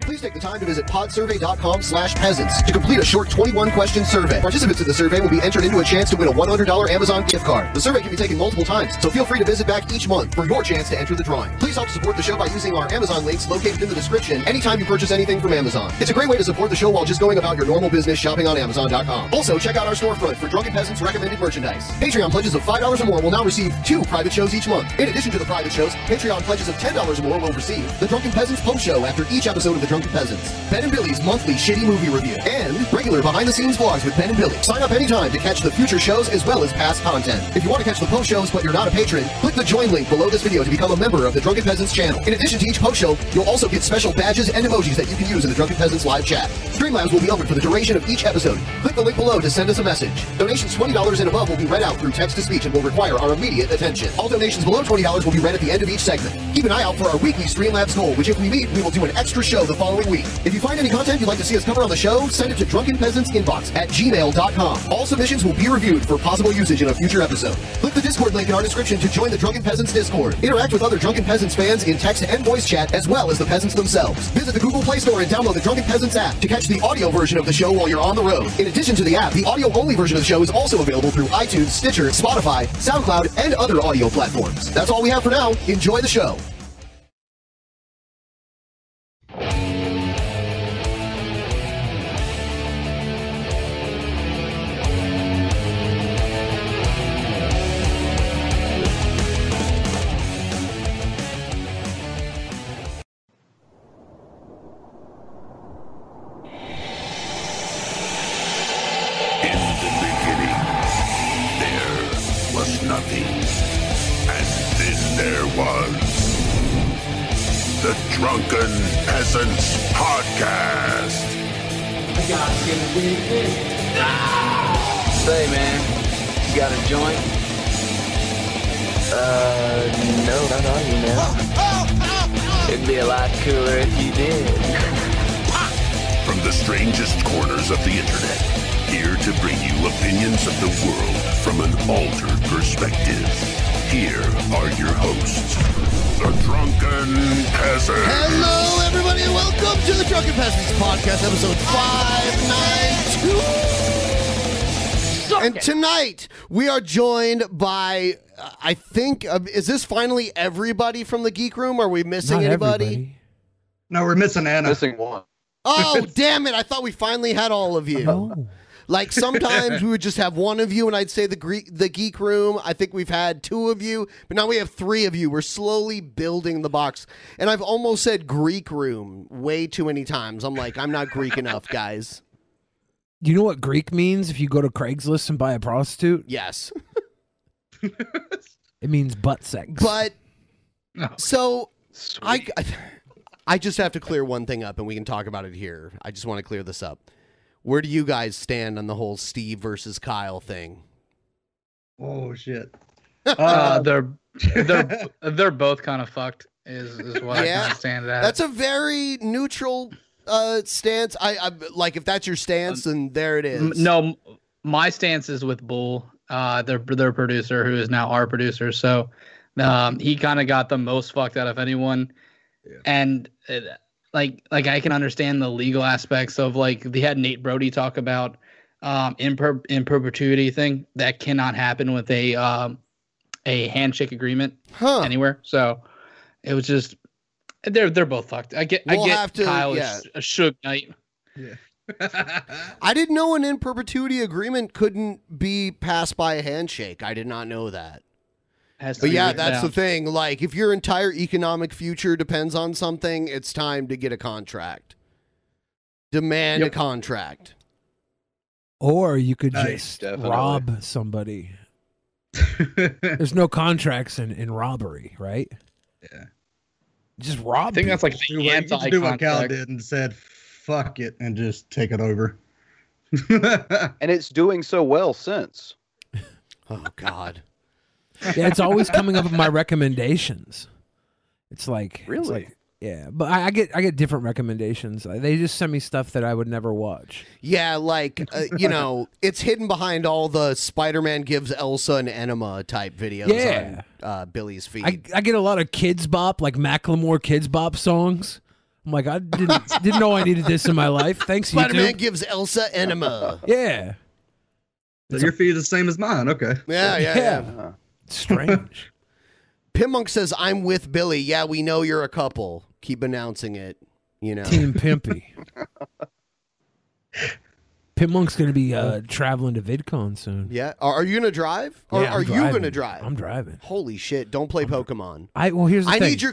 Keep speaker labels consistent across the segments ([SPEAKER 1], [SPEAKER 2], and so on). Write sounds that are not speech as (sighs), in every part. [SPEAKER 1] Please take the time to visit podsurvey.com slash peasants to complete a short 21-question survey. Participants in the survey will be entered into a chance to win a $100 Amazon gift card. The survey can be taken multiple times, so feel free to visit back each month for your chance to enter the drawing. Please help support the show by using our Amazon links located in the description anytime you purchase anything from Amazon. It's a great way to support the show while just going about your normal business shopping on Amazon.com. Also, check out our storefront for Drunken Peasants recommended merchandise. Patreon pledges of $5 or more will now receive two private shows each month. In addition to the private shows, Patreon pledges of $10 or more will receive the Drunken Peasants post show after each episode of The Drunken Peasants, Ben and Billy's monthly shitty movie review, and regular behind the scenes vlogs with Ben and Billy. Sign up anytime to catch the future shows as well as past content. If you want to catch the post shows but you're not a patron, click the join link below this video to become a member of The Drunken Peasants channel. In addition to each post show, you'll also get special badges and emojis that you can use in The Drunken Peasants live chat. Streamlabs will be open for the duration of each episode. Click the link below to send us a message. Donations $20 and above will be read out through text to speech and will require our immediate attention. All donations below $20 will be read at the end of each segment. Keep an eye out for our weekly Streamlabs goal, which if we meet, we will do an extra show the following week. If you find any content you'd like to see us cover on the show, send it to Drunken Peasants Inbox at gmail.com. All submissions will be reviewed for possible usage in a future episode. Click the Discord link in our description to join the Drunken Peasants Discord. Interact with other Drunken Peasants fans in text and voice chat, as well as the peasants themselves. Visit the Google Play Store and download the Drunken Peasants app to catch the audio version of the show while you're on the road. In addition to the app, the audio only version of the show is also available through iTunes, Stitcher, Spotify, SoundCloud, and other audio platforms. That's all we have for now. Enjoy the show.
[SPEAKER 2] In the beginning, there was nothing. And then there was the Drunken Peasants Podcast.
[SPEAKER 3] Say, man, you got a joint? Uh, no, not on you, man. It'd be a lot cooler if you did.
[SPEAKER 2] From the strangest corners of the internet, here to bring you opinions of the world from an altered perspective. Here are your hosts, the Drunken Peasants.
[SPEAKER 1] Hello, everybody, and welcome to the Drunken Peasants Podcast, episode 592. And tonight, we are joined by, uh, I think, uh, is this finally everybody from the Geek Room? Are we missing
[SPEAKER 4] Not
[SPEAKER 1] anybody?
[SPEAKER 4] everybody.
[SPEAKER 5] No, we're missing Anna.
[SPEAKER 6] Missing one.
[SPEAKER 1] Oh, damn it. I thought we finally had all of you.
[SPEAKER 4] Oh.
[SPEAKER 1] Like sometimes we would just have one of you, and I'd say the Greek, the geek room. I think we've had two of you, but now we have three of you. We're slowly building the box, and I've almost said Greek room way too many times. I'm like, I'm not Greek enough, guys.
[SPEAKER 4] You know what Greek means if you go to Craigslist and buy a prostitute?
[SPEAKER 1] Yes,
[SPEAKER 4] It means butt sex.
[SPEAKER 1] but
[SPEAKER 5] No.
[SPEAKER 1] so I, (laughs) I just have to clear one thing up, and we can talk about it here. I just want to clear this up. Where do you guys stand on the whole Steve versus Kyle thing?
[SPEAKER 5] Oh shit.
[SPEAKER 7] Uh, they're they're they're both kind of fucked. Is is what
[SPEAKER 1] Yeah,
[SPEAKER 7] I can stand at.
[SPEAKER 1] That's a very neutral uh stance. I, I like if that's your stance, then there it is.
[SPEAKER 7] Um, M- no, m- my stance is with Bull, uh, their their producer, who is now our producer. So, um, he kind of got the most fucked out of anyone, and it, like like I can understand the legal aspects of like they had Nate Brody talk about um in, per- in perpetuity thing that cannot happen with a um a handshake agreement
[SPEAKER 1] huh?
[SPEAKER 7] anywhere. So, it was just They're they're both fucked. I get
[SPEAKER 1] We'll
[SPEAKER 7] I get
[SPEAKER 1] have to-
[SPEAKER 7] Kyle
[SPEAKER 1] yeah.
[SPEAKER 7] is a Suge Knight.
[SPEAKER 1] I didn't know an in perpetuity agreement couldn't be passed by a handshake. I did not know that.
[SPEAKER 7] Has to
[SPEAKER 1] But
[SPEAKER 7] be
[SPEAKER 1] yeah,
[SPEAKER 7] written
[SPEAKER 1] that's the
[SPEAKER 7] down.
[SPEAKER 1] thing. Like, if your entire economic future depends on something, it's time to get a contract. Demand a
[SPEAKER 7] Yep.
[SPEAKER 1] contract.
[SPEAKER 4] Or you could
[SPEAKER 5] Nice,
[SPEAKER 4] just
[SPEAKER 8] definitely.
[SPEAKER 4] rob somebody. There's no contracts in, in robbery, right?
[SPEAKER 5] Yeah.
[SPEAKER 4] Just rob.
[SPEAKER 7] I think that's like
[SPEAKER 5] Do
[SPEAKER 7] the
[SPEAKER 5] what, you
[SPEAKER 7] anti
[SPEAKER 5] should do what Cal
[SPEAKER 7] contract.
[SPEAKER 5] did and said, "Fuck it," and just take it over.
[SPEAKER 8] (laughs) and it's doing so
[SPEAKER 4] (laughs)
[SPEAKER 8] well since.
[SPEAKER 1] Oh God.
[SPEAKER 4] yeah, it's always coming up in my recommendations. It's like it's
[SPEAKER 8] Really?
[SPEAKER 4] like- yeah. But I, I get I get different recommendations. Uh, They just send me stuff that I would never watch.
[SPEAKER 1] Yeah, like uh,
[SPEAKER 7] (laughs)
[SPEAKER 1] you know, it's hidden behind all the Spider-Man gives Elsa an enema type videos
[SPEAKER 4] Yeah.
[SPEAKER 1] on uh, Billy's feed.
[SPEAKER 4] I, I get a lot of kids bop like Macklemore kids bop songs. I'm like I
[SPEAKER 1] (laughs)
[SPEAKER 4] didn't didn't know I needed this in my life. Thanks
[SPEAKER 1] Spider-Man
[SPEAKER 4] YouTube.
[SPEAKER 1] gives Elsa
[SPEAKER 7] (laughs)
[SPEAKER 1] enema.
[SPEAKER 4] Yeah.
[SPEAKER 5] so your feed is the same as mine. Okay.
[SPEAKER 1] Yeah, yeah, yeah. (laughs)
[SPEAKER 4] Strange.
[SPEAKER 1] Pimmonk says, "I'm with Billy." Yeah, we know you're a couple. Keep announcing it. You know.
[SPEAKER 4] Team
[SPEAKER 5] (laughs)
[SPEAKER 4] Pimpy. Pimmonk's gonna be uh, traveling to VidCon soon.
[SPEAKER 1] Yeah. Are, are you gonna drive? Or
[SPEAKER 4] Yeah, I'm
[SPEAKER 1] are you
[SPEAKER 4] driving.
[SPEAKER 1] gonna drive?
[SPEAKER 4] I'm driving.
[SPEAKER 1] Holy shit! Don't play Pokemon.
[SPEAKER 4] I well here's the
[SPEAKER 1] I
[SPEAKER 4] thing.
[SPEAKER 1] need your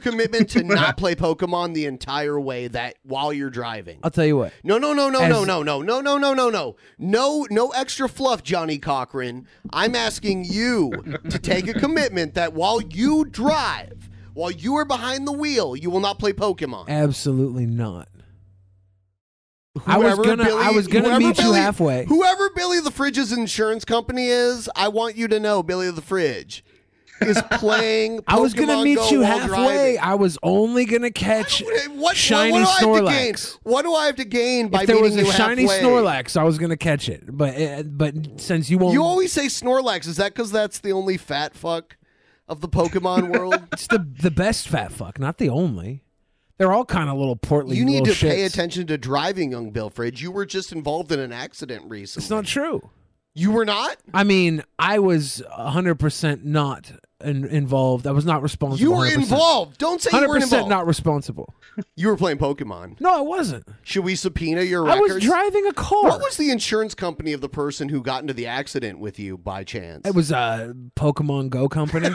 [SPEAKER 4] (laughs)
[SPEAKER 1] commitment to not play Pokemon the entire way that while you're driving.
[SPEAKER 4] I'll tell you what.
[SPEAKER 1] No, no, no, no,
[SPEAKER 4] As-
[SPEAKER 1] no, no, no, no, no, no, no, no, no, no extra fluff, Johnny Cochran. I'm asking you to take a commitment that while you drive, while you are behind the wheel, you will not play Pokemon.
[SPEAKER 4] Absolutely not. I was
[SPEAKER 1] Whoever
[SPEAKER 4] gonna- I was gonna
[SPEAKER 1] whoever
[SPEAKER 4] meet you halfway.
[SPEAKER 1] Whoever Billy the Fridge's insurance company is, I want you to know Billy the Fridge is
[SPEAKER 4] (laughs)
[SPEAKER 1] playing.
[SPEAKER 4] I was
[SPEAKER 1] Pokemon
[SPEAKER 4] gonna meet
[SPEAKER 1] Go
[SPEAKER 4] you
[SPEAKER 1] while
[SPEAKER 4] halfway.
[SPEAKER 1] driving.
[SPEAKER 4] I was only gonna catch
[SPEAKER 1] What- What,
[SPEAKER 4] shiny
[SPEAKER 1] what, do I have to gain?
[SPEAKER 4] Snorlax.
[SPEAKER 1] What do I have to (laughs) gain by
[SPEAKER 4] If there was
[SPEAKER 1] meeting
[SPEAKER 4] a
[SPEAKER 1] you
[SPEAKER 4] shiny
[SPEAKER 1] halfway?
[SPEAKER 4] Snorlax, I was gonna catch it. But uh, but since you won't,
[SPEAKER 1] You always say Snorlax. Is that because that's the only fat fuck of
[SPEAKER 4] (laughs)
[SPEAKER 1] the Pokemon world?
[SPEAKER 4] it's the the best fat fuck, not the only. They're all kind of little portly.
[SPEAKER 1] you need to
[SPEAKER 4] little
[SPEAKER 1] pay
[SPEAKER 4] shits.
[SPEAKER 1] attention to driving, young Bill Fridge. You were just involved in an accident recently.
[SPEAKER 4] It's not true.
[SPEAKER 1] you were not.
[SPEAKER 4] I mean, I was hundred percent not in, involved. I was not responsible.
[SPEAKER 1] You were involved. Don't say you
[SPEAKER 4] Hundred
[SPEAKER 1] were
[SPEAKER 4] percent
[SPEAKER 1] involved.
[SPEAKER 4] not responsible.
[SPEAKER 1] You were playing Pokemon.
[SPEAKER 4] No, I wasn't.
[SPEAKER 1] Should we subpoena your
[SPEAKER 4] I
[SPEAKER 1] records?
[SPEAKER 4] was driving a car.
[SPEAKER 1] What was the insurance company of the person who got into the accident with you by chance?
[SPEAKER 4] It was a Pokemon Go
[SPEAKER 1] (laughs)
[SPEAKER 4] company.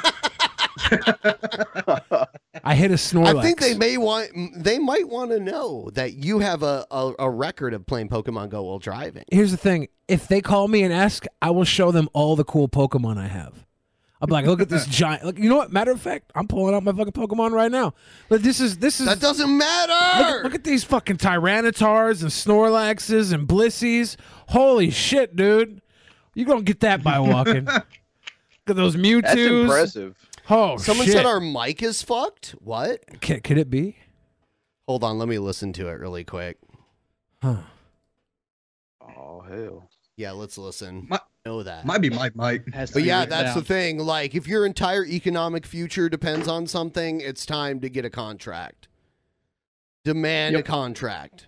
[SPEAKER 4] I hit a Snorlax.
[SPEAKER 1] I think they may want. They might want to know that you have a, a, a record of playing Pokemon Go while driving.
[SPEAKER 4] Here's the thing: if they call me and ask, I will show them all the cool Pokemon I have. I'm like, look at
[SPEAKER 1] (laughs)
[SPEAKER 4] this giant. Look, you know what? Matter of fact, I'm pulling out my fucking Pokemon right now. But this is this is
[SPEAKER 1] That doesn't matter.
[SPEAKER 4] Look at, look at these fucking Tyranitars and Snorlaxes and Blissies. Holy shit, dude. You're going to get that by walking.
[SPEAKER 1] (laughs)
[SPEAKER 4] look at those Mewtwo's.
[SPEAKER 8] That's impressive.
[SPEAKER 4] Oh,
[SPEAKER 1] Someone
[SPEAKER 4] shit.
[SPEAKER 1] said our mic is fucked. What?
[SPEAKER 4] Ca- could it be?
[SPEAKER 1] Hold on, let me listen to it really quick.
[SPEAKER 4] Huh.
[SPEAKER 8] Oh hell.
[SPEAKER 1] Yeah, let's listen.
[SPEAKER 5] My-
[SPEAKER 1] know that.
[SPEAKER 5] Might be Mike. Mike.
[SPEAKER 7] Has to
[SPEAKER 1] but
[SPEAKER 7] be
[SPEAKER 1] yeah,
[SPEAKER 7] written
[SPEAKER 1] that's
[SPEAKER 7] down.
[SPEAKER 1] the thing. Like, if your entire economic future depends on something, it's time to get a contract. Demand a
[SPEAKER 7] Yep.
[SPEAKER 1] contract.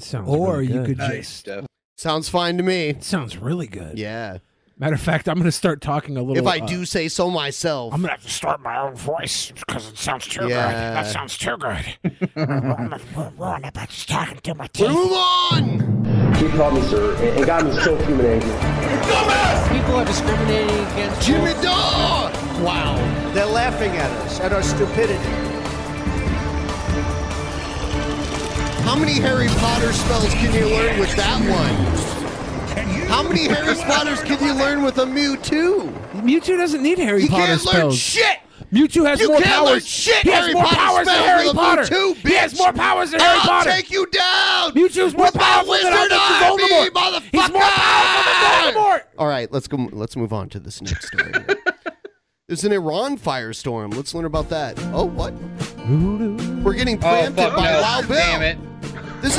[SPEAKER 4] Sounds
[SPEAKER 8] Or
[SPEAKER 4] really
[SPEAKER 8] you
[SPEAKER 4] good.
[SPEAKER 5] could
[SPEAKER 8] Nice
[SPEAKER 5] just-
[SPEAKER 4] Uh,
[SPEAKER 8] stuff.
[SPEAKER 1] Sounds fine to me.
[SPEAKER 4] It sounds really good.
[SPEAKER 1] Yeah.
[SPEAKER 4] Matter of fact, I'm going to start talking a little.
[SPEAKER 1] if I
[SPEAKER 4] uh,
[SPEAKER 1] do say so myself.
[SPEAKER 4] I'm going to have to start my own voice because it sounds too
[SPEAKER 1] Yeah.
[SPEAKER 4] good. That sounds too good. Ron, I'm just talking through my
[SPEAKER 1] We'll
[SPEAKER 4] teeth.
[SPEAKER 1] move on.
[SPEAKER 9] He called me sir and, and got me so humiliated.
[SPEAKER 10] People are discriminating against
[SPEAKER 1] Jimmy Dore. Wow.
[SPEAKER 10] They're laughing at us, at our stupidity.
[SPEAKER 1] How many Harry Potter spells can you learn with that one? How many Harry Potters can you learn with a Mewtwo?
[SPEAKER 4] Mewtwo doesn't need Harry
[SPEAKER 1] You
[SPEAKER 4] Potter
[SPEAKER 1] can't
[SPEAKER 4] spells.
[SPEAKER 1] learn shit.
[SPEAKER 4] Mewtwo has
[SPEAKER 1] You
[SPEAKER 4] more
[SPEAKER 1] can't
[SPEAKER 4] powers.
[SPEAKER 1] learn shit,
[SPEAKER 4] he has
[SPEAKER 1] Harry
[SPEAKER 4] more
[SPEAKER 1] Potter
[SPEAKER 4] powers than
[SPEAKER 1] spells
[SPEAKER 4] Harry
[SPEAKER 1] with a
[SPEAKER 4] Potter.
[SPEAKER 1] Mewtwo,
[SPEAKER 4] he has
[SPEAKER 1] bitch.
[SPEAKER 4] more powers than
[SPEAKER 1] And
[SPEAKER 4] Harry
[SPEAKER 1] I'll
[SPEAKER 4] Potter.
[SPEAKER 1] take you down.
[SPEAKER 4] Mewtwo's more
[SPEAKER 1] with my
[SPEAKER 4] powerful than
[SPEAKER 1] wizard
[SPEAKER 4] Albus
[SPEAKER 1] ivy,
[SPEAKER 4] Voldemort.
[SPEAKER 1] motherfucker.
[SPEAKER 4] He's more powerful than Voldemort.
[SPEAKER 1] All right, let's go. Let's move on to this next
[SPEAKER 7] (laughs)
[SPEAKER 1] story. There's an Iran firestorm. Let's learn about that. Oh, what? We're getting
[SPEAKER 7] Oh
[SPEAKER 1] planted
[SPEAKER 7] fuck
[SPEAKER 1] by
[SPEAKER 7] no!
[SPEAKER 1] Wild Bill.
[SPEAKER 7] Damn it!
[SPEAKER 1] This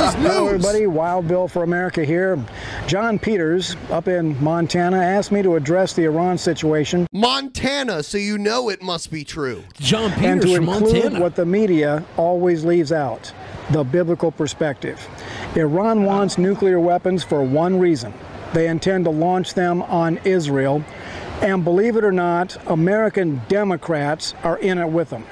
[SPEAKER 4] (laughs)
[SPEAKER 1] is news.
[SPEAKER 10] Hello, everybody. Wild Bill for America here. John Peters up in Montana asked me to address the Iran situation
[SPEAKER 1] Montana, so you know it must be true.
[SPEAKER 4] John
[SPEAKER 10] and to
[SPEAKER 4] Peters from
[SPEAKER 10] include
[SPEAKER 4] Montana.
[SPEAKER 10] what the media always leaves out the biblical perspective. Iran wants nuclear weapons for one reason they intend to launch them on Israel. And believe it or not, American Democrats are in it with them.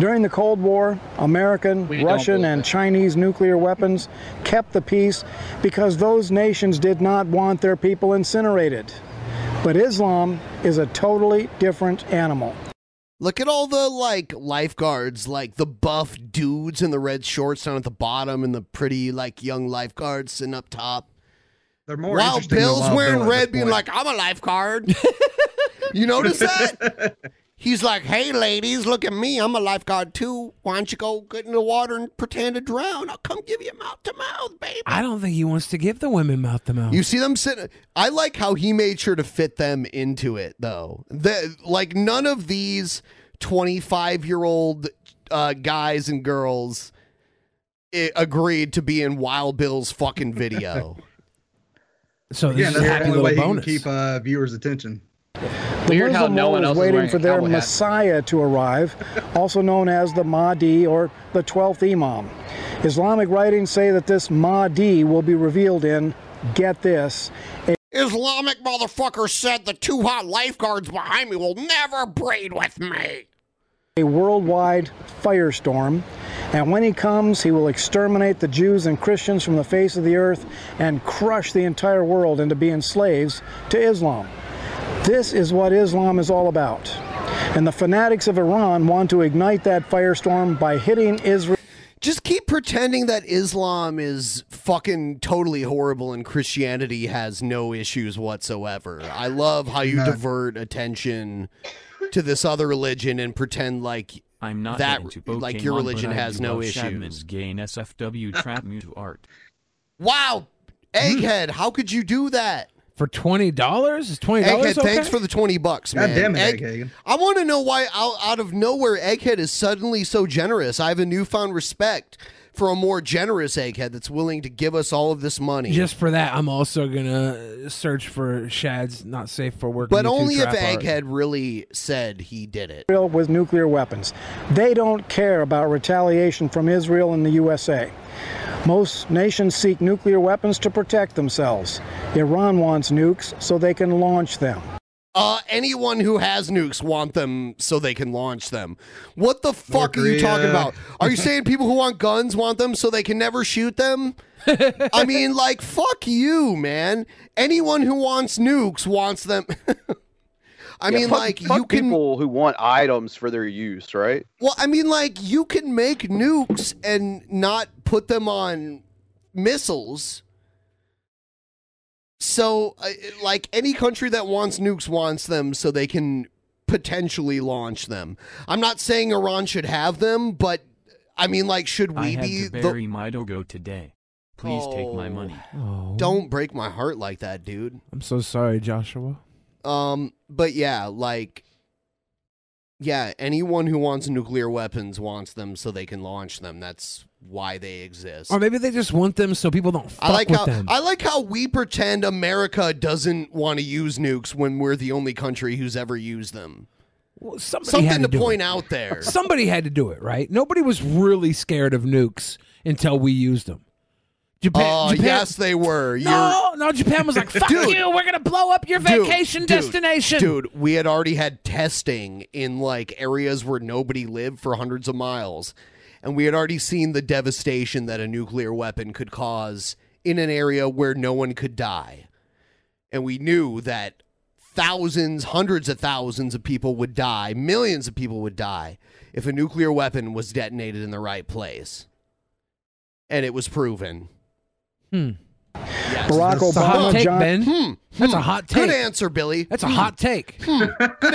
[SPEAKER 10] During the Cold War, American,
[SPEAKER 11] We don't
[SPEAKER 10] Russian,
[SPEAKER 11] believe
[SPEAKER 10] and Chinese nuclear weapons kept the peace because those nations did not want their people incinerated. But Islam is a totally different animal.
[SPEAKER 1] Look at all the like lifeguards, like the buff dudes in the red shorts down at the bottom, and the pretty like young lifeguards sitting up top.
[SPEAKER 5] They're more
[SPEAKER 1] Wild
[SPEAKER 5] interesting than
[SPEAKER 1] Bill's
[SPEAKER 5] Wild
[SPEAKER 1] wearing
[SPEAKER 5] Bill at
[SPEAKER 1] red,
[SPEAKER 5] this
[SPEAKER 1] being
[SPEAKER 5] point.
[SPEAKER 1] like, "I'm
[SPEAKER 4] (laughs)
[SPEAKER 1] a lifeguard." you notice that? He's like, "Hey, ladies, look at me. I'm a lifeguard too. Why don't you go get in the water and pretend to drown? I'll come give you mouth to mouth, baby."
[SPEAKER 4] I don't think he wants to give the women mouth to mouth.
[SPEAKER 1] You see them sitting. I like how he made sure to fit them into it, though. The, like none of these twenty-five-year-old uh, guys and girls i agreed to be in Wild Bill's
[SPEAKER 4] (laughs)
[SPEAKER 1] fucking video.
[SPEAKER 4] So
[SPEAKER 5] Again, that's the only way he can keep uh, viewers' attention.
[SPEAKER 10] The Muslim world is waiting for their Messiah to arrive, also known as the Mahdi or the 12th Imam. Islamic writings say that this Mahdi will be revealed in, get this, a
[SPEAKER 1] Islamic motherfucker said the two hot lifeguards behind me will never breed with me.
[SPEAKER 10] a worldwide firestorm. And when he comes, he will exterminate the Jews and Christians from the face of the earth and crush the entire world into being slaves to Islam. This is what Islam is all about. And the fanatics of Iran want to ignite that firestorm by hitting Israel.
[SPEAKER 1] Just keep pretending that Islam is fucking totally horrible and Christianity has no issues whatsoever. I love how you
[SPEAKER 12] Not-
[SPEAKER 1] divert attention to this other religion and pretend like
[SPEAKER 12] I'm not
[SPEAKER 1] that
[SPEAKER 12] getting to Pokemon,
[SPEAKER 1] like your religion
[SPEAKER 12] but I
[SPEAKER 1] has
[SPEAKER 12] do
[SPEAKER 1] no
[SPEAKER 12] love
[SPEAKER 1] issues.
[SPEAKER 12] Shadman's gay and (laughs) SFW trap mute art.
[SPEAKER 1] Wow, Egghead, how could you do that?
[SPEAKER 4] Mm. for twenty dollars? Is twenty
[SPEAKER 1] Egghead,
[SPEAKER 4] dollars? Okay?
[SPEAKER 1] thanks for the twenty bucks,
[SPEAKER 4] God
[SPEAKER 1] man.
[SPEAKER 4] damn it,
[SPEAKER 5] Egghead.
[SPEAKER 1] I want to know why out, out of nowhere Egghead is suddenly so generous. I have a newfound respect for a more generous Egghead that's willing to give us all of this money.
[SPEAKER 4] Just for that, I'm also gonna search for Shad's not safe for work.
[SPEAKER 1] but
[SPEAKER 4] YouTube
[SPEAKER 1] only if
[SPEAKER 4] trap art.
[SPEAKER 1] Egghead really said he did it.
[SPEAKER 10] Israel with nuclear weapons. They don't care about retaliation from Israel and the USA. Most nations seek nuclear weapons to protect themselves. Iran wants nukes so they can launch them.
[SPEAKER 1] Uh, anyone who has nukes want them so they can launch them. What the fuck are you talking
[SPEAKER 5] Korea.
[SPEAKER 1] about?
[SPEAKER 8] (laughs)
[SPEAKER 1] Are you saying people who want guns want them so they can never shoot them? I
[SPEAKER 8] (laughs)
[SPEAKER 1] mean, like, fuck you, man. Anyone who wants nukes wants them. (laughs) I
[SPEAKER 8] Yeah,
[SPEAKER 1] mean,
[SPEAKER 8] fuck-
[SPEAKER 1] like,
[SPEAKER 8] fuck
[SPEAKER 1] you can.
[SPEAKER 8] people who want items for their use, right?
[SPEAKER 1] Well, I mean, like, you can make nukes and not put them on missiles. So, uh, like, any country that wants nukes wants them so they can potentially launch them. I'm not saying Iran should have them, but I mean, like, should
[SPEAKER 12] I
[SPEAKER 1] we
[SPEAKER 12] had
[SPEAKER 1] be Oh.
[SPEAKER 12] to bury my dogo today. Please take my money.
[SPEAKER 1] Don't break my heart like that, dude.
[SPEAKER 4] I'm so sorry, Joshua.
[SPEAKER 1] Um, but yeah, like, yeah, anyone who wants nuclear weapons wants them so they can launch them. That's why they exist.
[SPEAKER 4] Or maybe they just want them so people don't fuck
[SPEAKER 1] I like
[SPEAKER 4] with
[SPEAKER 1] how
[SPEAKER 4] them.
[SPEAKER 1] I like how we pretend America doesn't want to use nukes when we're the only country who's ever used them.
[SPEAKER 4] Somebody
[SPEAKER 1] Something
[SPEAKER 4] had
[SPEAKER 1] to,
[SPEAKER 4] do
[SPEAKER 1] point
[SPEAKER 4] it.
[SPEAKER 1] out there.
[SPEAKER 4] (laughs) Somebody had to do it, right? Nobody was really scared of nukes until we used them. Japan,
[SPEAKER 1] Oh,
[SPEAKER 4] Japan-
[SPEAKER 1] yes, they were.
[SPEAKER 4] No, no, Japan
[SPEAKER 1] (laughs)
[SPEAKER 4] was like, "Fuck
[SPEAKER 1] Dude.
[SPEAKER 4] you! We're gonna blow up your
[SPEAKER 1] Dude,
[SPEAKER 4] vacation
[SPEAKER 1] dude,
[SPEAKER 4] destination."
[SPEAKER 1] Dude, we had already had testing in like areas where nobody lived for hundreds of miles. And we had already seen the devastation that a nuclear weapon could cause in an area where no one could die. And we knew that thousands, hundreds of thousands of people would die, millions of people would die if a nuclear weapon was detonated in the right place. And it was proven.
[SPEAKER 10] Barack
[SPEAKER 1] Hmm. That's a
[SPEAKER 10] Obama,
[SPEAKER 1] hot take,
[SPEAKER 10] John,
[SPEAKER 1] Ben.
[SPEAKER 4] That's a hot take.
[SPEAKER 1] Hmm. Good answer, Billy. Hmm.
[SPEAKER 4] That's a hot take.
[SPEAKER 1] Good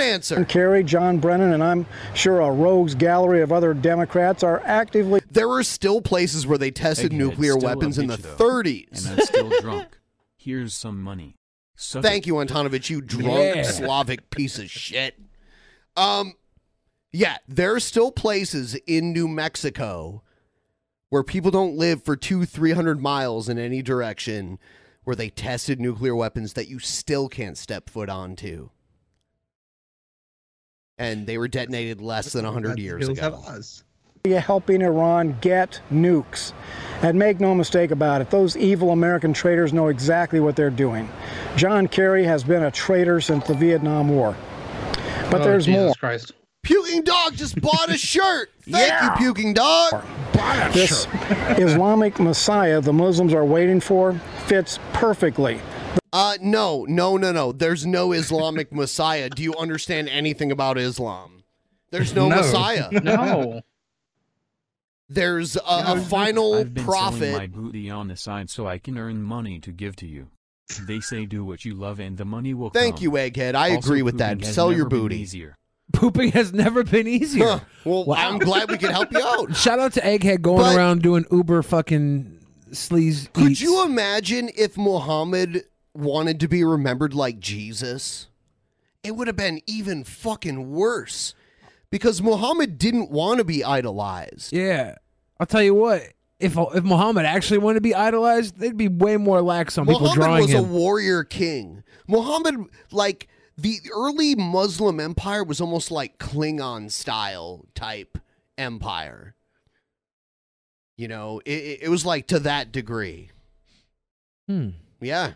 [SPEAKER 4] (laughs)
[SPEAKER 1] answer.
[SPEAKER 10] Kerry, John Brennan, and I'm sure a rogues gallery of other Democrats are actively
[SPEAKER 1] There were still places where they tested nuclear
[SPEAKER 12] still a
[SPEAKER 1] weapons in the
[SPEAKER 12] bitch, though.
[SPEAKER 1] 30s.
[SPEAKER 12] And I'm still drunk. Here's some money. Suck
[SPEAKER 1] Thank
[SPEAKER 12] it.
[SPEAKER 1] you, Antonovich, you drunk
[SPEAKER 12] Yeah.
[SPEAKER 1] Slavic piece of shit. Um, yeah, there are still places in New Mexico where people don't live for two, three hundred miles in any direction where they tested nuclear weapons that you still can't step foot onto. And they were detonated less than 100 years
[SPEAKER 5] Hills
[SPEAKER 1] ago.
[SPEAKER 10] helping Iran get nukes. And make no mistake about it, those evil American traitors know exactly what they're doing. John Kerry has been a traitor since the Vietnam War. But
[SPEAKER 7] Oh,
[SPEAKER 10] there's
[SPEAKER 7] Jesus
[SPEAKER 10] more.
[SPEAKER 7] Christ.
[SPEAKER 1] Puking puking dog just bought
[SPEAKER 4] (laughs)
[SPEAKER 1] a shirt. Thank
[SPEAKER 10] Yeah.
[SPEAKER 1] you, puking dog.
[SPEAKER 10] This Islamic Messiah the Muslims are waiting for fits perfectly.
[SPEAKER 1] Uh, no, no, no, no. There's no Islamic (laughs) Messiah. Do you understand anything about Islam? There's no,
[SPEAKER 11] No.
[SPEAKER 1] Messiah.
[SPEAKER 11] No.
[SPEAKER 1] (laughs) There's a, a final
[SPEAKER 12] I've been selling my (laughs)
[SPEAKER 1] prophet.
[SPEAKER 12] booty on the side so I can earn money to give to you. They say do what you love and the money will
[SPEAKER 1] Thank
[SPEAKER 12] come.
[SPEAKER 1] you, Egghead. I
[SPEAKER 12] Also,
[SPEAKER 1] agree with that.
[SPEAKER 12] pooping has
[SPEAKER 1] Sell your
[SPEAKER 12] never been
[SPEAKER 1] booty.
[SPEAKER 12] easier.
[SPEAKER 1] (laughs)
[SPEAKER 4] Pooping has never been easier.
[SPEAKER 1] Well, I'm glad we
[SPEAKER 4] (laughs)
[SPEAKER 1] could help you
[SPEAKER 12] (laughs)
[SPEAKER 1] out.
[SPEAKER 4] Shout out to Egghead going
[SPEAKER 1] But-
[SPEAKER 4] around doing Uber fucking sleaze.
[SPEAKER 1] Could
[SPEAKER 4] eats.
[SPEAKER 1] you imagine if Muhammad wanted to be remembered like Jesus? It would have been even fucking worse because Muhammad didn't want to be idolized.
[SPEAKER 4] Yeah, I'll tell you what. If if Muhammad actually wanted to be idolized, they'd be way more lax on people
[SPEAKER 1] Muhammad
[SPEAKER 4] drawing
[SPEAKER 1] was a
[SPEAKER 4] him.
[SPEAKER 1] warrior king. Muhammad, like the early Muslim empire, was almost like Klingon style type empire. You know, it- it, it was like to that degree.
[SPEAKER 4] Hmm.
[SPEAKER 1] Yeah.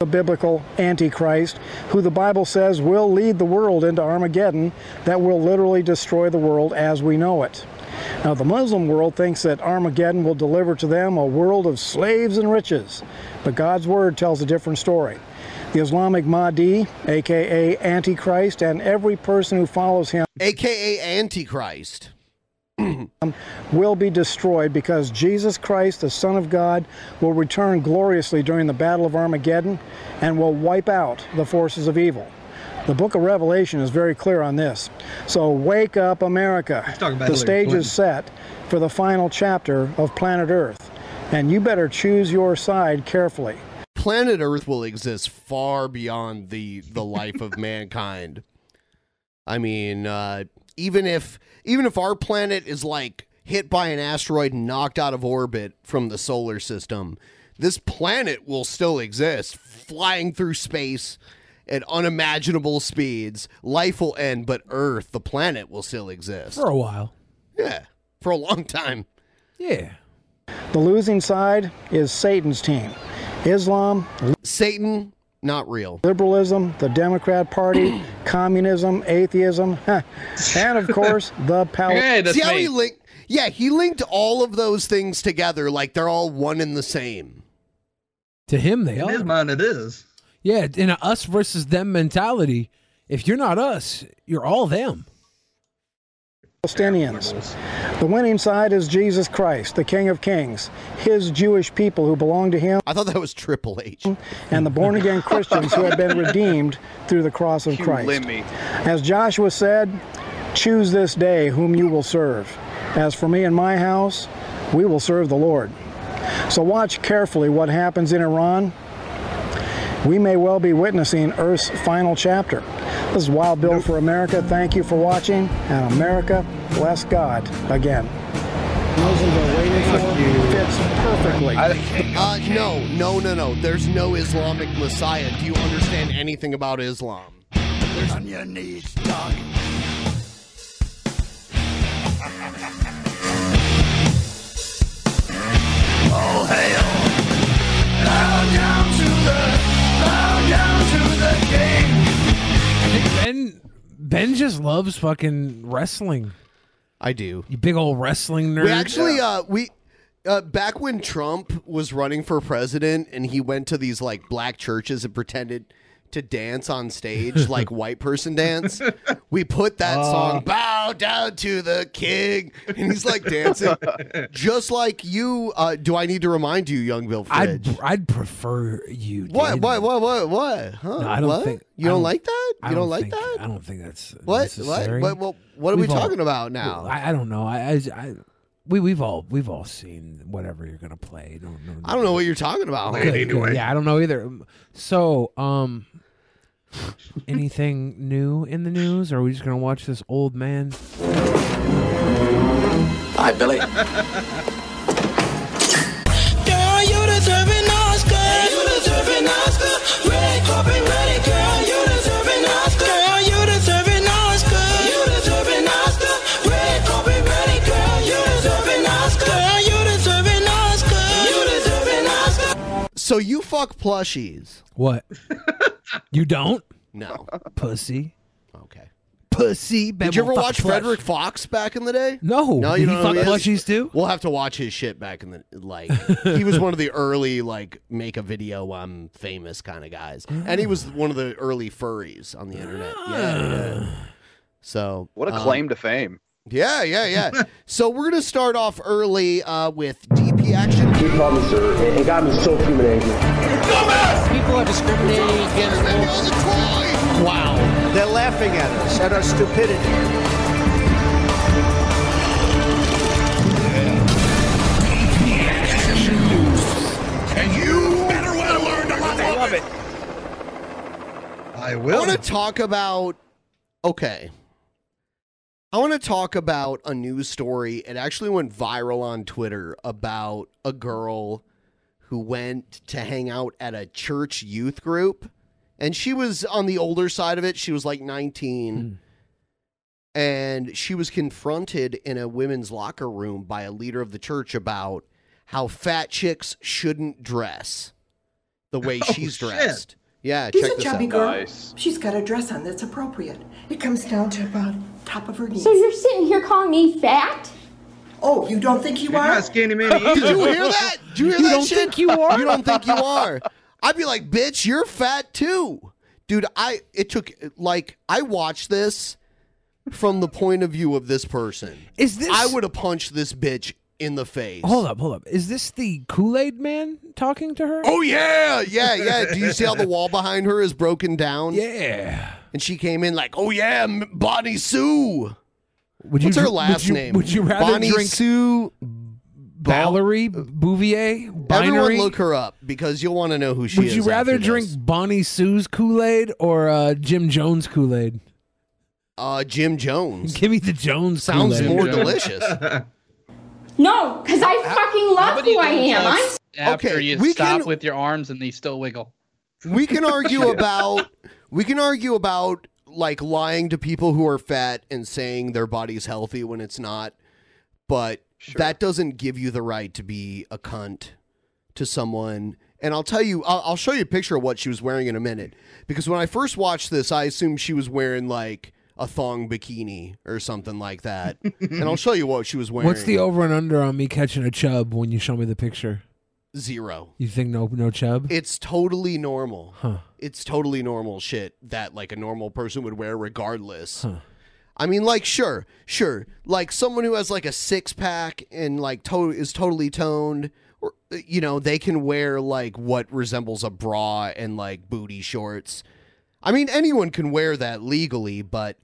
[SPEAKER 10] The biblical Antichrist, who the Bible says will lead the world into Armageddon that will literally destroy the world as we know it. Now, the Muslim world thinks that Armageddon will deliver to them a world of slaves and riches, but God's Word tells a different story. The Islamic Mahdi, aka Antichrist, and every person who follows him
[SPEAKER 1] AKA Antichrist.
[SPEAKER 10] will be destroyed because Jesus Christ, the Son of God, will return gloriously during the Battle of Armageddon and will wipe out the forces of evil. The book of Revelation is very clear on this. So wake up, America.
[SPEAKER 5] talking about
[SPEAKER 10] the
[SPEAKER 5] Hillary
[SPEAKER 10] stage
[SPEAKER 5] Clinton.
[SPEAKER 10] is set for the final chapter of planet Earth, and you better choose your side carefully.
[SPEAKER 1] Planet Earth will exist far beyond the the
[SPEAKER 4] (laughs)
[SPEAKER 1] life of mankind. I mean, uh, even if even if our planet is like hit by an asteroid and knocked out of orbit from the solar system, this planet will still exist, flying through space at unimaginable speeds. Life will end, but Earth, the planet, will still exist
[SPEAKER 4] for a while.
[SPEAKER 1] Yeah, for a long time.
[SPEAKER 4] Yeah.
[SPEAKER 10] The losing side is Satan's team. Islam,
[SPEAKER 1] Satan, not real.
[SPEAKER 10] Liberalism, the Democrat Party,
[SPEAKER 1] (clears throat)
[SPEAKER 10] communism, atheism, (laughs) and of course, the Pal-
[SPEAKER 1] See how he linked? Yeah, he linked all of those things together like they're all one and the same.
[SPEAKER 4] To him, they
[SPEAKER 1] In
[SPEAKER 4] are.
[SPEAKER 1] his
[SPEAKER 4] mind, it is. Yeah, in a us versus them mentality, if you're not us, you're all them.
[SPEAKER 10] Palestinians. The winning side is Jesus Christ, the King of Kings, his Jewish people who belong to him.
[SPEAKER 1] I thought that was Triple H.
[SPEAKER 10] And the born again Christians who have been redeemed through the cross of
[SPEAKER 1] You
[SPEAKER 10] Christ.
[SPEAKER 1] limmy.
[SPEAKER 10] As Joshua said, choose this day whom you will serve. As for me and my house, we will serve the Lord. So watch carefully what happens in Iran. We may well be witnessing Earth's final chapter. This is Wild Bill for America. Thank you for watching, and America, bless God again. Muslims are waiting for fits perfectly.
[SPEAKER 1] Uh, no, no, no, no. There's no Islamic Messiah. Do you understand anything about Islam? There's on your knees, dog.
[SPEAKER 11] All hail. Bow down to the, bow down to the king.
[SPEAKER 4] Ben Ben just loves fucking wrestling.
[SPEAKER 1] I do.
[SPEAKER 4] You big old wrestling nerd.
[SPEAKER 1] We actually, uh, we uh, back when Trump was running for president, and he went to these like black churches and pretended to dance on stage like white person dance. We put that
[SPEAKER 11] Uh.
[SPEAKER 1] song "Bow Down to the King," and he's
[SPEAKER 4] (laughs)
[SPEAKER 1] like dancing, (laughs) just like you. Uh, do I need to remind you, Young Bill Fridge?
[SPEAKER 4] I'd I'd prefer you.
[SPEAKER 1] What?
[SPEAKER 4] did.
[SPEAKER 1] What? What? What? What? Huh?
[SPEAKER 4] No, I don't
[SPEAKER 1] what?
[SPEAKER 4] think
[SPEAKER 1] you
[SPEAKER 4] I
[SPEAKER 1] don't,
[SPEAKER 4] don't-
[SPEAKER 1] like that.
[SPEAKER 4] I don't
[SPEAKER 1] You don't like
[SPEAKER 4] think-
[SPEAKER 1] that.
[SPEAKER 4] I don't think that's
[SPEAKER 1] what? What?
[SPEAKER 4] necessary.
[SPEAKER 1] What? What? What are
[SPEAKER 4] We've
[SPEAKER 1] we
[SPEAKER 4] all-
[SPEAKER 1] talking about now?
[SPEAKER 4] I, I don't know. I, I, I we we've all we've all seen whatever you're gonna play. No, no,
[SPEAKER 1] I don't know what you're talking about.
[SPEAKER 4] Good, good. Yeah, I don't know either. Um, So, um, anything (laughs) new in the news? Or are we just gonna watch this old man?
[SPEAKER 11] Hi, Billy. Girl, you deserve an Oscar. You deserve an Oscar. Red carpet ready, girl. You deserve an Oscar. Girl, you deserve an Oscar. You deserve an Oscar. Red carpet ready, girl. You deserve an Oscar. Girl, you deserve an Oscar. You deserve an Oscar.
[SPEAKER 1] So you fuck plushies?
[SPEAKER 4] What? you don't?
[SPEAKER 1] No.
[SPEAKER 4] Pussy.
[SPEAKER 1] Okay.
[SPEAKER 4] pussy. Ben
[SPEAKER 1] Did you
[SPEAKER 4] won't
[SPEAKER 1] ever
[SPEAKER 4] fucking
[SPEAKER 1] watch
[SPEAKER 4] flush.
[SPEAKER 1] Frederick Fox back in the day?
[SPEAKER 4] No.
[SPEAKER 1] no, you
[SPEAKER 4] Did he
[SPEAKER 1] don't know who
[SPEAKER 4] fuck
[SPEAKER 1] he is?
[SPEAKER 4] plushies too.
[SPEAKER 1] We'll have to watch his shit back in the like. he was one of the early like make a video I'm famous kind of guys, and he was one of the early furries on the internet. Yeah.
[SPEAKER 4] (sighs)
[SPEAKER 1] yeah. So
[SPEAKER 8] What a
[SPEAKER 4] Uh-huh.
[SPEAKER 1] um,
[SPEAKER 8] claim to fame.
[SPEAKER 1] Yeah, yeah, yeah. so we're gonna start off early uh, with DP action. He called me sir, and got me so human
[SPEAKER 13] People are discriminating against
[SPEAKER 1] Wow.
[SPEAKER 13] They're laughing at us, at our stupidity.
[SPEAKER 14] And you better want to learn to love it.
[SPEAKER 1] I will. I want to talk about. Okay. I want to talk about a news story. It actually went viral on Twitter about a girl who went to hang out at a church youth group. And she was on the older side of it. She was like 19. And she was confronted in a women's locker room by a leader of the church about how fat chicks shouldn't dress the (laughs) way she's dressed. Yeah,
[SPEAKER 15] She's
[SPEAKER 1] check
[SPEAKER 15] a
[SPEAKER 1] this
[SPEAKER 15] chubby
[SPEAKER 1] out.
[SPEAKER 15] girl. She's got a dress on that's appropriate. It comes down to about top of her knees.
[SPEAKER 2] So you're sitting here calling me fat?
[SPEAKER 15] Oh, you don't think you
[SPEAKER 5] You're
[SPEAKER 15] are?
[SPEAKER 5] not skinny mini
[SPEAKER 1] Did you hear that?
[SPEAKER 4] (laughs)
[SPEAKER 1] Did you hear that
[SPEAKER 15] don't
[SPEAKER 1] shit?
[SPEAKER 15] think you are?
[SPEAKER 1] You don't think you are? I'd be like, bitch, you're fat too, dude. I it took like I watched this from the point of view of this person.
[SPEAKER 4] Is this?
[SPEAKER 1] I would have punched this bitch in the face.
[SPEAKER 4] Hold up, hold up. Is this the Kool Aid Man talking to her?
[SPEAKER 1] Oh yeah, yeah, yeah. Do you see how the wall behind her is broken down?
[SPEAKER 4] Yeah.
[SPEAKER 1] And she came in like, oh yeah, M- Bonnie Sue.
[SPEAKER 4] Would you dr-
[SPEAKER 1] What's her
[SPEAKER 4] would
[SPEAKER 1] last
[SPEAKER 4] you-
[SPEAKER 1] name?
[SPEAKER 4] Would you rather
[SPEAKER 1] Bonnie
[SPEAKER 4] drink
[SPEAKER 1] Sue
[SPEAKER 4] Valerie Bouvier?
[SPEAKER 1] Uh, Everyone
[SPEAKER 4] Binary?
[SPEAKER 1] look her up because you'll want to know who she
[SPEAKER 4] Would
[SPEAKER 1] is.
[SPEAKER 4] you rather
[SPEAKER 1] after
[SPEAKER 4] drink
[SPEAKER 1] this.
[SPEAKER 4] Bonnie Sue's Kool Aid or uh, Jim Jones Kool Aid?
[SPEAKER 1] Uh, Jim Jones.
[SPEAKER 4] (laughs) Give me the Jones.
[SPEAKER 1] Sounds
[SPEAKER 4] Kool-Aid.
[SPEAKER 1] more delicious.
[SPEAKER 2] No, because I fucking love who I am. I'm
[SPEAKER 7] After
[SPEAKER 1] Okay,
[SPEAKER 7] you
[SPEAKER 1] we
[SPEAKER 7] stop
[SPEAKER 1] can-
[SPEAKER 7] with your arms and they still wiggle.
[SPEAKER 1] we can argue
[SPEAKER 7] Yeah.
[SPEAKER 1] about we can argue about like lying to people who are fat and saying their body's healthy when it's not but that doesn't give you the right to be a cunt to someone and i'll tell you I'll, I'll show you a picture of what she was wearing in a minute because when i first watched this i assumed she was wearing like a thong bikini or something like that and i'll show you what she was wearing
[SPEAKER 4] What's the over and under on me catching a chub when you show me the picture?
[SPEAKER 1] zero
[SPEAKER 4] You think no, no chub?
[SPEAKER 1] It's totally normal.
[SPEAKER 4] Huh.
[SPEAKER 1] It's totally normal shit that like a normal person would wear regardless. I mean like sure, sure. Like someone who has like a six pack and like to- is totally toned or you know, they can wear like what resembles a bra and like booty shorts. I mean anyone can wear that legally, but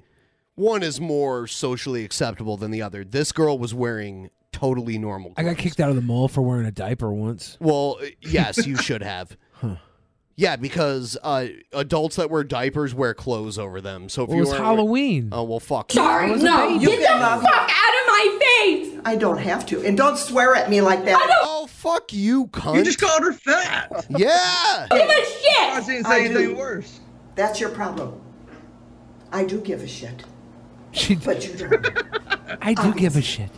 [SPEAKER 1] one is more socially acceptable than the other. This girl was wearing totally normal.
[SPEAKER 4] I got kicked out of the mall for wearing a diaper once.
[SPEAKER 1] Well, uh,
[SPEAKER 4] (laughs)
[SPEAKER 1] yes, you should have.
[SPEAKER 4] Huh.
[SPEAKER 1] Yeah, because uh, adults that wear diapers wear clothes over them. So if
[SPEAKER 4] Well,
[SPEAKER 1] you
[SPEAKER 4] it was
[SPEAKER 1] were
[SPEAKER 4] Halloween.
[SPEAKER 1] Oh well, fuck.
[SPEAKER 2] sorry. No,
[SPEAKER 1] You
[SPEAKER 2] get the fuck out of my face.
[SPEAKER 15] I don't have to. And don't swear at me like that.
[SPEAKER 1] Oh, fuck you, cunt.
[SPEAKER 15] You
[SPEAKER 5] just called her fat.
[SPEAKER 1] Yeah.
[SPEAKER 2] Give a shit.
[SPEAKER 5] I didn't
[SPEAKER 15] I
[SPEAKER 5] say anything
[SPEAKER 15] do.
[SPEAKER 5] worse.
[SPEAKER 15] That's your problem. I do give a shit. but you don't.
[SPEAKER 4] I do give a shit.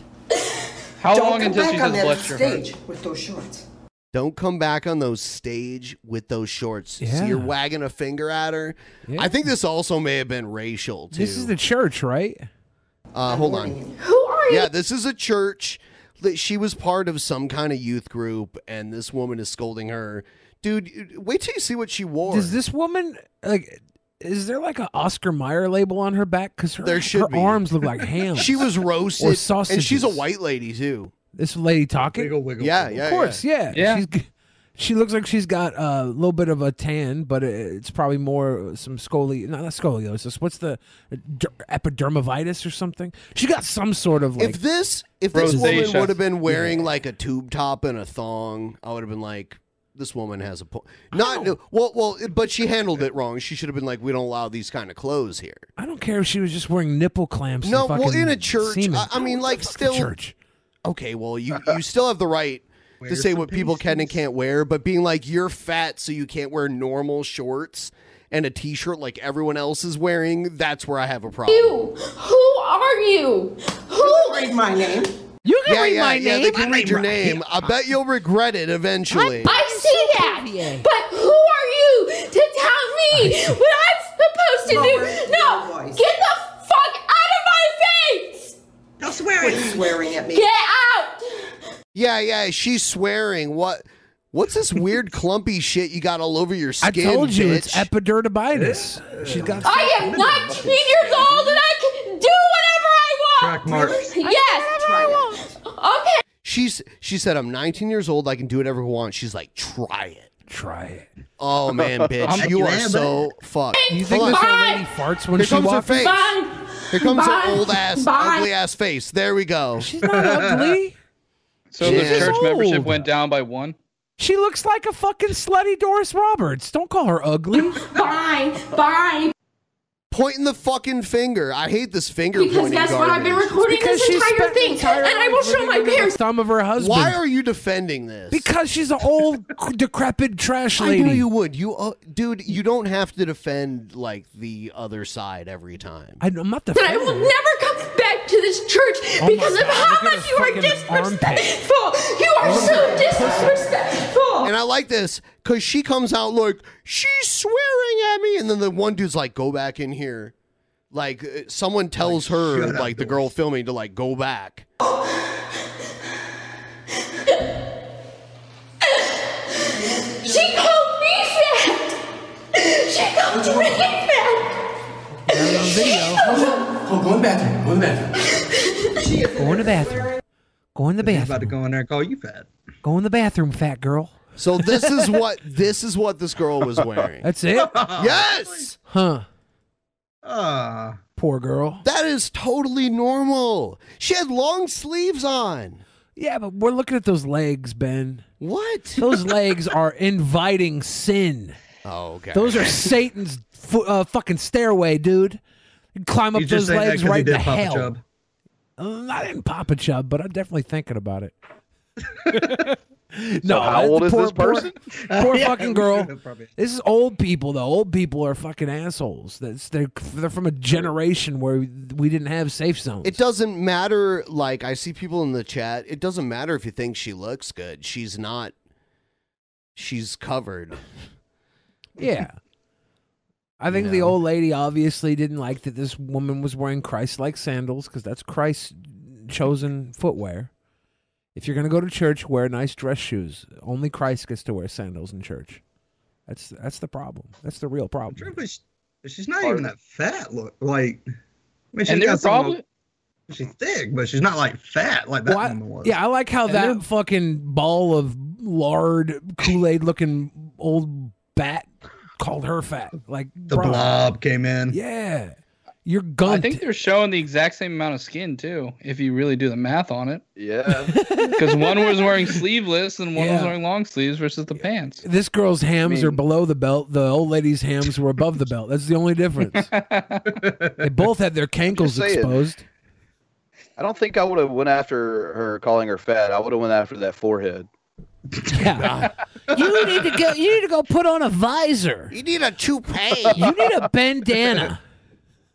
[SPEAKER 7] How
[SPEAKER 15] Don't
[SPEAKER 7] long
[SPEAKER 15] come
[SPEAKER 7] until
[SPEAKER 15] back
[SPEAKER 7] she
[SPEAKER 15] on
[SPEAKER 7] says
[SPEAKER 15] that
[SPEAKER 7] bless your heart?
[SPEAKER 15] stage with those shorts.
[SPEAKER 1] Don't come back on those stage with those shorts.
[SPEAKER 4] Yeah.
[SPEAKER 1] So you're wagging a finger at her. I think this also may have been racial too.
[SPEAKER 4] This is the church, right?
[SPEAKER 1] Uh, hold on.
[SPEAKER 2] Who are you?
[SPEAKER 1] Yeah, this is a church. that She was part of some kind of youth group, and this woman is scolding her. Dude, wait till you see what she wore.
[SPEAKER 4] Does this woman like? Is there like an Oscar Mayer label on her back? Because her,
[SPEAKER 1] There should
[SPEAKER 4] her
[SPEAKER 1] be.
[SPEAKER 4] arms look like (laughs) hams.
[SPEAKER 1] She was roasted,
[SPEAKER 4] or sausages.
[SPEAKER 1] and she's a white lady too.
[SPEAKER 4] This lady talking.
[SPEAKER 1] yeah, yeah,
[SPEAKER 4] of course, yeah. She's g she looks like she's got a little bit of a tan, but it- it's probably more some scoli, no, not scoliosis. What's the uh, d- epidermovitis or something? She got some sort of like.
[SPEAKER 1] If this if this woman
[SPEAKER 4] Rosacea.
[SPEAKER 1] would have been wearing like a tube top and a thong, I would have been like, this woman has a point. Not no, well, well, but she handled it wrong. She should have been like, we don't allow these kind of clothes here.
[SPEAKER 4] I don't care if she was just wearing nipple clamps.
[SPEAKER 1] No,
[SPEAKER 4] and
[SPEAKER 1] well,
[SPEAKER 4] fucking
[SPEAKER 1] in a church,
[SPEAKER 4] semen.
[SPEAKER 1] I, I mean, like, still
[SPEAKER 4] church.
[SPEAKER 1] Okay,
[SPEAKER 4] (laughs)
[SPEAKER 1] well, you you still have the right to
[SPEAKER 4] Wear
[SPEAKER 1] say
[SPEAKER 4] some
[SPEAKER 1] what people can and can't wear, but being like you're fat, so you can't wear normal shorts and a t-shirt like everyone else is wearing, that's where I have a problem.
[SPEAKER 2] You. Who are you? Who? Read
[SPEAKER 15] my name.
[SPEAKER 2] You
[SPEAKER 1] yeah, yeah, yeah, they can read your name. I bet you'll regret it eventually.
[SPEAKER 2] I see that. But who are you to tell me what I'm supposed to do? No, get the fuck
[SPEAKER 15] Stop swearing. Quit swearing at me.
[SPEAKER 2] Get out!
[SPEAKER 1] Yeah, yeah, she's swearing. What? What's this
[SPEAKER 4] (laughs)
[SPEAKER 1] weird clumpy shit you got all over your
[SPEAKER 4] I
[SPEAKER 1] skin?
[SPEAKER 4] told you
[SPEAKER 1] bitch?
[SPEAKER 4] it's epidermitis. She's got.
[SPEAKER 2] I am 19 years old and I can do whatever I want.
[SPEAKER 1] Track mark.
[SPEAKER 2] Yes. Okay.
[SPEAKER 1] She's she said I'm 19 years old. I can do whatever I want. She's like, try it.
[SPEAKER 4] Try it.
[SPEAKER 1] Oh man, bitch,
[SPEAKER 4] (laughs) I'm
[SPEAKER 1] you are
[SPEAKER 4] glad,
[SPEAKER 1] so
[SPEAKER 4] but-
[SPEAKER 1] fucked.
[SPEAKER 4] You think
[SPEAKER 1] Hold
[SPEAKER 4] this
[SPEAKER 1] on.
[SPEAKER 4] old lady farts when
[SPEAKER 1] Here
[SPEAKER 4] she
[SPEAKER 1] comes
[SPEAKER 4] walks?
[SPEAKER 1] her face.
[SPEAKER 2] Bye.
[SPEAKER 1] Here comes
[SPEAKER 2] Bye.
[SPEAKER 1] her old ass,
[SPEAKER 2] Bye.
[SPEAKER 1] ugly ass face. There we go. She's
[SPEAKER 4] not
[SPEAKER 7] (laughs)
[SPEAKER 4] ugly.
[SPEAKER 7] So
[SPEAKER 1] Yeah.
[SPEAKER 7] the church membership
[SPEAKER 4] old.
[SPEAKER 7] went down by one.
[SPEAKER 4] She looks like a fucking slutty Doris Roberts. Don't call her
[SPEAKER 2] (laughs)
[SPEAKER 4] ugly.
[SPEAKER 2] Fine. Fine.
[SPEAKER 1] Pointing the fucking finger. I hate this finger
[SPEAKER 2] Because
[SPEAKER 1] pointing.
[SPEAKER 2] guess what? I've been
[SPEAKER 1] garbage.
[SPEAKER 2] recording this entire thing, and I will show my parents.
[SPEAKER 4] Thumb of her husband.
[SPEAKER 1] Why are you defending this?
[SPEAKER 4] Because she's an
[SPEAKER 1] (laughs)
[SPEAKER 4] old, decrepit trash lady.
[SPEAKER 1] I knew you would. You, uh, dude, you don't have to defend like the other side every time.
[SPEAKER 4] I, am not the.
[SPEAKER 2] That I will never come back to this church
[SPEAKER 1] Oh my
[SPEAKER 2] because of
[SPEAKER 1] God,
[SPEAKER 2] how
[SPEAKER 1] look at Oh
[SPEAKER 2] much
[SPEAKER 1] his
[SPEAKER 2] you are
[SPEAKER 1] fucking
[SPEAKER 2] disrespectful. You are so disrespectful.
[SPEAKER 1] And I like this because she comes out like she's swearing at me, and then the one dude's like, "Go back in here." Like uh, someone tells her, like the girl filming, to like go back.
[SPEAKER 2] She called me fat. She called me fat.
[SPEAKER 13] Oh, go in the bathroom. Go in the bathroom.
[SPEAKER 4] Go in the bathroom. Go in the bathroom. about to go in there and call you fat. Go in the bathroom, fat girl.
[SPEAKER 1] So this
[SPEAKER 4] (laughs)
[SPEAKER 1] is what (laughs) this is what this girl was wearing.
[SPEAKER 4] That's it.
[SPEAKER 1] (laughs) yes.
[SPEAKER 4] Huh.
[SPEAKER 1] Ah.
[SPEAKER 4] Poor girl.
[SPEAKER 1] That is totally normal. She had long sleeves on.
[SPEAKER 4] Yeah, but we're looking at those legs, Ben.
[SPEAKER 1] What?
[SPEAKER 4] Those legs are inviting sin.
[SPEAKER 1] Oh, okay.
[SPEAKER 4] Those
[SPEAKER 8] (laughs)
[SPEAKER 4] are Satan's fo- uh, fucking stairway, dude. You Climb up
[SPEAKER 5] You just
[SPEAKER 4] those
[SPEAKER 5] say that
[SPEAKER 4] legs
[SPEAKER 5] 'cause he
[SPEAKER 4] right
[SPEAKER 5] did
[SPEAKER 4] to
[SPEAKER 5] Papa
[SPEAKER 4] hell.
[SPEAKER 5] Chubb.
[SPEAKER 4] Uh, I didn't Papa Chubb, but I'm definitely thinking about
[SPEAKER 8] (laughs)
[SPEAKER 4] it. no,
[SPEAKER 8] how old is
[SPEAKER 4] poor,
[SPEAKER 8] this
[SPEAKER 4] poor-
[SPEAKER 8] person?
[SPEAKER 4] (laughs) Poor,
[SPEAKER 5] (laughs)
[SPEAKER 8] Yeah,
[SPEAKER 4] fucking
[SPEAKER 8] we
[SPEAKER 4] girl.
[SPEAKER 8] should have probably-
[SPEAKER 4] This is old people though. Old people are fucking assholes. That's they're they're from a generation where we didn't have safe zones.
[SPEAKER 1] It doesn't matter. Like I see people in the chat. It doesn't matter if you think she looks good. She's not. She's covered.
[SPEAKER 4] Yeah. I think the old lady obviously didn't like that this woman was wearing Christ like sandals because that's Christ's chosen footwear. If you're going to go to church, wear nice dress shoes. Only Christ gets to wear sandals in church. That's that's the problem. That's the real problem.
[SPEAKER 5] But she- but she's not even that fat. Look like, I mean, she's
[SPEAKER 4] And they're
[SPEAKER 5] got some-
[SPEAKER 4] probably-
[SPEAKER 5] she's thick, but she's not like fat like that
[SPEAKER 4] Well, I-
[SPEAKER 5] woman was.
[SPEAKER 4] yeah, I like how
[SPEAKER 5] And
[SPEAKER 4] that
[SPEAKER 5] they're-
[SPEAKER 4] fucking ball of lard, Kool Aid looking old bat called her fat. Like
[SPEAKER 5] the
[SPEAKER 4] bro,
[SPEAKER 5] blob came in.
[SPEAKER 4] Yeah, you're
[SPEAKER 7] I
[SPEAKER 4] gunned.
[SPEAKER 7] think they're showing the exact same amount of skin too, if you really do the math on it.
[SPEAKER 1] (laughs)
[SPEAKER 8] Yeah.
[SPEAKER 7] Because one was wearing sleeveless and one was
[SPEAKER 4] Yeah.
[SPEAKER 7] wearing long sleeves versus the pants.
[SPEAKER 4] This girl's hams
[SPEAKER 7] I mean-
[SPEAKER 4] are below the belt. The old lady's hams were above the belt. That's the only
[SPEAKER 1] (laughs)
[SPEAKER 4] difference. they both had their
[SPEAKER 8] Just
[SPEAKER 4] cankles
[SPEAKER 8] saying.
[SPEAKER 4] exposed.
[SPEAKER 8] I don't think I would have went after her calling her fat. I would have went after that forehead.
[SPEAKER 4] (laughs) You need to go. You need to go put on a visor.
[SPEAKER 1] You need a toupee.
[SPEAKER 4] You need a bandana.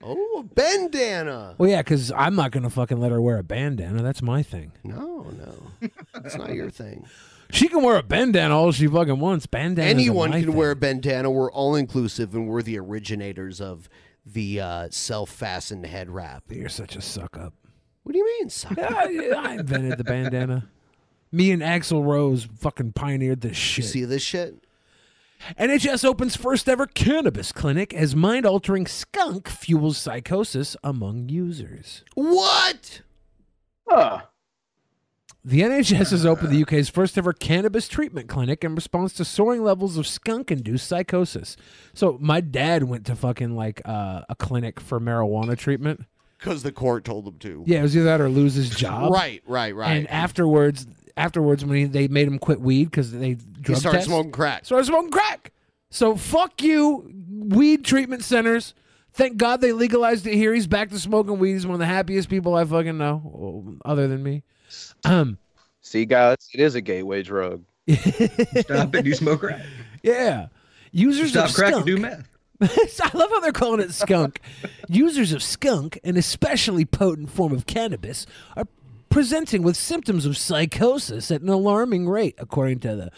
[SPEAKER 1] Oh, a bandana.
[SPEAKER 4] Well, yeah, because I'm not gonna fucking let her wear a bandana. That's my thing.
[SPEAKER 1] No, no, that's not your thing.
[SPEAKER 4] She can wear a bandana all she fucking wants. Bandana.
[SPEAKER 1] Anyone can wear a bandana. We're all inclusive, and we're the originators of the uh, self-fastened head wrap.
[SPEAKER 4] You're such a suck up.
[SPEAKER 1] What do you mean, suck?
[SPEAKER 4] I invented the bandana. Me and Axl Rose fucking pioneered this shit.
[SPEAKER 1] See this shit?
[SPEAKER 4] NHS opens first ever cannabis clinic as mind altering skunk fuels psychosis among users.
[SPEAKER 1] What?
[SPEAKER 8] Huh.
[SPEAKER 4] The NHS has opened the UK's first ever cannabis treatment clinic in response to soaring levels of skunk induced psychosis. So, my dad went to fucking like uh, a clinic for marijuana treatment.
[SPEAKER 1] Because the court told them to.
[SPEAKER 4] Yeah, it was either that or lose his job.
[SPEAKER 1] Right, right, right.
[SPEAKER 4] And afterwards, afterwards, when he, they made him quit weed because they drug
[SPEAKER 1] He started
[SPEAKER 4] test-
[SPEAKER 1] smoking crack.
[SPEAKER 4] started smoking crack. So fuck you, weed treatment centers. Thank God they legalized it here. He's back to smoking weed. He's one of the happiest people I fucking know, other than me. (clears throat) Um,
[SPEAKER 8] See, guys, it is a gateway drug.
[SPEAKER 5] Stop it! You smoke crack.
[SPEAKER 4] (laughs) yeah. Users
[SPEAKER 5] Stop
[SPEAKER 4] of
[SPEAKER 5] crack and
[SPEAKER 4] skunk-
[SPEAKER 5] do meth.
[SPEAKER 4] (laughs) I love how they're calling it
[SPEAKER 5] (laughs)
[SPEAKER 4] skunk. Users of skunk, an especially potent form of cannabis, are presenting with symptoms of psychosis at an alarming rate, according to the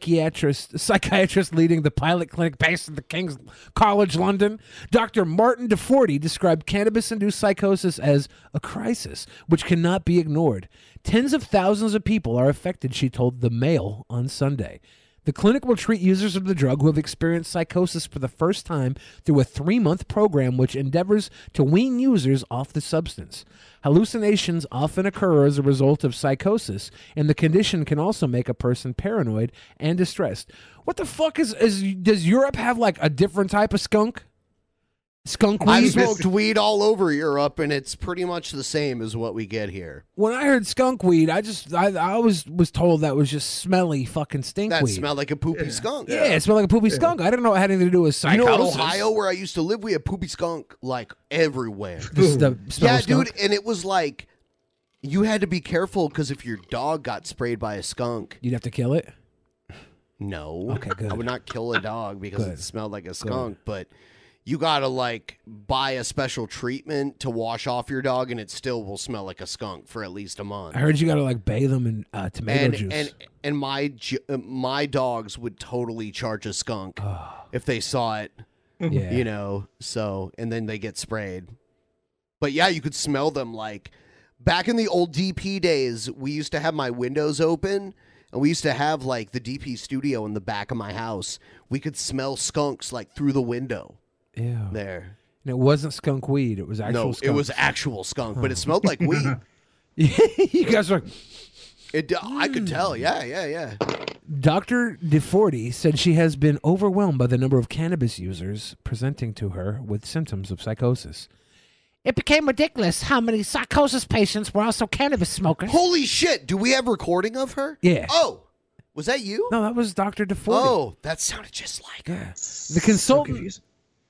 [SPEAKER 4] psychiatrist psychiatrist leading the pilot clinic based at the King's College London. Dr. Martin DeForty described cannabis-induced psychosis as a crisis which cannot be ignored. Tens of thousands of people are affected, she told the Mail on Sunday. The clinic will treat users of the drug who have experienced psychosis for the first time through a three month program which endeavors to wean users off the substance. Hallucinations often occur as a result of psychosis, and the condition can also make a person paranoid and distressed. What the fuck is, is does Europe have like a different type of skunk? Skunk weed?
[SPEAKER 1] I've smoked weed all over Europe, and it's pretty much the same as what we get here.
[SPEAKER 4] When I heard skunk weed, I just I, I was was told that was just smelly fucking stink
[SPEAKER 1] That
[SPEAKER 4] weed.
[SPEAKER 1] smelled like a poopy skunk.
[SPEAKER 4] yeah, it smelled like a poopy skunk. I didn't know it had anything to do with
[SPEAKER 1] You
[SPEAKER 4] psychosis.
[SPEAKER 1] know, in Ohio, where I used to live, we had poopy skunk like everywhere.
[SPEAKER 4] (laughs) This- the smell
[SPEAKER 1] yeah,
[SPEAKER 4] of skunk?
[SPEAKER 1] dude, and it was like you had to be careful because if your dog got sprayed by a skunk,
[SPEAKER 4] you'd have to kill it.
[SPEAKER 1] No,
[SPEAKER 4] Okay, good.
[SPEAKER 1] (laughs) I would not kill a dog because
[SPEAKER 4] Good.
[SPEAKER 1] it smelled like a skunk, but. You gotta like buy a special treatment to wash off your dog, and it still will smell like a skunk for at least a month.
[SPEAKER 4] I heard you got to like bathe them in uh, tomato
[SPEAKER 1] and,
[SPEAKER 4] juice.
[SPEAKER 1] And and my ju- uh, my dogs would totally charge a skunk if they saw it.
[SPEAKER 4] Yeah.
[SPEAKER 1] You know, so and then they get sprayed. But yeah, you could smell them like back in the old DP days, we used to have my windows open and we used to have like the DP studio in the back of my house. We could smell skunks like through the window.
[SPEAKER 4] Ew.
[SPEAKER 1] There.
[SPEAKER 4] And it wasn't skunk weed. It was actual
[SPEAKER 1] no,
[SPEAKER 4] skunk.
[SPEAKER 1] it was actual skunk, but it smelled like weed.
[SPEAKER 4] (laughs) you guys are
[SPEAKER 1] It,
[SPEAKER 4] (gasps)
[SPEAKER 1] I could tell. Yeah, yeah, yeah.
[SPEAKER 4] Dr. DeForty said she has been overwhelmed by the number of cannabis users presenting to her with symptoms of psychosis. It became ridiculous how many psychosis patients were also cannabis smokers.
[SPEAKER 1] Holy shit! Do we have recording of her?
[SPEAKER 4] Yeah.
[SPEAKER 1] Oh, was that you?
[SPEAKER 4] No, that was Dr. DeForty.
[SPEAKER 1] Oh, that sounded just like
[SPEAKER 4] her. The consultant,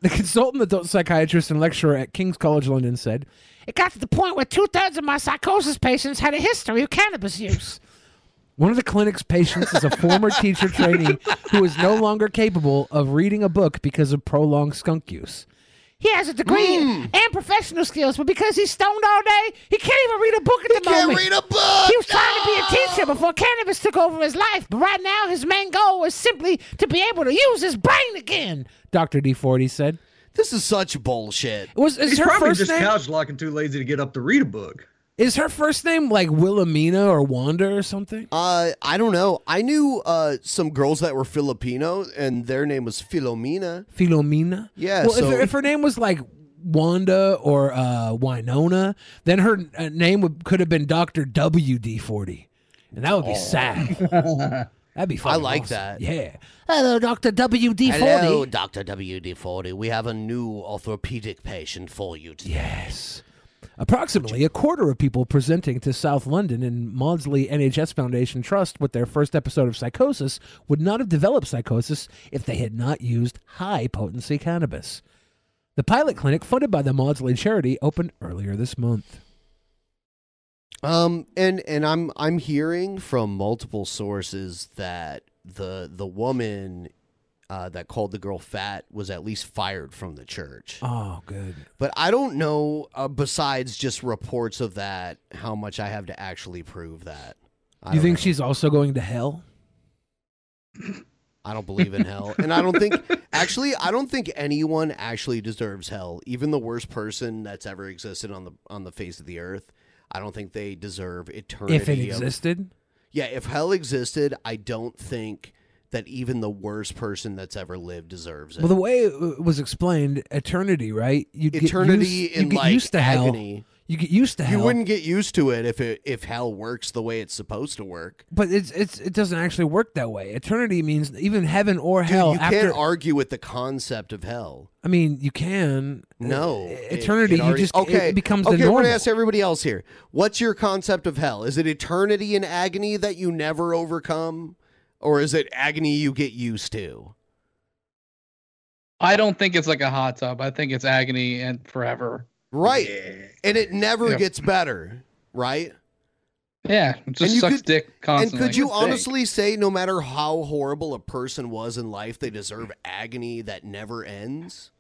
[SPEAKER 4] the consultant adult psychiatrist and lecturer at King's College London said, It got to the point where two thirds of my psychosis patients had a history of cannabis
[SPEAKER 1] (laughs)
[SPEAKER 4] use. One of the clinic's patients is a former teacher trainee who is no longer capable of reading a book because of prolonged skunk use.
[SPEAKER 16] He has a degree
[SPEAKER 11] Hmm.
[SPEAKER 16] and professional skills, but because he's stoned all day, he can't even read a book at the
[SPEAKER 11] can't
[SPEAKER 16] moment.
[SPEAKER 11] read a book,
[SPEAKER 16] He was trying to be a teacher before cannabis took over his life, but right now his main goal is simply to be able to use his brain again.
[SPEAKER 4] Dr. D40 said,
[SPEAKER 1] This is such bullshit.
[SPEAKER 4] Was is
[SPEAKER 5] He's
[SPEAKER 4] her
[SPEAKER 5] probably
[SPEAKER 4] first
[SPEAKER 5] just
[SPEAKER 4] name?
[SPEAKER 5] couch locking too lazy to get up to read a book.
[SPEAKER 4] Is her first name like Wilhelmina or Wanda or something?
[SPEAKER 1] Uh, I don't know. I knew uh some girls that were Filipino, and their name was Filomena.
[SPEAKER 4] Philomena?
[SPEAKER 1] Yeah,
[SPEAKER 4] Well,
[SPEAKER 1] so-
[SPEAKER 4] if, her, if her name was like Wanda or uh, Winona, then her uh, name would, could have been Dr. WD40. And that would be
[SPEAKER 1] Oh.
[SPEAKER 4] sad. That'd be
[SPEAKER 1] I
[SPEAKER 4] fucking
[SPEAKER 1] like
[SPEAKER 4] awesome.
[SPEAKER 1] that.
[SPEAKER 4] Yeah. Hello, Dr. WD40.
[SPEAKER 1] Hello, Doctor WD forty. We have a new orthopedic patient for you today.
[SPEAKER 4] Yes. Approximately a quarter of people presenting to South London and Maudsley NHS Foundation Trust with their first episode of psychosis would not have developed psychosis if they had not used high potency cannabis. The pilot clinic funded by the Maudsley charity opened earlier this month.
[SPEAKER 1] Um, and and I'm I'm hearing from multiple sources that the the woman uh, that called the girl fat was at least fired from the church.
[SPEAKER 4] Oh, good.
[SPEAKER 1] But I don't know, uh, besides just reports of that, how much I have to actually prove that. I
[SPEAKER 4] you
[SPEAKER 1] don't,
[SPEAKER 4] think she's also going to hell?
[SPEAKER 1] I don't believe in hell. And I
[SPEAKER 4] (laughs)
[SPEAKER 1] don't think, actually, I don't think anyone actually deserves hell. Even the worst person that's ever existed on the on the face of the earth, I don't think they deserve eternity.
[SPEAKER 4] If it
[SPEAKER 1] of-
[SPEAKER 4] existed?
[SPEAKER 1] yeah, if hell existed, I don't think that even the worst person that's ever lived deserves it.
[SPEAKER 4] Well, the way it was explained, eternity, right? You'd get
[SPEAKER 1] Eternity
[SPEAKER 4] used-
[SPEAKER 1] in,
[SPEAKER 4] you'd get
[SPEAKER 1] like,
[SPEAKER 4] used to hell.
[SPEAKER 1] agony.
[SPEAKER 4] You get used to hell.
[SPEAKER 1] you wouldn't get used to it if it if hell works the way it's supposed to work.
[SPEAKER 4] But it's it's it doesn't actually work that way. Eternity means even heaven or hell.
[SPEAKER 1] you
[SPEAKER 4] after,
[SPEAKER 1] can't argue with the concept of hell.
[SPEAKER 4] I mean, you can.
[SPEAKER 1] No,
[SPEAKER 4] E-
[SPEAKER 1] it-
[SPEAKER 4] eternity.
[SPEAKER 1] it already-
[SPEAKER 4] you just
[SPEAKER 1] okay.
[SPEAKER 4] It becomes
[SPEAKER 1] okay.
[SPEAKER 4] the
[SPEAKER 1] we're
[SPEAKER 4] normal.
[SPEAKER 1] gonna ask everybody else here. What's your concept of hell? Is it eternity in agony that you never overcome, or is it agony you get used to?
[SPEAKER 7] I don't think it's like a hot tub. I think it's agony and forever.
[SPEAKER 1] Right, and it never
[SPEAKER 7] Yeah.
[SPEAKER 1] gets better. Right?
[SPEAKER 7] Yeah, it just
[SPEAKER 1] And you
[SPEAKER 7] sucks
[SPEAKER 1] could-
[SPEAKER 7] dick constantly.
[SPEAKER 1] And could you honestly say, no matter how horrible a person was in life, they deserve agony that never ends?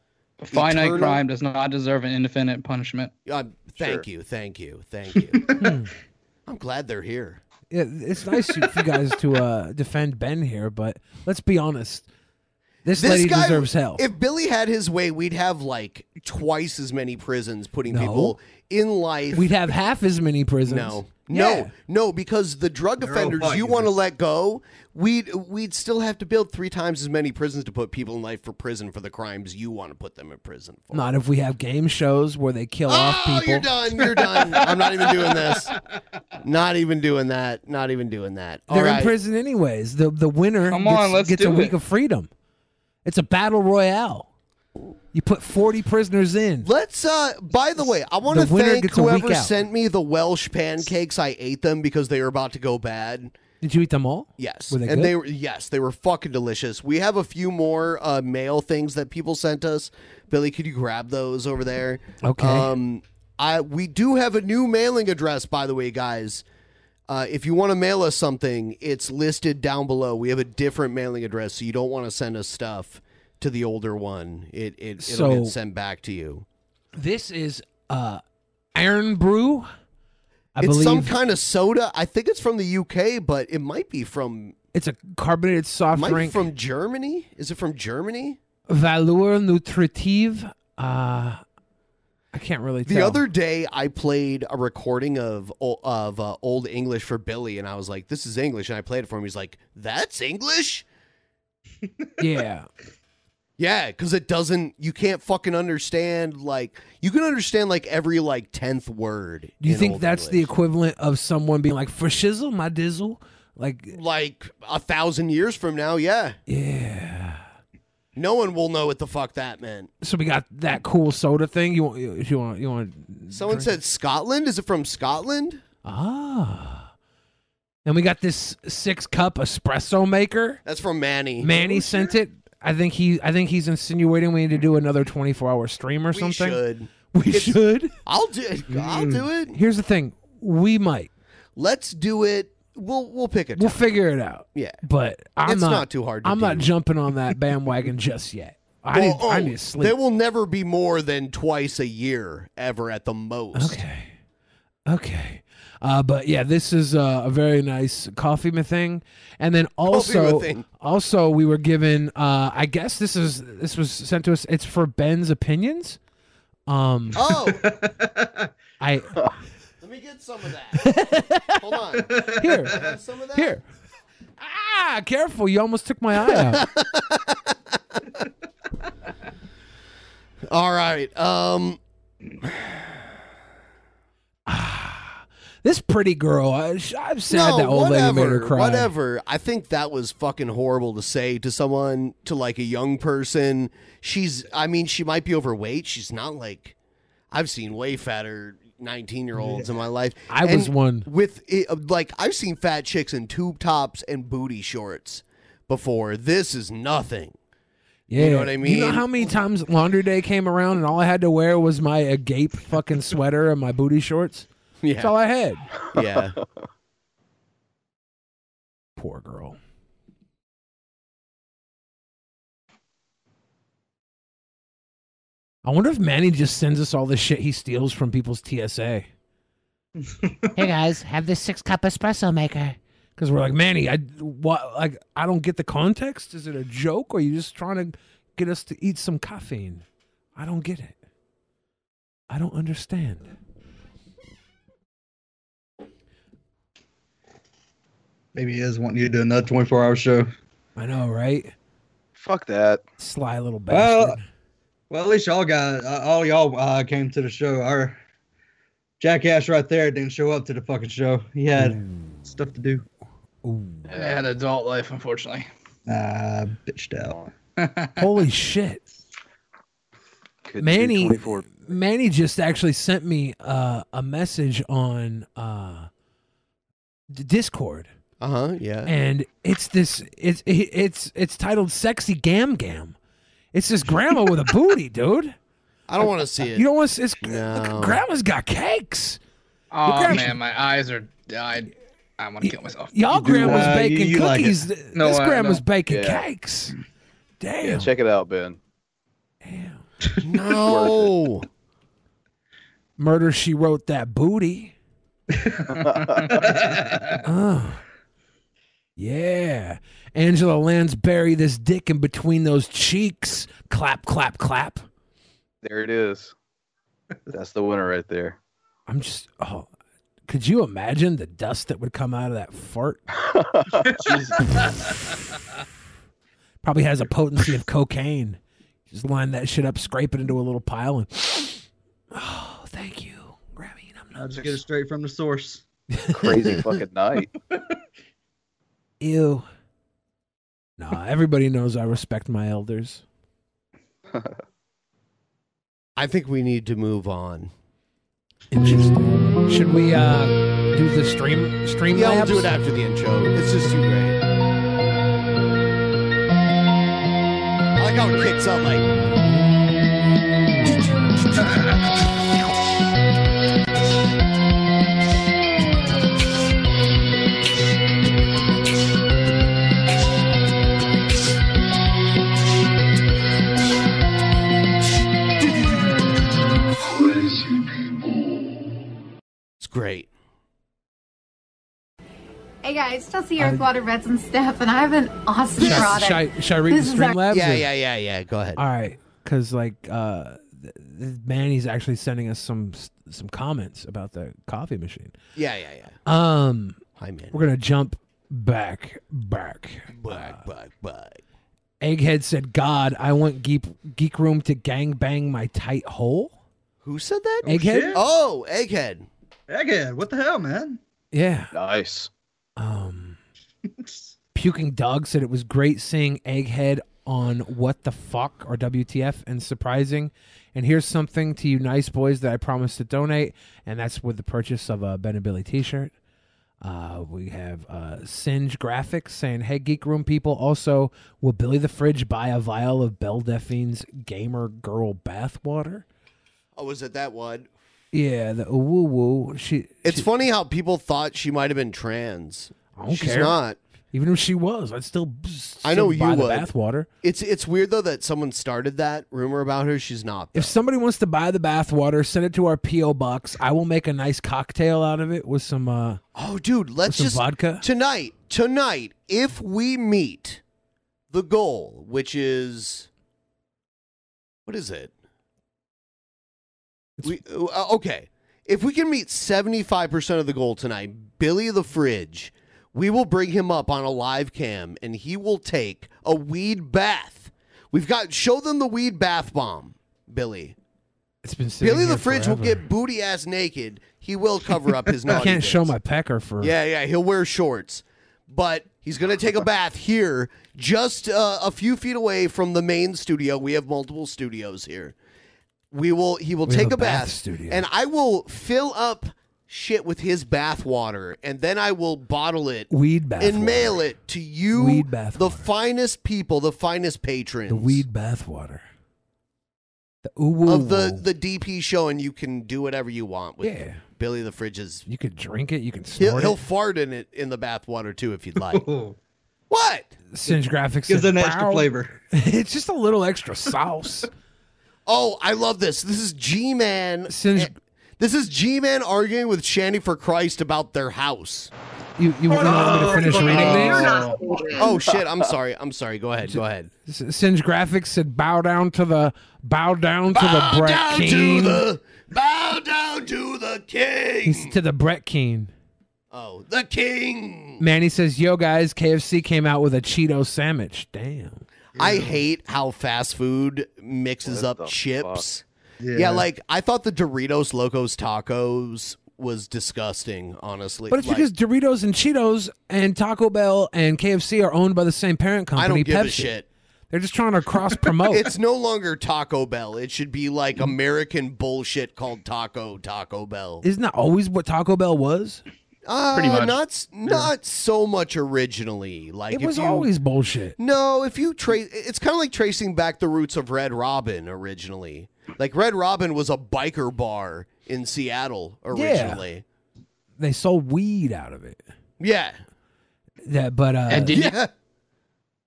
[SPEAKER 7] finite
[SPEAKER 1] Eternal-
[SPEAKER 7] crime does not deserve an infinite punishment?
[SPEAKER 4] (laughs)
[SPEAKER 1] Uh, thank you, thank you, thank you. I'm glad they're here.
[SPEAKER 4] Yeah, it's nice you- for you guys to uh, defend Ben here, but let's be honest. This, lady
[SPEAKER 1] guy-
[SPEAKER 4] deserves hell.
[SPEAKER 1] If Billy had his way, we'd have like twice as many prisons putting
[SPEAKER 4] No.
[SPEAKER 1] people in life.
[SPEAKER 4] We'd have half as many prisons.
[SPEAKER 1] No,
[SPEAKER 4] Yeah.
[SPEAKER 1] no, no, because the drug
[SPEAKER 4] They're all
[SPEAKER 1] offenders
[SPEAKER 4] white,
[SPEAKER 1] you want to let go, we'd we'd still have to build three times as many prisons to put people in life for prison for the crimes you want to put them in prison. for.
[SPEAKER 4] Not if we have game shows where they kill off
[SPEAKER 1] Oh,
[SPEAKER 4] people.
[SPEAKER 1] you're done.
[SPEAKER 4] (laughs)
[SPEAKER 1] You're done. I'm not even doing this. Not even doing that. Not even doing that. All
[SPEAKER 4] They're in
[SPEAKER 1] right.
[SPEAKER 4] prison anyways. The the winner
[SPEAKER 1] Come
[SPEAKER 4] gets,
[SPEAKER 1] on, let's
[SPEAKER 4] gets a
[SPEAKER 1] do
[SPEAKER 4] week
[SPEAKER 1] it.
[SPEAKER 4] of freedom. It's a battle royale. You put forty prisoners in.
[SPEAKER 1] Let's uh by the way, I want to
[SPEAKER 4] The winner
[SPEAKER 1] thank
[SPEAKER 4] gets a week
[SPEAKER 1] whoever
[SPEAKER 4] out.
[SPEAKER 1] sent me the Welsh pancakes. I ate them because they were about to go bad.
[SPEAKER 4] Did you eat them all?
[SPEAKER 1] Yes.
[SPEAKER 4] Were they
[SPEAKER 1] and
[SPEAKER 4] good?
[SPEAKER 1] they were yes, they were fucking delicious. We have a few more uh mail things that people sent us. Billy, could you grab those over there?
[SPEAKER 4] Okay.
[SPEAKER 1] Um I we do have a new mailing address by the way, guys. Uh, if you want to mail us something, it's listed down below. We have a different mailing address, so you don't want to send us stuff to the older one. It, it it'll
[SPEAKER 4] So-
[SPEAKER 1] get sent back to you.
[SPEAKER 4] This is uh Iron Brew. I
[SPEAKER 1] it's
[SPEAKER 4] believe
[SPEAKER 1] some kind of soda. I think it's from the UK, but it might be from
[SPEAKER 4] it's a carbonated soft
[SPEAKER 1] might
[SPEAKER 4] drink.
[SPEAKER 1] be from Germany. Is it from Germany?
[SPEAKER 4] Valeur Nutritive. Uh I can't really
[SPEAKER 1] The
[SPEAKER 4] tell.
[SPEAKER 1] other day, I played a recording of o- of uh, old English for Billy, and I was like, "This is English," and I played it for him. He's like, "That's English."
[SPEAKER 4] (laughs) yeah.
[SPEAKER 1] Yeah, because it doesn't. You can't fucking understand. Like, you can understand like every like tenth word.
[SPEAKER 4] Do you
[SPEAKER 1] in
[SPEAKER 4] think
[SPEAKER 1] Old
[SPEAKER 4] that's the
[SPEAKER 1] English.
[SPEAKER 4] equivalent of someone being like for shizzle, my dizzle? Like
[SPEAKER 1] like a thousand years from now? Yeah.
[SPEAKER 4] Yeah.
[SPEAKER 1] No one will know what the fuck that meant.
[SPEAKER 4] So we got that cool soda thing. You want you, you want you want
[SPEAKER 1] Someone said Scotland. Is it from Scotland?
[SPEAKER 4] ah. And we got this six cup espresso maker.
[SPEAKER 1] That's from Manny.
[SPEAKER 4] Manny sent it. I think he I think he's insinuating we need to do another 24 hour stream or something.
[SPEAKER 1] should.
[SPEAKER 4] (laughs) We should. Mm.
[SPEAKER 1] I'll do it. I'll do it.
[SPEAKER 4] Here's the thing. We might.
[SPEAKER 1] Let's do it. We'll we'll pick it.
[SPEAKER 4] We'll figure it out.
[SPEAKER 1] Yeah.
[SPEAKER 4] But I'm
[SPEAKER 1] It's not too hard to
[SPEAKER 4] I'm not
[SPEAKER 1] do.
[SPEAKER 4] jumping on that bandwagon just yet. I need
[SPEAKER 1] Well,
[SPEAKER 4] I
[SPEAKER 1] oh,
[SPEAKER 4] need to sleep.
[SPEAKER 1] There will never be more than twice a year ever at the most.
[SPEAKER 4] Okay. Okay. Uh, but yeah, this is uh, a very nice coffee ma thing, and then also,
[SPEAKER 1] ma-thing.
[SPEAKER 4] also we were given. Uh, I guess this is this was sent to us. It's for Ben's opinions. Um,
[SPEAKER 1] oh,
[SPEAKER 4] (laughs) I
[SPEAKER 1] Let me get some of that. Hold on.
[SPEAKER 4] (laughs) here
[SPEAKER 1] I have some of that.
[SPEAKER 4] here. Ah, careful! You almost took my eye out.
[SPEAKER 1] (laughs) All right. Um
[SPEAKER 4] this pretty girl. I, I'm sad that old
[SPEAKER 1] whatever,
[SPEAKER 4] lady made her cry.
[SPEAKER 1] Whatever. I think that was fucking horrible to say to someone, to like a young person. She's, I mean, she might be overweight. She's not like, I've seen way fatter 19 year olds in my life.
[SPEAKER 4] I was one.
[SPEAKER 1] With, it, like, I've seen fat chicks in tube tops and booty shorts before. This is nothing.
[SPEAKER 4] Yeah.
[SPEAKER 1] You know what I mean?
[SPEAKER 4] You know how many times laundry day came around and all I had to wear was my agape fucking sweater and my booty shorts?
[SPEAKER 1] Yeah.
[SPEAKER 4] That's all I had.
[SPEAKER 2] (laughs)
[SPEAKER 1] Yeah.
[SPEAKER 4] Poor girl. I wonder if Manny just sends us all the shit he steals from people's TSA.
[SPEAKER 16] (laughs) hey guys, have this six cup espresso maker.
[SPEAKER 4] Because we're like, Manny, I what like I don't get the context. Is it a joke or are you just trying to get us to eat some caffeine? I don't get it. I don't understand.
[SPEAKER 5] Maybe he is wanting you to do another 24 hour show.
[SPEAKER 4] I know, right?
[SPEAKER 8] Fuck that.
[SPEAKER 4] Sly little bastard.
[SPEAKER 5] Well, well, at least y'all guys, uh, all y'all uh, came to the show. Our jackass right there didn't show up to the fucking show. He had stuff to do.
[SPEAKER 7] I had adult life, unfortunately.
[SPEAKER 5] Uh, bitched out.
[SPEAKER 4] (laughs) Holy shit. Manny Manny just actually sent me uh, a message on uh, D- Discord.
[SPEAKER 1] Uh huh. Yeah.
[SPEAKER 4] And it's this it's it- it's it's titled Sexy Gam Gam. It's this grandma with a booty, dude.
[SPEAKER 1] (laughs) I don't want to see it. Um,
[SPEAKER 4] You don't want to it's
[SPEAKER 1] No.
[SPEAKER 4] grandma's got cakes.
[SPEAKER 7] Oh
[SPEAKER 4] Your grandma-
[SPEAKER 7] man, my eyes are. I I want to kill myself.
[SPEAKER 4] Y'all
[SPEAKER 1] Uh,
[SPEAKER 4] grandma's baking cookies. Th-
[SPEAKER 7] No,
[SPEAKER 4] this
[SPEAKER 7] I
[SPEAKER 4] grandma's
[SPEAKER 7] don't.
[SPEAKER 4] baking
[SPEAKER 7] Yeah.
[SPEAKER 4] cakes. Damn.
[SPEAKER 8] Yeah, check it out, Ben.
[SPEAKER 1] No.
[SPEAKER 4] (laughs) Murder she wrote that booty. Oh. Yeah. Angela Lansbury, this dick in between those cheeks. Clap, clap, clap.
[SPEAKER 8] There it is. That's the winner right there.
[SPEAKER 4] I'm just, oh, could you imagine the dust that would come out of that fart? Probably has a potency of cocaine. Just line that shit up, scrape it into a little pile, and oh, thank you, Grammy.
[SPEAKER 5] I'll just get it straight from the source.
[SPEAKER 8] (laughs) Crazy fucking night.
[SPEAKER 4] Ew. Nah, everybody knows I respect my elders.
[SPEAKER 1] I think we need to move on.
[SPEAKER 4] Interesting. Should we uh, do the stream stream?
[SPEAKER 1] Yeah, we'll do it after the intro. It's just too great. I like how it kicks up like. (laughs) It's great.
[SPEAKER 17] Hey guys, Chelsea Earth, Water, Reds, and Steph, and I have an awesome
[SPEAKER 4] Should,
[SPEAKER 17] product.
[SPEAKER 4] should I, should I read
[SPEAKER 17] This
[SPEAKER 4] the
[SPEAKER 17] is
[SPEAKER 4] stream
[SPEAKER 17] our-
[SPEAKER 4] labs?
[SPEAKER 17] Yeah,
[SPEAKER 1] yeah, yeah, yeah. Go ahead.
[SPEAKER 4] All right, because like uh, th- th- Manny's actually sending us some some comments about the coffee machine.
[SPEAKER 1] Yeah, yeah, yeah.
[SPEAKER 4] Um,
[SPEAKER 1] Hi, Manny.
[SPEAKER 4] We're gonna jump back, back,
[SPEAKER 2] Uh,
[SPEAKER 1] back, back, back.
[SPEAKER 4] Egghead said, "God, I want geek geek room to gang bang my tight hole."
[SPEAKER 1] Who said that?
[SPEAKER 4] (laughs) Egghead? shit.
[SPEAKER 1] Oh, Egghead.
[SPEAKER 5] Egghead, what the hell, man?
[SPEAKER 4] Yeah.
[SPEAKER 8] Nice.
[SPEAKER 4] Um, Puking Dog said it was great seeing Egghead on What the Fuck or WTF and surprising. And here's something to you nice boys that I promised to donate, and that's with the purchase of a Ben and Billy t shirt. Uh, we have uh, Singe Graphics saying, Hey, Geek Room people, also, will Billy the Fridge buy a vial of Beldeffine's Gamer Girl Bathwater?
[SPEAKER 1] Oh, was it that one?
[SPEAKER 4] Yeah, the woo woo. She
[SPEAKER 1] It's funny how people thought she might have been trans.
[SPEAKER 4] I don't
[SPEAKER 1] She's
[SPEAKER 4] care.
[SPEAKER 1] not.
[SPEAKER 4] Even if she was, I'd still.
[SPEAKER 1] I know
[SPEAKER 4] still buy
[SPEAKER 1] you
[SPEAKER 4] the
[SPEAKER 1] would.
[SPEAKER 4] bathwater.
[SPEAKER 1] It's it's weird though that someone started that rumor about her. She's not.
[SPEAKER 4] If somebody wants to buy the bathwater, send it to our PO box. I will make a nice cocktail out of it with some. uh
[SPEAKER 1] Oh, dude, let's
[SPEAKER 4] some
[SPEAKER 1] just
[SPEAKER 4] vodka?
[SPEAKER 1] tonight. Tonight, if we meet the goal, which is what is it? We uh, okay. If we can meet seventy five percent of the goal tonight, Billy the Fridge, we will bring him up on a live cam, and he will take a weed bath. We've got show them the weed bath bomb, Billy.
[SPEAKER 4] It's been sitting
[SPEAKER 1] Billy the
[SPEAKER 4] here
[SPEAKER 1] Fridge will
[SPEAKER 4] forever.
[SPEAKER 1] get booty ass naked. He will cover up
[SPEAKER 4] (laughs)
[SPEAKER 1] his
[SPEAKER 4] I
[SPEAKER 1] naughty.
[SPEAKER 4] can't
[SPEAKER 1] bits.
[SPEAKER 4] show my pecker for.
[SPEAKER 1] Yeah, yeah, he'll wear shorts, but he's
[SPEAKER 4] (laughs)
[SPEAKER 1] gonna take a bath here, just uh, a few feet away from the main studio. We have multiple studios here. We will. He will
[SPEAKER 4] We have
[SPEAKER 1] take
[SPEAKER 4] a
[SPEAKER 1] a bath,
[SPEAKER 4] bath studio.
[SPEAKER 1] and I will fill up shit with his bath water, and then I will bottle it,
[SPEAKER 4] Weed bath.
[SPEAKER 1] and mail it to you,
[SPEAKER 4] Weed bath
[SPEAKER 1] the finest people, the finest patrons
[SPEAKER 4] The weed bathwater. The ooh
[SPEAKER 1] of the the DP show, and you can do whatever you want with
[SPEAKER 4] Yeah.
[SPEAKER 1] Billy the Fridge's.
[SPEAKER 4] You could drink it. You can snort
[SPEAKER 1] He'll,
[SPEAKER 4] it.
[SPEAKER 1] he'll fart in it in the bath water too if you'd (laughs) like. what?
[SPEAKER 4] Singe graphics
[SPEAKER 1] Gives
[SPEAKER 4] said,
[SPEAKER 1] it an extra
[SPEAKER 4] "Wow."
[SPEAKER 1] flavor.
[SPEAKER 4] (laughs) it's just a little extra sauce.
[SPEAKER 1] Oh, I love this. This is G Man. This is G Man arguing with Shandy for Christ about their house.
[SPEAKER 4] You you want me to finish reading these?
[SPEAKER 1] Oh shit! I'm sorry. I'm sorry. Go ahead. Go ahead.
[SPEAKER 4] S- Singe graphics said, "Bow down to the bow down to the Brett
[SPEAKER 1] down to
[SPEAKER 4] Keane."
[SPEAKER 1] the- Bow down to the king.
[SPEAKER 4] He's to the Brett Keane.
[SPEAKER 1] Oh, the king.
[SPEAKER 4] Manny says, "Yo guys, KFC came out with a Cheeto sandwich. Damn,
[SPEAKER 1] I hate how fast food mixes up chips. Yeah.
[SPEAKER 4] Yeah.
[SPEAKER 1] like I thought the Doritos Locos Tacos was disgusting, honestly.
[SPEAKER 4] but it's
[SPEAKER 1] Like,
[SPEAKER 4] because Doritos and Cheetos and Taco Bell and KFC are owned by the same parent company.
[SPEAKER 1] I don't give
[SPEAKER 4] Pepsi.
[SPEAKER 1] a shit.
[SPEAKER 4] They're just trying to cross promote.
[SPEAKER 1] (laughs) It's no longer Taco Bell. It should be like American bullshit called Taco Taco Bell.
[SPEAKER 4] (laughs) Isn't that always what Taco Bell was?
[SPEAKER 1] Uh,
[SPEAKER 4] Pretty much.
[SPEAKER 1] Not s- not so much originally. Like
[SPEAKER 4] it
[SPEAKER 1] if
[SPEAKER 4] was
[SPEAKER 1] you-
[SPEAKER 4] always bullshit.
[SPEAKER 1] No, if you trace, it's kind of like tracing back the roots of Red Robin originally. Like Red Robin was a biker bar in Seattle originally.
[SPEAKER 4] They sold weed out of it.
[SPEAKER 1] Yeah.
[SPEAKER 4] That, but uh,
[SPEAKER 7] And did you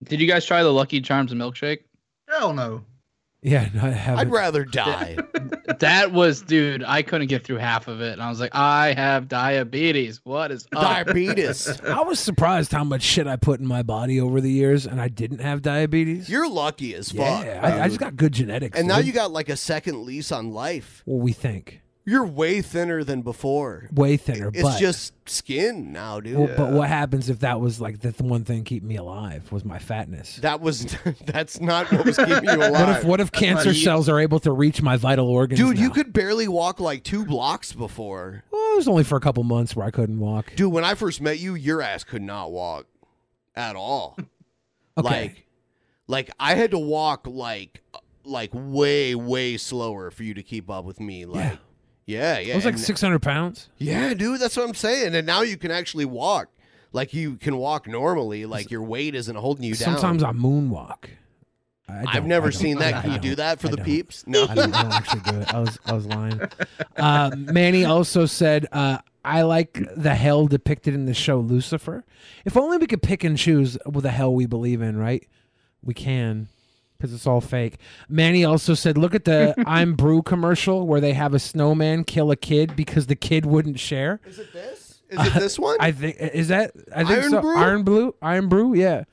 [SPEAKER 7] did you guys try the Lucky Charms milkshake?
[SPEAKER 5] Hell no.
[SPEAKER 4] Yeah, no, I haven't. (laughs)
[SPEAKER 1] rather die.
[SPEAKER 7] (laughs) that was, dude. I couldn't get through half of it, and I was like, I have diabetes. What is up?
[SPEAKER 4] I (laughs) was surprised how much shit I put in my body over the years, and I didn't have diabetes.
[SPEAKER 1] You're lucky as fuck.
[SPEAKER 4] Yeah, I, I just got good genetics.
[SPEAKER 1] And now
[SPEAKER 4] dude.
[SPEAKER 1] you got like a second lease on life.
[SPEAKER 4] Well, we think
[SPEAKER 1] You're way thinner than before.
[SPEAKER 4] way thinner,
[SPEAKER 1] It's
[SPEAKER 4] but
[SPEAKER 1] just skin now, dude.
[SPEAKER 4] well, but what happens if that was like the th- one thing keeping me alive was my fatness?
[SPEAKER 1] That was (laughs) that's not what was
[SPEAKER 4] (laughs)
[SPEAKER 1] keeping you alive.
[SPEAKER 4] What if what if
[SPEAKER 1] That's
[SPEAKER 4] cancer
[SPEAKER 1] not-
[SPEAKER 4] cells are able to reach my vital organs?
[SPEAKER 1] Dude,
[SPEAKER 4] now?
[SPEAKER 1] you could barely walk like two blocks before.
[SPEAKER 4] Well, it was only for a couple months where I couldn't walk.
[SPEAKER 1] Dude, when I first met you, your ass could not walk
[SPEAKER 4] (laughs)
[SPEAKER 1] at all. Like like I had to walk like like way way slower for you to keep up with me like yeah, yeah.
[SPEAKER 4] I was like
[SPEAKER 1] and-
[SPEAKER 4] six hundred pounds.
[SPEAKER 1] Yeah, dude, that's what I'm saying. And now you can actually walk. Like you can walk normally, like your weight isn't holding you down.
[SPEAKER 4] Sometimes I moonwalk. I
[SPEAKER 1] I've
[SPEAKER 4] don't-
[SPEAKER 1] never
[SPEAKER 4] I don't-
[SPEAKER 1] seen that.
[SPEAKER 4] I
[SPEAKER 1] Can you
[SPEAKER 4] don't.
[SPEAKER 1] do that for
[SPEAKER 4] I
[SPEAKER 1] the
[SPEAKER 4] don't.
[SPEAKER 1] peeps? No.
[SPEAKER 4] I don't, I don't actually do it. I was I was lying. Uh, Manny also said, uh, "I like the hell depicted in the show Lucifer. If only we could pick and choose what the hell we believe in, right? We can." Because it's all fake. Manny also said, "Look at
[SPEAKER 1] (laughs)
[SPEAKER 4] the I'm Brew commercial where they have a snowman kill a kid because the kid wouldn't share." Is it this?
[SPEAKER 1] Is it this one?
[SPEAKER 4] I think is that I think
[SPEAKER 1] Iron
[SPEAKER 4] so.
[SPEAKER 1] Brew?
[SPEAKER 4] Iron Brew, Iron Brew, yeah.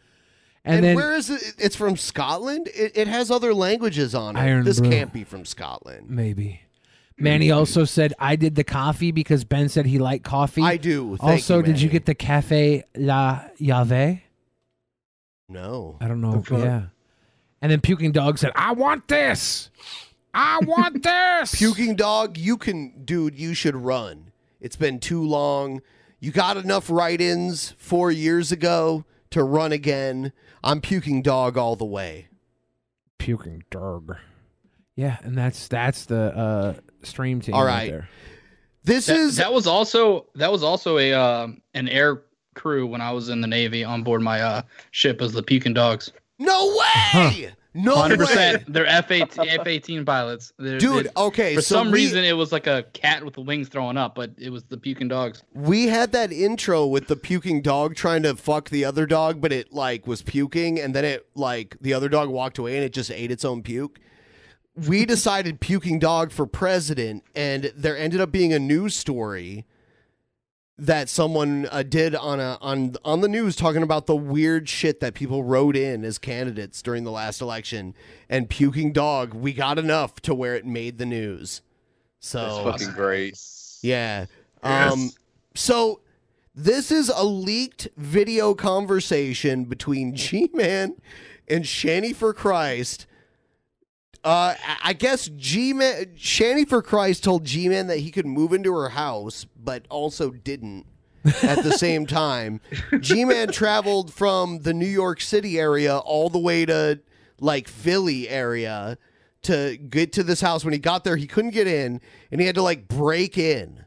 [SPEAKER 4] And,
[SPEAKER 1] And,
[SPEAKER 4] then
[SPEAKER 1] where is it? It's from Scotland. It, it has other languages on it.
[SPEAKER 4] Iron
[SPEAKER 1] this
[SPEAKER 4] Brew.
[SPEAKER 1] can't be from Scotland.
[SPEAKER 4] Maybe. Manny also said I did the coffee because Ben said he liked coffee. I
[SPEAKER 1] do. Thank
[SPEAKER 4] also,
[SPEAKER 1] you,
[SPEAKER 4] did you get the cafe la Llave?
[SPEAKER 1] No.
[SPEAKER 4] I don't know. Yeah. And then puking dog said, "I want this. I want this."
[SPEAKER 1] (laughs) Puking dog, you can, dude. You should run. It's been too long. You got enough write-ins four years ago to run again. I'm puking dog all the way.
[SPEAKER 4] Puking dog. Yeah, and that's that's the uh stream team.
[SPEAKER 7] All
[SPEAKER 4] right.
[SPEAKER 7] right.
[SPEAKER 4] there.
[SPEAKER 1] This
[SPEAKER 7] is
[SPEAKER 1] is
[SPEAKER 7] that was also that was also a um, an air crew when I was in the Navy on board my uh, ship as the Puking Dogs.
[SPEAKER 1] No way! No
[SPEAKER 7] hundred
[SPEAKER 1] way!
[SPEAKER 7] percent. They're F eighteen pilots. They're-
[SPEAKER 1] Dude,
[SPEAKER 7] they're-
[SPEAKER 1] okay,
[SPEAKER 7] For
[SPEAKER 1] so
[SPEAKER 7] some
[SPEAKER 1] we-
[SPEAKER 7] reason, it was like a cat with wings throwing up, but it was the Puking Dogs.
[SPEAKER 1] We had that intro with the puking dog trying to fuck the other dog, but it like was puking, and then it like the other dog walked away and it just ate its own puke. We decided puking dog for president, and there ended up being a news story that someone uh, did on a on on the news talking about the weird shit that people wrote in as candidates during the last election. And puking dog, we got enough to where it made the news. So
[SPEAKER 8] That's fucking great.
[SPEAKER 1] yeah.
[SPEAKER 8] Yes.
[SPEAKER 1] Um so this is a leaked video conversation between (laughs) G-Man and Shanny for Christ. Uh I- I guess G-Man Shanny for Christ told G-Man that he could move into her house but also didn't at the same time. G-Man traveled from the New York City area all the way to like Philly area to get to this house. When he got there, he couldn't get in, and he had to like break in.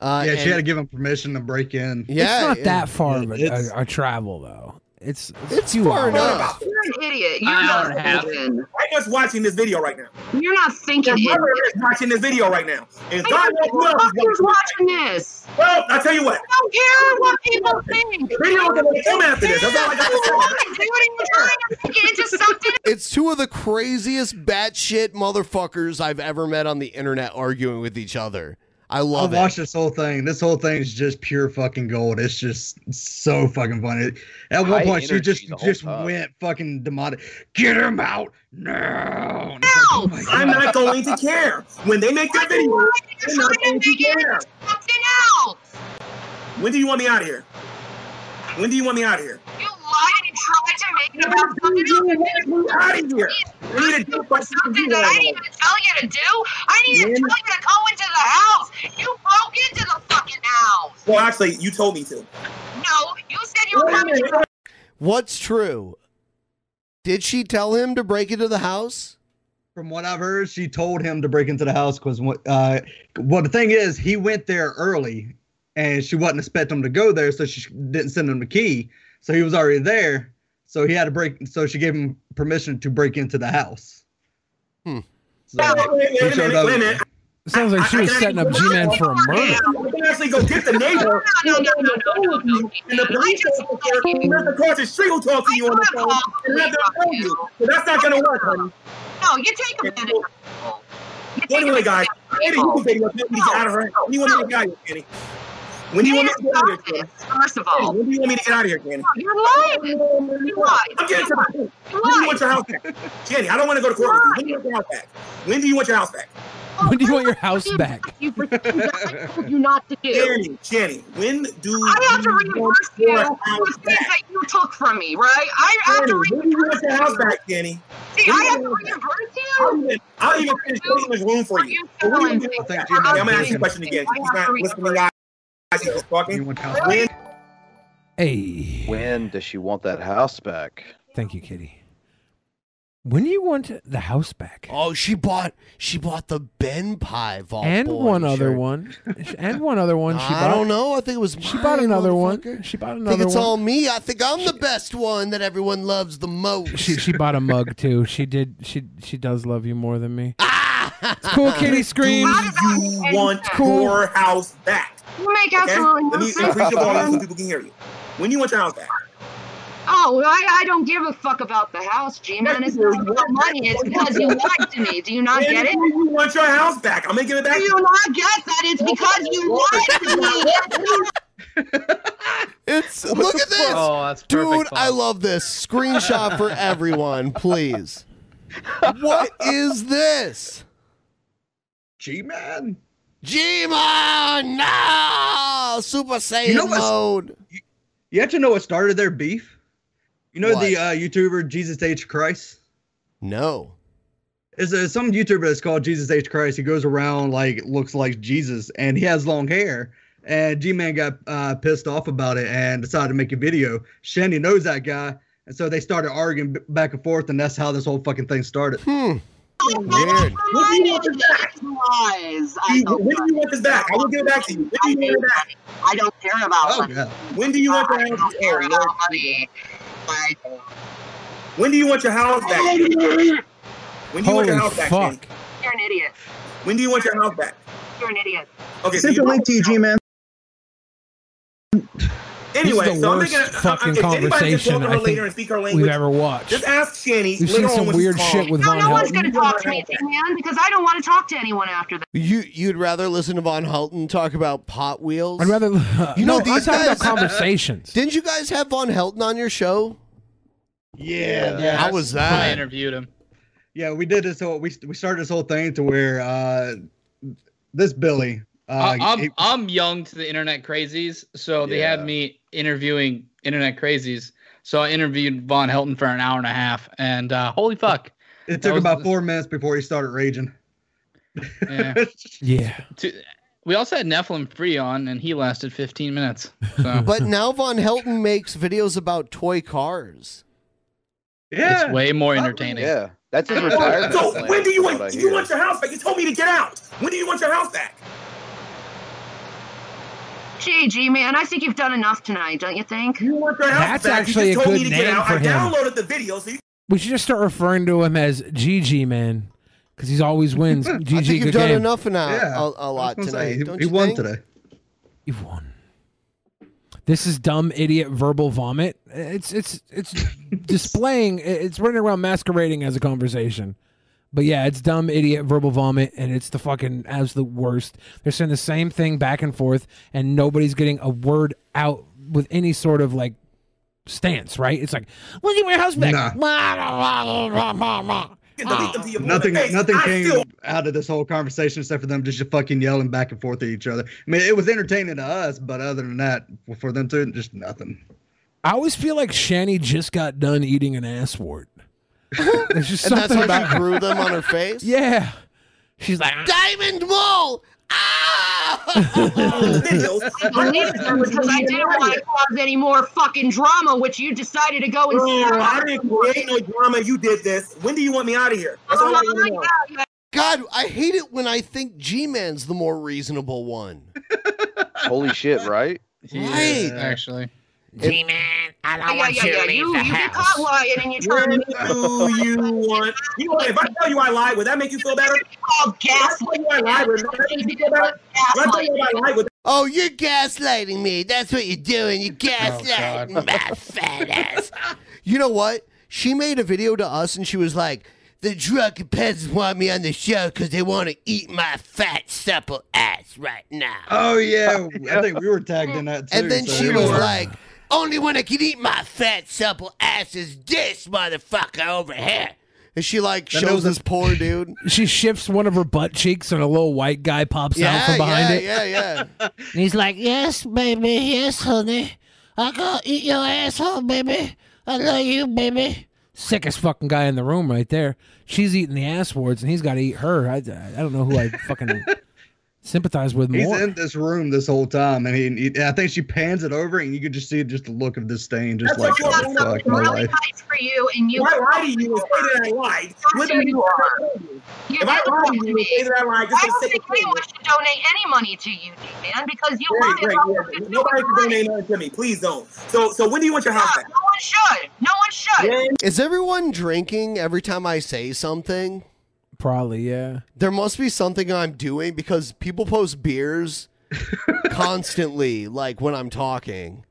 [SPEAKER 1] Uh,
[SPEAKER 5] yeah, she
[SPEAKER 1] and-
[SPEAKER 5] had to give him permission to break in.
[SPEAKER 1] Yeah,
[SPEAKER 4] it's not
[SPEAKER 1] yeah.
[SPEAKER 4] that far of a,
[SPEAKER 5] It's-
[SPEAKER 4] a, a travel
[SPEAKER 1] Oh.
[SPEAKER 4] though. It's it's, two hours.
[SPEAKER 18] You're an idiot. You're
[SPEAKER 3] I
[SPEAKER 18] not
[SPEAKER 3] don't have
[SPEAKER 18] thinking.
[SPEAKER 3] I'm just watching this video right now.
[SPEAKER 18] You're not thinking.
[SPEAKER 3] Your mother
[SPEAKER 18] it.
[SPEAKER 3] is watching this video right now. And God knows who else is
[SPEAKER 18] Who's watching this?
[SPEAKER 3] Well, I tell you what.
[SPEAKER 18] I don't care what people think.
[SPEAKER 3] Video gonna come after this. That's all I got to say.
[SPEAKER 1] It's two of the craziest batshit motherfuckers I've ever met on the internet arguing with each other. I
[SPEAKER 5] I
[SPEAKER 1] love it.
[SPEAKER 5] watched this whole thing. This whole thing is just pure fucking gold. It's just so fucking funny. At one
[SPEAKER 8] High
[SPEAKER 5] point, she
[SPEAKER 8] energy
[SPEAKER 5] just
[SPEAKER 8] the whole
[SPEAKER 5] just
[SPEAKER 8] time.
[SPEAKER 5] went fucking demonic. Get him out now! And it's like, oh my
[SPEAKER 3] I'm
[SPEAKER 5] God.
[SPEAKER 3] not going to care. When they make that video, I'm not going to care. When do you want me out of here? When do you want me out of here?
[SPEAKER 18] You lied and tried to make me about something else.
[SPEAKER 3] Out of here. We need to do
[SPEAKER 18] Something that I didn't even tell you to do. I didn't even tell you to go into the house. You broke into the fucking house.
[SPEAKER 3] Well, actually, you told me to.
[SPEAKER 18] No, you said you were coming. to-
[SPEAKER 1] What's true? Did she tell him to break into the house?
[SPEAKER 5] From what I've heard, she told him to break into the house because what? Uh, well, the thing is, he went there early, and she wasn't expecting him to go there, so she didn't send him the key. So he was already there. So he had to break. So she gave him permission to break into the house.
[SPEAKER 1] Hmm.
[SPEAKER 5] So
[SPEAKER 3] Wait,
[SPEAKER 5] he
[SPEAKER 3] wait a
[SPEAKER 5] showed
[SPEAKER 3] minute,
[SPEAKER 5] up-
[SPEAKER 3] wait a minute.
[SPEAKER 4] Sounds like she was setting up G-Man for a murder.
[SPEAKER 3] I can actually go get the
[SPEAKER 18] (laughs)
[SPEAKER 3] neighbor who was on the phone with you, and the police officer who lives across the street will talk to you on the phone and let them tell you. So that's not going to work, honey.
[SPEAKER 18] No, you take a minute.
[SPEAKER 3] Anyway, guys, Annie, you can take your panties out of her. When do you want me to get out of here, Kenny? When do you want me to get out of here, Kenny?
[SPEAKER 18] First of all,
[SPEAKER 3] When do you want me to get out of here, Kenny?
[SPEAKER 18] you're lying. You lied.
[SPEAKER 3] I'm getting to the point. When do you want your house back? Kenny, I don't want to go to court with you. When do you want your house back? When do you want your house back?
[SPEAKER 4] When do you
[SPEAKER 18] (laughs)
[SPEAKER 4] want your house back?
[SPEAKER 18] You for things I told you not to do.
[SPEAKER 3] Jenny, Jenny, when do
[SPEAKER 18] I have to
[SPEAKER 3] you want
[SPEAKER 18] reimburse you
[SPEAKER 3] your
[SPEAKER 18] for
[SPEAKER 3] house
[SPEAKER 18] the things that you took from me, right? I have to
[SPEAKER 3] Jenny, when do you
[SPEAKER 18] reimburse
[SPEAKER 3] want your house
[SPEAKER 18] you.
[SPEAKER 3] back, Kenny?
[SPEAKER 18] See, I have to reimburse you.
[SPEAKER 3] I don't even finish cleaning this room for you. So what do you want? Jenny, I'm going to ask you a question again. He's not listening to guys. He's just talking. When
[SPEAKER 4] Hey.
[SPEAKER 8] When does she want that house back?
[SPEAKER 4] Thank you, Kitty. When do you want the house back?
[SPEAKER 1] Oh, she bought she bought the Ben Pie Vol
[SPEAKER 4] and
[SPEAKER 1] Boy
[SPEAKER 4] one other
[SPEAKER 1] shirt.
[SPEAKER 4] one, and one other one. She
[SPEAKER 1] (laughs) I
[SPEAKER 4] bought.
[SPEAKER 1] don't know. I think it was.
[SPEAKER 4] She bought
[SPEAKER 1] mine,
[SPEAKER 4] another
[SPEAKER 1] motherfucker.
[SPEAKER 4] one. She bought
[SPEAKER 1] I
[SPEAKER 4] another
[SPEAKER 1] think it's
[SPEAKER 4] one.
[SPEAKER 1] all me. I think I'm the best one that everyone loves the most.
[SPEAKER 4] She she bought a mug too. She did. She she does love you more than me. it's cool, Kitty scream.
[SPEAKER 3] you want
[SPEAKER 4] Cool.
[SPEAKER 3] your house back?
[SPEAKER 18] You make
[SPEAKER 3] Okay?
[SPEAKER 18] absolutely
[SPEAKER 3] Let
[SPEAKER 18] no
[SPEAKER 3] me
[SPEAKER 18] sense.
[SPEAKER 3] increase your volume so people can hear you. When do you want your house back?
[SPEAKER 18] Oh, well, I, I don't give a fuck about the house, G man. It's not your money. It's because you lied to me. Do you not
[SPEAKER 3] When
[SPEAKER 18] get it?
[SPEAKER 3] do you want your house back? I'm going to give it
[SPEAKER 18] Do
[SPEAKER 3] back. to
[SPEAKER 18] you not get that? It's because you lied to me.
[SPEAKER 1] It's look at this,
[SPEAKER 3] Oh,
[SPEAKER 1] dude. I love this screenshot for everyone, please. What is this?
[SPEAKER 5] G Man.
[SPEAKER 1] G Man, no Super Saiyan mode.
[SPEAKER 5] You, you actually know what started their beef? You know the
[SPEAKER 1] What?
[SPEAKER 5] uh, YouTuber Jesus H Christ?
[SPEAKER 1] No.
[SPEAKER 5] Is there some YouTuber that's called Jesus H Christ? He goes around like looks like Jesus, and he has long hair. And G Man got uh, pissed off about it and decided to make a video. Shandy knows that guy, and so they started arguing b- back and forth, and that's how this whole fucking thing started.
[SPEAKER 1] Hmm.
[SPEAKER 3] Weird.
[SPEAKER 18] When do you want this lies. I don't
[SPEAKER 3] When do you want this back? I will give it back to you. When do you want it back?
[SPEAKER 18] I don't care about
[SPEAKER 4] Oh,
[SPEAKER 18] money.
[SPEAKER 3] When do you want your
[SPEAKER 18] I
[SPEAKER 3] house
[SPEAKER 18] don't care
[SPEAKER 3] back?
[SPEAKER 18] about money. I don't
[SPEAKER 3] When do you want your house back? When do you want your
[SPEAKER 4] Holy
[SPEAKER 3] house back?
[SPEAKER 4] fuck.
[SPEAKER 3] Kenny?
[SPEAKER 18] You're an idiot.
[SPEAKER 3] When do you want your house back?
[SPEAKER 18] You're an idiot.
[SPEAKER 3] Okay, so you-
[SPEAKER 5] G Man.
[SPEAKER 3] Anyway,
[SPEAKER 4] This is the
[SPEAKER 3] so I'm
[SPEAKER 4] worst
[SPEAKER 3] thinking,
[SPEAKER 4] fucking
[SPEAKER 3] okay, anybody just
[SPEAKER 4] conversation
[SPEAKER 3] walk over
[SPEAKER 4] I
[SPEAKER 3] later
[SPEAKER 4] think
[SPEAKER 3] and speak her
[SPEAKER 4] we've
[SPEAKER 3] language,
[SPEAKER 4] ever watched.
[SPEAKER 3] Just ask Shanny.
[SPEAKER 4] We've
[SPEAKER 3] later
[SPEAKER 4] seen
[SPEAKER 3] on
[SPEAKER 4] some
[SPEAKER 3] when she's
[SPEAKER 4] weird
[SPEAKER 3] calm.
[SPEAKER 4] shit with
[SPEAKER 18] No,
[SPEAKER 4] Von
[SPEAKER 18] no one's
[SPEAKER 4] Helden.
[SPEAKER 18] going to talk to me, man, because I don't want to talk to anyone after that.
[SPEAKER 1] You you'd rather listen to Von Helton talk about pot wheels?
[SPEAKER 4] I'd rather.
[SPEAKER 1] You know
[SPEAKER 4] no,
[SPEAKER 1] these
[SPEAKER 4] I'm talking
[SPEAKER 1] guys (laughs)
[SPEAKER 4] about conversations.
[SPEAKER 1] Didn't you guys have Von Helton on your show?
[SPEAKER 5] Yeah,
[SPEAKER 1] Yeah. How was
[SPEAKER 7] when I
[SPEAKER 1] that?
[SPEAKER 7] interviewed him.
[SPEAKER 5] Yeah, we did this whole we we started this whole thing to where uh this Billy uh
[SPEAKER 7] I, I'm
[SPEAKER 5] he-
[SPEAKER 7] I'm young to the internet crazies, so they had me interviewing internet crazies. So I interviewed Von Helton for an hour and a half, and uh, holy fuck,
[SPEAKER 5] it
[SPEAKER 7] that
[SPEAKER 5] took
[SPEAKER 7] was-
[SPEAKER 5] about four minutes before he started raging.
[SPEAKER 7] yeah.
[SPEAKER 5] (laughs)
[SPEAKER 4] Yeah.
[SPEAKER 7] To- we also had Nephilim Free on, and he lasted 15 minutes.
[SPEAKER 4] (laughs)
[SPEAKER 5] Uh-huh.
[SPEAKER 7] So
[SPEAKER 1] But now Von Helton makes videos about toy cars.
[SPEAKER 7] it's way more entertaining.
[SPEAKER 8] Yeah, that's his retirement.
[SPEAKER 3] So
[SPEAKER 8] plan,
[SPEAKER 3] when do you
[SPEAKER 8] from what I
[SPEAKER 3] want you
[SPEAKER 8] hear.
[SPEAKER 3] want your house back? You told me to get out. When do you want your house back?
[SPEAKER 18] Gee, G man, I think you've done enough tonight, don't you think?
[SPEAKER 3] You want your house
[SPEAKER 4] That's
[SPEAKER 3] back.
[SPEAKER 4] actually
[SPEAKER 3] you
[SPEAKER 4] a
[SPEAKER 3] just told me
[SPEAKER 4] good
[SPEAKER 3] to get
[SPEAKER 4] name
[SPEAKER 3] out.
[SPEAKER 4] for
[SPEAKER 3] I
[SPEAKER 4] him.
[SPEAKER 3] downloaded the video so you
[SPEAKER 4] We should just start referring to him as GG man, because he's always wins.
[SPEAKER 1] (laughs) I
[SPEAKER 4] GG,
[SPEAKER 1] think you've
[SPEAKER 4] good
[SPEAKER 1] done
[SPEAKER 4] game.
[SPEAKER 1] enough and out-
[SPEAKER 5] Yeah.
[SPEAKER 1] a, a lot
[SPEAKER 5] I was gonna
[SPEAKER 1] tonight.
[SPEAKER 5] say, he-
[SPEAKER 1] don't
[SPEAKER 5] he
[SPEAKER 1] you
[SPEAKER 5] won
[SPEAKER 1] think?
[SPEAKER 5] today.
[SPEAKER 4] You won. This is dumb idiot verbal vomit. It's it's it's displaying. It's running around masquerading as a conversation. But yeah, it's dumb idiot verbal vomit, and it's the fucking absolute worst. They're saying the same thing back and forth, and nobody's getting a word out with any sort of like stance. Right? It's like, when do you want your house back?
[SPEAKER 5] Nah.
[SPEAKER 4] Blah, blah, blah, blah, blah, blah.
[SPEAKER 3] can delete them to your
[SPEAKER 5] Nothing
[SPEAKER 3] face.
[SPEAKER 5] nothing
[SPEAKER 3] I (laughs)
[SPEAKER 5] came
[SPEAKER 3] still-
[SPEAKER 5] out of this whole conversation except for them just fucking yelling back and forth at each other. I mean, it was entertaining to us, but other than that, for them to just nothing.
[SPEAKER 4] I always feel like Shani just got done eating an ass
[SPEAKER 1] (laughs)
[SPEAKER 4] wart. There's just
[SPEAKER 1] And that's
[SPEAKER 4] something
[SPEAKER 1] how
[SPEAKER 4] about
[SPEAKER 1] she grew them on her face.
[SPEAKER 4] Yeah. She's like,
[SPEAKER 1] Diamond Mole. (laughs)
[SPEAKER 3] videos.
[SPEAKER 18] I deleted them because I didn't want to cause any more fucking drama, which you decided to go and
[SPEAKER 3] Girl, I
[SPEAKER 18] start.
[SPEAKER 3] didn't create no drama. You did this. When do you want me out of here? That's all I want to know.
[SPEAKER 1] God, I hate it when I think G-Man's the more reasonable one.
[SPEAKER 8] Holy shit, right?
[SPEAKER 1] Right.
[SPEAKER 7] Actually,
[SPEAKER 16] G-Man, I don't
[SPEAKER 18] Yeah,
[SPEAKER 16] want
[SPEAKER 18] yeah,
[SPEAKER 16] you
[SPEAKER 18] yeah.
[SPEAKER 16] to leave
[SPEAKER 18] You,
[SPEAKER 16] the
[SPEAKER 18] you get
[SPEAKER 16] house.
[SPEAKER 18] caught lying and you try
[SPEAKER 3] When
[SPEAKER 18] to
[SPEAKER 3] do you want? You know, if I tell you I lied, would that make you feel better?
[SPEAKER 18] call
[SPEAKER 3] If I tell
[SPEAKER 18] gaslight.
[SPEAKER 3] you I lied, would that make you feel better? If I tell you I lied, would
[SPEAKER 1] Oh, you're gaslighting me. That's what you're doing. You're
[SPEAKER 4] Oh,
[SPEAKER 1] gaslighting my fat ass. You know what? She made a video to us and she was like,
[SPEAKER 19] The drunken peasants want me on the show because they want to eat my fat, supple ass right now.
[SPEAKER 5] Oh yeah, I think we were tagged in that too.
[SPEAKER 19] And then
[SPEAKER 5] so
[SPEAKER 19] she
[SPEAKER 5] we
[SPEAKER 19] was
[SPEAKER 5] were.
[SPEAKER 19] like, only one that can eat my fat, supple ass is this motherfucker over here.
[SPEAKER 1] (laughs) And she like
[SPEAKER 19] That
[SPEAKER 1] shows
[SPEAKER 19] nose
[SPEAKER 1] this poor dude.
[SPEAKER 4] (laughs) She shifts one of her butt cheeks, and a little white guy pops out from behind it.
[SPEAKER 1] yeah,
[SPEAKER 19] yeah.
[SPEAKER 16] And he's like, Yes, baby, yes, honey. I gotta eat your asshole, baby. I love you, baby.
[SPEAKER 4] Sickest fucking guy in the room, right there. She's eating the ass wards, and he's got to eat her. I, I don't know who
[SPEAKER 1] (laughs)
[SPEAKER 4] I fucking sympathize with
[SPEAKER 5] He's
[SPEAKER 4] (laughs) more.
[SPEAKER 5] in this room this whole time, and he, he- I think she pans it over, and you could just see just the look of disdain, just
[SPEAKER 3] That's
[SPEAKER 5] like,
[SPEAKER 3] why
[SPEAKER 5] oh,
[SPEAKER 3] I love
[SPEAKER 5] fuck, my
[SPEAKER 18] really
[SPEAKER 5] life.
[SPEAKER 18] nice for you, and you.
[SPEAKER 3] If I lie to you and say that I lied, what do you
[SPEAKER 18] You're
[SPEAKER 3] If I lie to you and say that I lied, just
[SPEAKER 18] I
[SPEAKER 3] for the
[SPEAKER 18] don't
[SPEAKER 3] sake
[SPEAKER 18] think
[SPEAKER 3] of saying
[SPEAKER 18] anyone should donate any money to you, man, because you
[SPEAKER 3] Great,
[SPEAKER 18] lied
[SPEAKER 3] great,
[SPEAKER 18] about
[SPEAKER 3] yeah.
[SPEAKER 18] what you
[SPEAKER 3] Nobody can donate nothing to me. Please don't. So, so when do you want your house back?
[SPEAKER 18] No one should. No one should.
[SPEAKER 1] Is everyone drinking every time I say something?
[SPEAKER 4] Probably, yeah.
[SPEAKER 1] There must be something I'm doing because people post beers constantly, like when I'm talking.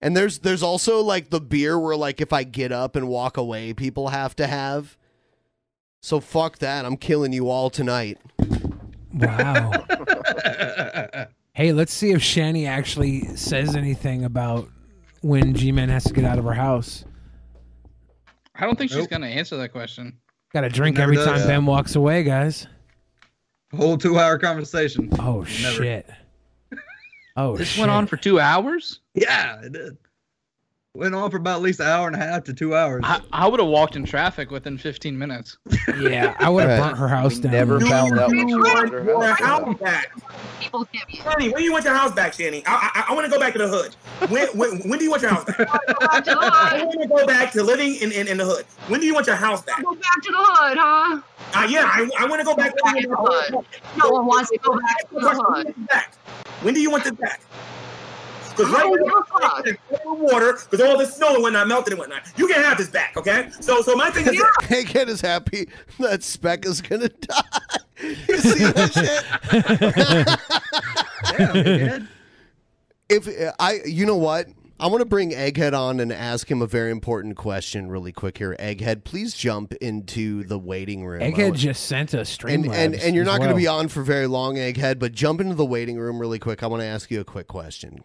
[SPEAKER 1] And there's there's also like the beer where like if I get up and walk away, people have to have. So fuck that. I'm killing you all tonight. (laughs)
[SPEAKER 4] Wow. hey, let's see if Shani actually says anything about when G Man has to get out of her house.
[SPEAKER 7] I don't think she's
[SPEAKER 4] Nope.
[SPEAKER 7] gonna answer that question.
[SPEAKER 4] Got to drink
[SPEAKER 5] Never
[SPEAKER 4] every
[SPEAKER 5] does.
[SPEAKER 4] time
[SPEAKER 5] Yeah.
[SPEAKER 4] Ben walks away, guys.
[SPEAKER 5] Whole two hour conversation.
[SPEAKER 4] Oh shit. Oh,
[SPEAKER 7] This
[SPEAKER 4] shit.
[SPEAKER 7] went on for two hours.
[SPEAKER 5] Yeah, it did. Went on for about at least an hour and a half to two hours.
[SPEAKER 7] I, I would have walked in traffic within 15 minutes.
[SPEAKER 4] (laughs) Yeah, I would have
[SPEAKER 5] Right.
[SPEAKER 4] burnt her house down.
[SPEAKER 5] never found out
[SPEAKER 3] When do you want your house back?
[SPEAKER 18] People give you.
[SPEAKER 3] Shani, when do you want your house back, Shani? I, I, I want to go back to the hood. When, when, when do you want your
[SPEAKER 18] (laughs)
[SPEAKER 3] house back? I want to go back to living in, in, in the hood. When do you want your house back?
[SPEAKER 18] Go back to the hood, huh?
[SPEAKER 3] Uh, yeah, I, I want to go back to living in the hood.
[SPEAKER 18] No one wants to go back to the hood.
[SPEAKER 3] When do you want this back? Because
[SPEAKER 18] I
[SPEAKER 3] right
[SPEAKER 18] don't
[SPEAKER 3] now, it's full of water, because all the snow and whatnot melted and whatnot. You can have this back, okay? So, so my thing is,
[SPEAKER 1] Hankhead is happy that Speck is gonna (laughs) die. You see that
[SPEAKER 18] (laughs)
[SPEAKER 1] shit? (laughs)
[SPEAKER 5] Damn, he did.
[SPEAKER 1] If uh, I, you know what? I want to bring Egghead on and ask him a very important question really quick here. Egghead, please jump into the waiting room. I
[SPEAKER 4] Egghead
[SPEAKER 1] want-
[SPEAKER 4] just sent us stream.
[SPEAKER 1] and, and and you're not going to be on for very long, Egghead. But jump into the waiting room really quick. I want to ask you a quick question.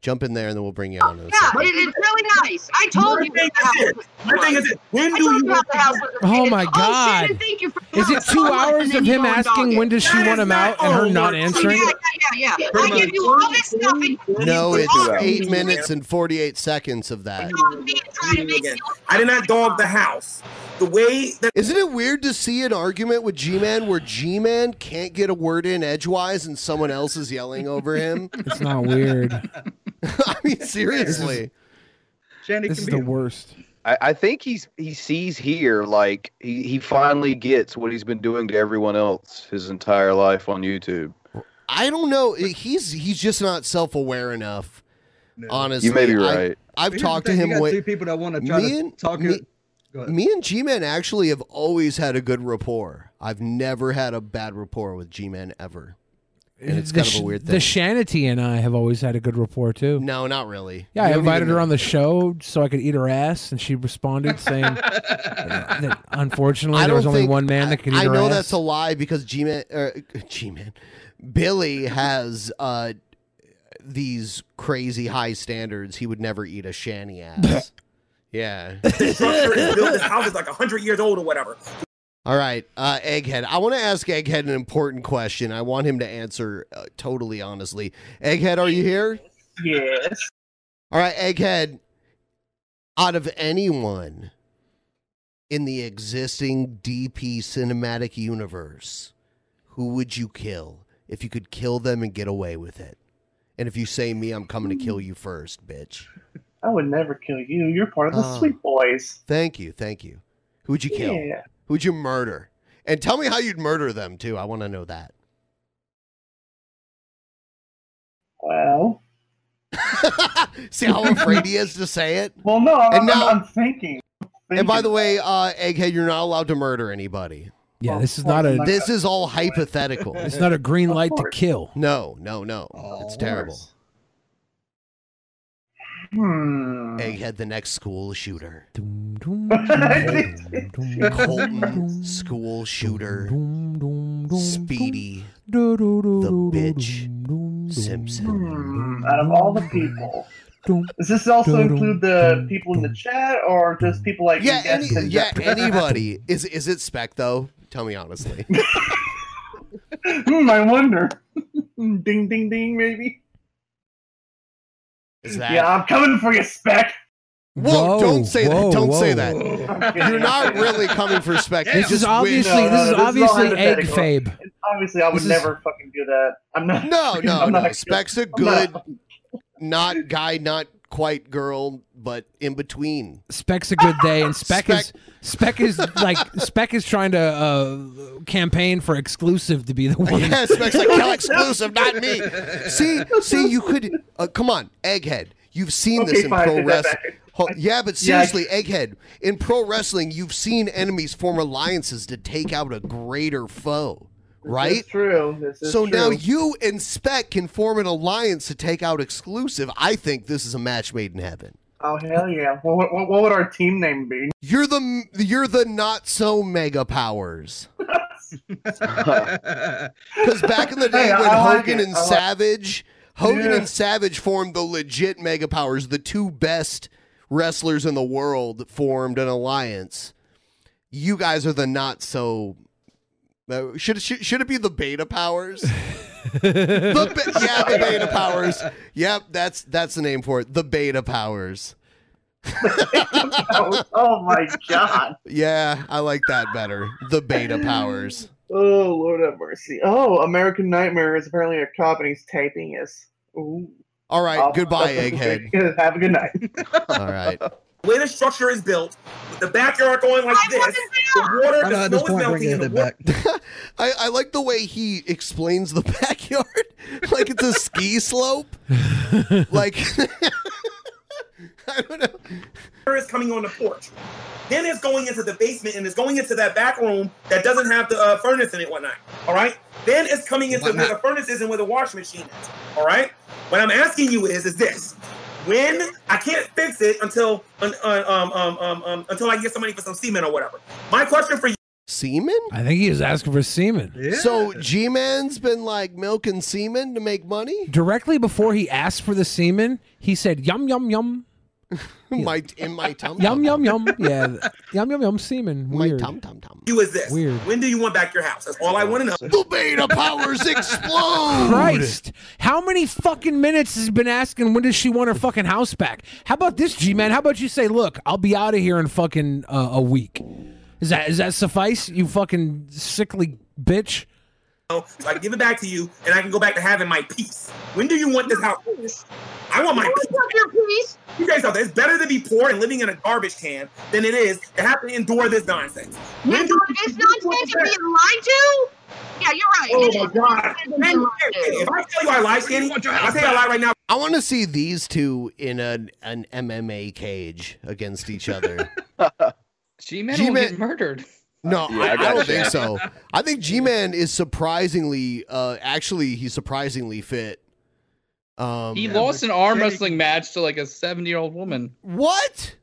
[SPEAKER 1] Jump in there, and then we'll bring you on. in a
[SPEAKER 18] Yeah,
[SPEAKER 1] second.
[SPEAKER 18] it, it's really nice. I told you
[SPEAKER 3] My thing
[SPEAKER 18] what the house
[SPEAKER 3] is
[SPEAKER 18] was.
[SPEAKER 3] my thing is, when
[SPEAKER 18] I
[SPEAKER 3] do
[SPEAKER 18] told
[SPEAKER 3] you
[SPEAKER 18] how
[SPEAKER 3] want
[SPEAKER 18] the house was
[SPEAKER 4] Oh (laughs) my
[SPEAKER 18] Oh,
[SPEAKER 4] god.
[SPEAKER 18] Shannon, thank you for Oh,
[SPEAKER 4] Is it two hours of him asking when does she want him out and her not answering?
[SPEAKER 18] Yeah, yeah, yeah. I give you all this stuff. and you
[SPEAKER 1] No,
[SPEAKER 18] do all
[SPEAKER 1] it's
[SPEAKER 18] this
[SPEAKER 1] eight
[SPEAKER 18] stuff.
[SPEAKER 1] minutes and forty-eight seconds of that.
[SPEAKER 3] I did not dog the house. The way that
[SPEAKER 1] isn't it weird to see an argument with G-Man where G-Man can't get a word in edgewise and someone else is yelling over
[SPEAKER 8] (laughs)
[SPEAKER 1] him?
[SPEAKER 4] It's not weird.
[SPEAKER 1] I mean, seriously.
[SPEAKER 5] This
[SPEAKER 4] is the worst.
[SPEAKER 8] I, I think he's he sees here like he, he finally gets what he's been doing to everyone else his entire life on YouTube.
[SPEAKER 1] I don't know. He's he's just not self-aware enough. Honestly,
[SPEAKER 8] You may be
[SPEAKER 1] I-
[SPEAKER 8] right.
[SPEAKER 1] I've
[SPEAKER 5] Here's the
[SPEAKER 1] talked to
[SPEAKER 5] thing,
[SPEAKER 1] him.
[SPEAKER 5] You got
[SPEAKER 1] way-
[SPEAKER 5] two people that want to try
[SPEAKER 1] Me
[SPEAKER 5] to
[SPEAKER 1] and-
[SPEAKER 5] talk.
[SPEAKER 1] me-
[SPEAKER 5] it- Go ahead.
[SPEAKER 1] Me and G-Man actually have always had a good rapport. I've never had a bad rapport with G-Man ever, and it's
[SPEAKER 4] The
[SPEAKER 1] kind of
[SPEAKER 4] sh-
[SPEAKER 1] a weird
[SPEAKER 4] The
[SPEAKER 1] thing.
[SPEAKER 4] Shanity and I have always had a good rapport too.
[SPEAKER 1] no, not really.
[SPEAKER 4] Yeah,
[SPEAKER 1] You
[SPEAKER 4] I
[SPEAKER 1] don't
[SPEAKER 4] invited
[SPEAKER 1] even
[SPEAKER 4] her on the show so I could eat her ass, and she responded saying uh, that unfortunately
[SPEAKER 1] I
[SPEAKER 4] there was
[SPEAKER 1] don't
[SPEAKER 4] only
[SPEAKER 1] think-
[SPEAKER 4] one man that could eat
[SPEAKER 1] I
[SPEAKER 4] her
[SPEAKER 1] know
[SPEAKER 4] ass.
[SPEAKER 1] that's a lie because G-Man, er, G-Man, Billy has uh, these crazy high standards. He would never eat a
[SPEAKER 4] (laughs)
[SPEAKER 1] shanty ass. yeah.
[SPEAKER 3] structure is built, this house is like hundred years old or whatever.
[SPEAKER 1] All right, uh, Egghead. I want to ask Egghead an important question. I want him to answer uh, totally honestly. Egghead, are you here?
[SPEAKER 3] Yes.
[SPEAKER 1] All right, Egghead. Out of anyone in the existing DP cinematic universe, who would you kill if you could kill them and get away with it? And if you say me, I'm coming to kill you first, bitch.
[SPEAKER 20] I would never kill you. You're part of the
[SPEAKER 1] Oh.
[SPEAKER 20] Sweet Boys.
[SPEAKER 1] Thank you, thank you. Who would you kill?
[SPEAKER 20] Yeah.
[SPEAKER 1] Who would you murder? And tell me how you'd murder them too. I want to know that.
[SPEAKER 20] Well,
[SPEAKER 1] (laughs) See how afraid he is to say it.
[SPEAKER 20] Well, no, I'm,
[SPEAKER 1] And
[SPEAKER 20] I'm,
[SPEAKER 1] now-
[SPEAKER 20] I'm thinking. (laughs)
[SPEAKER 1] And by the way, uh, Egghead, you're not allowed to murder anybody.
[SPEAKER 4] Yeah, this is not a
[SPEAKER 1] This is all hypothetical.
[SPEAKER 4] it's not a green light to kill.
[SPEAKER 1] No, no, no. it's terrible.
[SPEAKER 20] Hmm.
[SPEAKER 1] Egghead, the next school shooter.
[SPEAKER 20] (laughs)
[SPEAKER 4] Colton,
[SPEAKER 1] school shooter. Speedy.
[SPEAKER 4] The
[SPEAKER 1] bitch. Simpson.
[SPEAKER 20] Hmm, out of all the people. Does this also include the people in the chat or just people like
[SPEAKER 1] Yeah,
[SPEAKER 20] you
[SPEAKER 1] any,
[SPEAKER 20] guys in
[SPEAKER 1] yeah,
[SPEAKER 20] the-
[SPEAKER 1] anybody. Is is it spec though? Tell me honestly.
[SPEAKER 20] (laughs) Hmm, I wonder. (laughs) ding, ding, ding, maybe.
[SPEAKER 1] Is that
[SPEAKER 20] Yeah, I'm coming for you, Spec.
[SPEAKER 1] Whoa, don't say
[SPEAKER 4] (laughs)
[SPEAKER 1] that. Don't say that. You're not really coming for spec.
[SPEAKER 4] This is obviously
[SPEAKER 1] uh,
[SPEAKER 20] No, no,
[SPEAKER 4] this is
[SPEAKER 20] no, this is all
[SPEAKER 4] obviously egg
[SPEAKER 20] hypothetical.
[SPEAKER 4] fabe.
[SPEAKER 20] Obviously, I would
[SPEAKER 4] This is-
[SPEAKER 20] never fucking do that. I'm not.
[SPEAKER 1] No, no,
[SPEAKER 20] (laughs) I'm
[SPEAKER 1] no.
[SPEAKER 20] not a-
[SPEAKER 1] Spec's a
[SPEAKER 20] I'm not-
[SPEAKER 1] good, not, guy, not quite girl, but in
[SPEAKER 4] (laughs)
[SPEAKER 1] between.
[SPEAKER 4] Spec's a good day, and Spec, is Spec is like Spec is trying to uh, campaign for exclusive to be the one.
[SPEAKER 1] (laughs) Yeah, Spec's like Kel exclusive, not
[SPEAKER 4] (laughs)
[SPEAKER 1] me. See, see, you could uh, come on, Egghead. You've seen
[SPEAKER 20] Okay,
[SPEAKER 1] this in
[SPEAKER 20] fine, I
[SPEAKER 1] pro
[SPEAKER 20] take that
[SPEAKER 1] wrestling.
[SPEAKER 20] back.
[SPEAKER 1] Yeah, but
[SPEAKER 20] Yeah, I-
[SPEAKER 1] seriously, Egghead, in pro wrestling, you've seen enemies form alliances to take out a greater foe, right?
[SPEAKER 20] That's true. This is
[SPEAKER 1] So now
[SPEAKER 20] true.
[SPEAKER 1] you and Spec can form an alliance to take out exclusive. I think this is a match made in heaven.
[SPEAKER 20] Oh hell yeah! Well, what, what, what would our team name be?
[SPEAKER 1] You're the you're the not so mega powers. (laughs) Because back in the
[SPEAKER 20] (laughs)
[SPEAKER 1] day
[SPEAKER 20] Hey, I
[SPEAKER 1] when
[SPEAKER 20] like
[SPEAKER 1] Hogan
[SPEAKER 20] it.
[SPEAKER 1] and
[SPEAKER 20] I like-
[SPEAKER 1] Savage, Hogan
[SPEAKER 20] Yeah.
[SPEAKER 1] and Savage formed the legit mega powers, the two best wrestlers in the world formed an alliance. You guys are the not so. uh, should, should should it be the beta
[SPEAKER 20] (laughs)
[SPEAKER 1] powers? the be- yeah, the beta powers. Yep, that's that's the name for it. The beta powers.
[SPEAKER 20] (laughs) (laughs) oh my god!
[SPEAKER 1] Yeah, I like that better. The beta powers.
[SPEAKER 20] Oh Lord have mercy! Oh, American Nightmare is apparently a cop and he's taping us.
[SPEAKER 4] (laughs)
[SPEAKER 20] Ooh.
[SPEAKER 1] All right,
[SPEAKER 20] Oh,
[SPEAKER 1] goodbye,
[SPEAKER 20] that's-
[SPEAKER 1] Egghead.
[SPEAKER 20] (laughs) Have a good night.
[SPEAKER 1] All right.
[SPEAKER 3] The way the structure is built, with the backyard going like this, the water,
[SPEAKER 1] I know
[SPEAKER 3] the
[SPEAKER 1] at this
[SPEAKER 3] snow is
[SPEAKER 1] point we're
[SPEAKER 3] melting, and the
[SPEAKER 1] gonna
[SPEAKER 3] water.
[SPEAKER 1] (laughs) I, I like the way he explains the (laughs) backyard like it's a ski slope. Like (laughs)
[SPEAKER 3] water is coming on the porch. Then it's going into the basement and it's going into that back room that doesn't have the uh, furnace in it, whatnot. All right. Then it's coming into where the furnace is and where the washing machine is. All right. What I'm asking you is, is this: when I can't fix it until un, un, um, um, um, um, until I get some money for some cement or whatever. My question for you.
[SPEAKER 1] semen?
[SPEAKER 4] I think he was asking for semen.
[SPEAKER 1] So G Man's been like milking semen to make money?
[SPEAKER 4] Directly before he asked for the semen, he said yum yum yum.
[SPEAKER 1] (laughs) my in
[SPEAKER 3] (laughs)
[SPEAKER 1] my tum
[SPEAKER 4] Yum yum yum. Yeah, th- yum yum yum semen. Weird.
[SPEAKER 1] tum tum tum.
[SPEAKER 3] You is this.
[SPEAKER 4] Weird.
[SPEAKER 3] When do you want back your house? That's all I want to
[SPEAKER 1] (laughs)
[SPEAKER 3] know.
[SPEAKER 1] The beta powers explode.
[SPEAKER 4] Christ, how many fucking minutes has he been asking when does she want her fucking house back? How about this, G man? How about you say, look, I'll be out of here in fucking uh, a week. Is that is that suffice? You fucking sickly bitch.
[SPEAKER 3] So I give it back to you, and I can go back to having my peace. When do you want this house? I want my peace.
[SPEAKER 18] Your piece.
[SPEAKER 3] You guys out there, it's better to be poor and living in a garbage can than it is to have to endure this nonsense. When do
[SPEAKER 18] This nonsense you're being lied to? Yeah, you're right.
[SPEAKER 3] Oh
[SPEAKER 18] It
[SPEAKER 3] my
[SPEAKER 18] is
[SPEAKER 3] God.
[SPEAKER 18] nonsense being lied to.
[SPEAKER 3] If I tell you I lie, Shanny, I say I lie right now.
[SPEAKER 1] I want to see these two in an, an MMA cage against
[SPEAKER 3] (laughs)
[SPEAKER 1] each other.
[SPEAKER 7] G-Man, will
[SPEAKER 1] G-Man-
[SPEAKER 7] get murdered.
[SPEAKER 1] No,
[SPEAKER 7] Yeah,
[SPEAKER 1] I,
[SPEAKER 7] I
[SPEAKER 1] I
[SPEAKER 7] got
[SPEAKER 1] don't
[SPEAKER 7] you.
[SPEAKER 1] think so. I think G Man is surprisingly, uh, actually, he's surprisingly fit.
[SPEAKER 8] Oh,
[SPEAKER 1] Um,
[SPEAKER 7] He lost an arm wrestling match to like a 70 year old woman.
[SPEAKER 1] What?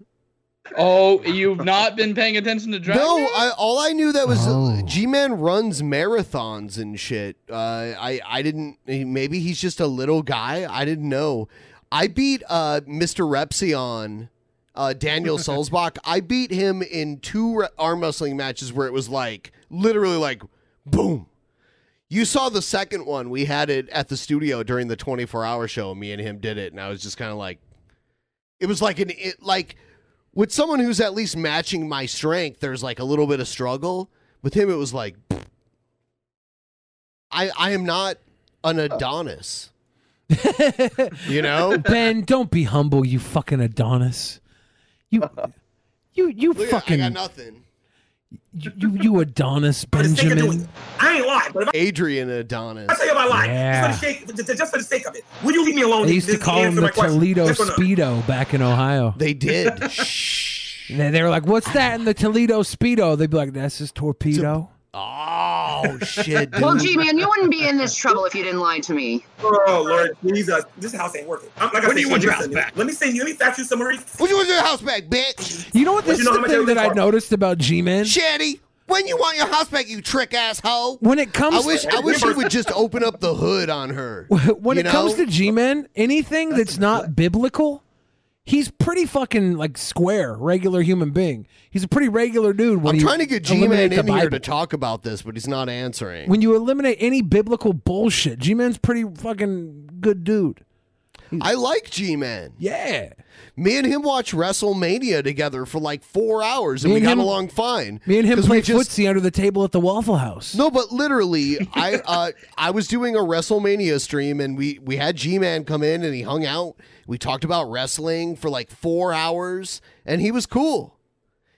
[SPEAKER 7] Oh, you've not been paying attention to Dragon?
[SPEAKER 1] No, I, all I knew that was G Man runs marathons and shit. Uh, I I didn't. Maybe he's just a little guy. I didn't know. I beat uh, Mr. Repsion, uh, Daniel Sulzbach. I beat him in two re- arm wrestling matches where it was like literally like boom. You saw the second one. We had it at the studio during the 24 hour show. Me and him did it, and I was just kind of like, it was like an it, like with someone who's at least matching my strength. There's like a little bit of struggle. With him, it was like, I I am not an
[SPEAKER 3] Uh. (laughs)
[SPEAKER 1] Adonis. you
[SPEAKER 4] (laughs)
[SPEAKER 1] know,
[SPEAKER 4] Ben, don't be humble, you fucking Adonis. You, you, you
[SPEAKER 1] Look at-
[SPEAKER 4] fucking.
[SPEAKER 1] I got nothing.
[SPEAKER 4] You, you, you Adonis Benjamin.
[SPEAKER 3] I ain't lying, but if I,
[SPEAKER 1] Adrian Adonis.
[SPEAKER 3] I tell you I lie,
[SPEAKER 4] Yeah.
[SPEAKER 3] just, for the sake, j- j- just for the sake of it, will you leave me alone?
[SPEAKER 4] They used
[SPEAKER 3] This
[SPEAKER 4] to
[SPEAKER 3] is
[SPEAKER 4] call him
[SPEAKER 3] answer
[SPEAKER 4] the
[SPEAKER 3] my question.
[SPEAKER 4] Toledo
[SPEAKER 3] Yes or no?
[SPEAKER 4] Speedo back in Ohio.
[SPEAKER 1] They did.
[SPEAKER 4] They, they were like, "What's that in the Toledo Speedo?" They'd be like, "That's his torpedo."
[SPEAKER 1] Oh, Oh shit, dude.
[SPEAKER 18] Well, gee, man, you wouldn't be in this trouble if you didn't lie to me.
[SPEAKER 3] (laughs) Oh Lord Jesus, this house ain't worth it. I'm, like I
[SPEAKER 1] When do
[SPEAKER 3] said,
[SPEAKER 1] you
[SPEAKER 3] let
[SPEAKER 1] want your
[SPEAKER 3] me
[SPEAKER 1] house
[SPEAKER 3] send you-
[SPEAKER 1] back?
[SPEAKER 3] Let me send you. Let me fax you some more.
[SPEAKER 1] When you want your house back, bitch?
[SPEAKER 4] You know what?
[SPEAKER 1] Well,
[SPEAKER 4] This
[SPEAKER 1] you know
[SPEAKER 4] is
[SPEAKER 1] how
[SPEAKER 4] the
[SPEAKER 1] much
[SPEAKER 4] thing that
[SPEAKER 1] everything
[SPEAKER 4] I
[SPEAKER 1] costs.
[SPEAKER 4] noticed about G-Man.
[SPEAKER 1] Shitty. When you want your house back, you trick asshole.
[SPEAKER 4] When it comes
[SPEAKER 1] I wish I wish you would just open up the hood on her.
[SPEAKER 4] (laughs) when
[SPEAKER 1] you
[SPEAKER 4] it comes
[SPEAKER 1] know?
[SPEAKER 4] to G-Man, anything that's, not biblical, he's pretty fucking like square, regular human being. He's a pretty regular dude. When
[SPEAKER 1] I'm
[SPEAKER 4] you
[SPEAKER 1] trying to get G-Man
[SPEAKER 4] eliminate the
[SPEAKER 1] in here
[SPEAKER 4] Bible.
[SPEAKER 1] to talk about this, but he's not answering.
[SPEAKER 4] When you eliminate any biblical bullshit, G-Man's pretty fucking good dude.
[SPEAKER 1] I like G Man.
[SPEAKER 4] Yeah.
[SPEAKER 1] Me and him watched WrestleMania together for like four hours and
[SPEAKER 4] Me
[SPEAKER 1] we
[SPEAKER 4] and
[SPEAKER 1] got
[SPEAKER 4] him-
[SPEAKER 1] along fine.
[SPEAKER 4] Me and him
[SPEAKER 1] 'Cause
[SPEAKER 4] play
[SPEAKER 1] we just-
[SPEAKER 4] footsie under the table at the Waffle House.
[SPEAKER 1] No, but literally, I (laughs) uh, I was doing a WrestleMania stream and we, we had G Man come in and he hung out. We talked about wrestling for like four hours and he was cool.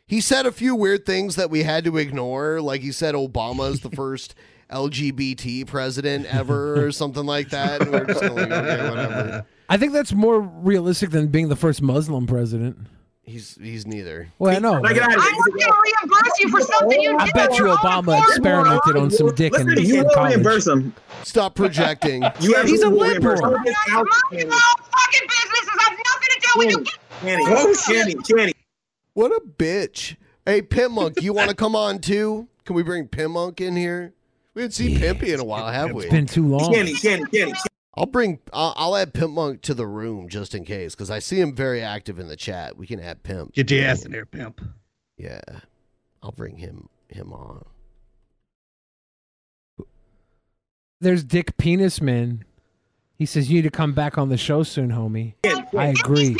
[SPEAKER 1] He said a few weird things that we had to ignore. Like he said Obama's the first (laughs) LGBT president ever or something like that. And we we're just going, like, okay, whatever.
[SPEAKER 4] I think that's more realistic than being the first Muslim president.
[SPEAKER 1] He's he's neither.
[SPEAKER 4] Well, I know.
[SPEAKER 1] Now get out of here.
[SPEAKER 18] I'm not gonna reimburse you for something you
[SPEAKER 4] I
[SPEAKER 18] did.
[SPEAKER 4] bet you Obama experimented on some dick in, in college.
[SPEAKER 1] him.
[SPEAKER 3] (laughs)
[SPEAKER 1] Stop projecting.
[SPEAKER 4] You have He's to a reimburse liberal. him.
[SPEAKER 1] Channing.
[SPEAKER 3] Oh, Channing, Channing.
[SPEAKER 1] What a bitch. Hey, Pimp Monk, you want to come on too? Can we bring Pimp Monk in here? We haven't seen Pimpy in a while, have we?
[SPEAKER 4] It's been too long.
[SPEAKER 1] Channing, Channing, Channing. I'll bring. I'll I'll add Pimp Monk to the room just in case, because I see him very active in the chat. We can add Pimp.
[SPEAKER 21] Get your ass in there, pimp.
[SPEAKER 1] Yeah, I'll bring him him on.
[SPEAKER 4] There's Dick Penis Man. He says you need to come back on the show soon, homie. I agree.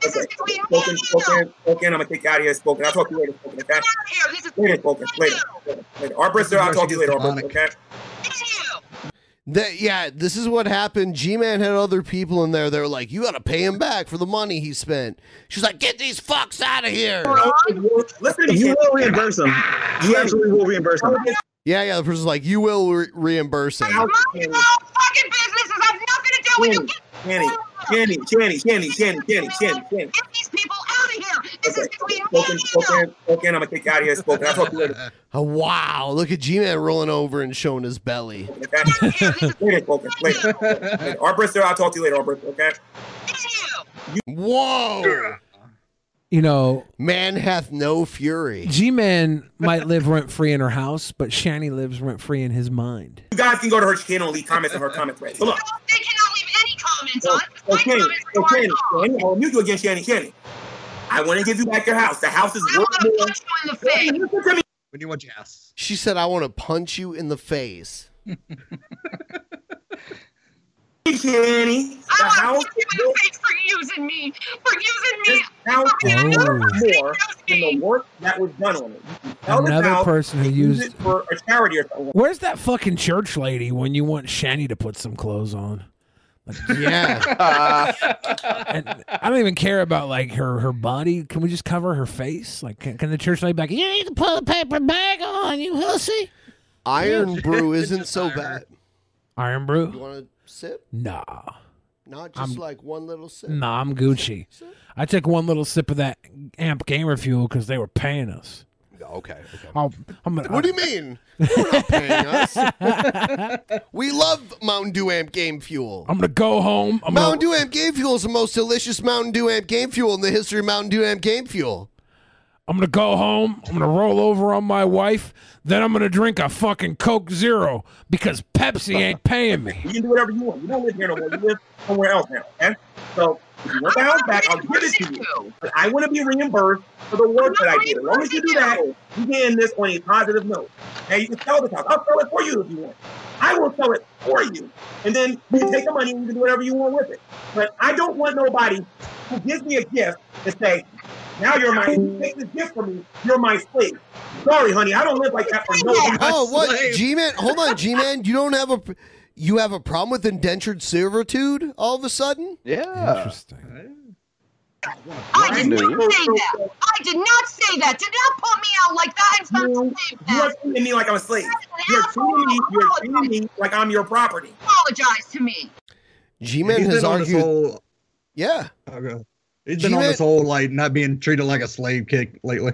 [SPEAKER 3] Spoken, spoken, spoken. I'm gonna take you out of here. Spoken. I'll talk to you later. Spoken. Okay. Later, spoken. Later. Spoken. later. Arbrister, I'll talk to you later. Arbrister. Okay.
[SPEAKER 1] That yeah, this is what happened. G Man had other people in there. They're like, "You got to pay him back for the money he spent." She's like, "Get these fucks out of here!"
[SPEAKER 3] Listen,
[SPEAKER 1] You
[SPEAKER 3] will reimburse him. You absolutely will reimburse him.
[SPEAKER 1] Yeah, yeah. The person's like, "You will re- reimburse him."
[SPEAKER 3] Channing, Channing, Channing, Channing, Channing, Channing, Channing, Channing, Channing. Spoken, spoken, spoken. I'm gonna take you out of here. Spoken. I'll talk to you later.
[SPEAKER 1] Oh, wow, look at G Man rolling over and showing his belly.
[SPEAKER 3] Okay. later, spoken. Later. later. Arbrister, I'll talk to you later. Arbrister. Okay.
[SPEAKER 1] Whoa!
[SPEAKER 4] You know,
[SPEAKER 1] man hath no fury.
[SPEAKER 4] (laughs) G-Man might live rent free in her house, but Shani lives rent free in his mind.
[SPEAKER 3] You guys can go to her channel and leave comments on her comment thread. So look. They cannot leave any comments on Okay, okay, okay. I'll mute you again, Shannon. Shannon, I want to give you back your house. The house is worth more. Listen to me.
[SPEAKER 21] When you want your ass.
[SPEAKER 1] She said, "I want to punch you in the face."
[SPEAKER 3] Shanny, the house
[SPEAKER 18] Thanks for using me. For using me.
[SPEAKER 3] is now
[SPEAKER 4] Oh.
[SPEAKER 3] worth more than the work that was done on it. You can sell this
[SPEAKER 4] Another
[SPEAKER 3] house
[SPEAKER 4] person who
[SPEAKER 3] and use
[SPEAKER 4] used-
[SPEAKER 3] it for a charity or something.
[SPEAKER 4] Where's that fucking church lady when you want Shani to put some clothes on? Like, (laughs)
[SPEAKER 1] (laughs) yeah.
[SPEAKER 4] and I don't even care about like her her body. Can we just cover her face? Like, can, can the church lady be like, you need to put a paper bag on, you hussy?
[SPEAKER 1] Iron
[SPEAKER 4] (laughs)
[SPEAKER 1] Brew isn't so bad.
[SPEAKER 4] Iron
[SPEAKER 1] You
[SPEAKER 4] Brew?
[SPEAKER 1] want to sip?
[SPEAKER 4] Nah,
[SPEAKER 1] Not just
[SPEAKER 4] I'm-
[SPEAKER 1] like one little sip.
[SPEAKER 4] nah, I'm Gucci. I took one little sip of that Amp Gamer Fuel because they were paying us.
[SPEAKER 1] Oh, Okay.
[SPEAKER 4] I'll, I'm gonna,
[SPEAKER 1] What do you mean? We're not paying us.
[SPEAKER 4] (laughs)
[SPEAKER 1] we love Mountain Dew Amp Game Fuel.
[SPEAKER 4] I'm gonna go home. I'm
[SPEAKER 1] Mountain
[SPEAKER 4] gonna,
[SPEAKER 1] Dew Amp Game Fuel is the most delicious Mountain Dew Amp Game Fuel in the history of Mountain Dew Amp Game Fuel.
[SPEAKER 4] I'm gonna go home. I'm gonna roll over on my wife. Then I'm gonna drink a fucking Coke Zero because Pepsi
[SPEAKER 1] (laughs)
[SPEAKER 4] ain't paying me.
[SPEAKER 3] You can do whatever you want. You don't live here no more. You live somewhere else now. Okay? So if you want the house back, I'll give it to you. But I want to be reimbursed for the work that I did. As long as you do that, you can end this on a positive note. Okay, you can sell this house. I'll sell it for you if you want. I will sell it for you. And then you can take the money and you can do whatever you want with it. But I don't want nobody who gives me a gift to say, now you're my you take this gift from me, you're my slave. Sorry, honey, I don't live like that for no reason.
[SPEAKER 1] Oh, what? G Man? Hold on, G Man. You don't have a. You have a problem with indentured servitude all of a sudden?
[SPEAKER 8] Yeah.
[SPEAKER 4] Interesting.
[SPEAKER 3] Oh,
[SPEAKER 18] I did not say that. I did not say that. Did not put me out like that and start to say
[SPEAKER 3] You are
[SPEAKER 18] that.
[SPEAKER 3] treating me like I'm a slave. You're treating me, you're treating me like I'm your property.
[SPEAKER 18] Apologize to me.
[SPEAKER 1] G Man
[SPEAKER 3] He's
[SPEAKER 1] has
[SPEAKER 3] been on this
[SPEAKER 1] argued.
[SPEAKER 3] whole-
[SPEAKER 1] yeah.
[SPEAKER 3] Okay.
[SPEAKER 4] Oh,
[SPEAKER 21] He's been on
[SPEAKER 1] G-Man-
[SPEAKER 21] this whole like not being treated like a slave kick lately.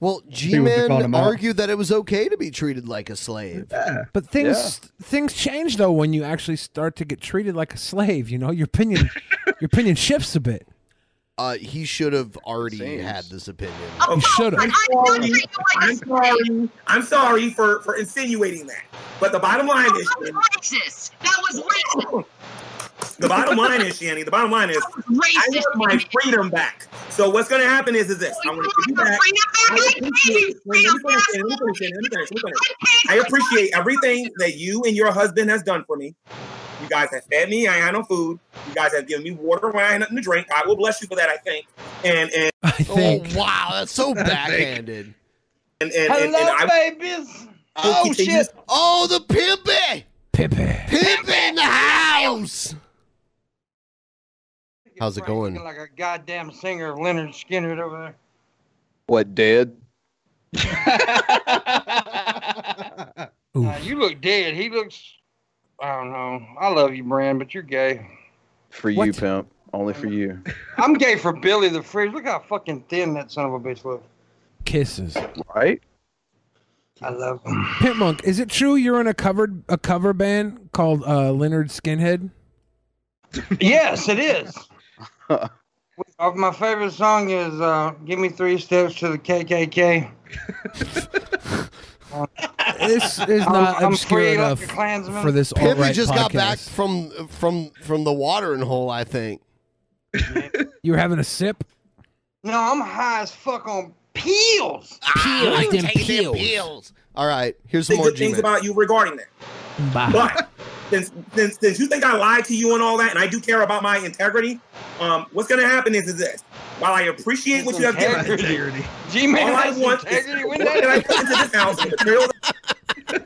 [SPEAKER 1] Well,
[SPEAKER 4] See what they called
[SPEAKER 1] G-Man
[SPEAKER 4] him out.
[SPEAKER 1] argued that it was okay to be treated like a slave.
[SPEAKER 4] But things things change though when you actually start to get treated like a slave. You know, your
[SPEAKER 1] (laughs)
[SPEAKER 4] opinion your opinion shifts a bit.
[SPEAKER 1] Uh, he should have already had this opinion.
[SPEAKER 4] You should have.
[SPEAKER 3] I'm sorry. I'm sorry. I'm sorry for, for insinuating that. But the bottom line is,
[SPEAKER 18] Racist. That was racist.
[SPEAKER 3] the bottom line is, Shanny, the bottom line is, I want my freedom back. So what's going to happen is, is this. I'm going to give you back. I appreciate- wait, let me finish, let me finish, let me finish, let me finish. I appreciate everything that you and your husband has done for me. You guys have fed me. I ain't had no food. You guys have given me water when I had nothing to drink. God will bless you for that, I think. And and I
[SPEAKER 1] think. Oh, wow, that's
[SPEAKER 3] (laughs)
[SPEAKER 1] so
[SPEAKER 3] I think.
[SPEAKER 1] backhanded.
[SPEAKER 3] And and, and, and I,
[SPEAKER 1] babies.
[SPEAKER 3] Oh,
[SPEAKER 1] Oh
[SPEAKER 3] shit.
[SPEAKER 1] shit! Oh, the pimpy. Pimpy. Pimpy in the house.
[SPEAKER 22] How's it going? Like a goddamn singer, Leonard Skinner over there.
[SPEAKER 8] What dead?
[SPEAKER 22] Nah, you look dead. He looks. I don't know. I love you, Brand, but you're gay.
[SPEAKER 8] For you, pimp. Only for you.
[SPEAKER 22] I'm gay for Billy the Fridge. Look how fucking thin that son of a bitch looks.
[SPEAKER 4] Kisses.
[SPEAKER 8] Right?
[SPEAKER 22] I love him.
[SPEAKER 4] Pit Monk, is it true you're in a covered a cover band called uh, Leonard Skinhead?
[SPEAKER 22] yes,
[SPEAKER 4] (laughs)
[SPEAKER 22] it is. Uh, My favorite song is uh, "Give Me Three Steps to the KKK."
[SPEAKER 4] (laughs) This is
[SPEAKER 22] I'm-
[SPEAKER 4] not
[SPEAKER 22] I'm
[SPEAKER 4] obscure
[SPEAKER 22] free
[SPEAKER 4] enough
[SPEAKER 22] like a Klansman.
[SPEAKER 4] for this
[SPEAKER 1] Pimpy
[SPEAKER 4] alt-right
[SPEAKER 1] just got back
[SPEAKER 4] podcast.
[SPEAKER 1] from from from the watering hole. I
[SPEAKER 4] (laughs)
[SPEAKER 1] think.
[SPEAKER 4] You were having a sip.
[SPEAKER 22] No, I'm high as fuck on peels.
[SPEAKER 4] Ah!
[SPEAKER 1] Peels, like them take them peels. peels. All right, here's some
[SPEAKER 3] Think
[SPEAKER 1] more
[SPEAKER 3] good things
[SPEAKER 1] G-Man.
[SPEAKER 3] about you regarding that. But since, since since you think I lied to you and all that, and I do care about my integrity, um, what's going to happen is, is this. While I appreciate what you have given,
[SPEAKER 5] Integrity.
[SPEAKER 22] G-Man
[SPEAKER 3] all I
[SPEAKER 22] has
[SPEAKER 3] want
[SPEAKER 22] integrity.
[SPEAKER 3] is
[SPEAKER 22] When
[SPEAKER 3] what
[SPEAKER 22] that-
[SPEAKER 3] did I put into this
[SPEAKER 22] (laughs)
[SPEAKER 3] house? The materials
[SPEAKER 1] (laughs)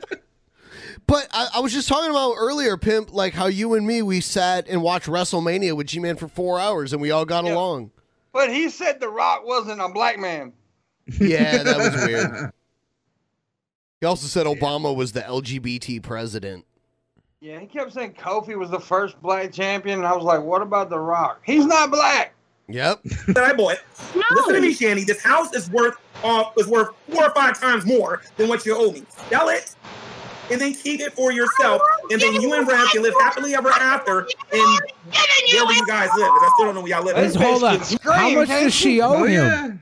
[SPEAKER 1] But I, I was just talking about earlier, pimp, like how you and me we sat and watched WrestleMania with G-Man for four hours and we all got along.
[SPEAKER 22] But he said The Rock wasn't a black man.
[SPEAKER 1] Yeah,
[SPEAKER 3] (laughs)
[SPEAKER 1] that was weird. He also said Obama was the LGBT president.
[SPEAKER 22] Yeah, he kept saying Kofi was the first black champion, and I was like, "What about The Rock? He's not black."
[SPEAKER 1] Yep.
[SPEAKER 3] that I bought. Listen to me, Shanny. This house is worth uh, is worth four or five times more than what you owe me. Sell it, and then keep it for yourself, and then you and Rev can live happily ever after. And wherever you guys live, because I still don't know where y'all live.
[SPEAKER 4] Let's hold up. How much does she
[SPEAKER 22] Oh,
[SPEAKER 4] owe him?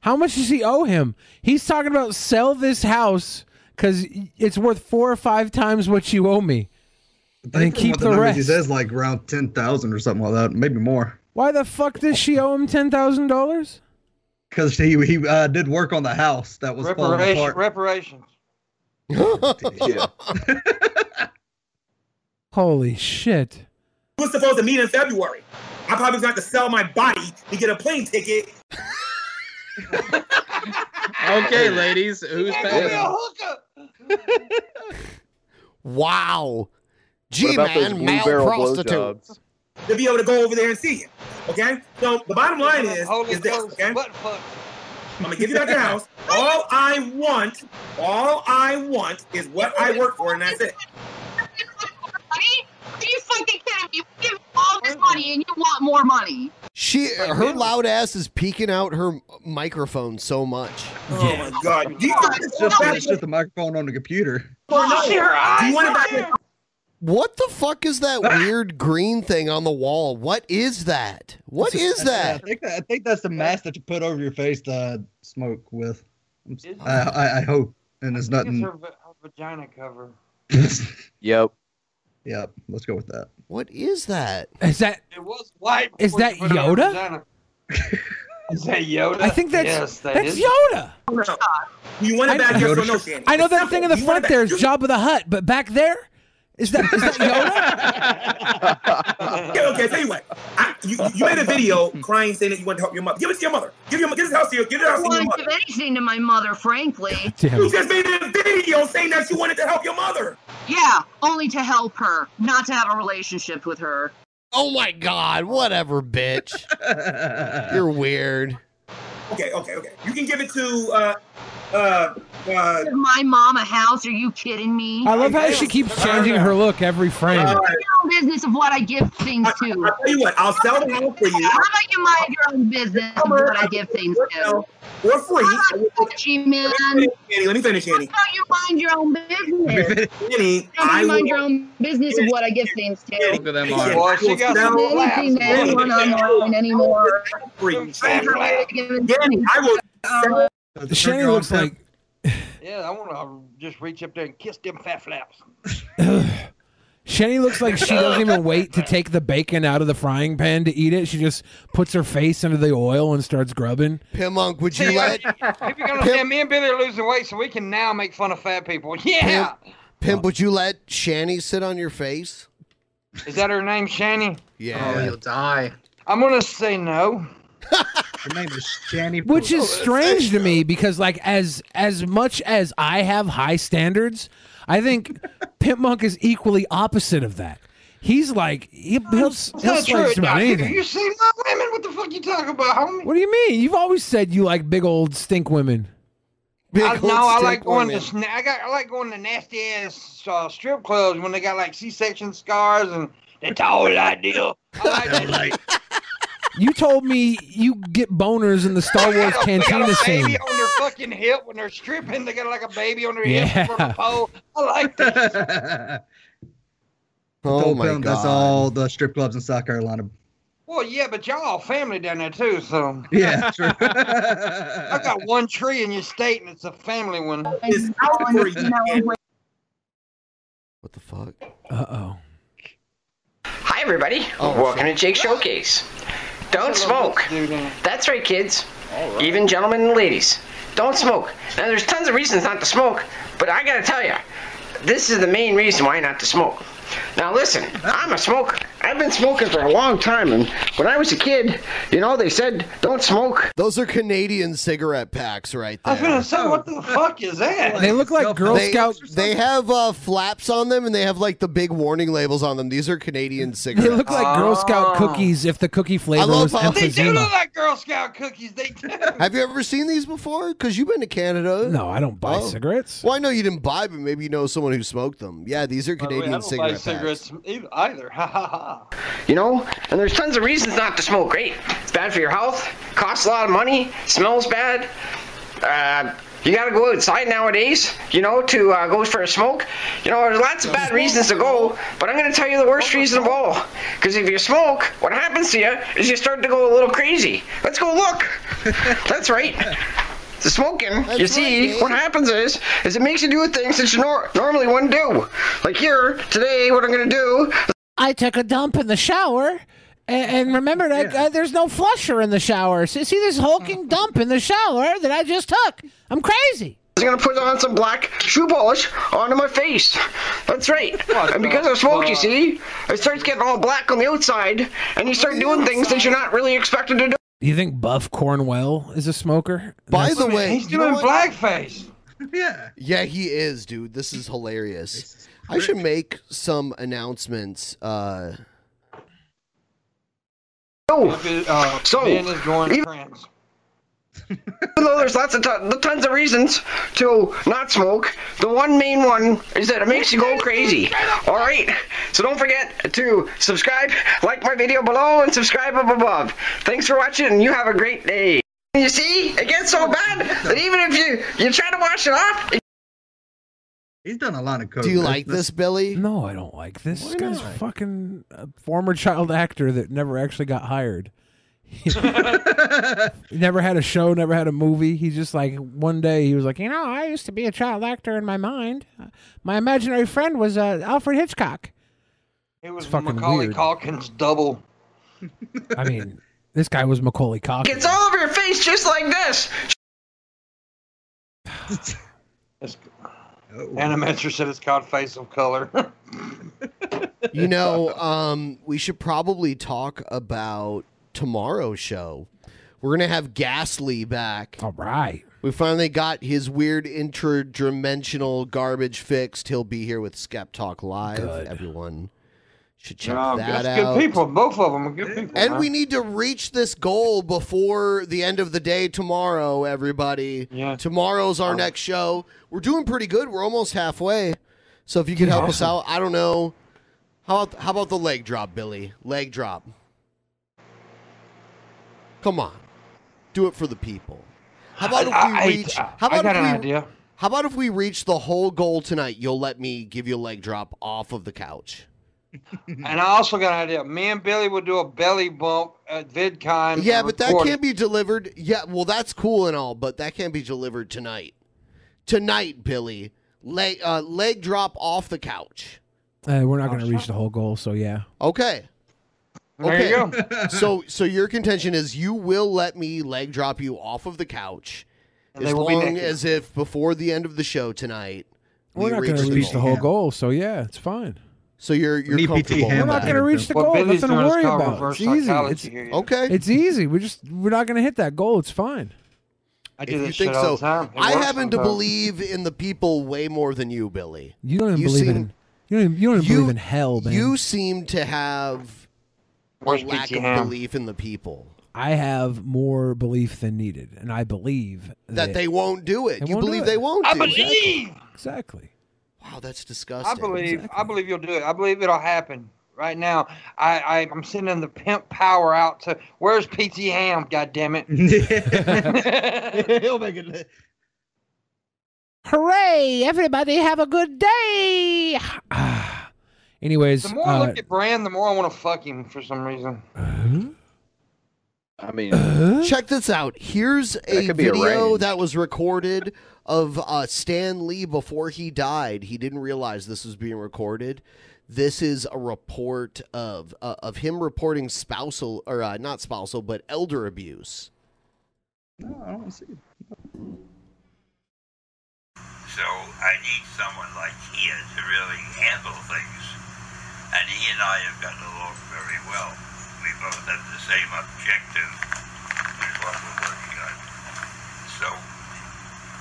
[SPEAKER 4] How much does he owe him? He's talking about sell this house because it's worth four or five times what you owe me, and then
[SPEAKER 5] From
[SPEAKER 4] keep
[SPEAKER 5] what
[SPEAKER 4] the,
[SPEAKER 5] numbers He
[SPEAKER 4] rest.
[SPEAKER 5] says like around ten thousand or something like that, maybe more.
[SPEAKER 4] Why the fuck does she owe him ten thousand dollars?
[SPEAKER 5] Because he he uh, did work on the house that was falling
[SPEAKER 22] Reparation,
[SPEAKER 5] apart.
[SPEAKER 22] reparations.
[SPEAKER 4] Holy shit!
[SPEAKER 3] We were supposed to meet in February. I probably got to sell my body to get a plane ticket.
[SPEAKER 7] (laughs) Okay, ladies, who's paying?
[SPEAKER 1] Wow.
[SPEAKER 3] What about those
[SPEAKER 1] G-Man,
[SPEAKER 3] blue
[SPEAKER 1] male
[SPEAKER 3] barrel
[SPEAKER 1] prostitute.
[SPEAKER 3] blowjobs? to be able to go over there and see you. Okay? So the bottom line is, is this, okay? I'm gonna give you back your (laughs) house. All I want, all I want is what I work for, and that's it.
[SPEAKER 18] money? Are you fucking kidding me? You give me all this money and you want more money.
[SPEAKER 1] She, her loud ass is peeking out her microphone so much.
[SPEAKER 3] Oh my god!
[SPEAKER 5] You
[SPEAKER 18] guys-
[SPEAKER 5] it's just, it's just the microphone on the computer.
[SPEAKER 3] Do you want it back?
[SPEAKER 1] What the fuck is that
[SPEAKER 5] Ah.
[SPEAKER 1] weird green thing on the wall? What is that? What is that?
[SPEAKER 5] I think, that, I think that's the mask that you put over your face to smoke with. I'm s- I, I- I hope, and it's
[SPEAKER 22] It's
[SPEAKER 5] nothing.
[SPEAKER 22] her va- her vagina cover.
[SPEAKER 5] (laughs)
[SPEAKER 8] Yep.
[SPEAKER 5] Yep. Let's go with that.
[SPEAKER 1] What is that?
[SPEAKER 4] Is that
[SPEAKER 22] It was white.
[SPEAKER 4] Is
[SPEAKER 22] before
[SPEAKER 4] that
[SPEAKER 22] she put it on her
[SPEAKER 4] Yoda?
[SPEAKER 22] vagina. (laughs) Is that Yoda?
[SPEAKER 4] I think that's
[SPEAKER 22] yes, that
[SPEAKER 4] that's
[SPEAKER 22] is.
[SPEAKER 4] Yoda.
[SPEAKER 3] You want
[SPEAKER 4] I-
[SPEAKER 3] it back? Yes or no,
[SPEAKER 4] Yoda-
[SPEAKER 3] Danny?
[SPEAKER 4] I know that thing in the front there is Jabba the Hutt, but back there is that is that Yoda?
[SPEAKER 3] Okay, okay. Tell you what, I, you, you made a video crying, saying that you want to help your mother. Give it to your mother. Give your give this house to your give this
[SPEAKER 18] I
[SPEAKER 3] house
[SPEAKER 18] don't
[SPEAKER 3] to your
[SPEAKER 18] want to
[SPEAKER 3] mother.
[SPEAKER 18] give anything to my mother, frankly.
[SPEAKER 3] You just made a video saying that you wanted to help your mother.
[SPEAKER 18] Yeah, only to help her, not to have a relationship with her.
[SPEAKER 1] Oh my god,
[SPEAKER 5] (laughs)
[SPEAKER 1] whatever, bitch. You're weird.
[SPEAKER 3] Okay, okay, okay. You can give it to uh uh uh
[SPEAKER 18] Give my mom a house? Are you kidding me?
[SPEAKER 4] I love how she keeps changing her look every frame.
[SPEAKER 18] Mind your own business of what I give things to. I'll
[SPEAKER 3] tell you what, I'll sell the house for you.
[SPEAKER 18] How about you mind your own business of what I give things to?
[SPEAKER 3] for free.
[SPEAKER 18] man.
[SPEAKER 3] Annie, let me finish, Annie.
[SPEAKER 18] How you mind your own business?
[SPEAKER 3] Annie,
[SPEAKER 18] How
[SPEAKER 3] I
[SPEAKER 18] you mind
[SPEAKER 3] will-
[SPEAKER 18] your own business of what I give things to.
[SPEAKER 3] Look at them arms.
[SPEAKER 18] Well, she got some anything to anyone online anymore.
[SPEAKER 3] free.
[SPEAKER 18] Danny,
[SPEAKER 3] I will.
[SPEAKER 18] Um,
[SPEAKER 4] Shannon looks like
[SPEAKER 22] Yeah, I want to just reach up there and kiss them fat
[SPEAKER 1] (laughs)
[SPEAKER 22] flaps.
[SPEAKER 4] Shanny looks like she doesn't even wait to take the bacon out of the frying pan to eat it. She just puts her face under the oil and starts grubbing.
[SPEAKER 1] Pimunk, would you let
[SPEAKER 22] (laughs) If you're gonna say me and Billy are losing weight, so we can now make fun of fat people. (laughs) Yeah,
[SPEAKER 1] Pimp,
[SPEAKER 5] Uh.
[SPEAKER 1] Pimp, would you let Shanny sit on your face?
[SPEAKER 22] is that her name, Shani?
[SPEAKER 1] Yeah.
[SPEAKER 22] Oh, you'll
[SPEAKER 7] die.
[SPEAKER 22] I'm gonna say no.
[SPEAKER 5] Her name is Shani.
[SPEAKER 4] (laughs) Which
[SPEAKER 1] Oh,
[SPEAKER 4] is
[SPEAKER 1] uh,
[SPEAKER 4] strange
[SPEAKER 1] (laughs)
[SPEAKER 4] to me because like as as much as I have high standards, I think Pimp Monk is equally opposite of that. He's like he, will he'll s- he'll slice about anything.
[SPEAKER 22] You see my women? What the fuck you talking about, homie?
[SPEAKER 4] What do you mean? You've always said you like big old stink women.
[SPEAKER 22] I, no, I like going to sna- I got I like going to nasty ass uh, strip clubs when they got like C-section scars and that's always ideal. I
[SPEAKER 20] (laughs)
[SPEAKER 18] (laughs)
[SPEAKER 22] like that.
[SPEAKER 4] You told me you get boners in the Star Wars
[SPEAKER 22] They got
[SPEAKER 4] cantina
[SPEAKER 22] a baby
[SPEAKER 4] scene.
[SPEAKER 22] on their fucking hip when they're stripping. They got like a baby on their
[SPEAKER 4] Yeah.
[SPEAKER 22] hip from a pole. I
[SPEAKER 4] (laughs)
[SPEAKER 22] like that.
[SPEAKER 5] Told
[SPEAKER 1] Oh my
[SPEAKER 5] him That's
[SPEAKER 1] God.
[SPEAKER 5] all the strip clubs in South Carolina.
[SPEAKER 22] well, yeah, but y'all all family down there too, so (laughs)
[SPEAKER 5] Yeah, true.
[SPEAKER 22] I got one tree in your state and it's a family (laughs) one.
[SPEAKER 18] It's out for you.
[SPEAKER 1] What the fuck?
[SPEAKER 4] Uh oh.
[SPEAKER 23] Hi, everybody. Welcome to Jake Showcase. Don't smoke. That's right, kids. Even gentlemen and ladies. Don't smoke. Now, there's tons of reasons not to smoke, but I gotta tell you, this is the main reason why not to smoke. Now, listen, I'm a smoker. I've been smoking for a long time, and when I was a kid, you know, they said, don't smoke.
[SPEAKER 1] Those are Canadian cigarette packs right there.
[SPEAKER 22] So what the fuck is that?
[SPEAKER 1] They look like
[SPEAKER 22] Girl Scouts or
[SPEAKER 1] They have uh, flaps on them, and they have like the big warning labels on them. These are Canadian cigarettes.
[SPEAKER 4] (laughs) They look like Girl Scout cookies if the cookie flavor
[SPEAKER 1] love
[SPEAKER 4] was
[SPEAKER 1] how- They do
[SPEAKER 4] emphysema.
[SPEAKER 1] look
[SPEAKER 22] like Girl Scout cookies. They do.
[SPEAKER 1] (laughs) Have you ever seen these before? Because you've been to Canada. Oh.
[SPEAKER 4] No, I don't buy cigarettes.
[SPEAKER 1] Well, I know you didn't buy, but maybe you know someone who smoked them. Yeah, these are
[SPEAKER 22] By the way, I
[SPEAKER 1] Canadian
[SPEAKER 22] don't
[SPEAKER 1] cigarette
[SPEAKER 22] buy
[SPEAKER 1] packs.
[SPEAKER 22] cigarettes e- either. Ha ha ha.
[SPEAKER 23] You know, and there's tons of reasons not to smoke. Great, it's bad for your health, costs a lot of money, smells bad. Uh, you gotta go outside nowadays, you know, to uh, go for a smoke. You know, there's lots of bad reasons to go, but I'm gonna tell you the worst reason of all. Because if you smoke, what happens to you is you start to go a little crazy. Let's go look. That's right. The smoking, you see, what happens is, is it makes you do things that you nor- normally wouldn't do. Like here, today, what I'm gonna do
[SPEAKER 16] I took a dump in the shower. a- And, and remembered, I, I- there's no flusher in the shower. See, see this
[SPEAKER 22] (laughs)
[SPEAKER 16] hulking dump in the shower that I just took. I'm crazy.
[SPEAKER 23] I'm gonna put on some black shoe polish onto my face. That's right. and because of smoke, you see, it starts getting all black on the outside, and you start doing things that you're not really expected to do.
[SPEAKER 4] Do you think Buff Cornwell is a smoker?
[SPEAKER 1] By
[SPEAKER 4] That's-
[SPEAKER 1] the way, you know what?
[SPEAKER 22] blackface.
[SPEAKER 5] yeah.
[SPEAKER 1] (laughs) Yeah, he is, dude. This is hilarious. I should make some announcements. Uh,
[SPEAKER 22] Uh,
[SPEAKER 23] So,
[SPEAKER 22] Ben is going
[SPEAKER 23] even-
[SPEAKER 22] trans.
[SPEAKER 23] Even (laughs) though there's lots of ton- tons of reasons to not smoke, the one main one is that it makes you go crazy. All right, so don't forget to subscribe, like my video below, and subscribe up above. Thanks for watching, and you have a great day. You see, it gets so bad that even if you you try to wash it off. It
[SPEAKER 5] He's done a lot of coke.
[SPEAKER 1] Do you like this, Billy?
[SPEAKER 4] No, I don't like this. This guy's fucking a former child actor that never actually got
[SPEAKER 1] (laughs)
[SPEAKER 4] hired. he never had a show, never had a movie. He just like one day he was like, you know, I used to be a child actor in my mind. My imaginary friend was uh, Alfred Hitchcock.
[SPEAKER 22] It was
[SPEAKER 4] fucking
[SPEAKER 22] Macaulay
[SPEAKER 4] weird.
[SPEAKER 22] Calkins double.
[SPEAKER 4] I mean, this guy was Macaulay Culkin.
[SPEAKER 23] gets all over your face just like this.
[SPEAKER 4] Oh.
[SPEAKER 22] Animator said it's called Face
[SPEAKER 4] (laughs)
[SPEAKER 22] of Color. (laughs)
[SPEAKER 1] you know, um, we should probably talk about tomorrow's show. We're gonna have Ghastly back.
[SPEAKER 4] All right.
[SPEAKER 1] We finally got his weird interdimensional garbage fixed. He'll be here with Skep Talk Live. Everyone should check
[SPEAKER 22] No,
[SPEAKER 1] that
[SPEAKER 22] that's
[SPEAKER 1] out.
[SPEAKER 22] Oh, good people. Both of them are good people.
[SPEAKER 1] And
[SPEAKER 22] man.
[SPEAKER 1] we need to reach this goal before the end of the day tomorrow, everybody. Yeah. Tomorrow's our next show. We're doing pretty good. We're almost halfway. So if you could help us out, I don't know. How about, how about the leg drop, Billy? Leg drop. Come on. Do it for the people. How about if
[SPEAKER 22] I- I-
[SPEAKER 1] we reach?
[SPEAKER 22] I-
[SPEAKER 1] How
[SPEAKER 22] I
[SPEAKER 1] about
[SPEAKER 22] got
[SPEAKER 1] if we,
[SPEAKER 22] an idea.
[SPEAKER 1] How about if we reach the whole goal tonight? You'll let me give you a leg drop off of the couch.
[SPEAKER 22] and I also got an idea. Me and Billy will do a belly bump at VidCon.
[SPEAKER 1] Yeah,
[SPEAKER 22] and
[SPEAKER 1] but that
[SPEAKER 22] record it.
[SPEAKER 1] can't be delivered. Yeah, well, that's cool and all, but that can't be delivered tonight. Tonight, Billy, leg uh, leg drop off the couch.
[SPEAKER 4] Uh, we're not going to reach the whole goal, so yeah.
[SPEAKER 1] Okay.
[SPEAKER 4] There you
[SPEAKER 1] go. (laughs) so, so your contention is you will let me leg drop you off of the couch
[SPEAKER 4] And
[SPEAKER 1] as
[SPEAKER 4] they will be
[SPEAKER 1] long
[SPEAKER 4] naked.
[SPEAKER 1] as if before the end of the show tonight
[SPEAKER 4] We're not going to reach the whole goal, so yeah, it's fine.
[SPEAKER 1] So you're you're comfortable.
[SPEAKER 4] We're not going to reach the goal. Nothing to worry about. It's easy. It's,
[SPEAKER 1] okay.
[SPEAKER 4] It's easy. We're just we're not going to hit that goal. It's fine.
[SPEAKER 22] I
[SPEAKER 1] if you think so, I happen to believe in the people way more than you, Billy.
[SPEAKER 4] You don't even believe in you don't even, you don't even believe in hell, man.
[SPEAKER 1] You seem to have a
[SPEAKER 4] Where's
[SPEAKER 1] lack
[SPEAKER 4] PT
[SPEAKER 1] of
[SPEAKER 4] Ham?
[SPEAKER 1] belief in the people
[SPEAKER 4] I have more belief than needed, and I believe
[SPEAKER 1] that they won't do it.
[SPEAKER 4] They
[SPEAKER 1] you
[SPEAKER 4] won't do
[SPEAKER 1] believe
[SPEAKER 4] it.
[SPEAKER 1] they won't.
[SPEAKER 22] I
[SPEAKER 1] do it.
[SPEAKER 22] believe.
[SPEAKER 4] Exactly.
[SPEAKER 1] Wow, that's
[SPEAKER 22] I
[SPEAKER 1] disgusting.
[SPEAKER 22] believe. I believe you'll do it. I believe it'll happen. Right now, I, I I'm sending the pimp power out to. Where's PT Ham? God damn (laughs) it! (laughs) He'll make it.
[SPEAKER 24] Hooray! Everybody have a good day.
[SPEAKER 4] Anyways,
[SPEAKER 22] The more I look at Brand, the more I want to fuck him for some reason.
[SPEAKER 8] I mean,
[SPEAKER 1] (clears throat) check this out. Here's a
[SPEAKER 8] could be
[SPEAKER 1] video
[SPEAKER 8] arranged.
[SPEAKER 1] that was recorded of uh, Stan Lee before he died. He didn't realize this was being recorded. This is a report of uh, of him reporting spousal or uh, not spousal, but elder abuse.
[SPEAKER 21] No, I don't see.
[SPEAKER 11] So I need someone like Ian to really handle things. And he and I have gotten along very well. We both have the same objective with what we're working on. So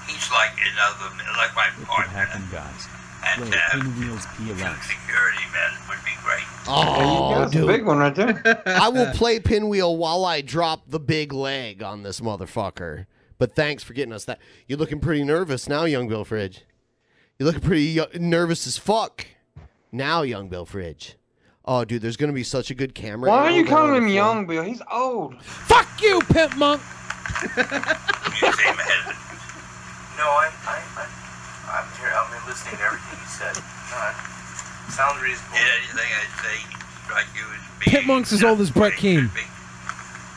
[SPEAKER 11] he's like another, like my partner.
[SPEAKER 3] guys.
[SPEAKER 11] And to have security men would be great.
[SPEAKER 1] Oh,
[SPEAKER 22] That's a
[SPEAKER 1] dude.
[SPEAKER 22] big one right there.
[SPEAKER 1] (laughs) I will play pinwheel while I drop the big leg on this motherfucker. But thanks for getting us that. You're looking pretty nervous now, young Bill Fridge. You're looking pretty y- nervous as fuck now, young Bill Fridge. Oh, dude, there's gonna be such a good camera.
[SPEAKER 22] Why are
[SPEAKER 1] angle
[SPEAKER 22] you
[SPEAKER 1] going
[SPEAKER 22] calling him
[SPEAKER 1] before-
[SPEAKER 22] young, Bill? He's old.
[SPEAKER 4] Fuck you, pimp monk.
[SPEAKER 11] Museum head.
[SPEAKER 3] No, I, I, I, I'm here. I'm listening to everything you said. No, I, sounds reasonable.
[SPEAKER 11] Anything I say strike you as
[SPEAKER 4] Pimp monk's as old as Brett Keane.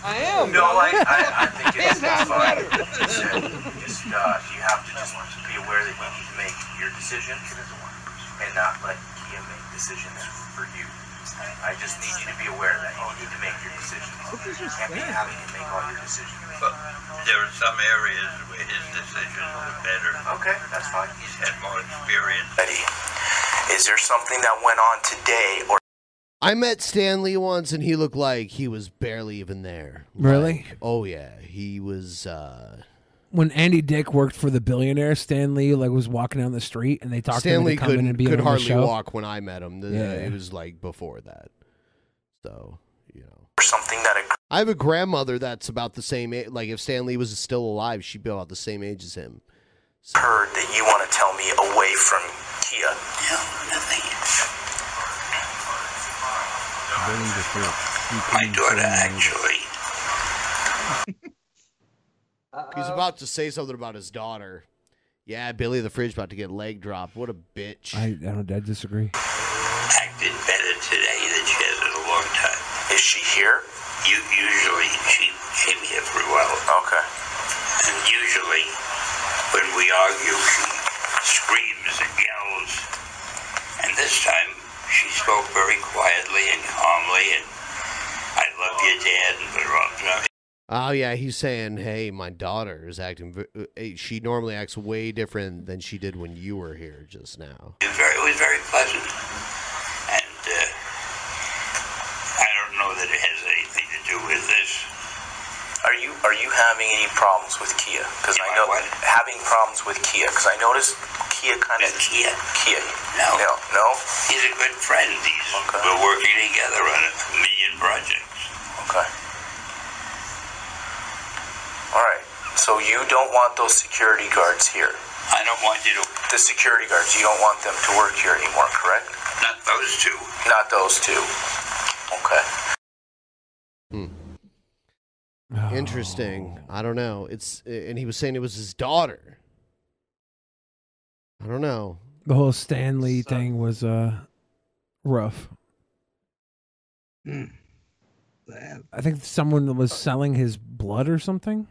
[SPEAKER 22] I am.
[SPEAKER 3] No, I, I, I
[SPEAKER 22] (laughs)
[SPEAKER 3] think it's it's fine. It's, uh, just, uh, you have to just be aware that you need to make your decision and not let Kia make decisions for you. I just need you to be aware that you need to make your decisions. You can't be having to make all your decisions.
[SPEAKER 11] But there are some areas where his decisions are better. Okay, that's fine. He's had more experience.
[SPEAKER 3] Is there something that went on today or
[SPEAKER 1] I met Stanley once, and he looked like he was barely even there.
[SPEAKER 4] Really?
[SPEAKER 1] Like, oh yeah, he was. uh
[SPEAKER 4] When Andy Dick worked for the billionaire, Stan Lee like was walking down the street, and they talked to
[SPEAKER 1] Stanley
[SPEAKER 4] him to come in
[SPEAKER 1] couldn't
[SPEAKER 4] and be
[SPEAKER 1] could
[SPEAKER 4] on
[SPEAKER 1] hardly
[SPEAKER 4] the show.
[SPEAKER 1] walk when I met him. The- uh,
[SPEAKER 4] Yeah.
[SPEAKER 1] It was like before that. So
[SPEAKER 3] something that occurred?
[SPEAKER 1] I have a grandmother that's about the same age. Like if Stanley was still alive, she'd be about the same age as him.
[SPEAKER 3] heard that you want to tell me away from Kia. No, nothing.
[SPEAKER 11] My daughter actually Uh,
[SPEAKER 1] He's about to say something about his daughter. Yeah, Billy the fridge about to get leg dropped. What a bitch.
[SPEAKER 4] I, I don't. I disagree.
[SPEAKER 11] acted better today than she has in a long time. Is she here? You usually she came here for a while. Okay. And usually when we argue, she screams and yells. And this time she spoke very quietly and calmly. And I love your dad and the wrong time.
[SPEAKER 1] Oh yeah, he's saying, "Hey, my daughter is acting. v- uh, hey, She normally acts way different than she did when you were here just now."
[SPEAKER 11] It was very, it was very pleasant. And uh, I don't know that it has anything to do with this.
[SPEAKER 3] Are you are you having any problems with Kia? Because I know having problems with Kia. Because I noticed Kia kind of
[SPEAKER 11] Kia.
[SPEAKER 3] Kia.
[SPEAKER 11] No.
[SPEAKER 3] No. No.
[SPEAKER 11] He's a good friend. He's, We're working together on a million projects.
[SPEAKER 3] Okay. All right. So you don't want those security guards here.
[SPEAKER 11] I don't want you to.
[SPEAKER 3] The security guards. You don't want them to work here anymore, correct?
[SPEAKER 11] Not those two.
[SPEAKER 3] Not
[SPEAKER 4] Hmm.
[SPEAKER 3] those two. Okay.
[SPEAKER 4] Oh.
[SPEAKER 1] interesting. I don't know. It's and he was saying it was his daughter. I don't know.
[SPEAKER 4] The whole Stanley thing was uh, rough. Hmm. I think someone was selling his blood or something.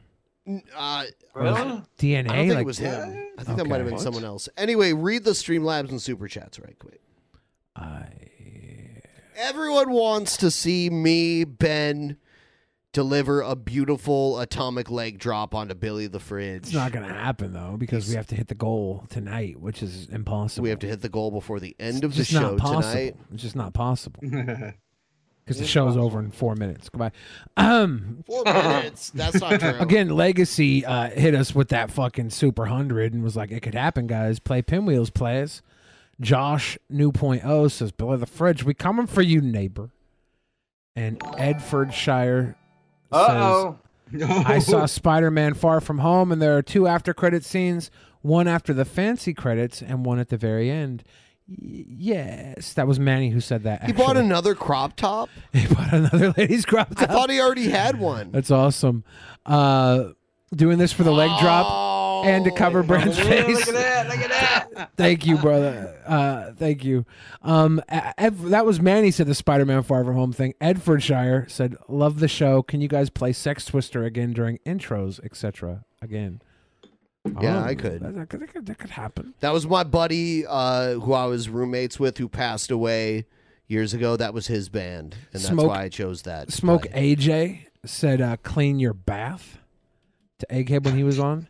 [SPEAKER 1] Uh,
[SPEAKER 4] Really?
[SPEAKER 1] I
[SPEAKER 4] DNA,
[SPEAKER 1] don't think
[SPEAKER 4] like-
[SPEAKER 1] it was him. I think that
[SPEAKER 4] Okay.
[SPEAKER 1] might have been
[SPEAKER 4] What?
[SPEAKER 1] someone else. Anyway, read the Streamlabs and Super Chats right quick. I. Everyone wants to see me, Ben, deliver a beautiful atomic leg drop onto Billy the Fridge.
[SPEAKER 4] It's not going to happen though because we have to hit the goal tonight, which is impossible.
[SPEAKER 1] We have to hit the goal before the end
[SPEAKER 4] It's
[SPEAKER 1] of the
[SPEAKER 4] just not
[SPEAKER 1] show
[SPEAKER 4] possible.
[SPEAKER 1] tonight.
[SPEAKER 4] It's just not possible. Because the
[SPEAKER 1] It's
[SPEAKER 4] show's over in four minutes. Goodbye. Um,
[SPEAKER 1] (clears throat) Four minutes. That's not true.
[SPEAKER 4] (laughs) Again, Legacy uh, hit us with that fucking super hundred and was like, "It could happen, guys. Play pinwheels, players." Josh New Point O says, "Below the fridge, we coming for you, neighbor." And Edfordshire
[SPEAKER 22] Uh-oh.
[SPEAKER 4] says, "I saw Spider-Man: Far From Home, and there are two after-credit scenes. One after the fancy credits, and one at the very end." Y- Yes, that was Manny who said that.
[SPEAKER 1] He bought
[SPEAKER 4] actually.
[SPEAKER 1] another crop top.
[SPEAKER 4] He bought another (laughs) lady's crop
[SPEAKER 1] I thought he already had one.
[SPEAKER 4] That's awesome. Uh, doing this for the leg drop and to
[SPEAKER 1] Oh,
[SPEAKER 4] cover Brent's face.
[SPEAKER 22] Look at that.
[SPEAKER 4] (laughs) thank you, brother. Uh, thank you. Um, Ed, that was Manny said the Spider-Man Far From Home thing. Edfordshire said, "Love the show. Can you guys play Sex Twister again during intros, etc. Again."
[SPEAKER 1] Yeah,
[SPEAKER 4] Oh,
[SPEAKER 1] I could.
[SPEAKER 4] That, that could. that could happen.
[SPEAKER 1] That was my buddy uh, who I was roommates with who passed away years ago. That was his band, and that's
[SPEAKER 4] Smoke-
[SPEAKER 1] why I chose that.
[SPEAKER 4] Smoke AJ said, uh, "Clean your bath." To Egghead when he was on.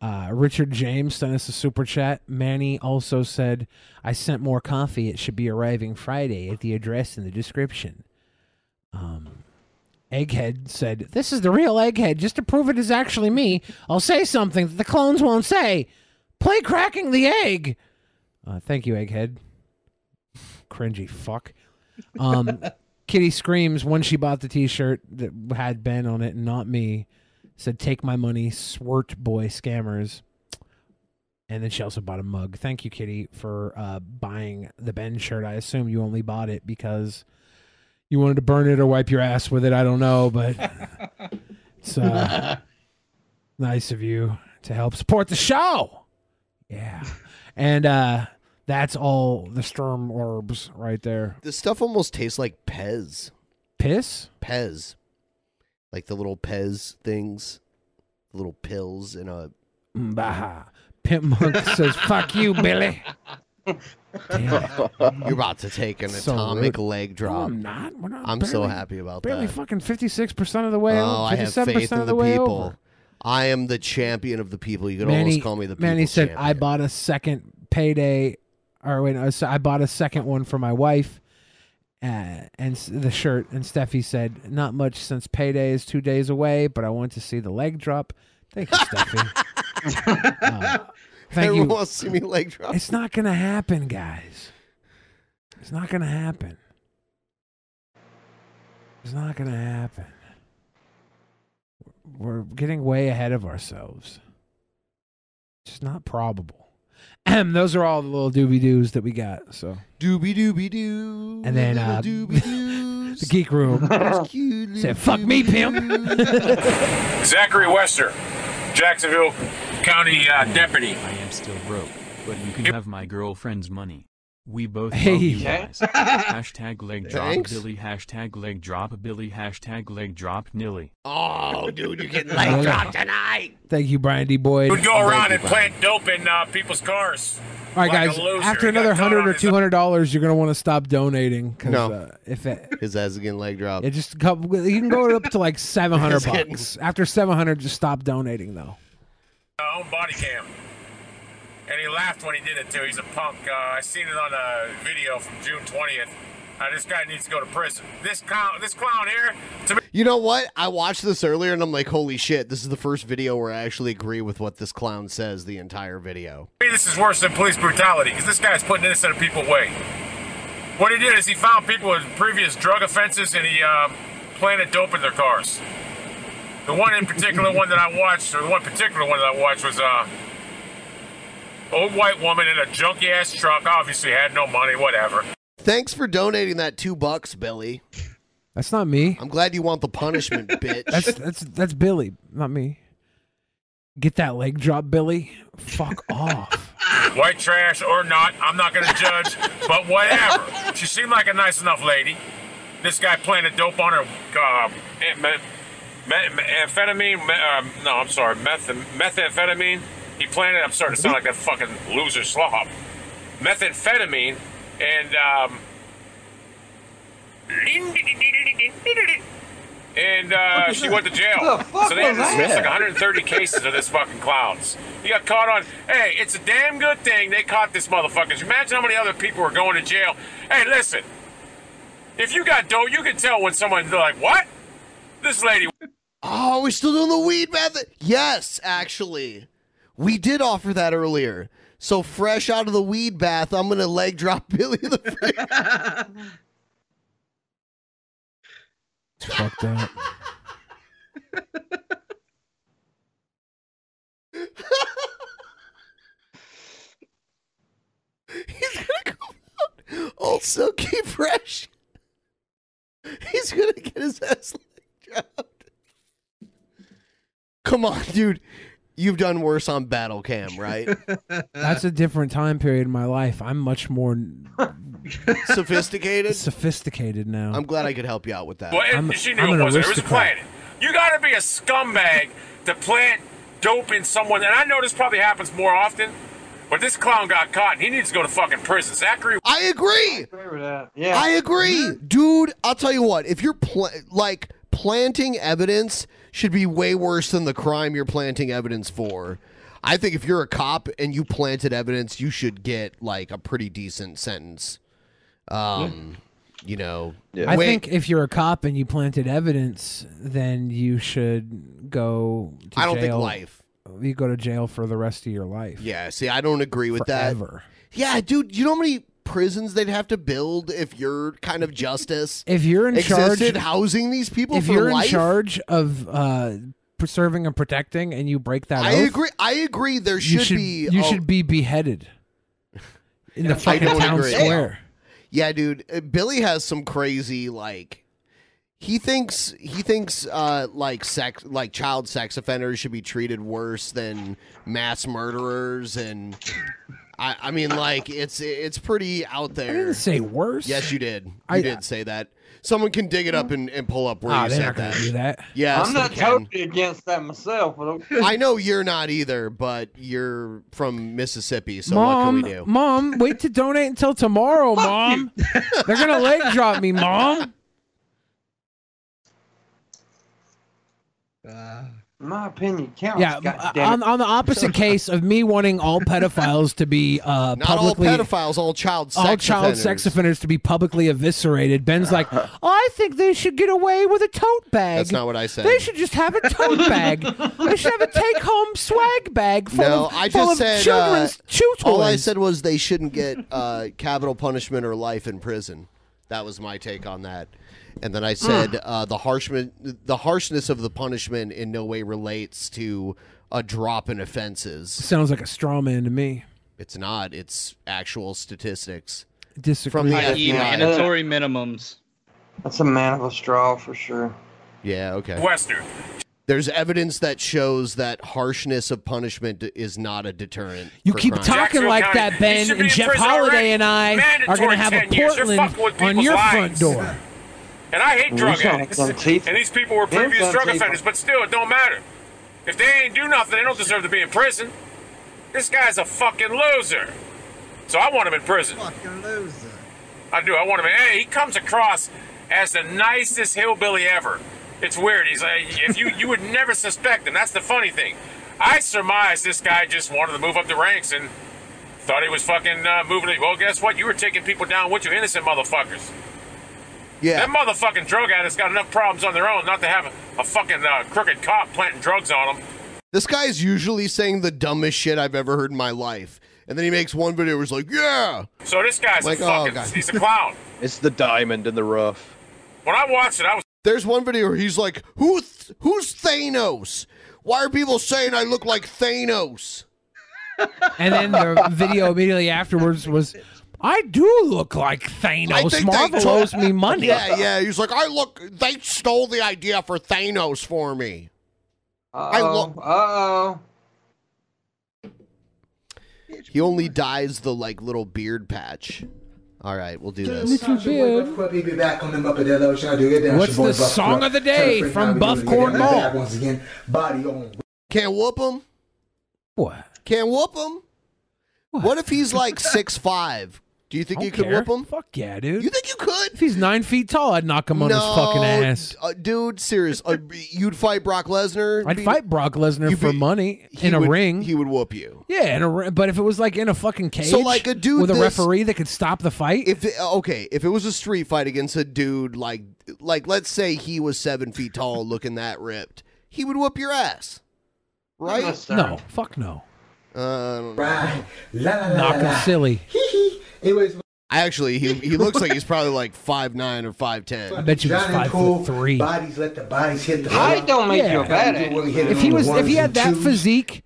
[SPEAKER 4] Uh, Richard James sent us a super chat. Manny also said, "I sent more coffee. It should be arriving Friday at the address in the description." Um, Egghead said, "This is the real Egghead. Just to prove it is actually me, I'll say something that the clones won't say. Play cracking the egg." Uh, thank you, Egghead. Cringy fuck. Um, Kitty screams when she bought the T-shirt that had Ben on it, and not me. Said, "Take my money, swert boy scammers." And then she also bought a mug. Thank you, Kitty, for uh, buying the Ben shirt. I assume you only bought it because you wanted to burn it or wipe your ass with it. I don't know, but it's uh, nice of you to help support the show. Yeah, and uh, that's all the Sturm Orbs right there.
[SPEAKER 1] This stuff almost tastes like Pez.
[SPEAKER 4] Piss?
[SPEAKER 1] Pez. Like the little Pez things, little pills in a.
[SPEAKER 4] Bah.
[SPEAKER 1] (laughs)
[SPEAKER 4] Pimp Monk says, "Fuck you, Billy."
[SPEAKER 1] You're about to take an
[SPEAKER 4] So
[SPEAKER 1] atomic
[SPEAKER 4] rude.
[SPEAKER 1] leg drop.
[SPEAKER 4] I'm not. We're not
[SPEAKER 1] I'm so
[SPEAKER 4] barely-
[SPEAKER 1] happy about
[SPEAKER 4] Barely
[SPEAKER 1] that.
[SPEAKER 4] fucking fifty-six percent of the way.
[SPEAKER 1] oh,
[SPEAKER 4] over,
[SPEAKER 1] I have
[SPEAKER 4] 57%
[SPEAKER 1] faith in
[SPEAKER 4] of
[SPEAKER 1] the
[SPEAKER 4] way
[SPEAKER 1] people.
[SPEAKER 4] over.
[SPEAKER 1] I am the champion of the people. You could almost call me the people
[SPEAKER 4] Manny said,
[SPEAKER 1] champ.
[SPEAKER 4] "I bought a second payday, or wait, no, so I bought a second one for my wife, uh, and s- the shirt." And Steffi said, "Not much since payday is two days away, but I want to see the leg drop." Thank
[SPEAKER 1] (laughs)
[SPEAKER 4] you, Steffi. Uh, thank
[SPEAKER 1] Everyone
[SPEAKER 4] you.
[SPEAKER 1] wants to see me leg drop.
[SPEAKER 4] It's not gonna happen, guys. It's not gonna happen. It's not gonna happen. We're getting way ahead of ourselves. It's just not probable. (clears throat) Ahem, Those are all the little doobie doos that we got. So
[SPEAKER 1] doobie doobie doo.
[SPEAKER 4] And then uh, (laughs) the geek room said, "Fuck me, pimp."
[SPEAKER 14] (laughs) Zachary Wester, Jacksonville County uh, Deputy.
[SPEAKER 10] I am still broke, but you can have my girlfriend's money. We both
[SPEAKER 14] Hey.
[SPEAKER 10] love you
[SPEAKER 19] (laughs)
[SPEAKER 14] Okay.
[SPEAKER 10] guys. hashtag leg drop
[SPEAKER 14] Thanks.
[SPEAKER 10] Billy. Hashtag leg drop Billy. Hashtag leg drop Nilly.
[SPEAKER 19] Oh, dude, you
[SPEAKER 10] (laughs)
[SPEAKER 19] getting
[SPEAKER 4] leg
[SPEAKER 19] dropped tonight.
[SPEAKER 4] Thank you, Brian D. Boyd.
[SPEAKER 10] Would
[SPEAKER 14] Go around and
[SPEAKER 10] Thank you,
[SPEAKER 14] plant dope in uh, people's cars.
[SPEAKER 4] All right,
[SPEAKER 14] like
[SPEAKER 4] guys.
[SPEAKER 14] A loser.
[SPEAKER 4] After
[SPEAKER 14] He got
[SPEAKER 4] another
[SPEAKER 14] caught
[SPEAKER 4] hundred
[SPEAKER 14] on
[SPEAKER 4] or
[SPEAKER 14] his
[SPEAKER 4] two hundred dollars, you're gonna want to stop donating. 'cause,
[SPEAKER 1] No.
[SPEAKER 4] uh, if it,
[SPEAKER 1] His ass again (laughs) leg drop.
[SPEAKER 4] It just come, you can go up to
[SPEAKER 1] (laughs)
[SPEAKER 4] like seven hundred
[SPEAKER 1] Just kidding.
[SPEAKER 4] bucks. After seven hundred, just stop donating though.
[SPEAKER 14] uh, own body cam. And he laughed when he did it too. He's a punk. Uh, I seen it on a video from June 20th. Uh, this guy needs to go to prison. This clown, this clown here, to me,
[SPEAKER 1] You know what? I watched this earlier and I'm like, holy shit, this is the first video where I actually agree with what this clown says the entire video.
[SPEAKER 14] to me this is worse than police brutality because this guy's putting innocent people away. What he did is he found people with previous drug offenses and he uh, planted dope in their cars. The one in particular, one that I watched, or the one particular one that I watched was uh, old white woman in a junky ass truck. Obviously had no money, whatever.
[SPEAKER 1] Thanks for donating that two bucks, Billy.
[SPEAKER 4] That's not me.
[SPEAKER 1] I'm glad you want the punishment, (laughs) bitch.
[SPEAKER 4] That's that's that's Billy, not me. Get that leg drop, Billy.
[SPEAKER 1] (laughs)
[SPEAKER 4] Fuck off.
[SPEAKER 14] White trash or not, I'm not going to judge, but whatever. She seemed like a nice enough lady. This guy planted dope on her. Uh, eh, me- me- me- amphetamine? me- um, no, I'm sorry. Meth- methamphetamine? He planted, I'm starting to sound like that fucking loser slob. Methamphetamine and. Um, and uh, she went to jail.
[SPEAKER 11] The fuck
[SPEAKER 14] so they had
[SPEAKER 11] was
[SPEAKER 14] dismissed
[SPEAKER 11] that?
[SPEAKER 14] like 130 cases of this fucking clowns. He got caught on. Hey, it's a damn good thing they caught this motherfucker. Just Imagine how many other people were going to jail. Hey, listen. If you got dope, you can tell when someone's like, "What? This lady."
[SPEAKER 1] Oh, we're still doing the weed method. Yes, actually. We did offer that earlier. So fresh out of the weed bath, I'm gonna leg drop (laughs) Billy the Freak.
[SPEAKER 4] It's fucked up.
[SPEAKER 1] also keep fresh. He's gonna get his ass leg dropped. Come on, dude. You've done worse on battle cam, right?
[SPEAKER 4] That's a different time period in my life. I'm much more n-
[SPEAKER 1] (laughs) sophisticated.
[SPEAKER 4] sophisticated now.
[SPEAKER 1] I'm glad I could help you out with that.
[SPEAKER 14] Well,
[SPEAKER 4] Uh, I'm-
[SPEAKER 14] it, she knew
[SPEAKER 4] I'm
[SPEAKER 14] it
[SPEAKER 4] an
[SPEAKER 14] wasn't. It was
[SPEAKER 4] aristocrat.
[SPEAKER 14] planted. You got to be a scumbag to plant dope in someone. And I know this probably happens more often, but this clown got caught. and He needs to go to fucking prison. Zachary.
[SPEAKER 1] I agree.
[SPEAKER 22] Yeah.
[SPEAKER 1] I agree, dude. I'll tell you what. If you're pl- like planting evidence, should be way worse than the crime you're planting evidence for. I think if you're a cop and you planted evidence, you should get like a pretty decent sentence. Um, you know,
[SPEAKER 4] I
[SPEAKER 1] wait-
[SPEAKER 4] think if you're a cop and you planted evidence, then you should go to
[SPEAKER 1] I don't think
[SPEAKER 4] jail.
[SPEAKER 1] life.
[SPEAKER 4] You go to jail for the rest of your life.
[SPEAKER 1] Yeah, see, I don't agree with
[SPEAKER 4] Forever.
[SPEAKER 1] that. Yeah, dude, you know how many prisons they'd have to build if your kind of justice
[SPEAKER 4] (laughs) If you're in
[SPEAKER 1] existed
[SPEAKER 4] charge-
[SPEAKER 1] housing these people
[SPEAKER 4] if
[SPEAKER 1] for
[SPEAKER 4] you're
[SPEAKER 1] life?
[SPEAKER 4] in charge of uh, preserving and protecting and you break that
[SPEAKER 1] I
[SPEAKER 4] oath,
[SPEAKER 1] agree. I agree. There
[SPEAKER 4] you
[SPEAKER 1] should,
[SPEAKER 4] should
[SPEAKER 1] be.
[SPEAKER 4] you
[SPEAKER 1] a-
[SPEAKER 4] should be
[SPEAKER 1] (laughs)
[SPEAKER 4] beheaded in the
[SPEAKER 1] I
[SPEAKER 4] fucking
[SPEAKER 1] don't
[SPEAKER 4] town
[SPEAKER 1] agree.
[SPEAKER 4] square.
[SPEAKER 1] Yeah, dude. uh, Billy has some crazy like. He thinks he thinks uh, like sex like child sex offenders should be treated worse than mass murderers and I, I mean like it's it's pretty out there. I didn't
[SPEAKER 4] say worse.
[SPEAKER 1] Yes, you did. You
[SPEAKER 4] I-
[SPEAKER 1] did say that. Someone can dig it up and, and pull up where
[SPEAKER 4] Ah,
[SPEAKER 1] you
[SPEAKER 4] they're
[SPEAKER 1] said
[SPEAKER 4] not gonna
[SPEAKER 1] that.
[SPEAKER 4] do that.
[SPEAKER 1] Yes,
[SPEAKER 22] I'm not
[SPEAKER 1] they can.
[SPEAKER 22] totally against that myself, but
[SPEAKER 1] I know you're not either, but you're from Mississippi, so
[SPEAKER 4] mom,
[SPEAKER 1] what can we do?
[SPEAKER 4] mom, wait to donate until tomorrow, mom. They're gonna leg drop
[SPEAKER 1] (laughs)
[SPEAKER 4] me, mom.
[SPEAKER 22] my opinion counts.
[SPEAKER 1] Oh,
[SPEAKER 4] Yeah, uh,
[SPEAKER 22] God damn it.
[SPEAKER 4] on, on the
[SPEAKER 1] (laughs)
[SPEAKER 4] opposite case of me wanting all pedophiles to be uh,
[SPEAKER 1] Not
[SPEAKER 4] publicly
[SPEAKER 1] all pedophiles, all child sex
[SPEAKER 4] all child
[SPEAKER 1] offenders. Uh-huh.
[SPEAKER 4] sex offenders to be publicly eviscerated. Ben's like, I think they should get away with a tote bag.
[SPEAKER 1] That's not what I said.
[SPEAKER 4] They should just have a tote bag. They should have a take-home swag bag full
[SPEAKER 1] no,
[SPEAKER 4] of,
[SPEAKER 1] I
[SPEAKER 4] full
[SPEAKER 1] just
[SPEAKER 4] of
[SPEAKER 1] said
[SPEAKER 4] children's
[SPEAKER 1] uh,
[SPEAKER 4] chew toys.
[SPEAKER 1] all I said was they shouldn't get uh, capital punishment or life in prison. That was my take on that. And then I
[SPEAKER 4] Hmm.
[SPEAKER 1] said uh, the harshman, the harshness of the punishment in no way relates to a drop in offenses.
[SPEAKER 4] Sounds like a straw man to me.
[SPEAKER 1] It's not. It's actual statistics.
[SPEAKER 4] Disagree.
[SPEAKER 1] From the
[SPEAKER 7] i.e.
[SPEAKER 1] FBI.
[SPEAKER 7] mandatory minimums.
[SPEAKER 22] That's a man of a straw for sure.
[SPEAKER 1] Yeah. Okay.
[SPEAKER 14] Western.
[SPEAKER 1] There's evidence that shows that harshness of punishment is not a deterrent.
[SPEAKER 4] You
[SPEAKER 1] for
[SPEAKER 4] keep
[SPEAKER 1] crime.
[SPEAKER 4] talking like that, Ben, and Jeff Holiday and I are going to have a Portland on your front door.
[SPEAKER 14] And I hate
[SPEAKER 4] You
[SPEAKER 14] drug
[SPEAKER 4] sound
[SPEAKER 14] addicts.
[SPEAKER 4] like them teeth.
[SPEAKER 14] And these people were
[SPEAKER 4] Them
[SPEAKER 14] previous
[SPEAKER 4] dumb
[SPEAKER 14] drug
[SPEAKER 4] teeth.
[SPEAKER 14] offenders, but still, it don't matter. If they ain't do nothing, they don't deserve to be in prison. This guy's a fucking loser. So I want him in prison.
[SPEAKER 5] Fucking loser.
[SPEAKER 14] I do. I want him. Hey, he comes across as the nicest hillbilly ever. It's weird. He's like, if you you would never suspect him. That's the funny thing. I surmise this guy just wanted to move up the ranks and thought he was fucking uh, moving. it. Well, guess what? You were taking people down with you, innocent motherfuckers.
[SPEAKER 1] Yeah.
[SPEAKER 14] Them motherfucking drug addicts got enough problems on their own not to have a, a fucking uh, crooked cop planting drugs on them.
[SPEAKER 1] This guy is usually saying the dumbest shit I've ever heard in my life. And then he makes one video where he's like, yeah.
[SPEAKER 14] So this guy's
[SPEAKER 1] Like,
[SPEAKER 14] a
[SPEAKER 1] oh,
[SPEAKER 14] fucking.
[SPEAKER 1] God.
[SPEAKER 14] he's a clown.
[SPEAKER 8] (laughs) It's the diamond in the
[SPEAKER 4] (laughs)
[SPEAKER 8] rough.
[SPEAKER 14] When I watched it, I was.
[SPEAKER 1] There's one video where he's like, Who th- who's Thanos? Why are people saying I look like Thanos?
[SPEAKER 4] And then the video immediately afterwards was, I do look like Thanos. Marvel owes me money.
[SPEAKER 1] Yeah, yeah. He's like, I look. They stole the idea for Thanos for me. I look.
[SPEAKER 22] Uh oh.
[SPEAKER 1] He only dyes the like little beard patch. All right, we'll do this.
[SPEAKER 13] We be back on the Muppadello Show. Do it down. It's
[SPEAKER 1] What's
[SPEAKER 13] your boy
[SPEAKER 1] the
[SPEAKER 13] Buff
[SPEAKER 1] song
[SPEAKER 13] Club.
[SPEAKER 1] of the day
[SPEAKER 13] Trying to figure
[SPEAKER 1] from
[SPEAKER 13] out how we
[SPEAKER 1] Buff
[SPEAKER 13] doing it again.
[SPEAKER 1] Cornball?
[SPEAKER 13] Back Once again, body on.
[SPEAKER 1] Can't whoop him.
[SPEAKER 4] What?
[SPEAKER 1] Can't whoop him. What, if
[SPEAKER 4] (laughs)
[SPEAKER 1] he's like six five? Do you think
[SPEAKER 4] I
[SPEAKER 1] you
[SPEAKER 4] don't
[SPEAKER 1] could whoop
[SPEAKER 4] care.
[SPEAKER 1] him?
[SPEAKER 4] Fuck yeah, dude.
[SPEAKER 1] You think you could?
[SPEAKER 4] If he's nine feet tall, I'd knock him on his fucking
[SPEAKER 1] d-
[SPEAKER 4] ass.
[SPEAKER 1] uh, dude. Serious. Uh, you'd fight Brock Lesnar.
[SPEAKER 4] I'd
[SPEAKER 1] Be-
[SPEAKER 4] fight Brock Lesnar for money
[SPEAKER 1] he
[SPEAKER 4] in a
[SPEAKER 1] would-
[SPEAKER 4] ring.
[SPEAKER 1] He would whoop you.
[SPEAKER 4] Yeah, in a ri- but if it was like in a fucking cage,
[SPEAKER 1] So like a dude
[SPEAKER 4] with a
[SPEAKER 1] this-
[SPEAKER 4] referee that could stop the fight.
[SPEAKER 1] If it- okay, if it was a street fight against a dude like like let's say he was seven feet tall, looking that ripped, he would whoop your ass, right?
[SPEAKER 4] no, fuck no.
[SPEAKER 1] Uh,
[SPEAKER 13] Right. La, la, la,
[SPEAKER 4] Knock
[SPEAKER 13] la,
[SPEAKER 4] him
[SPEAKER 13] la.
[SPEAKER 4] silly.
[SPEAKER 13] Anyways,
[SPEAKER 1] Actually, he he looks like he's probably like five nine or five ten.
[SPEAKER 4] I bet you he's
[SPEAKER 13] Johnny
[SPEAKER 4] five
[SPEAKER 13] Cole,
[SPEAKER 4] foot three.
[SPEAKER 13] Bodies let the bodies hit the
[SPEAKER 4] Height don't make you a bad
[SPEAKER 13] You wanna hit
[SPEAKER 4] If
[SPEAKER 13] it
[SPEAKER 4] he
[SPEAKER 13] on the
[SPEAKER 4] was, if
[SPEAKER 13] ones
[SPEAKER 4] he had
[SPEAKER 13] and
[SPEAKER 4] that
[SPEAKER 13] twos.
[SPEAKER 4] physique,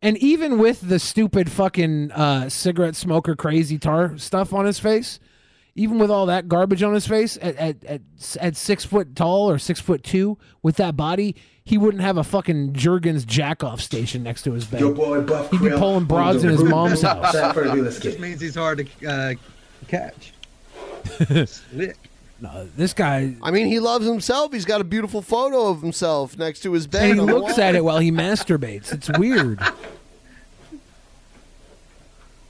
[SPEAKER 4] and even with the stupid fucking uh, cigarette smoker crazy tar stuff on his face, even with all that garbage on his face, at at, at, at six foot tall or six foot two with that body, he wouldn't have a fucking Jergens jack off station next to his bed.
[SPEAKER 13] Your boy Buff
[SPEAKER 4] He'd be
[SPEAKER 13] Krill
[SPEAKER 4] pulling
[SPEAKER 13] on
[SPEAKER 4] broads
[SPEAKER 13] the (laughs)
[SPEAKER 4] in his
[SPEAKER 13] root
[SPEAKER 4] mom's
[SPEAKER 13] of
[SPEAKER 4] house.
[SPEAKER 13] San Fernando. Let's
[SPEAKER 5] Just means he's hard to uh, catch.
[SPEAKER 4] no, this guy.
[SPEAKER 1] I mean, he loves himself. He's got a beautiful photo of himself next to his bed.
[SPEAKER 4] And he
[SPEAKER 1] on the
[SPEAKER 4] looks
[SPEAKER 1] wall.
[SPEAKER 4] at it while he masturbates. It's (laughs) weird.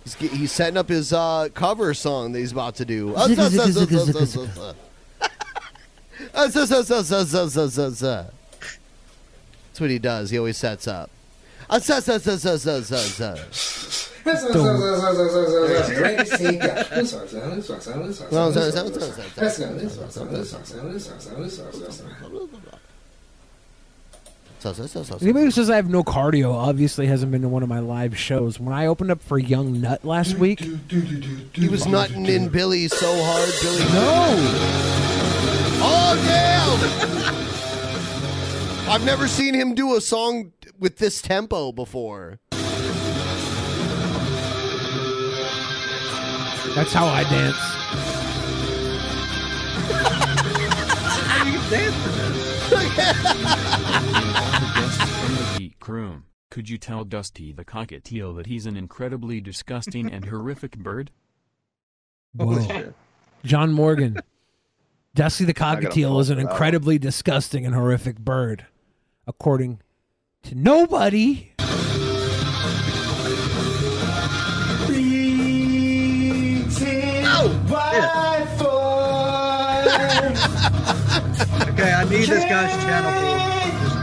[SPEAKER 1] He's, ge- he's setting up his uh, cover song that he's about
[SPEAKER 4] (laughs)
[SPEAKER 1] to do.
[SPEAKER 11] Zigga, zigga, zigga,
[SPEAKER 1] That's what he does. He always sets
[SPEAKER 4] (laughs)
[SPEAKER 1] up.
[SPEAKER 4] Anybody who says I have no cardio obviously hasn't been to one of my live shows. When I opened up for Young Nut last week,
[SPEAKER 1] He was nutting in Billy so hard, Billy.
[SPEAKER 4] No.
[SPEAKER 1] Oh damn! I've never seen him do a song with this tempo before.
[SPEAKER 4] that's how I dance.
[SPEAKER 10] From the geek room, could you tell Dusty the cockatiel that he's an incredibly disgusting and horrific
[SPEAKER 19] (laughs)
[SPEAKER 10] bird?
[SPEAKER 4] Whoa. John Morgan. (laughs) Dusty the
[SPEAKER 10] gotta
[SPEAKER 4] cockatiel
[SPEAKER 10] pull
[SPEAKER 4] is an
[SPEAKER 10] that up.
[SPEAKER 4] incredibly disgusting and horrific bird, according to nobody.
[SPEAKER 22] (laughs)
[SPEAKER 5] Okay, I need this guy's channel.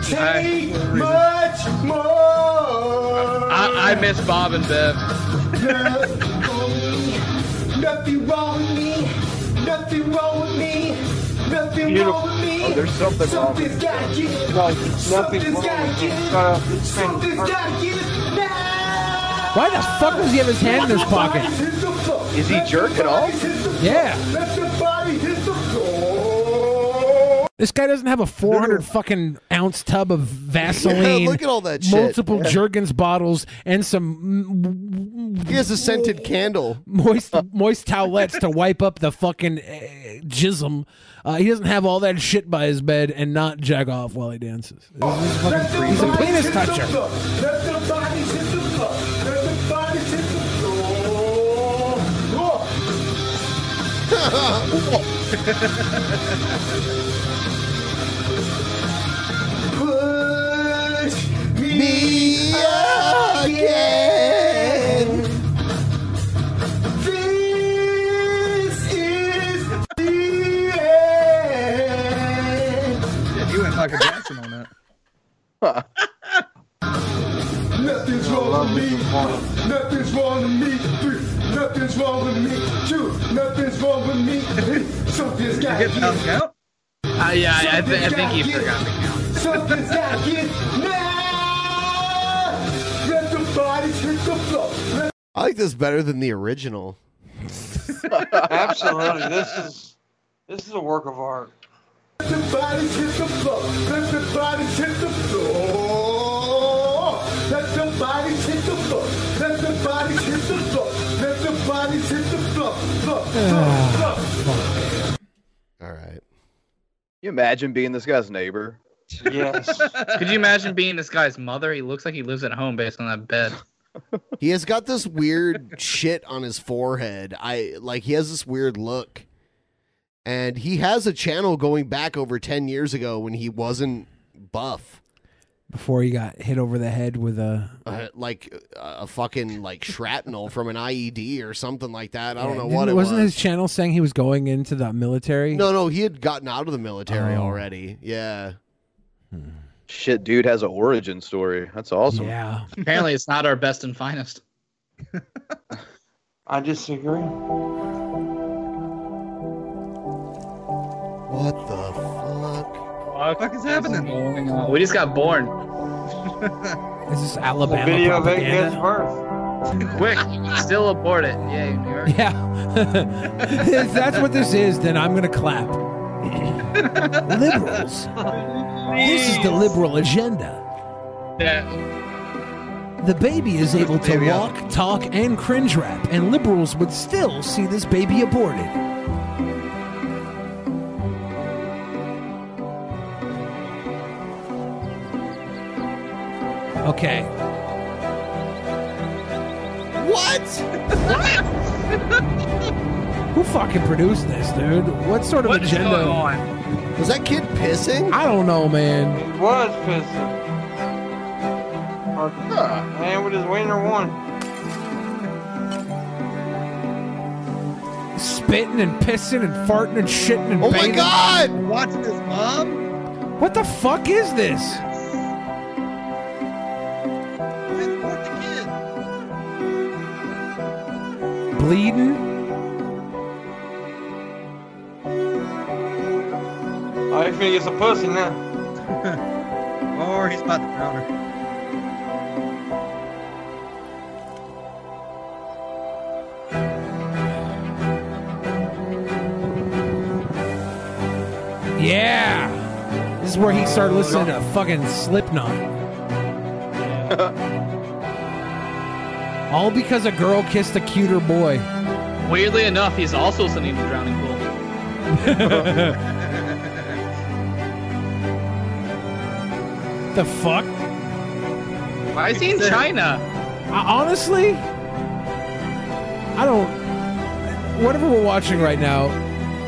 [SPEAKER 11] Take much more.
[SPEAKER 7] I, I miss Bob and Bev. Uh,
[SPEAKER 22] (laughs)
[SPEAKER 11] Nothing wrong with me. Nothing wrong with me. Nothing wrong with me.
[SPEAKER 22] Oh, there's something wrong
[SPEAKER 11] Something's
[SPEAKER 22] with you.
[SPEAKER 11] got to give.
[SPEAKER 22] No, nothing
[SPEAKER 11] Something's
[SPEAKER 22] wrong
[SPEAKER 11] got
[SPEAKER 22] with
[SPEAKER 11] to
[SPEAKER 22] you.
[SPEAKER 11] give.
[SPEAKER 22] Shut up. It's
[SPEAKER 11] Something's
[SPEAKER 22] fine.
[SPEAKER 11] got to give.
[SPEAKER 4] Why the fuck does he have his hand in his pocket?
[SPEAKER 8] Is he jerk at all?
[SPEAKER 4] Yeah.
[SPEAKER 11] Let the body hit the
[SPEAKER 4] This guy doesn't have a 400 fucking ounce tub of Vaseline.
[SPEAKER 1] (laughs) Yeah, look at all that shit.
[SPEAKER 4] Multiple
[SPEAKER 1] Yeah.
[SPEAKER 4] Jergens bottles and some.
[SPEAKER 1] He has a scented candle.
[SPEAKER 4] Moist,
[SPEAKER 1] (laughs)
[SPEAKER 4] moist towelettes to wipe up the fucking uh, jism. Uh, he doesn't have all that shit by his bed and not jack off while he dances. He's a penis toucher.
[SPEAKER 11] Let the body hit the floor. Let the body hit the floor. Push me again. This is the end.
[SPEAKER 5] You went Michael Jackson on that.
[SPEAKER 11] Nothing's wrong with me. Nothing's wrong with me. Three. Nothing's wrong with me. Two. Nothing's wrong with me. Something's got to get.
[SPEAKER 7] Uh, yeah, I, I, th- I think he forgot the count.
[SPEAKER 11] Something's got to get. Let the bodies hit the floor. Let
[SPEAKER 1] I like this better than the original.
[SPEAKER 22] (laughs) Absolutely. This is this is a work of art.
[SPEAKER 11] the bodies hit the floor. Let the bodies hit the floor. Let the bodies hit the floor. Let the bodies hit the floor. Let the
[SPEAKER 13] Bodies hit the floor, floor,
[SPEAKER 8] (sighs)
[SPEAKER 13] floor,
[SPEAKER 4] Ah.
[SPEAKER 13] floor.
[SPEAKER 8] All right. You imagine being this guy's neighbor? (laughs)
[SPEAKER 22] Yes.
[SPEAKER 7] Could you imagine being this guy's mother? He looks like he lives at home based on that bed.
[SPEAKER 1] He has got this weird shit on his forehead. I like he has this weird look. And he has a channel going back over 10 years ago when he wasn't buff.
[SPEAKER 4] Before he got hit over the head with a.
[SPEAKER 1] Uh, like uh, a fucking like shrapnel from an IED or something like that. I don't know
[SPEAKER 4] Didn't-
[SPEAKER 1] what it
[SPEAKER 4] wasn't
[SPEAKER 1] was.
[SPEAKER 4] his channel saying he was going into the military?
[SPEAKER 1] No, no, he had gotten out of the military
[SPEAKER 4] Oh.
[SPEAKER 1] already. Yeah.
[SPEAKER 8] Shit, dude has an origin story. That's awesome.
[SPEAKER 4] Yeah.
[SPEAKER 7] Apparently, it's not our best and finest.
[SPEAKER 22] I disagree.
[SPEAKER 1] What the fuck?
[SPEAKER 7] What the fuck
[SPEAKER 5] is happening?
[SPEAKER 7] We just got born.
[SPEAKER 4] This is Alabama
[SPEAKER 7] video of it
[SPEAKER 4] propaganda.
[SPEAKER 7] gets Quick, still abort it. Yay, New York.
[SPEAKER 4] Yeah. (laughs) if that's what this is, then I'm going to clap. Liberals. This is the liberal agenda. The baby is able to
[SPEAKER 11] Baby
[SPEAKER 4] walk, talk, and cringe rap, and liberals would still see this baby aborted. Okay. Who fucking produced this, dude? What sort of
[SPEAKER 11] What is
[SPEAKER 4] agenda?
[SPEAKER 11] going
[SPEAKER 1] Was that kid pissing?
[SPEAKER 4] I don't know, man.
[SPEAKER 22] He was pissing. Or, Man with his wiener one.
[SPEAKER 4] Spitting and pissing and farting and shitting and
[SPEAKER 22] Oh my
[SPEAKER 4] banging.
[SPEAKER 22] God!
[SPEAKER 5] Watching his mom?
[SPEAKER 4] What the fuck is this? Bleeding?
[SPEAKER 22] Oh, he's gonna get some pussy now.
[SPEAKER 5] (laughs) or he's about to drown her.
[SPEAKER 4] Yeah! This is where he started listening to fucking
[SPEAKER 22] (laughs)
[SPEAKER 4] Slipknot. All because a girl kissed a cuter
[SPEAKER 22] (laughs)
[SPEAKER 4] boy.
[SPEAKER 7] Weirdly enough, he's also listening to Drowning Pool.
[SPEAKER 4] The fuck?
[SPEAKER 7] Why is he in China?
[SPEAKER 4] I, honestly, I don't. Whatever we're watching right now,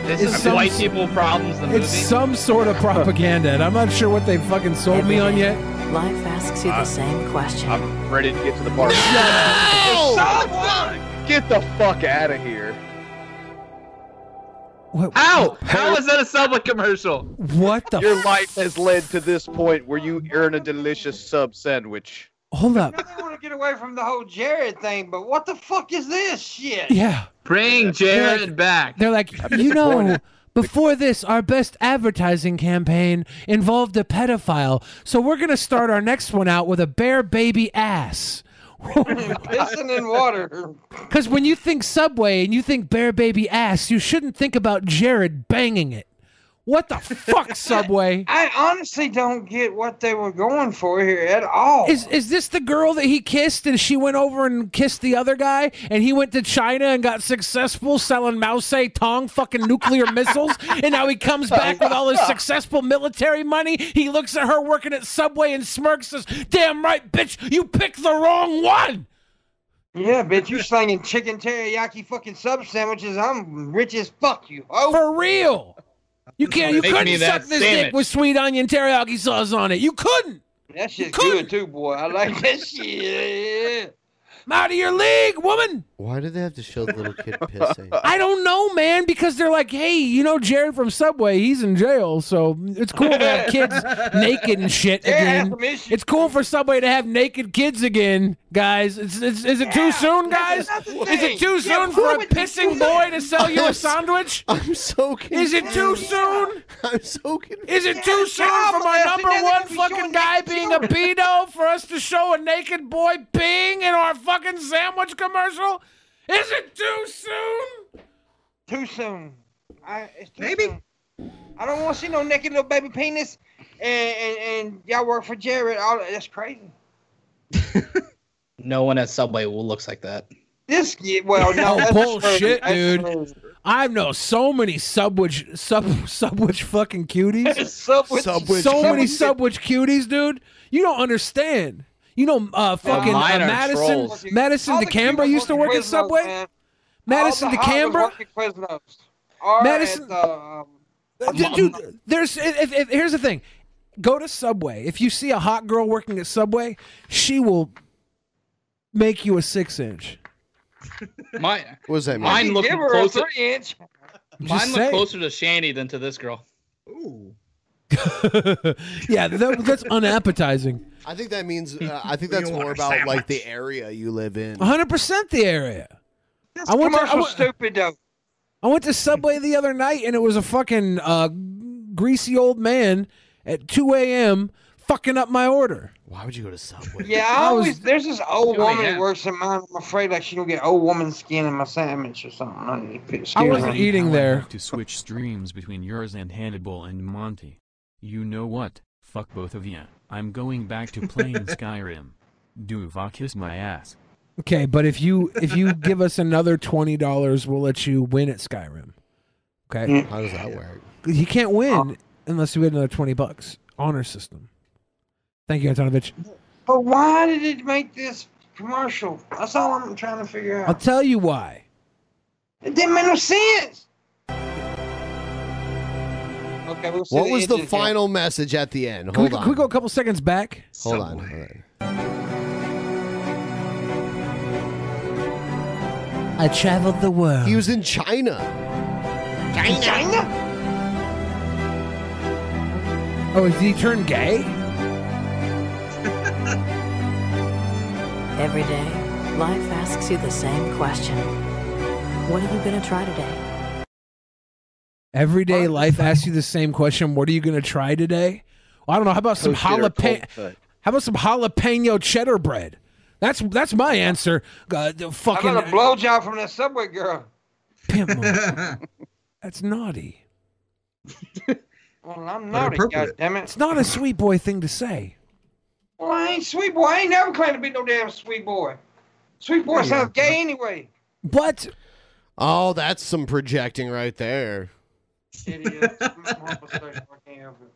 [SPEAKER 7] This
[SPEAKER 4] It's
[SPEAKER 7] is
[SPEAKER 4] some-
[SPEAKER 7] white people problems. The movie.
[SPEAKER 4] it's some sort of propaganda, and I'm not sure what they fucking sold me on yet.
[SPEAKER 15] Life asks you the same question.
[SPEAKER 8] I'm ready to get to the party. Get the fuck out of here.
[SPEAKER 7] Ow! How is that a Subway commercial?
[SPEAKER 4] What the?
[SPEAKER 8] Your life has led to this point where you earn a delicious sub sandwich.
[SPEAKER 4] Hold up.
[SPEAKER 22] I want to get away from the whole Jared thing, but what the fuck is this shit?
[SPEAKER 4] Yeah.
[SPEAKER 7] Bring
[SPEAKER 4] They're
[SPEAKER 7] Jared
[SPEAKER 4] like-
[SPEAKER 7] back.
[SPEAKER 4] They're like, you
[SPEAKER 7] (laughs)
[SPEAKER 4] know, before this, our best advertising campaign involved a pedophile, so we're gonna start our next one out with a bare baby ass.
[SPEAKER 22] Pissing in water.
[SPEAKER 4] Because when you think Subway and you think bare baby ass, you shouldn't think about Jared banging it. What the
[SPEAKER 7] (laughs)
[SPEAKER 4] fuck, Subway?
[SPEAKER 22] I honestly don't get what they were going for here at all.
[SPEAKER 4] Is is this the girl that he kissed and she went over and kissed the other guy and he went to China and got successful selling Mao Tong fucking nuclear
[SPEAKER 22] (laughs)
[SPEAKER 4] missiles and now he comes back with all his successful military money. He looks at her working at Subway and smirks says, "Damn right, bitch, you picked the wrong one."
[SPEAKER 22] Yeah, bitch, you slinging chicken teriyaki fucking sub sandwiches. I'm rich as fuck, you hoe.
[SPEAKER 4] For real. You can't. You
[SPEAKER 22] Make me
[SPEAKER 4] couldn't
[SPEAKER 22] that
[SPEAKER 4] suck this dick
[SPEAKER 22] sandwich.
[SPEAKER 4] with sweet onion teriyaki sauce on it. You couldn't.
[SPEAKER 22] That shit's good too, boy. I like that shit.
[SPEAKER 4] I'm out of your league, woman.
[SPEAKER 1] Why did they have to show the little (laughs) kid pissing?
[SPEAKER 4] I don't know, man, because they're like, hey, you know, Jared from Subway, he's in jail, so it's cool to have kids naked and shit again. It's cool for Subway to have naked kids again, guys. It's, it's, is it too soon, guys?
[SPEAKER 11] that's the
[SPEAKER 4] Is it
[SPEAKER 11] thing.
[SPEAKER 4] too
[SPEAKER 11] Yeah,
[SPEAKER 4] soon for a pissing boy to sell you a sandwich?
[SPEAKER 1] I'm so
[SPEAKER 4] Is
[SPEAKER 1] confused.
[SPEAKER 4] it too soon?
[SPEAKER 1] (laughs) I'm so confused.
[SPEAKER 4] Is it too soon
[SPEAKER 11] child
[SPEAKER 4] from our number
[SPEAKER 11] molesting,
[SPEAKER 4] one fucking guy being a pedo for us to show a naked boy peeing in our fucking sandwich commercial? Is it too soon?
[SPEAKER 22] Too soon. I, it's too Maybe. Soon. I don't want to see no naked little baby penis. And, and, and y'all work for Jared. All that's crazy.
[SPEAKER 7] No one at Subway looks like that.
[SPEAKER 22] This yeah,
[SPEAKER 4] (laughs)
[SPEAKER 22] well, no,
[SPEAKER 4] Oh,
[SPEAKER 22] that's
[SPEAKER 4] bullshit,
[SPEAKER 22] true. That's
[SPEAKER 4] dude. I know so many subwitch sub subwitch fucking
[SPEAKER 22] (laughs)
[SPEAKER 4] cuties.
[SPEAKER 22] Subwitch- Subwitch
[SPEAKER 4] so many
[SPEAKER 22] cuties.
[SPEAKER 4] subwitch cuties, dude. You don't understand. You know, uh, fucking uh,
[SPEAKER 22] mine are
[SPEAKER 4] Madison
[SPEAKER 22] trolls. All
[SPEAKER 4] Madison
[SPEAKER 22] the
[SPEAKER 4] DeCambra
[SPEAKER 22] Cubans
[SPEAKER 4] used to
[SPEAKER 22] work at
[SPEAKER 4] work at
[SPEAKER 22] Quiznos,
[SPEAKER 4] Subway.
[SPEAKER 22] man.
[SPEAKER 4] Madison
[SPEAKER 22] All the hot ones
[SPEAKER 4] DeCambra.
[SPEAKER 22] work at Quiznos. Or
[SPEAKER 4] Madison-
[SPEAKER 22] at, uh,
[SPEAKER 4] D- dude, there's if, if, if- here's the thing. Go to Subway. If you see a hot girl working at Subway, she will make you a six inch.
[SPEAKER 7] Mine,
[SPEAKER 1] What does that mean?
[SPEAKER 7] mine looked
[SPEAKER 22] give her
[SPEAKER 7] closer.
[SPEAKER 22] a three inch.
[SPEAKER 7] Mine looked
[SPEAKER 4] saying.
[SPEAKER 7] closer to Shandy than to this girl.
[SPEAKER 4] Yeah, that,
[SPEAKER 22] (laughs)
[SPEAKER 4] that's unappetizing.
[SPEAKER 1] I think that means. Uh, I think
[SPEAKER 4] You
[SPEAKER 1] that's
[SPEAKER 4] want
[SPEAKER 1] more
[SPEAKER 4] a
[SPEAKER 1] about
[SPEAKER 4] sandwich.
[SPEAKER 1] like the area you live in.
[SPEAKER 4] 100% the area.
[SPEAKER 22] This
[SPEAKER 4] I went to- I
[SPEAKER 22] commercial's
[SPEAKER 4] went-
[SPEAKER 22] stupid though.
[SPEAKER 4] I went to Subway the other night and it was a fucking uh, greasy old man at 2 a.m. fucking up my order.
[SPEAKER 1] Why would you go to Subway?
[SPEAKER 22] Yeah, I,
[SPEAKER 4] I was-
[SPEAKER 22] always there's this old
[SPEAKER 4] Sure,
[SPEAKER 22] woman
[SPEAKER 4] yeah.
[SPEAKER 22] that works in mine. I'm afraid like she gonna get old woman skin in my sandwich or something. I'm just pissed.
[SPEAKER 4] I wasn't
[SPEAKER 22] Scared.
[SPEAKER 4] eating
[SPEAKER 10] How I
[SPEAKER 4] there.
[SPEAKER 10] have To switch streams between yours and Hannibal and Monty. You know what? Fuck both of you. I'm going back to
[SPEAKER 4] (laughs)
[SPEAKER 10] playing Skyrim. Duva kiss my ass.
[SPEAKER 4] Okay, but if you if you give us another twenty dollars, we'll let you win at Skyrim. Okay,
[SPEAKER 1] How does that work?
[SPEAKER 4] he can't win unless you get another twenty bucks. Honor system. Thank you, Antonovich.
[SPEAKER 22] But why did it make this commercial? That's all I'm trying to figure
[SPEAKER 4] I'll
[SPEAKER 22] out.
[SPEAKER 4] tell you why.
[SPEAKER 22] It didn't make no sense. Okay, we'll see
[SPEAKER 1] What was the
[SPEAKER 22] engine here.
[SPEAKER 1] final message at the end?
[SPEAKER 4] Can we,
[SPEAKER 1] Hold
[SPEAKER 4] can
[SPEAKER 1] on.
[SPEAKER 4] we go a couple seconds back?
[SPEAKER 1] Hold on. Hold on.
[SPEAKER 16] I traveled the world.
[SPEAKER 1] He was in China. China.
[SPEAKER 4] Oh, did he turn gay?
[SPEAKER 15] Every day, life asks you the same question What are you going to try today?
[SPEAKER 4] Everyday life asks you the same question. What are you gonna try today? Well, I don't know. How about some
[SPEAKER 16] Toasted or
[SPEAKER 4] jalapeno?
[SPEAKER 16] cold cut?
[SPEAKER 4] How about some jalapeno cheddar bread? That's that's my answer. God, the
[SPEAKER 22] How
[SPEAKER 4] fucking
[SPEAKER 22] about a blowjob from that subway girl?
[SPEAKER 4] (laughs) pimp. move. that's naughty.
[SPEAKER 22] Well, I'm naughty, goddammit.
[SPEAKER 4] It's not a sweet boy thing to say.
[SPEAKER 22] Well, I ain't sweet boy. I ain't never claimed to be no damn sweet boy. Sweet boy sounds gay anyway.
[SPEAKER 4] What?
[SPEAKER 1] Oh, that's some projecting right there.
[SPEAKER 22] Idiot. I'm homosexual. I can't help it.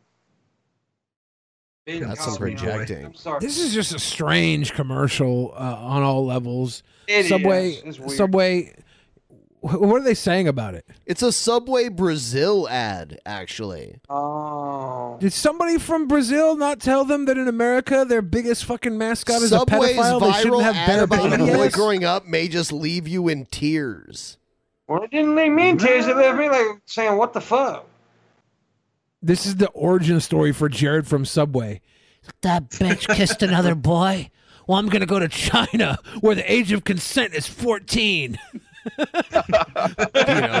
[SPEAKER 22] Big
[SPEAKER 1] That's some
[SPEAKER 22] coffee, you know.
[SPEAKER 1] projecting.
[SPEAKER 22] I'm sorry.
[SPEAKER 4] This is just a strange commercial uh, on all levels.
[SPEAKER 22] It is.
[SPEAKER 4] Subway,
[SPEAKER 22] It's weird.
[SPEAKER 4] Subway. wh- What are they saying about it?
[SPEAKER 1] It's a Subway Brazil ad, actually.
[SPEAKER 22] Oh.
[SPEAKER 4] Did somebody from Brazil not tell them that in America their biggest fucking mascot is
[SPEAKER 1] Subway's
[SPEAKER 4] a pedophile? They
[SPEAKER 1] viral
[SPEAKER 4] shouldn't have
[SPEAKER 1] ad
[SPEAKER 4] better
[SPEAKER 1] about a
[SPEAKER 4] baby
[SPEAKER 1] boy
[SPEAKER 4] ass?
[SPEAKER 1] growing up may just leave you in tears.
[SPEAKER 22] Well, it didn't leave me in tears. It left me like saying, "What the fuck?"
[SPEAKER 4] This is the origin story for Jared from Subway.
[SPEAKER 16] That bitch kissed another boy. Well, I'm gonna go to China, where the age of consent is 14.
[SPEAKER 1] Do you know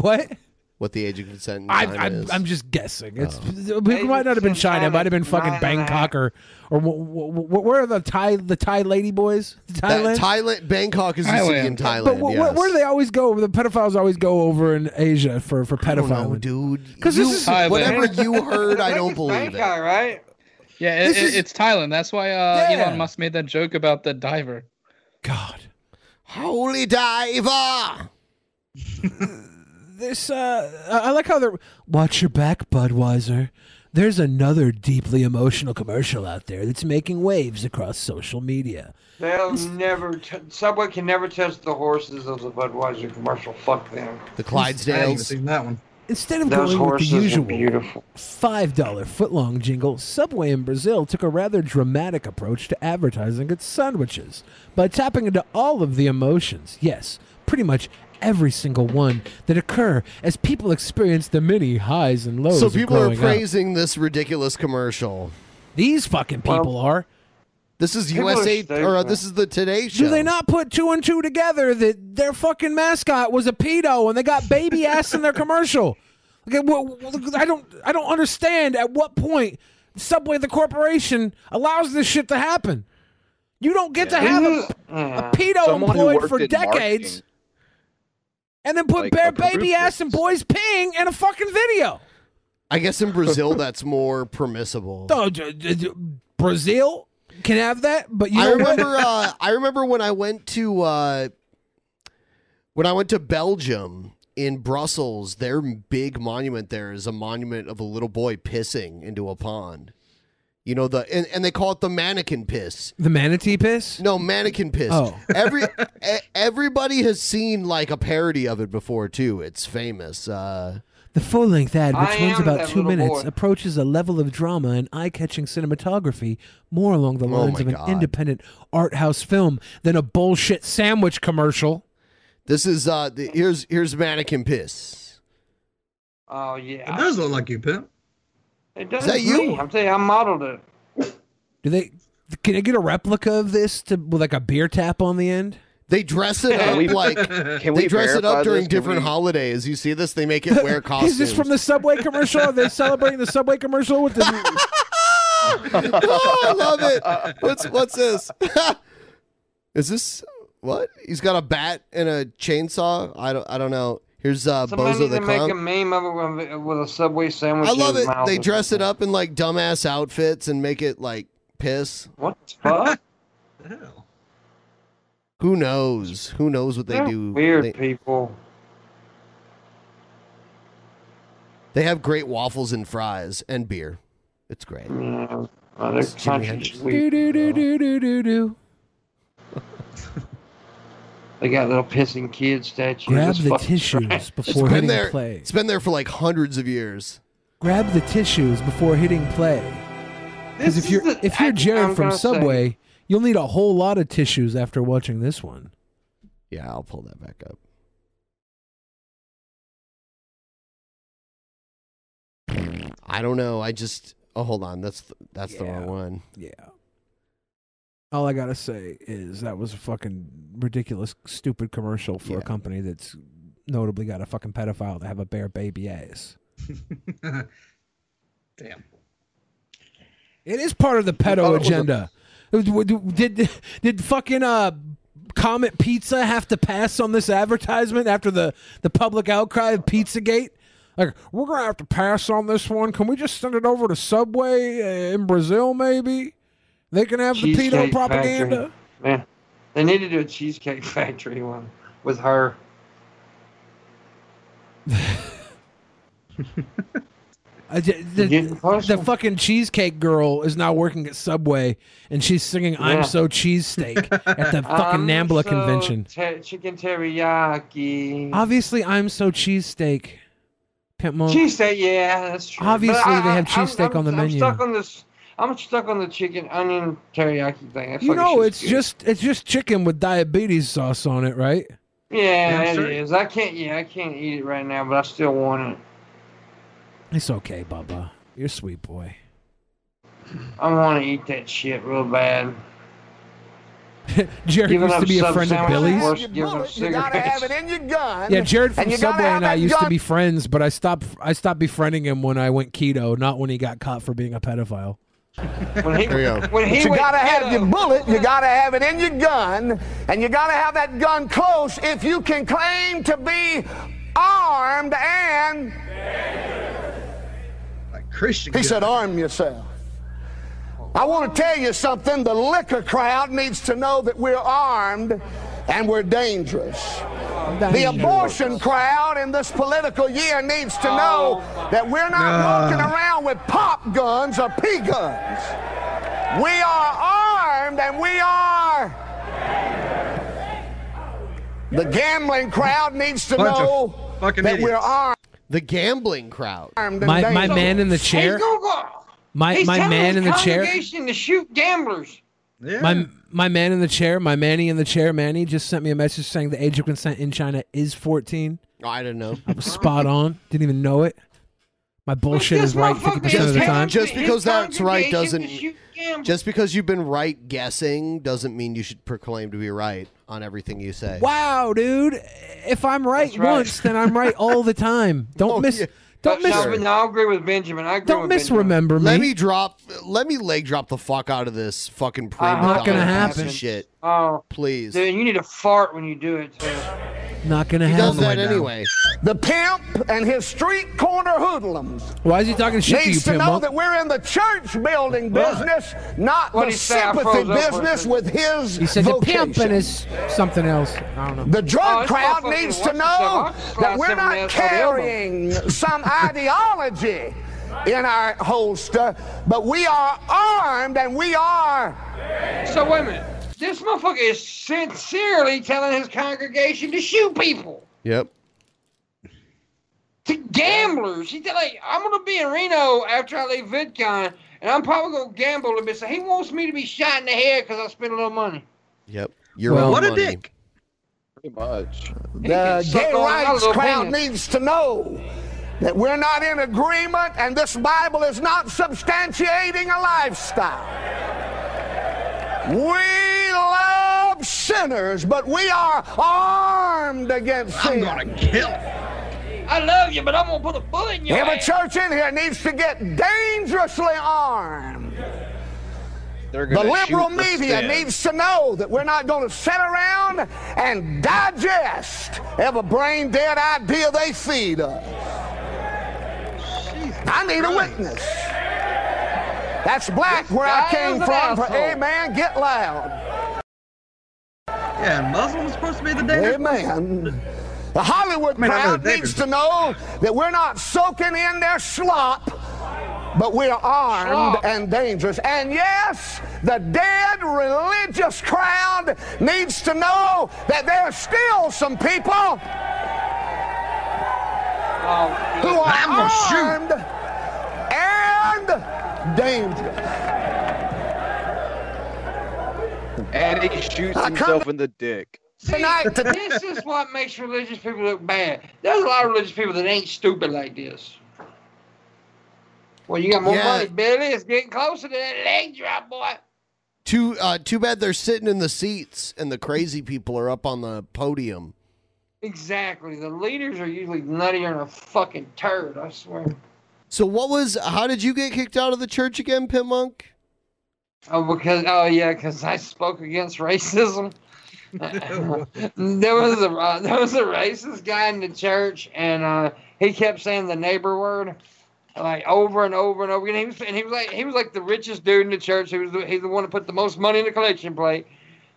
[SPEAKER 4] (laughs)
[SPEAKER 1] (laughs)
[SPEAKER 4] what?
[SPEAKER 1] What the age of consent in
[SPEAKER 4] I,
[SPEAKER 1] China
[SPEAKER 4] I'm,
[SPEAKER 1] is?
[SPEAKER 4] I'm just guessing. It's,
[SPEAKER 1] Oh.
[SPEAKER 4] It might not have been China. It might have been fucking Bangkok or or wh- wh- wh- where are the Thai the Thai lady boys? Thailand.
[SPEAKER 1] That Thailand, Bangkok is a city in Thailand.
[SPEAKER 4] But wh- wh-
[SPEAKER 1] yes.
[SPEAKER 4] where do they always go? The pedophiles always go over in Asia for for
[SPEAKER 1] I don't
[SPEAKER 4] pedophile.
[SPEAKER 1] know, dude.
[SPEAKER 4] Because
[SPEAKER 1] You-
[SPEAKER 4] this is
[SPEAKER 7] (laughs)
[SPEAKER 1] whatever you heard, I don't believe it.
[SPEAKER 22] Bangkok, right?
[SPEAKER 7] Yeah, it,
[SPEAKER 4] This
[SPEAKER 7] it-
[SPEAKER 4] is-
[SPEAKER 7] it's Thailand. That's why uh,
[SPEAKER 4] Yeah.
[SPEAKER 7] Elon Musk made that joke about the diver.
[SPEAKER 1] Holy diver!
[SPEAKER 4] (laughs) this uh, I I like how they're watch your back, Budweiser. There's another deeply emotional commercial out there that's making waves across social media.
[SPEAKER 22] They'll never. T- Subway can never touch the horses of the Budweiser commercial. Fuck them.
[SPEAKER 1] The
[SPEAKER 4] Clydesdales. I haven't
[SPEAKER 5] seen that one.
[SPEAKER 4] Instead of
[SPEAKER 22] Those
[SPEAKER 4] going with the
[SPEAKER 22] horses are
[SPEAKER 4] usual
[SPEAKER 22] beautiful.
[SPEAKER 4] $5 footlong jingle, Subway in Brazil took a rather dramatic approach to advertising its sandwiches by tapping into all of the emotions, yes, pretty much every single one, that occur as people experience the many highs and lows.
[SPEAKER 1] So
[SPEAKER 4] of
[SPEAKER 1] people are
[SPEAKER 4] growing up.
[SPEAKER 1] praising this ridiculous commercial.
[SPEAKER 4] These fucking people are.
[SPEAKER 1] This is
[SPEAKER 4] People are
[SPEAKER 1] USA,
[SPEAKER 4] stupid.
[SPEAKER 1] or uh, this is the Today Show.
[SPEAKER 4] Do they not put two and two together that their fucking mascot was a pedo and they got
[SPEAKER 11] (laughs)
[SPEAKER 4] baby ass in their commercial? Okay, well, I don't, I don't understand at what point Subway the corporation allows this shit to happen. You don't get to have a,
[SPEAKER 7] Mm.
[SPEAKER 4] a pedo
[SPEAKER 11] Mm. Someone who
[SPEAKER 4] employed
[SPEAKER 11] worked
[SPEAKER 4] for
[SPEAKER 11] in
[SPEAKER 4] decades, and then put
[SPEAKER 1] like,
[SPEAKER 4] bare
[SPEAKER 1] approved
[SPEAKER 4] baby ass and boys peeing in a fucking video. (laughs)
[SPEAKER 1] I guess in Brazil that's more permissible.
[SPEAKER 4] Oh, d- d- d- Brazil? Can I have that? But you
[SPEAKER 1] I
[SPEAKER 4] know what? (laughs)
[SPEAKER 1] remember uh, I remember when I went to uh, when I went to Belgium in Brussels, their big monument there is a monument of a little boy pissing into a pond. You know the and, and they call it the mannequin piss.
[SPEAKER 4] The manatee piss?
[SPEAKER 1] No, mannequin piss.
[SPEAKER 4] Oh. (laughs)
[SPEAKER 1] Every e- everybody has seen like a parody of it before too. It's famous. Uh,
[SPEAKER 4] The full length ad,
[SPEAKER 1] I
[SPEAKER 4] which runs
[SPEAKER 1] am
[SPEAKER 4] about
[SPEAKER 1] that
[SPEAKER 4] two
[SPEAKER 1] little
[SPEAKER 4] minutes,
[SPEAKER 1] boy.
[SPEAKER 4] approaches a level of drama and eye catching cinematography more along the
[SPEAKER 1] Oh
[SPEAKER 4] lines
[SPEAKER 1] my
[SPEAKER 4] of an
[SPEAKER 1] God.
[SPEAKER 4] independent art house film than a bullshit sandwich commercial.
[SPEAKER 1] this is uh the, here's here's mannequin piss.
[SPEAKER 22] Oh yeah.
[SPEAKER 1] It does look like you pimp.
[SPEAKER 22] It does
[SPEAKER 1] Is that
[SPEAKER 22] to
[SPEAKER 1] you?
[SPEAKER 22] me. I'm telling you, I modeled it.
[SPEAKER 4] Do they? Can I get a replica of this to with like a beer tap on the end?
[SPEAKER 1] They dress it up (laughs) like they dress it up during different holidays. You see this? They make
[SPEAKER 4] (laughs)
[SPEAKER 1] it wear costumes.
[SPEAKER 4] Is this from the subway commercial? Are
[SPEAKER 1] (laughs)
[SPEAKER 4] they celebrating the subway commercial with the?
[SPEAKER 1] oh, I love it.
[SPEAKER 4] (laughs)
[SPEAKER 1] What's (laughs) what's this? Is this what? He's got a bat and a chainsaw. I don't I don't know. Here's uh,
[SPEAKER 22] Somebody
[SPEAKER 1] Bozo
[SPEAKER 22] needs
[SPEAKER 1] the
[SPEAKER 22] to make a
[SPEAKER 1] clown.
[SPEAKER 22] meme of it with- with a Subway sandwich.
[SPEAKER 1] I love
[SPEAKER 22] in
[SPEAKER 1] it.
[SPEAKER 22] his mouth.
[SPEAKER 1] They dress it up in like dumbass outfits and make it like piss.
[SPEAKER 22] What the fuck?
[SPEAKER 1] Who knows? Who knows what they
[SPEAKER 22] They're
[SPEAKER 1] do?
[SPEAKER 22] weird
[SPEAKER 1] They-
[SPEAKER 22] people.
[SPEAKER 1] They have great waffles and fries and beer. It's great.
[SPEAKER 22] Yeah,
[SPEAKER 4] they're
[SPEAKER 1] Jimi Hendrix.
[SPEAKER 4] Do do do do do do do.
[SPEAKER 22] They got little pissing kid statues.
[SPEAKER 4] Grab
[SPEAKER 22] It's
[SPEAKER 4] the
[SPEAKER 22] fucking
[SPEAKER 4] tissues
[SPEAKER 22] trash.
[SPEAKER 4] before hitting
[SPEAKER 1] there,
[SPEAKER 4] play.
[SPEAKER 1] It's been there for like hundreds of years.
[SPEAKER 4] Grab the tissues before hitting play. Because if you're if you're Jared
[SPEAKER 1] I'm
[SPEAKER 4] from
[SPEAKER 1] gonna say-
[SPEAKER 4] Subway, you'll need a whole lot of tissues after watching this one.
[SPEAKER 1] Yeah, I'll pull that back up. I don't know. I just oh hold on. That's th- that's the wrong one.
[SPEAKER 4] Yeah. All I gotta say is that was a fucking ridiculous, stupid commercial for a company that's notably got a fucking pedophile to have a bare baby ass.
[SPEAKER 5] Damn.
[SPEAKER 4] It is part of the pedo agenda. Did did fucking uh, Comet Pizza have to pass on this advertisement after the the public outcry of Pizzagate? Like we're gonna have to pass on this one. Can we just send it over to Subway uh, in Brazil? Maybe they can have the pedo
[SPEAKER 22] Cheesecake
[SPEAKER 4] propaganda.
[SPEAKER 22] Factory. Man, they need to do a cheesecake (laughs) factory one with her.
[SPEAKER 4] I ju- Uh, the, the fucking cheesecake girl is now working at Subway, and she's singing
[SPEAKER 22] Yeah.
[SPEAKER 4] "I'm So Cheesesteak" at
[SPEAKER 22] (laughs)
[SPEAKER 4] the fucking
[SPEAKER 22] I'm
[SPEAKER 4] NAMBLA
[SPEAKER 22] so
[SPEAKER 4] convention.
[SPEAKER 22] ter- chicken teriyaki.
[SPEAKER 4] Obviously, I'm so cheesesteak. Pimp Monk.
[SPEAKER 22] Cheesesteak, yeah, that's true.
[SPEAKER 4] Obviously,
[SPEAKER 22] But I-
[SPEAKER 4] they have
[SPEAKER 22] I- I'm-
[SPEAKER 4] cheesesteak
[SPEAKER 22] I'm-
[SPEAKER 4] on the
[SPEAKER 22] I'm
[SPEAKER 4] menu.
[SPEAKER 22] Stuck on this, I'm stuck on the chicken onion teriyaki thing. That
[SPEAKER 4] you
[SPEAKER 22] fucking
[SPEAKER 4] know,
[SPEAKER 22] shit's
[SPEAKER 4] it's
[SPEAKER 22] good.
[SPEAKER 4] just it's just chicken with diabetes sauce on it, right?
[SPEAKER 22] Yeah,
[SPEAKER 4] Yeah,
[SPEAKER 22] it
[SPEAKER 4] sure.
[SPEAKER 22] is. I can't. Yeah, I can't eat it right now, but I still want it.
[SPEAKER 4] It's okay, Bubba. You're a sweet boy.
[SPEAKER 22] I want to eat that shit real bad.
[SPEAKER 4] (laughs) Jared
[SPEAKER 22] Giving
[SPEAKER 4] used to
[SPEAKER 22] up
[SPEAKER 4] be a
[SPEAKER 22] sub
[SPEAKER 4] friend of
[SPEAKER 22] sandwiches is
[SPEAKER 4] Billy's.
[SPEAKER 22] worse than giving up cigarettes.
[SPEAKER 4] Yeah, Jared from Subway and I used to be friends, but I stopped I stopped befriending him when I went keto, not when he got caught for being a pedophile.
[SPEAKER 22] When he,
[SPEAKER 4] when he
[SPEAKER 2] you
[SPEAKER 4] went
[SPEAKER 2] gotta have your bullet, you gotta have it in your gun, and you gotta have that gun close if you can claim to be armed and Christian. He said, arm yourself. I want to tell you something. The liquor crowd needs to know that we're armed and we're dangerous. The abortion crowd in this political year needs to know that we're not
[SPEAKER 5] Ah.
[SPEAKER 2] walking around with pop guns or pea guns. We are armed and we are. The gambling crowd needs to
[SPEAKER 1] Bunch of
[SPEAKER 2] know that
[SPEAKER 1] fucking
[SPEAKER 2] we're
[SPEAKER 1] idiots.
[SPEAKER 2] armed.
[SPEAKER 1] The gambling crowd.
[SPEAKER 2] Armed and
[SPEAKER 4] My my
[SPEAKER 2] dangerous.
[SPEAKER 4] man in the chair.
[SPEAKER 22] He's gonna go-
[SPEAKER 4] My
[SPEAKER 22] he's
[SPEAKER 4] my
[SPEAKER 22] telling
[SPEAKER 4] man
[SPEAKER 22] his
[SPEAKER 4] in the chair.
[SPEAKER 22] Congregation to shoot gamblers. Yeah.
[SPEAKER 4] My my man in the chair, my Manny in the chair, Manny just sent me a message saying the age of consent in China is 14.
[SPEAKER 1] I didn't know.
[SPEAKER 4] I was spot on. Didn't even know it. My bullshit is right 50% of the time.
[SPEAKER 1] Just because that's right doesn't.
[SPEAKER 22] gamblers.
[SPEAKER 1] Just because you've been right guessing doesn't mean you should proclaim to be right on everything you say.
[SPEAKER 4] Wow, dude. If I'm right,
[SPEAKER 1] right.
[SPEAKER 4] once, then I'm right all the time. Don't miss don't
[SPEAKER 22] No,
[SPEAKER 4] miss
[SPEAKER 22] but no, I agree with Benjamin. I agree
[SPEAKER 4] Don't
[SPEAKER 22] with
[SPEAKER 4] misremember me.
[SPEAKER 1] Let me drop. Let me leg drop the fuck out of this fucking pre
[SPEAKER 22] Uh-huh. Not gonna happen.
[SPEAKER 1] Shit,
[SPEAKER 22] Oh,
[SPEAKER 1] please.
[SPEAKER 22] Dude, you need to fart when you do it too.
[SPEAKER 4] Not gonna
[SPEAKER 2] He
[SPEAKER 4] happen.
[SPEAKER 2] does that anyway. The pimp and his street corner hoodlums
[SPEAKER 4] Why is he talking shit to you,
[SPEAKER 2] needs to know
[SPEAKER 4] Pimbo?
[SPEAKER 2] that we're in the church building
[SPEAKER 4] Well,
[SPEAKER 2] business, not
[SPEAKER 4] what'd
[SPEAKER 2] the
[SPEAKER 4] he say? I
[SPEAKER 2] sympathy
[SPEAKER 4] froze up for a
[SPEAKER 2] business with his
[SPEAKER 4] He said the pimp
[SPEAKER 2] vocation.
[SPEAKER 4] and his something else. I don't know.
[SPEAKER 2] The
[SPEAKER 22] Oh,
[SPEAKER 2] drug crowd needs to know that we're not carrying some ideology in our holster, but we are armed and we are.
[SPEAKER 22] So wait a minute. This motherfucker is sincerely telling his congregation to shoot people,
[SPEAKER 1] Yep.
[SPEAKER 22] to gamblers. He's like, I'm gonna be in Reno after I leave VidCon, and I'm probably gonna gamble a little bit. So he wants me to be shot in the head because I spent a little money.
[SPEAKER 1] Yep. Your
[SPEAKER 8] Well,
[SPEAKER 1] own
[SPEAKER 8] what a
[SPEAKER 1] money.
[SPEAKER 8] dick. Pretty much.
[SPEAKER 2] The
[SPEAKER 8] Suck
[SPEAKER 2] gay
[SPEAKER 8] on my
[SPEAKER 2] rights
[SPEAKER 8] little
[SPEAKER 2] crowd
[SPEAKER 8] penis.
[SPEAKER 2] needs to know that we're not in agreement and this Bible is not substantiating a lifestyle. We love sinners, but we are armed against sin.
[SPEAKER 22] I love you, but I'm gonna put a bullet in your
[SPEAKER 2] Every
[SPEAKER 22] ass.
[SPEAKER 2] church in here needs to get dangerously armed.
[SPEAKER 8] They're
[SPEAKER 2] The
[SPEAKER 8] gonna
[SPEAKER 2] liberal
[SPEAKER 8] shoot the
[SPEAKER 2] media
[SPEAKER 8] stand.
[SPEAKER 2] needs to know that we're not going to sit around and digest every brain dead idea they feed us. I need a witness. That's black where I
[SPEAKER 22] guy
[SPEAKER 2] came
[SPEAKER 22] is an
[SPEAKER 2] from. For,
[SPEAKER 22] asshole.
[SPEAKER 2] amen. Get loud.
[SPEAKER 5] Yeah, Muslims supposed to be the dangerous.
[SPEAKER 2] Amen. The Hollywood
[SPEAKER 5] I mean, I know
[SPEAKER 2] crowd
[SPEAKER 5] the
[SPEAKER 2] needs to know that we're not soaking in their slop, but we're armed
[SPEAKER 22] Slop.
[SPEAKER 2] and dangerous. And yes, the dead religious crowd needs to know that there are still some people
[SPEAKER 5] Oh,
[SPEAKER 2] who are armed and dangerous.
[SPEAKER 8] And he shoots
[SPEAKER 2] I
[SPEAKER 8] himself in the dick.
[SPEAKER 2] Tonight,
[SPEAKER 22] this is what makes religious people look bad. There's a lot of religious people that ain't stupid like this. Well, you got more
[SPEAKER 1] Yeah.
[SPEAKER 22] money, Billy. It's getting closer to that leg drop, boy.
[SPEAKER 1] Too uh, too bad they're sitting in the seats and the crazy people are up on the podium.
[SPEAKER 22] Exactly. The leaders are usually nuttier than a fucking turd. I swear.
[SPEAKER 1] So what was how did you get kicked out of the church again, Pimp Monk?
[SPEAKER 22] Oh, because oh yeah, because I spoke against racism. (laughs) there was a uh, there was a racist guy in the church, and uh, he kept saying the neighbor word like over and over and over again. He was and he was like he was like the richest dude in the church. He was the, he's the one that put the most money in the collection plate.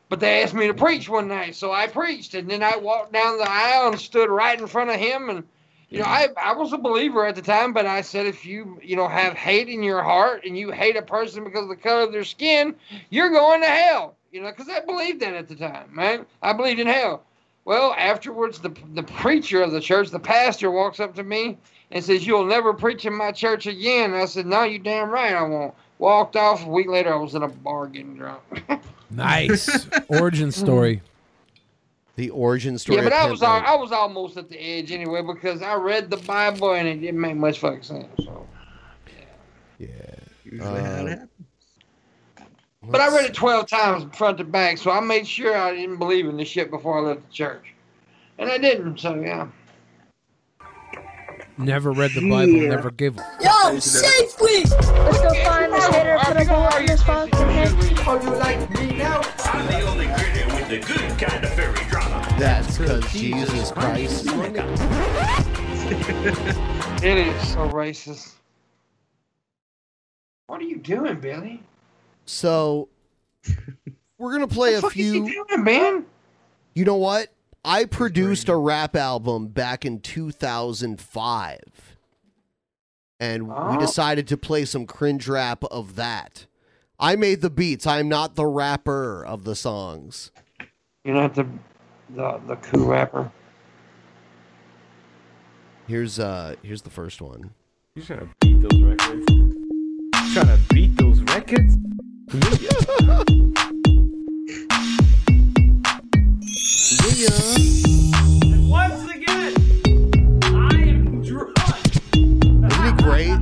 [SPEAKER 22] But they asked me to preach one night, so I preached, and then I walked down the aisle and stood right in front of him and. You know, I, I was a believer at the time, but I said if you you know have hate in your heart and you hate a person because of the color of their skin, you're going to hell. You know, because I believed that at the time, man. I believed in hell. Well, afterwards, the the preacher of the church, the pastor, walks up to me and says, "You'll never preach in my church again." I said, "No, you damn right, I won't." Walked off. A week later, I was in a bar getting drunk.
[SPEAKER 4] Nice (laughs) origin story.
[SPEAKER 1] The origin story.
[SPEAKER 22] yeah, but
[SPEAKER 1] of
[SPEAKER 22] I
[SPEAKER 1] Pimp
[SPEAKER 22] was
[SPEAKER 1] Monk.
[SPEAKER 22] al- I was almost at the edge anyway because I read the Bible and it didn't make much fucking sense. So.
[SPEAKER 1] Uh,
[SPEAKER 22] But I read it 12 times from front to back, so I made sure I didn't believe in this shit before I left the church. And I didn't, so
[SPEAKER 7] (laughs)
[SPEAKER 22] yeah.
[SPEAKER 4] Never read the Bible.
[SPEAKER 22] Yeah.
[SPEAKER 4] Never give.
[SPEAKER 11] Yo, shake please! Let's go find this hater, put a bullet in his fucking head. Oh, you like me now?
[SPEAKER 12] I'm the only critic with the good kind of fairy drama.
[SPEAKER 1] That's because Jesus Christ. is my God.
[SPEAKER 22] It is so racist. What are you doing, Billy?
[SPEAKER 1] So we're gonna play a few.
[SPEAKER 22] man?
[SPEAKER 1] You know what? I produced a rap album back in 2005, and we
[SPEAKER 22] Oh.
[SPEAKER 1] decided to play some cringe rap of that. I made the beats. I'm not the rapper of the songs.
[SPEAKER 22] You're not the the the cool rapper.
[SPEAKER 1] Here's uh here's the first one.
[SPEAKER 17] You trying to beat those records? Trying to beat those records?
[SPEAKER 11] And once again, I am drunk.
[SPEAKER 1] Isn't it great?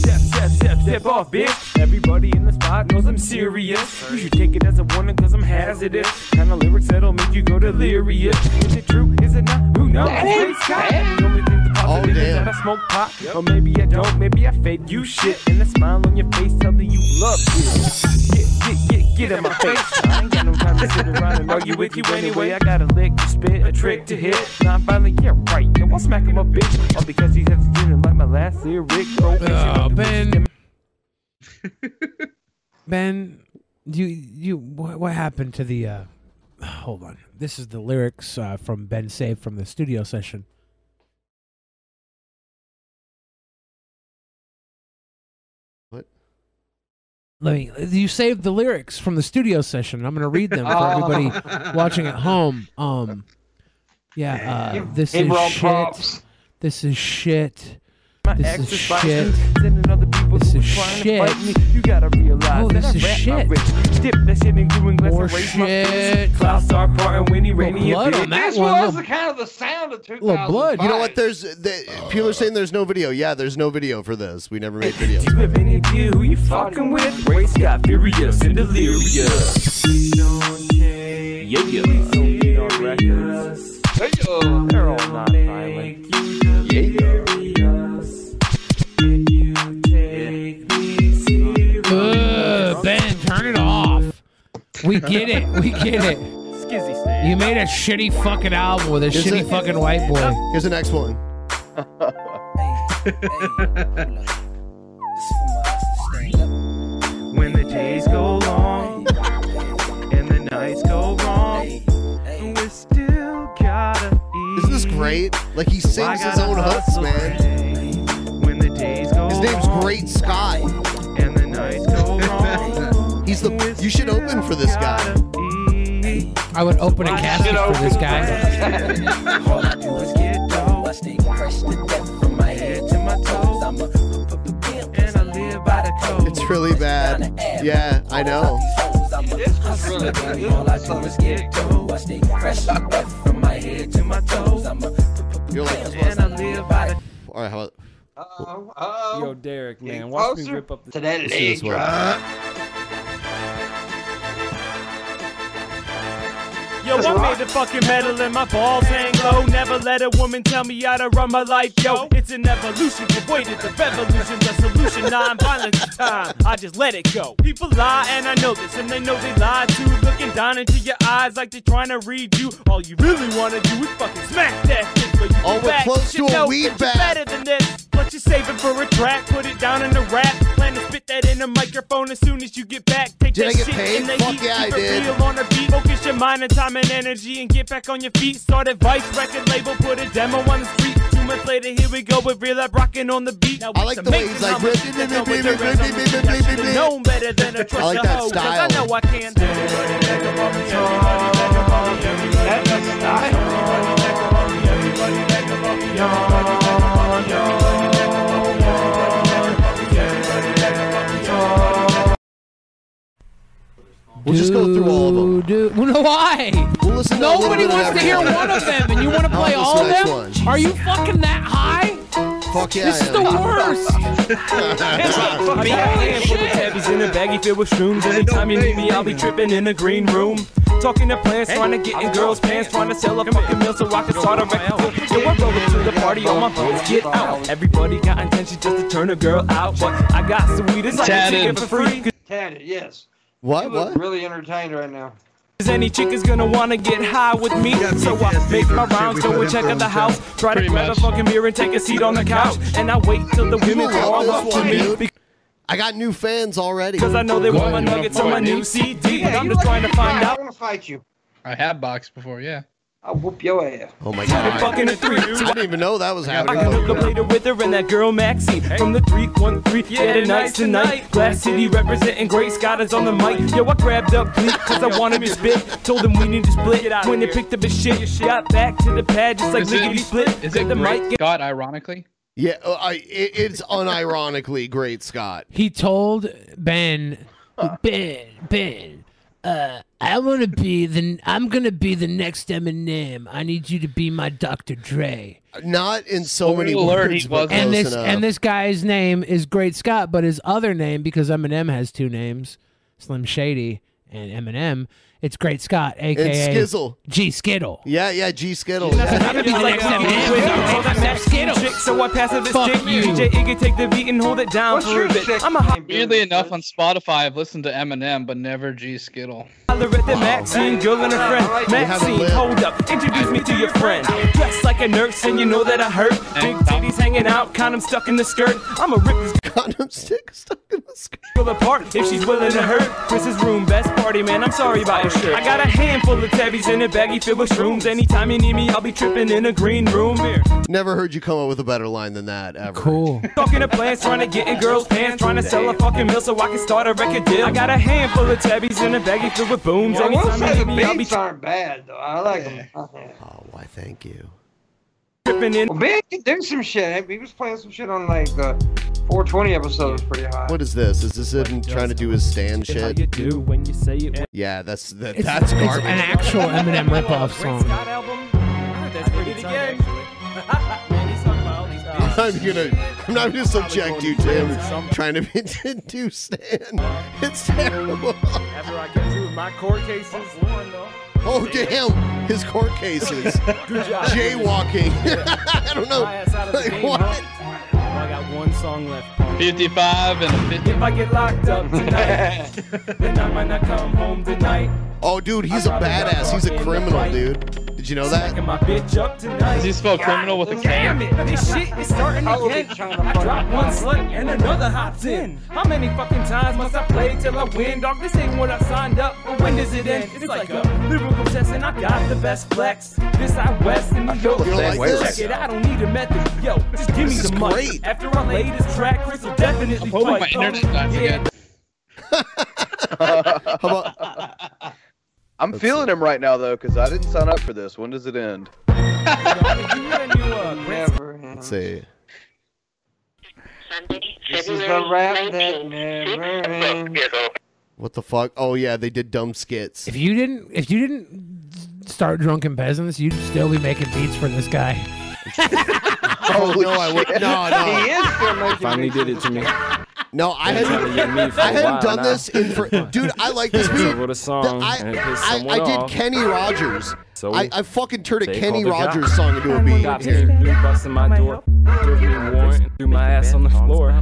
[SPEAKER 17] Step, step, step, step off, bitch. Everybody in the spot knows I'm serious. You should take it as a warning, cause I'm hazardous. Kind of lyrics that'll make you go delirious. Is it true? Is it not? Who knows?
[SPEAKER 11] That is
[SPEAKER 17] Great Scott. The only thing that's positive is that I smoke pot. Or maybe I don't, maybe I fed you shit. And the smile on your face telling you love it. Get, get, get, get in my face. I ain't got no time to Sit around and argue with you anyway. I got a lick to spit, a trick to hit. Nonviolent, yeah, right. Yo, I'll smack him a bitch. All because he has skin and like my last lyric. Bro,
[SPEAKER 4] Oh, Ben. ben, you you what, what happened to the? Uh, hold on. This is the lyrics uh, from Ben Save from the studio session.
[SPEAKER 1] What?
[SPEAKER 4] Let me. You saved the lyrics from the studio session. I'm going to read them for
[SPEAKER 11] Oh.
[SPEAKER 4] everybody watching at home. Um, yeah. Uh, this
[SPEAKER 17] Hey,
[SPEAKER 4] is
[SPEAKER 17] bro,
[SPEAKER 4] shit.
[SPEAKER 17] pops.
[SPEAKER 4] This is shit.
[SPEAKER 17] My
[SPEAKER 4] This
[SPEAKER 17] ex
[SPEAKER 4] is
[SPEAKER 17] is biting,
[SPEAKER 4] shit.
[SPEAKER 17] sending other people
[SPEAKER 4] This
[SPEAKER 17] who
[SPEAKER 4] is
[SPEAKER 17] trying
[SPEAKER 4] shit.
[SPEAKER 17] to fight me. You gotta realize
[SPEAKER 4] Oh,
[SPEAKER 17] that
[SPEAKER 4] this
[SPEAKER 17] I
[SPEAKER 4] is
[SPEAKER 17] rap my
[SPEAKER 4] shit.
[SPEAKER 17] rich. Dip that shit in glue and glass and raise my fist. Clouds start parting when he rainy.
[SPEAKER 1] blood
[SPEAKER 17] and
[SPEAKER 1] on that
[SPEAKER 17] bitch.
[SPEAKER 22] This
[SPEAKER 1] one,
[SPEAKER 22] was
[SPEAKER 1] look.
[SPEAKER 22] the kind of the sound of 2000.
[SPEAKER 1] You know what? There's the, people are saying there's no video. Yeah, there's no video for this. We never made video.
[SPEAKER 17] You have any idea who you fucking with? Race got furious and delirious. Yeah, yeah. Hey, yo. They're all non-violent. Yeah.
[SPEAKER 4] Ugh, ben, turn it off. We get it. We get it. You made a shitty fucking album with a
[SPEAKER 1] Here's
[SPEAKER 4] shitty
[SPEAKER 1] a-
[SPEAKER 4] fucking white boy.
[SPEAKER 1] Here's the next one.
[SPEAKER 17] When the days go long and the nights go wrong, we still gotta eat.
[SPEAKER 1] Isn't this great? Like he
[SPEAKER 17] I
[SPEAKER 1] sings his
[SPEAKER 17] gotta
[SPEAKER 1] own hooks,
[SPEAKER 17] hustle,
[SPEAKER 1] man.
[SPEAKER 17] When the days go
[SPEAKER 1] His name's Great Sky.
[SPEAKER 17] And the nights go wrong.
[SPEAKER 1] (laughs) He's the. You should open for this guy.
[SPEAKER 4] I would open a casket for this guy.
[SPEAKER 17] All I do is get dough. I stay crushed to death from my head to my toes. I'm a and I live by the code.
[SPEAKER 1] It's really bad. Yeah, I know.
[SPEAKER 17] All I do is get dough. I stay crushed to death from my head to my toes. I'm a
[SPEAKER 1] You're like,
[SPEAKER 17] and I live by the
[SPEAKER 1] all right, how about
[SPEAKER 17] Yo, Derek, man,
[SPEAKER 22] watch me closer rip up the- to that
[SPEAKER 1] let's do this
[SPEAKER 22] leg
[SPEAKER 1] one.
[SPEAKER 17] Yo, I made the fucking metal and my balls hang low. Never let a woman tell me how to run my life, yo. It's an evolution, avoided the revolution, the solution, non-violence is time. I just let it go. People lie and I know this, and they know they lie too. Looking down into your eyes like they're trying to read you. All you really wanna do is fucking smack that shit, but you
[SPEAKER 1] Oh, we're
[SPEAKER 17] back.
[SPEAKER 1] close
[SPEAKER 17] You
[SPEAKER 1] to a
[SPEAKER 17] know
[SPEAKER 1] weed
[SPEAKER 17] that you're
[SPEAKER 1] bag.
[SPEAKER 17] better than this. But you're saving for a track, put it down in the rap. Plan to spit that in the microphone as soon as you get back. Take
[SPEAKER 1] Did
[SPEAKER 17] that
[SPEAKER 1] I get
[SPEAKER 17] shit
[SPEAKER 1] paid?
[SPEAKER 17] in the
[SPEAKER 1] Fuck
[SPEAKER 17] heat,
[SPEAKER 1] yeah, I
[SPEAKER 17] keep it
[SPEAKER 1] did.
[SPEAKER 17] real on a beat. Focus your mind and time and energy and get back on your feet. Start a Vice record label, put a demo on the street. Two months later, here we go with real up rocking on the beat. Now,
[SPEAKER 1] I like
[SPEAKER 17] it's
[SPEAKER 1] the way
[SPEAKER 17] amazing
[SPEAKER 1] he's like,
[SPEAKER 17] how much
[SPEAKER 1] "Beep,
[SPEAKER 17] you
[SPEAKER 1] beep,
[SPEAKER 17] know
[SPEAKER 1] beep,
[SPEAKER 17] what your
[SPEAKER 1] beep,
[SPEAKER 17] rhythm
[SPEAKER 1] beep,
[SPEAKER 17] is.
[SPEAKER 1] beep,
[SPEAKER 17] I
[SPEAKER 1] beep,
[SPEAKER 17] should've
[SPEAKER 1] beep.
[SPEAKER 17] known better than to trust
[SPEAKER 1] like
[SPEAKER 17] a
[SPEAKER 1] that
[SPEAKER 17] hoe, 'cause I
[SPEAKER 1] style.
[SPEAKER 17] know I can't do it.
[SPEAKER 1] We'll just go through all of
[SPEAKER 4] them. no, why?
[SPEAKER 1] We'll listen to a little
[SPEAKER 4] Nobody
[SPEAKER 1] bit of
[SPEAKER 4] wants to
[SPEAKER 1] every
[SPEAKER 4] hear
[SPEAKER 1] one.
[SPEAKER 4] one of them, and you
[SPEAKER 1] (laughs)
[SPEAKER 4] want to
[SPEAKER 1] How
[SPEAKER 4] play
[SPEAKER 1] about
[SPEAKER 4] all of
[SPEAKER 1] this
[SPEAKER 4] them?
[SPEAKER 1] next one?
[SPEAKER 4] Are you fucking that high?
[SPEAKER 1] Fuck yeah.
[SPEAKER 4] this is
[SPEAKER 1] I
[SPEAKER 4] the
[SPEAKER 1] am. (laughs)
[SPEAKER 4] worst.
[SPEAKER 17] I got a handful of tabbies in a baggie filled with shrooms. Anytime you need me, I'll be tripping in a green room. Talking to plants, trying to get in girls' pants, trying to sell a fucking meal so I can start a record. deal. Yo, I roll up to the party, all my hoes get out. Everybody got intention just to turn a girl out, but I got sweetest like a chicken for free.
[SPEAKER 22] Tad, yes.
[SPEAKER 1] What?
[SPEAKER 22] You look really entertained right now.
[SPEAKER 17] Cause any chick is gonna wanna get high with me. So I make my rounds, go and check out the house. Try to grab a fucking beer and take a seat on the couch. And I wait till the
[SPEAKER 1] You
[SPEAKER 17] women
[SPEAKER 1] love
[SPEAKER 17] crawl up
[SPEAKER 1] this
[SPEAKER 17] to
[SPEAKER 1] one,
[SPEAKER 17] me.
[SPEAKER 1] dude. I got new fans already.
[SPEAKER 17] Because I know they want my nuggets on my new CD, but I'm just trying to find out.
[SPEAKER 22] I'm gonna fight you.
[SPEAKER 7] I have boxed before, yeah.
[SPEAKER 22] I'll whoop your ass.
[SPEAKER 1] Oh my
[SPEAKER 17] I've been
[SPEAKER 1] god.
[SPEAKER 17] fucking a three.
[SPEAKER 1] I didn't even know that was
[SPEAKER 17] I
[SPEAKER 1] happening.
[SPEAKER 17] can hook up later with her and that girl Maxie from the 313. Yeah, tonight's tonight. Glass City representing Great Scott is on the mic. Yo, I grabbed up Bleak because I wanted to spit. Told him we need to split. When they picked up his shit, got back to the pad just like
[SPEAKER 7] Is it-
[SPEAKER 17] lickety split.
[SPEAKER 7] Is it
[SPEAKER 17] the
[SPEAKER 7] great,
[SPEAKER 17] mic
[SPEAKER 7] Scott, ironically?
[SPEAKER 1] Yeah, uh, I, it, it's unironically great, Scott.
[SPEAKER 4] He told Ben, Ben, Ben, uh, I want to be the. I'm gonna be the next Eminem. I need you to be my Dr. Dre.
[SPEAKER 1] Not in so many words, but
[SPEAKER 4] And
[SPEAKER 1] close
[SPEAKER 4] this
[SPEAKER 1] enough.
[SPEAKER 4] and this guy's name is Great Scott, but his other name because Eminem has two names, Slim Shady and Eminem, It's Great Scott, aka
[SPEAKER 1] Skizzle.
[SPEAKER 4] G Skittle.
[SPEAKER 1] Yeah, yeah, G Skittle.
[SPEAKER 17] Chick, so I pass it the stick. DJ Iggy take the beat and hold it down for a bit. I'm a hot
[SPEAKER 7] Weirdly enough, on Spotify, I've listened to Eminem, but never G Skittle.
[SPEAKER 17] holler at the Maxine girl and her friend.
[SPEAKER 7] You have a
[SPEAKER 17] Maxine,
[SPEAKER 7] lip.
[SPEAKER 17] hold up, introduce me to your friend. Dressed like a nurse and you know that I hurt. Big titties hanging out, condom stuck in the skirt. I'm a rip this
[SPEAKER 1] condom stick stuck in the skirt.
[SPEAKER 17] Feel apart if she's willing to hurt. Chris's room, best party, man. I'm sorry about your shirt. I got a handful of tabbies in a baggie filled with shrooms. Anytime you need me, I'll be tripping in a green room. Here.
[SPEAKER 1] Never heard you come up with a better line than that ever.
[SPEAKER 4] Cool.
[SPEAKER 17] Talking to plans, trying to get in girls' pants, trying to sell a fucking meal so I can start a record deal. I got a handful of tabbies in a baggie filled with booms.
[SPEAKER 22] I will say the
[SPEAKER 17] Anytime you need me, I'll be
[SPEAKER 22] beats aren't bad though. I like them.
[SPEAKER 7] Oh,
[SPEAKER 1] Why, thank you.
[SPEAKER 17] tripping in.
[SPEAKER 22] Well, Ben can do some shit. He was playing some shit on like the 420 episode. It was pretty high.
[SPEAKER 1] What is this? Is this him trying to do his stand
[SPEAKER 17] How
[SPEAKER 1] shit?
[SPEAKER 17] you do when you say it.
[SPEAKER 1] Yeah, that's that,
[SPEAKER 17] It's-
[SPEAKER 1] that's
[SPEAKER 17] it's
[SPEAKER 1] garbage.
[SPEAKER 4] An actual Eminem ripoff
[SPEAKER 17] (laughs)
[SPEAKER 4] song.
[SPEAKER 17] Scott album. I heard that pretty again. Man, he's talking about all these bitches.
[SPEAKER 1] I'm gonna. I'm not gonna subject you to him trying to be to do stand. It's terrible.
[SPEAKER 17] After I get through with my court cases.
[SPEAKER 1] Oh damn, his court cases.
[SPEAKER 17] Good job.
[SPEAKER 1] Jaywalking. (laughs) I don't know.
[SPEAKER 17] My ass out of the
[SPEAKER 1] Like,
[SPEAKER 17] game,
[SPEAKER 1] what?
[SPEAKER 17] huh? I got one song left.
[SPEAKER 7] 55 and a 50.
[SPEAKER 17] If I get locked up tonight,
[SPEAKER 7] (laughs)
[SPEAKER 17] then I might not come home tonight.
[SPEAKER 1] Oh dude, he's a badass. He's a criminal, dude. Did you know that?
[SPEAKER 17] Smacking my bitch up tonight.
[SPEAKER 7] Does he spell criminal with a K?
[SPEAKER 17] Damn it! This shit is starting again. I drop one slut and another hops in. How many fucking times must I play till I win? Dog, this ain't what I signed up. But when does it end? It's like a lyrical test, and I got the best flex. This I west in New York.
[SPEAKER 11] the same way right
[SPEAKER 17] Check it. I don't need a method. Yo, just give me
[SPEAKER 11] This is
[SPEAKER 17] the money.
[SPEAKER 11] great.
[SPEAKER 17] After I lay this track, Chris will definitely
[SPEAKER 7] hoping my
[SPEAKER 17] fight.
[SPEAKER 7] internet's not
[SPEAKER 17] yeah.
[SPEAKER 8] I'm feeling him right now though, because I didn't sign up for this. When does it end?
[SPEAKER 1] Let's see.
[SPEAKER 22] This is the rap that never ends.
[SPEAKER 1] What the fuck? Oh yeah, they did
[SPEAKER 17] (laughs)
[SPEAKER 1] dumb skits.
[SPEAKER 4] If you didn't, if you didn't start drunken peasants, you'd still be making beats for this guy.
[SPEAKER 1] oh no, I would. No, no.
[SPEAKER 22] He is still making
[SPEAKER 17] Finally did it to me.
[SPEAKER 1] No, I
[SPEAKER 17] Been
[SPEAKER 1] hadn't.
[SPEAKER 17] trying to get me for
[SPEAKER 1] I
[SPEAKER 17] a
[SPEAKER 1] hadn't
[SPEAKER 17] while
[SPEAKER 1] done
[SPEAKER 17] now.
[SPEAKER 1] this in for. Dude, I like
[SPEAKER 17] (laughs)
[SPEAKER 1] this beat.
[SPEAKER 17] wrote a song
[SPEAKER 1] I,
[SPEAKER 17] and it pissed
[SPEAKER 1] I,
[SPEAKER 17] someone
[SPEAKER 1] I did
[SPEAKER 17] off.
[SPEAKER 1] Kenny Rogers.
[SPEAKER 17] So
[SPEAKER 1] I, I fucking turned a
[SPEAKER 17] they
[SPEAKER 1] Kenny
[SPEAKER 17] called the
[SPEAKER 1] Rogers
[SPEAKER 17] cops.
[SPEAKER 1] song into a beat.
[SPEAKER 17] Cops
[SPEAKER 1] here.
[SPEAKER 17] came through, busted my door, threw me a warrant, and threw my ass on the floor.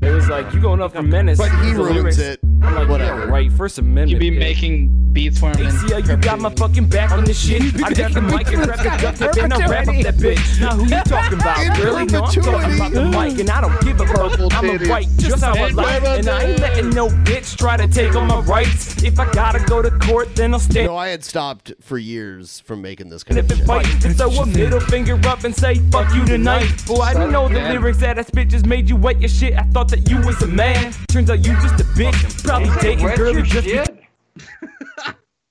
[SPEAKER 17] They was like, "You going up for menace?"
[SPEAKER 1] But he
[SPEAKER 17] The
[SPEAKER 1] ruins
[SPEAKER 17] lyrics-
[SPEAKER 1] it.
[SPEAKER 17] I'm like,
[SPEAKER 1] Whatever.
[SPEAKER 17] Yeah, right, First Amendment.
[SPEAKER 7] You'd be
[SPEAKER 17] bitch.
[SPEAKER 7] making beats for him.
[SPEAKER 17] They
[SPEAKER 7] in
[SPEAKER 17] see how you got my fucking back on this shit. I grab the mic and grab the duct tape and I wrap up that bitch. Now who you talking about, girl? You know I'm talking about the mic and I don't give a fuck. I'm a right, just how I like, and I ain't letting no bitch try to take on my rights. If I gotta go to court, then I'll stand.
[SPEAKER 1] No, I had stopped for years from making this
[SPEAKER 17] And if
[SPEAKER 1] kind
[SPEAKER 17] it
[SPEAKER 1] of shit.
[SPEAKER 17] bites, then throw a middle finger up and say, fuck you tonight. Boy, I didn't know the
[SPEAKER 1] Yeah.
[SPEAKER 17] lyrics that I spit just made you wet your shit. I thought that you was a man. Turns out you just a bitch. Probably dating
[SPEAKER 22] wet
[SPEAKER 17] girl
[SPEAKER 22] your
[SPEAKER 17] just
[SPEAKER 22] shit?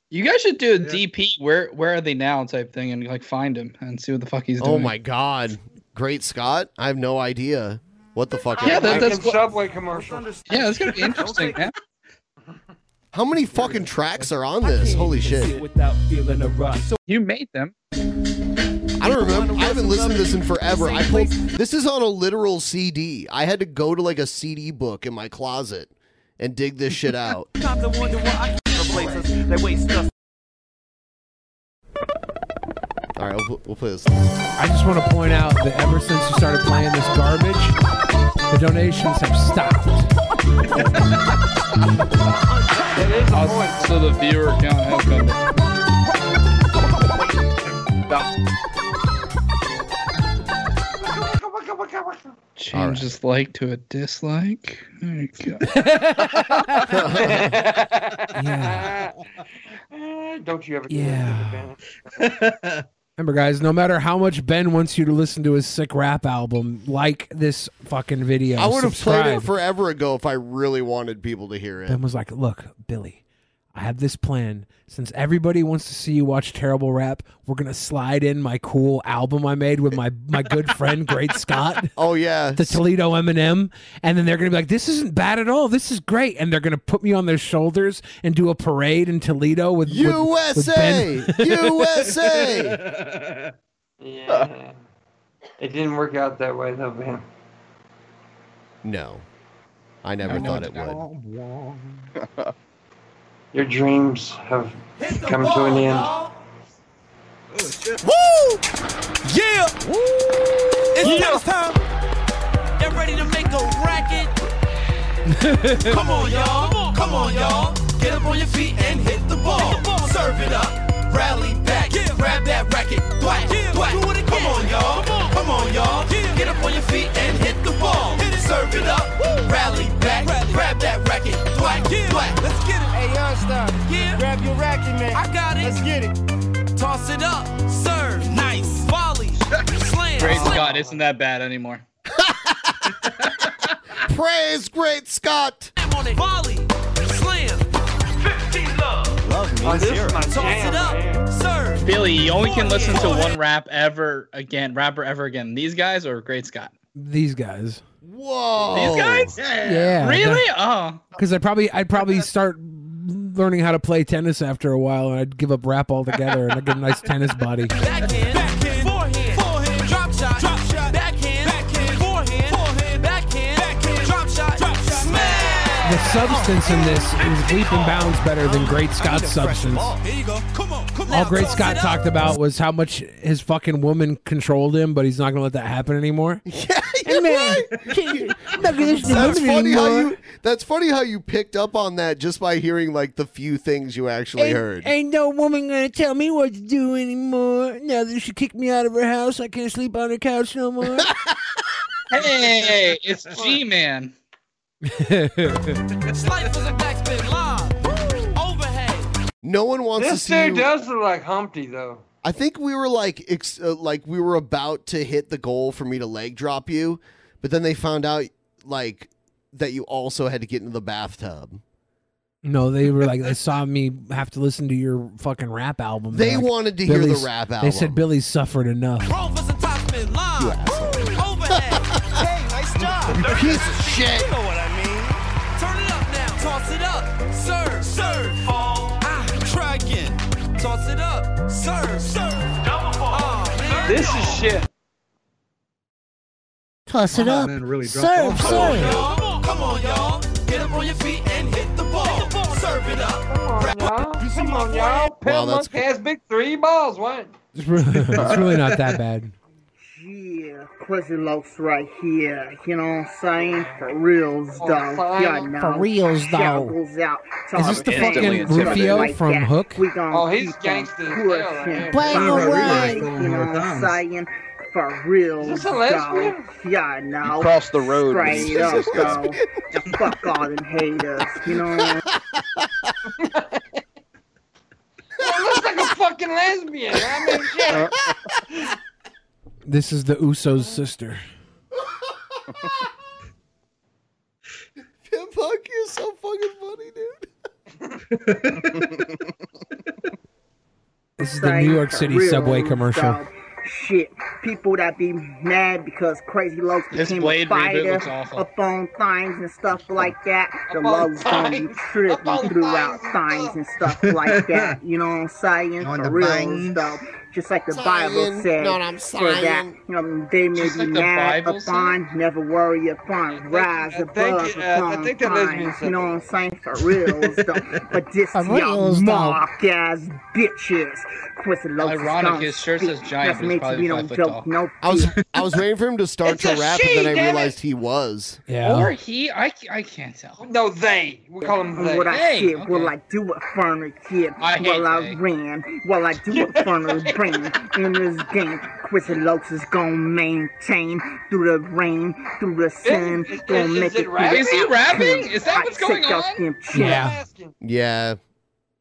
[SPEAKER 7] You guys should do a DP. Where where are they now? Type thing and like find him and see what the fuck he's doing.
[SPEAKER 1] Oh my god, Great Scott! I have no idea what the fuck.
[SPEAKER 7] Yeah, that- that's
[SPEAKER 22] Fucking Subway commercial.
[SPEAKER 7] Yeah, that's gonna be interesting, man.
[SPEAKER 1] How many fucking tracks are on this? Holy shit!
[SPEAKER 17] without feeling a rush. So
[SPEAKER 7] you made them.
[SPEAKER 1] I don't remember. I haven't listened to this in forever. I pulled. This is on a literal CD. I had to go to like a CD book in my closet and dig this
[SPEAKER 17] (laughs)
[SPEAKER 1] shit out.
[SPEAKER 17] Sometimes I wonder why I can't replace us. They waste us.
[SPEAKER 1] All right, we'll, we'll play this.
[SPEAKER 4] I just want to point out that ever since you started playing this garbage, the donations have stopped.
[SPEAKER 7] So the viewer count has gone. Change this like to a dislike. There you
[SPEAKER 11] (laughs)
[SPEAKER 1] (laughs)
[SPEAKER 7] go.
[SPEAKER 22] (laughs)
[SPEAKER 7] (laughs)
[SPEAKER 22] Don't you ever
[SPEAKER 4] Yeah.
[SPEAKER 22] do that, Ben.
[SPEAKER 4] Remember, guys, no matter how much Ben wants you to listen to his sick rap album, like this fucking video.
[SPEAKER 1] I would have played it
[SPEAKER 4] subscribe.
[SPEAKER 1] forever ago if I really wanted people to hear it.
[SPEAKER 4] Ben was like, "Look, Billy, I have this plan. Since everybody wants to see you watch terrible rap, we're gonna slide in my cool album I made with my my good friend Great Scott.
[SPEAKER 1] Oh yeah,
[SPEAKER 4] the Toledo Eminem. And then they're gonna be like, "This isn't bad at all. This is great." And they're gonna put me on their shoulders and do a parade in Toledo with with- with
[SPEAKER 1] USA,
[SPEAKER 4] Ben.
[SPEAKER 1] USA.
[SPEAKER 22] (laughs) yeah. It didn't work out that way though, Ben. (laughs)
[SPEAKER 1] No, I never thought it would.
[SPEAKER 22] Your dreams have come to an end.
[SPEAKER 11] Woo! Yeah! Woo! It's yeah. time. Y'all ready to make a (laughs) racket? Come on, y'all. Come on, y'all. Get up on your feet and hit the ball. Serve it up. Rally back. Grab that racket. Thwack, thwack. Come on, y'all. Come on, y'all. Get up on your feet and hit the ball. Serve it up. Rally back. Grab that racket. Thwack, thwack. Let's get it. Hey, youngster. Yeah. Grab your racket, man. I got it. Let's get it. Toss it up. Serve. Nice. Volley. Slam.
[SPEAKER 7] Great
[SPEAKER 11] slam.
[SPEAKER 7] Scott isn't that bad anymore.
[SPEAKER 1] Praise Great Scott.
[SPEAKER 11] on it. Volley. Slam. 15 love. Love
[SPEAKER 7] means Oh, this is zero. my
[SPEAKER 11] Toss
[SPEAKER 7] jam,
[SPEAKER 11] it up. Serve.
[SPEAKER 7] Billy, you only can listen to one rap ever again, rapper ever again. These guys are Great Scott.
[SPEAKER 4] (laughs) These guys.
[SPEAKER 1] Whoa.
[SPEAKER 7] These guys?
[SPEAKER 4] Oh. Yeah.
[SPEAKER 7] Really?
[SPEAKER 1] Uh-huh.
[SPEAKER 7] Oh.
[SPEAKER 4] Because I probably I'd probably start learning how to play tennis after a while, and I'd give up rap altogether, and I'd get a nice tennis body.
[SPEAKER 11] Backhand. Backhand. Forehand. Forehand. Drop shot. Drop shot. Backhand. Backhand. Forehand. Forehand. Backhand. Backhand. Drop shot. Drop shot.
[SPEAKER 4] (laughs)
[SPEAKER 11] Smash.
[SPEAKER 4] The substance in this is leap and bounds better than Great Scott's substance.
[SPEAKER 11] Here you go. Come on. Come on.
[SPEAKER 4] All Great Scott talked about was how much his fucking woman controlled him, but he's not going to let that happen
[SPEAKER 1] (laughs)
[SPEAKER 4] anymore.
[SPEAKER 1] You're right. that's funny how you. That's funny how you picked up on that just by hearing like the few things you
[SPEAKER 16] (laughs)
[SPEAKER 1] actually
[SPEAKER 16] ain't,
[SPEAKER 1] heard.
[SPEAKER 16] Ain't no woman gonna tell me what to do anymore. Now that she kicked me out of her house, I can't sleep on her couch no more.
[SPEAKER 7] Hey, it's G Man.
[SPEAKER 11] Slice was a backspin live. Overhead.
[SPEAKER 1] No one wants to
[SPEAKER 22] This
[SPEAKER 1] see.
[SPEAKER 22] dude
[SPEAKER 1] You.
[SPEAKER 22] does look like Humpty, though.
[SPEAKER 1] I think we were like, ex- uh, like we were about to hit the goal for me to leg drop you, but then they found out like that you also had to get into the bathtub.
[SPEAKER 4] No, they were like, they saw me have to listen to your fucking rap album.
[SPEAKER 1] They
[SPEAKER 4] They're like,
[SPEAKER 1] wanted to hear the
[SPEAKER 4] "Billy's-"
[SPEAKER 1] rap
[SPEAKER 4] They said
[SPEAKER 1] album.
[SPEAKER 4] Billy's suffered enough. (laughs)
[SPEAKER 11] Spin live. Overhead. hey, nice job.
[SPEAKER 1] Piece of shit.
[SPEAKER 11] You know what I mean. Turn it up now. Toss it up. Serve. Serve. Fall. Ah, try again. Toss it up. Serve. Serve. Double fall.
[SPEAKER 22] This is shit.
[SPEAKER 16] Toss it up. serve, serve.
[SPEAKER 11] Come on, come on, y'all. Get up on your feet and hit the ball. Serve it up.
[SPEAKER 22] Come on, y'all. Pell
[SPEAKER 4] that's
[SPEAKER 22] Monk has big three balls. What?
[SPEAKER 4] It's really, it's really not that bad.
[SPEAKER 21] Yeah, Quizzy Lokes right here. You know what I'm saying? For reals,
[SPEAKER 16] For
[SPEAKER 21] though.
[SPEAKER 16] reals.
[SPEAKER 21] you know,
[SPEAKER 16] For reals, though.
[SPEAKER 21] Shackles out.
[SPEAKER 4] Is this the
[SPEAKER 21] Target
[SPEAKER 4] fucking
[SPEAKER 21] things,
[SPEAKER 4] Griffio
[SPEAKER 21] stuff like
[SPEAKER 4] from
[SPEAKER 21] that.
[SPEAKER 4] Hook?
[SPEAKER 21] We gonna
[SPEAKER 22] Oh, he's
[SPEAKER 21] keep on
[SPEAKER 22] gangsta as hell,
[SPEAKER 21] pushing
[SPEAKER 22] right?
[SPEAKER 21] forward,
[SPEAKER 22] Bang away.
[SPEAKER 21] You know what I'm saying? For reals,
[SPEAKER 22] Is this a
[SPEAKER 21] though.
[SPEAKER 22] lesbian?
[SPEAKER 21] Yeah, no.
[SPEAKER 8] You crossed the road when you
[SPEAKER 21] Straight
[SPEAKER 8] said (laughs)
[SPEAKER 21] up,
[SPEAKER 8] this
[SPEAKER 21] though. And fuck all them haters. You know what I'm
[SPEAKER 22] It looks like a fucking lesbian. I mean, shit.
[SPEAKER 4] This is the Usos' sister.
[SPEAKER 1] Punk is so fucking funny, dude.
[SPEAKER 4] This is the New York
[SPEAKER 21] For
[SPEAKER 4] City
[SPEAKER 21] real,
[SPEAKER 4] subway commercial.
[SPEAKER 21] dog. Shit, people that be mad because Crazy Lokes
[SPEAKER 7] This
[SPEAKER 21] became
[SPEAKER 7] Blade
[SPEAKER 21] a
[SPEAKER 7] reboot
[SPEAKER 21] fighter
[SPEAKER 7] looks awful.
[SPEAKER 21] up on things and stuff like that. The
[SPEAKER 7] Up on
[SPEAKER 21] Lokes gonna be
[SPEAKER 7] things.
[SPEAKER 21] tripping throughout things and stuff like that.
[SPEAKER 7] (laughs)
[SPEAKER 21] You know what I'm saying?
[SPEAKER 7] On
[SPEAKER 21] For
[SPEAKER 7] the
[SPEAKER 21] real
[SPEAKER 7] things.
[SPEAKER 21] stuff. Just like the Bible
[SPEAKER 7] Saying,
[SPEAKER 21] said,
[SPEAKER 7] know what I'm
[SPEAKER 21] for that
[SPEAKER 7] saying?
[SPEAKER 21] you know, they may
[SPEAKER 7] Just
[SPEAKER 21] be
[SPEAKER 7] like the
[SPEAKER 21] mad
[SPEAKER 7] Bible said?
[SPEAKER 21] upon, never worry upon, rise
[SPEAKER 22] I think-
[SPEAKER 21] above
[SPEAKER 22] uh, I
[SPEAKER 21] upon
[SPEAKER 22] think that lesbian
[SPEAKER 21] things.
[SPEAKER 22] said
[SPEAKER 21] You know what I'm saying? For real,
[SPEAKER 7] (laughs)
[SPEAKER 21] though. but this
[SPEAKER 16] For
[SPEAKER 21] y'all
[SPEAKER 1] uh,
[SPEAKER 16] reals, though.
[SPEAKER 21] mark ass bitches. Quincy Lokes is
[SPEAKER 7] Ironic,
[SPEAKER 21] gonna
[SPEAKER 7] his shirt says
[SPEAKER 21] speak.
[SPEAKER 7] giant,
[SPEAKER 21] That's
[SPEAKER 7] but it's
[SPEAKER 21] meant to
[SPEAKER 7] probably
[SPEAKER 21] be
[SPEAKER 7] five
[SPEAKER 21] no
[SPEAKER 7] foot
[SPEAKER 21] joke,
[SPEAKER 7] tall.
[SPEAKER 21] no
[SPEAKER 1] I was I was waiting for him to start to
[SPEAKER 22] It's a
[SPEAKER 1] rap, and
[SPEAKER 22] she,
[SPEAKER 1] then I
[SPEAKER 22] damn it.
[SPEAKER 1] realized he was.
[SPEAKER 7] Or he? I, I can't tell.
[SPEAKER 22] No, they. We call them they.
[SPEAKER 21] What I
[SPEAKER 7] Hey,
[SPEAKER 21] did,
[SPEAKER 7] okay.
[SPEAKER 21] will I do it for the kid?
[SPEAKER 7] I hate
[SPEAKER 21] Will I
[SPEAKER 7] they.
[SPEAKER 21] ran? Will I do
[SPEAKER 7] (laughs)
[SPEAKER 21] it for the brain? In this game, Quincy Lokes is gonna maintain through the rain, through the sun, gonna
[SPEAKER 7] is
[SPEAKER 21] make
[SPEAKER 7] it
[SPEAKER 21] it.
[SPEAKER 7] rapping? Is he rapping? Is that what's going on?
[SPEAKER 1] Yeah. Yeah.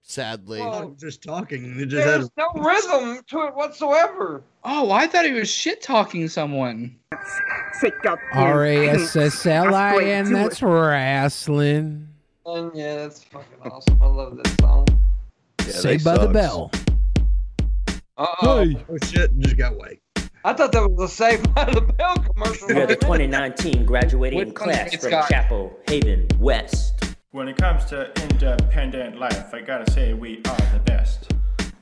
[SPEAKER 1] Sadly.
[SPEAKER 5] just talking. It just
[SPEAKER 22] There's no rhythm to it whatsoever.
[SPEAKER 7] Oh, I thought he was shit talking someone.
[SPEAKER 21] Take out
[SPEAKER 4] R A S S L I
[SPEAKER 21] I
[SPEAKER 7] (laughs)
[SPEAKER 4] N.
[SPEAKER 21] swear to
[SPEAKER 4] That's wrestling.
[SPEAKER 22] And yeah, that's fucking awesome. I love this song.
[SPEAKER 4] Saved by the bell.
[SPEAKER 22] Uh-oh.
[SPEAKER 5] Oh shit! Just got away.
[SPEAKER 22] I thought that was a Saved by the Bell commercial.
[SPEAKER 20] For the 2019 graduating
[SPEAKER 22] What country
[SPEAKER 20] class
[SPEAKER 22] it's
[SPEAKER 20] from
[SPEAKER 22] got?
[SPEAKER 20] Chapel Haven West.
[SPEAKER 25] When it comes to independent life, I gotta say we are the best.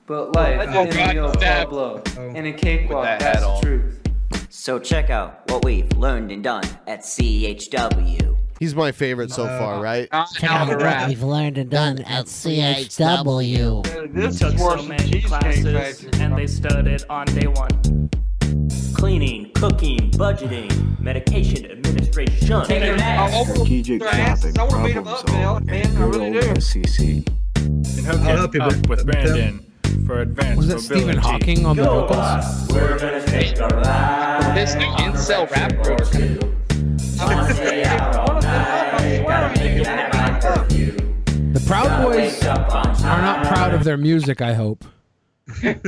[SPEAKER 20] But
[SPEAKER 25] life Oh, is a God, real stab.
[SPEAKER 20] blow
[SPEAKER 25] and a cakewalk, With that that's hat the on.
[SPEAKER 20] truth. So check out what we've learned and done at CHW.
[SPEAKER 1] He's my favorite so
[SPEAKER 22] Uh,
[SPEAKER 1] far, right?
[SPEAKER 9] Check out what we've learned and done at CHW.
[SPEAKER 22] This
[SPEAKER 9] is
[SPEAKER 17] took so
[SPEAKER 9] worse
[SPEAKER 17] many classes and they started on day one. Cleaning, cooking, budgeting, medication administration.
[SPEAKER 22] Taking naps.
[SPEAKER 10] Strategic topic problem solving and good old SCC.
[SPEAKER 25] And hook
[SPEAKER 10] Hello, people.
[SPEAKER 25] up with Brandon for advanced
[SPEAKER 10] Was that Stephen
[SPEAKER 25] mobility.
[SPEAKER 10] Hawking on the Go, vocals?
[SPEAKER 25] We're gonna take our lives.
[SPEAKER 7] This new incel rap group. (laughs)
[SPEAKER 4] The Proud Boys are not proud of their music, I hope.
[SPEAKER 22] If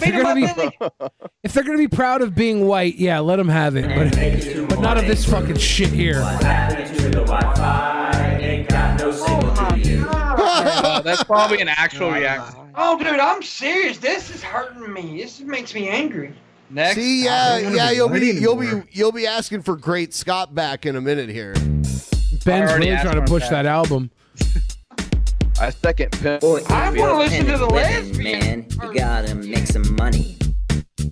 [SPEAKER 4] they're, gonna be, if they're gonna be proud of being white, yeah, let them have it. But, but not of this fucking shit here.
[SPEAKER 5] (laughs)
[SPEAKER 7] Oh, that's probably an actual reaction.
[SPEAKER 22] Oh, dude, I'm serious. This is hurting me. This makes me angry.
[SPEAKER 7] Next.
[SPEAKER 1] See, yeah,
[SPEAKER 22] don't wanna
[SPEAKER 1] yeah,
[SPEAKER 22] be
[SPEAKER 1] you'll be
[SPEAKER 22] white
[SPEAKER 1] you'll be you'll be asking for great Scott back in a minute here.
[SPEAKER 4] Ben's really trying to push that album.
[SPEAKER 8] I second
[SPEAKER 22] I wanna listen to the
[SPEAKER 11] list, man. You gotta make some money.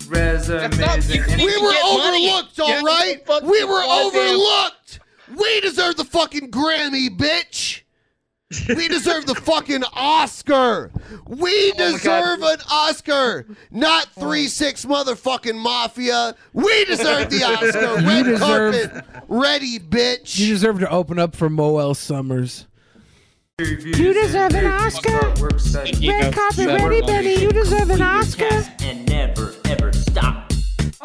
[SPEAKER 22] Resume.
[SPEAKER 2] We were
[SPEAKER 11] money.
[SPEAKER 2] overlooked, all
[SPEAKER 11] Get
[SPEAKER 2] right?
[SPEAKER 11] the fuck
[SPEAKER 2] We were
[SPEAKER 11] goddamn-
[SPEAKER 2] overlooked. We deserve the fucking Grammy, bitch.
[SPEAKER 1] We deserve the fucking Oscar. We
[SPEAKER 2] my
[SPEAKER 1] deserve
[SPEAKER 2] God.
[SPEAKER 1] an Oscar, not three six motherfucking mafia. We
[SPEAKER 22] (laughs)
[SPEAKER 1] deserve the Oscar.
[SPEAKER 4] You
[SPEAKER 1] Red
[SPEAKER 4] deserve-
[SPEAKER 1] carpet, ready, bitch.
[SPEAKER 4] You deserve to open up for Moel Summers.
[SPEAKER 9] You deserve an Oscar. Red carpet ready, Benny. You deserve an Oscar.
[SPEAKER 11] And never, ever stop.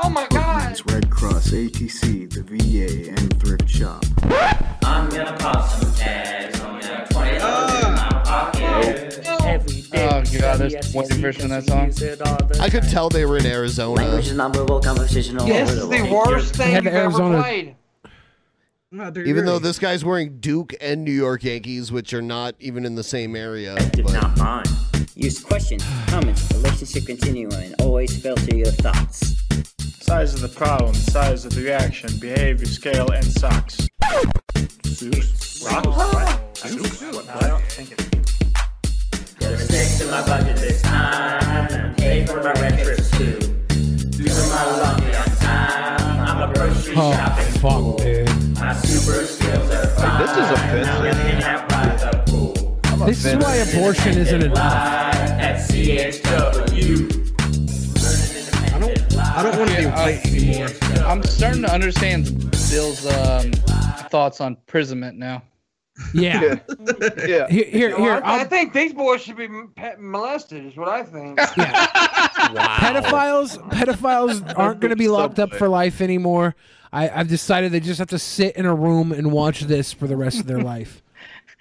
[SPEAKER 22] Oh my god.
[SPEAKER 10] Red Cross, ATC, the VA, and thrift shop.
[SPEAKER 22] Oh,
[SPEAKER 11] I'm gonna pop some tags. I'm gonna twenty dollars in my pocket.
[SPEAKER 17] Every day.
[SPEAKER 7] Oh god, there's way version of that song.
[SPEAKER 1] I could tell they were in Arizona.
[SPEAKER 11] Language is not verbal, conversational.
[SPEAKER 22] This is the worst thing you've ever played.
[SPEAKER 1] Even though this guy's wearing Duke and New York Yankees, which are not even in the same area.
[SPEAKER 11] It's
[SPEAKER 1] but-
[SPEAKER 11] not mine. Use questions, comments, relationship continuum, and always filter your thoughts.
[SPEAKER 25] Size of the problem, size of the reaction, behavior scale, and socks. Zeus? Rocks? What? Zeus? What? I don't think it.
[SPEAKER 11] Gotta stick to my budget this time and pay for my rent trips too. Doing my laundry on time. I'm a grocery shopping
[SPEAKER 4] Oh, fuck, dude.
[SPEAKER 11] My super skills are fine.
[SPEAKER 8] This is offensive.
[SPEAKER 4] This is why abortion isn't enough.
[SPEAKER 11] At CHW.
[SPEAKER 7] I don't want to do white anymore. uh, I'm starting to understand Bill's um, thoughts on prisonment now.
[SPEAKER 4] Yeah.
[SPEAKER 8] yeah.
[SPEAKER 4] Here, here,
[SPEAKER 22] No,
[SPEAKER 4] here.
[SPEAKER 22] I, I
[SPEAKER 4] I'll-
[SPEAKER 22] think these boys should be m- pe- molested, is what
[SPEAKER 4] (laughs)
[SPEAKER 22] I think.
[SPEAKER 4] pedophiles pedophiles aren't going to be locked up for life anymore. I, I've decided they just have to sit in a room and watch this for the rest of their life.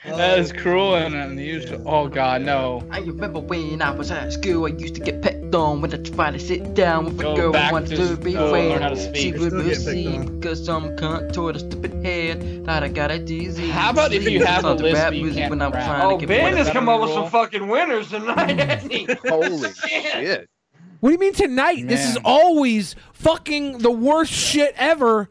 [SPEAKER 7] That is cruel and unusual. Oh god, no.
[SPEAKER 23] I remember when I was at school, I used to get picked on when I tried to sit down with
[SPEAKER 7] Go
[SPEAKER 23] a girl
[SPEAKER 7] back
[SPEAKER 23] I wanted
[SPEAKER 7] to
[SPEAKER 23] to be
[SPEAKER 7] school, learn how to
[SPEAKER 23] friends.
[SPEAKER 7] speak.
[SPEAKER 23] She
[SPEAKER 7] You're
[SPEAKER 23] would
[SPEAKER 7] still getting picked
[SPEAKER 23] receive
[SPEAKER 7] on.
[SPEAKER 23] because some cunt toward a stupid head that I got a disease.
[SPEAKER 7] How about if you have a
[SPEAKER 23] Listen to
[SPEAKER 7] list
[SPEAKER 23] rap
[SPEAKER 7] but you
[SPEAKER 23] music
[SPEAKER 7] can't
[SPEAKER 23] when I'm
[SPEAKER 7] rap?
[SPEAKER 23] trying
[SPEAKER 22] Oh,
[SPEAKER 23] to get
[SPEAKER 22] Ben
[SPEAKER 23] bored.
[SPEAKER 22] has come up with
[SPEAKER 23] Roll.
[SPEAKER 22] some fucking winners
[SPEAKER 23] (laughs)
[SPEAKER 22] tonight, hasn't he?
[SPEAKER 8] Holy
[SPEAKER 22] shit.
[SPEAKER 4] What do you mean tonight? This is always fucking the worst shit ever.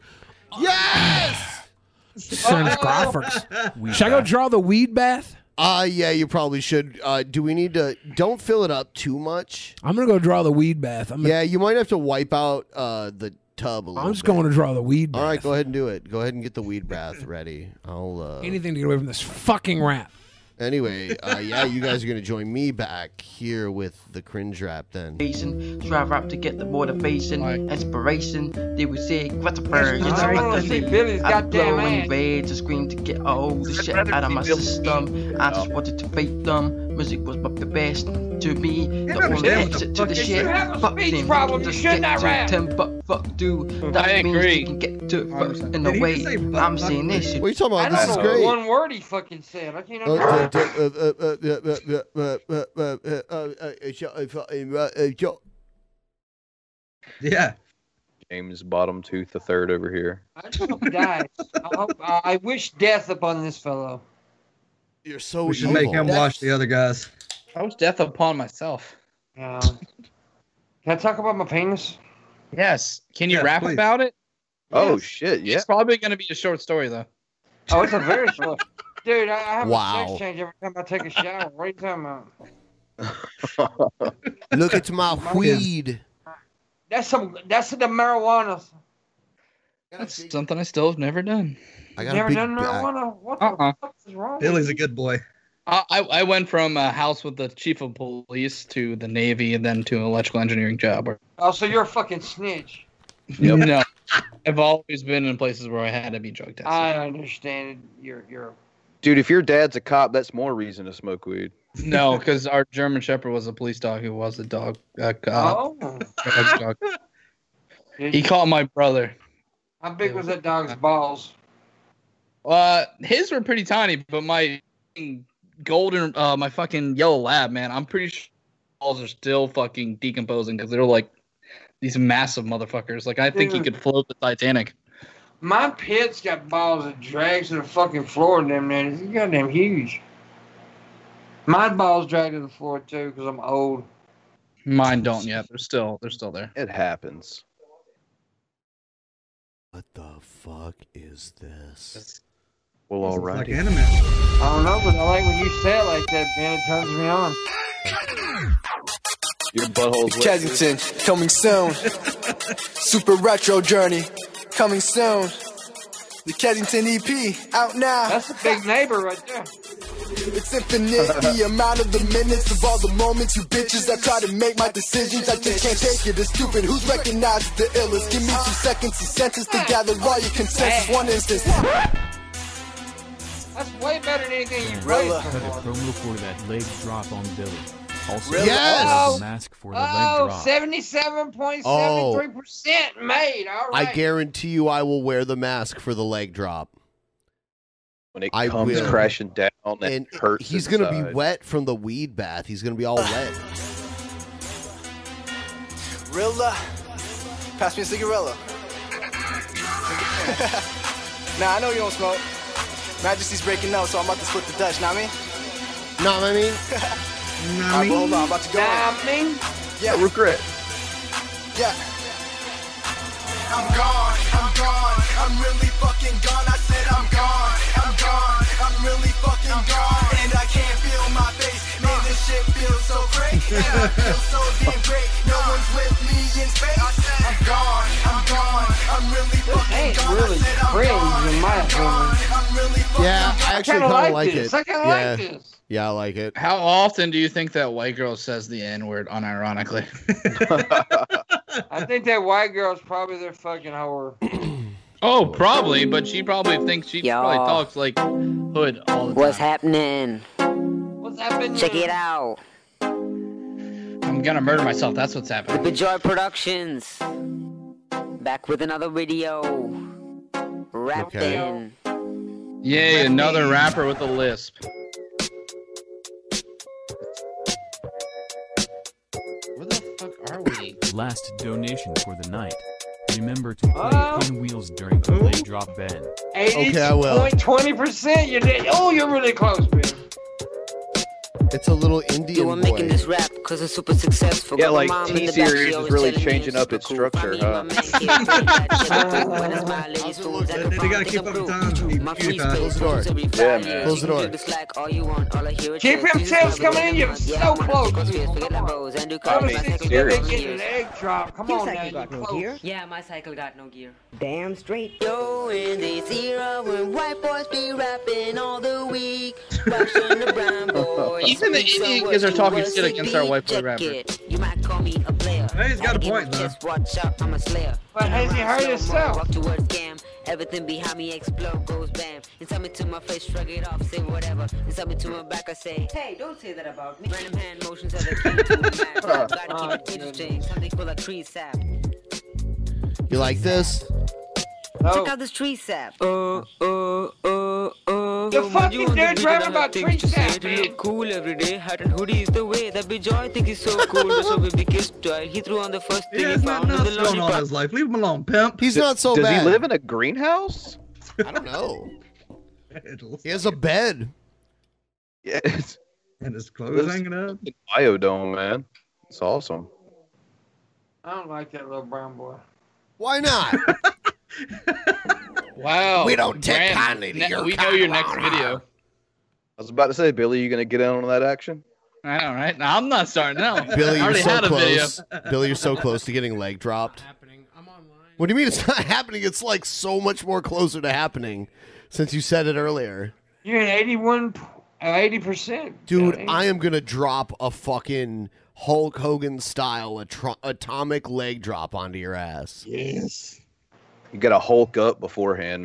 [SPEAKER 1] Yes!
[SPEAKER 4] Son of Crawfords. Oh. (laughs) Should I go draw the weed bath?
[SPEAKER 1] Uh yeah, you probably should. Uh, do we need to? Don't fill it up too much.
[SPEAKER 4] I'm gonna go draw the weed bath. I'm
[SPEAKER 1] yeah, you might have to wipe out uh, the tub a little.
[SPEAKER 4] I'm just
[SPEAKER 1] bit.
[SPEAKER 4] going to draw the weed bath.
[SPEAKER 1] All right, go ahead and do it. Go ahead and get the weed bath ready. I'll. Uh,
[SPEAKER 4] Anything to get away from this fucking rap.
[SPEAKER 1] Anyway, uh, yeah, you guys are gonna join me back here with the cringe rap then.
[SPEAKER 23] Drive up to get the motivation, inspiration. They would say, gratifier.
[SPEAKER 22] I wanna see Billy's
[SPEAKER 23] I'm
[SPEAKER 22] goddamn
[SPEAKER 23] blowing
[SPEAKER 22] ass.
[SPEAKER 23] red to scream to get all the shit
[SPEAKER 22] rather
[SPEAKER 23] out of
[SPEAKER 22] see
[SPEAKER 23] my
[SPEAKER 22] Billy's
[SPEAKER 23] system. I just wanted to fake them. Music was my the best to me.
[SPEAKER 22] understand
[SPEAKER 23] The only
[SPEAKER 22] what the
[SPEAKER 23] exit to
[SPEAKER 22] fuck
[SPEAKER 23] the
[SPEAKER 22] is-
[SPEAKER 23] shit.
[SPEAKER 22] You have a
[SPEAKER 23] Fuck
[SPEAKER 22] speech
[SPEAKER 23] them.
[SPEAKER 22] problem, you
[SPEAKER 23] Just
[SPEAKER 22] should
[SPEAKER 23] get
[SPEAKER 22] not
[SPEAKER 23] to
[SPEAKER 22] rap.
[SPEAKER 23] Ten buck fuck do. That
[SPEAKER 22] I
[SPEAKER 23] means
[SPEAKER 22] agree.
[SPEAKER 23] you can get to it first in
[SPEAKER 22] Did
[SPEAKER 23] a
[SPEAKER 22] he
[SPEAKER 23] way.
[SPEAKER 22] just say buck
[SPEAKER 23] I'm
[SPEAKER 22] fuck
[SPEAKER 23] saying this shit.
[SPEAKER 1] What are you talking
[SPEAKER 22] I
[SPEAKER 1] about? This
[SPEAKER 22] don't
[SPEAKER 1] is
[SPEAKER 22] know
[SPEAKER 1] great.
[SPEAKER 22] one word he fucking said. I can't
[SPEAKER 4] Oh,
[SPEAKER 1] Uh, uh,
[SPEAKER 22] (laughs) understand.
[SPEAKER 1] d- uh, uh, uh, uh, uh, uh, uh, uh, uh, uh, uh, uh, sh- uh, sh- uh, uh, sh-
[SPEAKER 8] Yeah. James Bottom Tooth the third over here.
[SPEAKER 22] I just hope he dies. I, hope, I Oh, I wish death upon this fellow.
[SPEAKER 1] You're so
[SPEAKER 5] We should make him watch the other guys.
[SPEAKER 7] I was death upon myself.
[SPEAKER 22] Can I talk about my penis?
[SPEAKER 7] Yes. Can you
[SPEAKER 22] Yes,
[SPEAKER 7] rap
[SPEAKER 22] please.
[SPEAKER 7] about it?
[SPEAKER 8] Oh shit, yeah.
[SPEAKER 7] It's probably going to be a short story though.
[SPEAKER 22] Oh, it's a very short. Dude, I I have a
[SPEAKER 7] Wow.
[SPEAKER 22] sex change every time I take a shower. What are you talking about?
[SPEAKER 1] Look at my weed.
[SPEAKER 22] That's some. That's the marijuana.
[SPEAKER 7] (laughs) That's something I still have never done.
[SPEAKER 22] I got a Never big done marijuana? What the
[SPEAKER 7] Uh-uh.
[SPEAKER 22] fuck is wrong?
[SPEAKER 5] Billy's a good boy.
[SPEAKER 7] I, I I went from a house with the chief of police to the Navy and then to an electrical engineering job. Where,
[SPEAKER 22] Oh, so you're a fucking snitch.
[SPEAKER 7] (laughs) No, I've always been in places where I had to be drug
[SPEAKER 8] (laughs)
[SPEAKER 7] tested.
[SPEAKER 22] I understand. You're you're
[SPEAKER 8] Dude, if your dad's a cop, that's more reason to smoke weed.
[SPEAKER 7] No, because our German Shepherd was a police dog who was a dog. A cop.
[SPEAKER 22] Oh.
[SPEAKER 7] Drug
[SPEAKER 22] (laughs)
[SPEAKER 7] dog. He called my brother.
[SPEAKER 22] How big was that dog's balls?
[SPEAKER 7] Uh, his were pretty tiny, but my fucking golden, uh, my fucking yellow lab, man, I'm pretty sure balls are still fucking decomposing because they're like these massive motherfuckers. Like I think he could float the Titanic.
[SPEAKER 22] My pit's got balls that drags to the fucking floor, damn near. It's goddamn huge. My balls drag to the floor too because I'm old.
[SPEAKER 7] Mine don't yet. They're still, they're still there.
[SPEAKER 8] It happens.
[SPEAKER 1] What the fuck is this?
[SPEAKER 8] Well, alright.
[SPEAKER 22] I don't know, but I like when you say it like that, man. It turns me on.
[SPEAKER 8] Your butthole's wet.
[SPEAKER 11] Kensington, coming soon.
[SPEAKER 8] (laughs)
[SPEAKER 11] Super retro journey, coming soon. The Kensington EP out now. That's
[SPEAKER 22] a big neighbor right there.
[SPEAKER 11] It's infinite,
[SPEAKER 8] (laughs)
[SPEAKER 11] the amount of the minutes of all the moments you bitches that try to make my decisions. I just can't take it. It's stupid. Who's recognized the illest? Give me two seconds and sentence to gather all your consensus. One instance.
[SPEAKER 22] That's way better than anything you
[SPEAKER 11] Umbrella.
[SPEAKER 22] raised.
[SPEAKER 26] Cut a promo for that leg drop on Billy. Also,
[SPEAKER 22] Really?
[SPEAKER 26] cut
[SPEAKER 22] Oh.
[SPEAKER 26] a mask for the
[SPEAKER 22] Oh,
[SPEAKER 26] leg drop.
[SPEAKER 22] 77.73% made. All right.
[SPEAKER 1] I guarantee you, I will wear the mask for the leg drop.
[SPEAKER 8] When it
[SPEAKER 1] I
[SPEAKER 8] comes
[SPEAKER 1] will.
[SPEAKER 8] crashing down, that
[SPEAKER 1] And
[SPEAKER 8] hurts.
[SPEAKER 1] he's gonna be
[SPEAKER 8] inside.
[SPEAKER 1] wet from the weed bath. He's gonna be all wet.
[SPEAKER 11] Rilla, pass me a cigarello. (laughs) nah, I know you don't smoke. Majesty's breaking out, so I'm about to split the Dutch. Know what I mean?
[SPEAKER 1] Know what I mean?
[SPEAKER 2] (laughs)
[SPEAKER 11] All right, well, hold on, I'm about to go. in. Yeah,
[SPEAKER 8] regret.
[SPEAKER 11] Yeah. I'm gone, I'm gone, I'm really fucking gone. I said I'm gone, I'm gone, I'm really fucking gone. And I can't feel my face, man, this shit feels so great. And I feel so damn great, no one's with me in space. I said I'm gone, I'm gone, I'm really fucking
[SPEAKER 22] Ain't
[SPEAKER 11] gone.
[SPEAKER 22] really cringe in my opinion.
[SPEAKER 1] Yeah, I actually kind of like it. yeah.
[SPEAKER 7] this.
[SPEAKER 1] Yeah, I like it.
[SPEAKER 7] How often do you think that white girl says the N
[SPEAKER 1] (laughs)
[SPEAKER 7] word unironically? (laughs)
[SPEAKER 22] I think that white girl's probably their fucking whore.
[SPEAKER 7] Oh, probably, but she probably thinks she probably
[SPEAKER 9] Y'all.
[SPEAKER 7] talks like hood all the time.
[SPEAKER 9] What's happening?
[SPEAKER 22] What's happening?
[SPEAKER 9] Check it out.
[SPEAKER 7] I'm gonna murder myself. That's what's happening.
[SPEAKER 9] The Joy Productions. Back with another video. Wrapped
[SPEAKER 7] Okay.
[SPEAKER 9] in.
[SPEAKER 7] Yay, another rapper with a lisp. Where the fuck are we?
[SPEAKER 26] Last donation for the night. Remember to play pinwheels during the leg drop, Ben.
[SPEAKER 22] 80 percent. You did. Oh, you're really close, man.
[SPEAKER 1] It's a little Indian
[SPEAKER 9] Yo, I'm making
[SPEAKER 1] boy.
[SPEAKER 9] this rap because it's super
[SPEAKER 1] (laughs)
[SPEAKER 9] successful.
[SPEAKER 8] Yeah,
[SPEAKER 9] Got my
[SPEAKER 8] like
[SPEAKER 9] mom in the
[SPEAKER 8] T
[SPEAKER 9] back, she
[SPEAKER 8] series is
[SPEAKER 9] always
[SPEAKER 8] really
[SPEAKER 9] telling me
[SPEAKER 8] changing up its structure, huh?
[SPEAKER 22] (laughs)
[SPEAKER 5] They gotta keep up with times. Close
[SPEAKER 9] the
[SPEAKER 5] door.
[SPEAKER 8] Yeah, man.
[SPEAKER 1] Close the door.
[SPEAKER 22] Keep them tails coming in. You're so close.
[SPEAKER 8] Serious.
[SPEAKER 22] Getting an egg drop. Come
[SPEAKER 9] Your
[SPEAKER 22] on,
[SPEAKER 9] cycle
[SPEAKER 22] now.
[SPEAKER 9] got no
[SPEAKER 22] close.
[SPEAKER 9] gear? Yeah, my cycle got no gear. Damn straight. Yo, in this era when white boys be rapping all the week, watching the brown boys.
[SPEAKER 7] Even the
[SPEAKER 9] speak so
[SPEAKER 7] Indian
[SPEAKER 9] what
[SPEAKER 7] kids are
[SPEAKER 9] you
[SPEAKER 7] talking
[SPEAKER 9] was
[SPEAKER 7] shit
[SPEAKER 9] to
[SPEAKER 7] against our
[SPEAKER 9] be.
[SPEAKER 7] white boy
[SPEAKER 9] Check
[SPEAKER 7] rapper.
[SPEAKER 9] it. You might call me a player. he's got a point, though. Just watch out, I'm a slayer.
[SPEAKER 22] But has he heard himself?
[SPEAKER 9] Walk towards scam. Everything behind me explode, goes bam. And tell me to my face, shrug it off, say whatever. And tell me to my back, I say, hey, don't say that about me. Random hand motions are the key to a man. Gotta keep it interesting. Something full of tree sap.
[SPEAKER 1] You like this?
[SPEAKER 17] Oh.
[SPEAKER 9] Check out this tree sap. Uh, uh, uh, uh.
[SPEAKER 22] The fucking dude's rapping about tree sap,
[SPEAKER 9] To look cool every day. Hat and hoodie is the way. That big joy think he's so cool. But so baby kissed while he threw on the first thing he found in the
[SPEAKER 5] What's going on in
[SPEAKER 9] lollipop.
[SPEAKER 5] his life? Leave him alone, pimp.
[SPEAKER 1] He's not so Does he bad. live
[SPEAKER 8] in a greenhouse?
[SPEAKER 1] I
[SPEAKER 5] (laughs)
[SPEAKER 1] don't know. he has a bed.
[SPEAKER 8] Yes.
[SPEAKER 5] And his clothes hanging up.
[SPEAKER 8] Biodome, man. It's awesome.
[SPEAKER 22] I don't like that little brown boy.
[SPEAKER 1] Why not?
[SPEAKER 7] Wow.
[SPEAKER 8] We don't take
[SPEAKER 7] Graham,
[SPEAKER 8] kindly to
[SPEAKER 7] ne-
[SPEAKER 8] your
[SPEAKER 7] We know your next video.
[SPEAKER 8] I was about to say, Billy, you gonna get in on that action?
[SPEAKER 7] All right. No, I'm not starting now.
[SPEAKER 1] (laughs) Billy,
[SPEAKER 7] I
[SPEAKER 1] you're
[SPEAKER 7] already
[SPEAKER 1] so
[SPEAKER 7] had a
[SPEAKER 1] close.
[SPEAKER 7] video.
[SPEAKER 1] Billy, you're so close to getting leg dropped. What do you mean it's not (laughs) happening? It's like so much more closer to happening since you said it earlier.
[SPEAKER 22] You're at 81, uh, 80%.
[SPEAKER 1] Dude, I am gonna drop a fucking Hulk Hogan style atro- atomic leg drop onto your ass.
[SPEAKER 8] Yes. You got to Hulk up beforehand,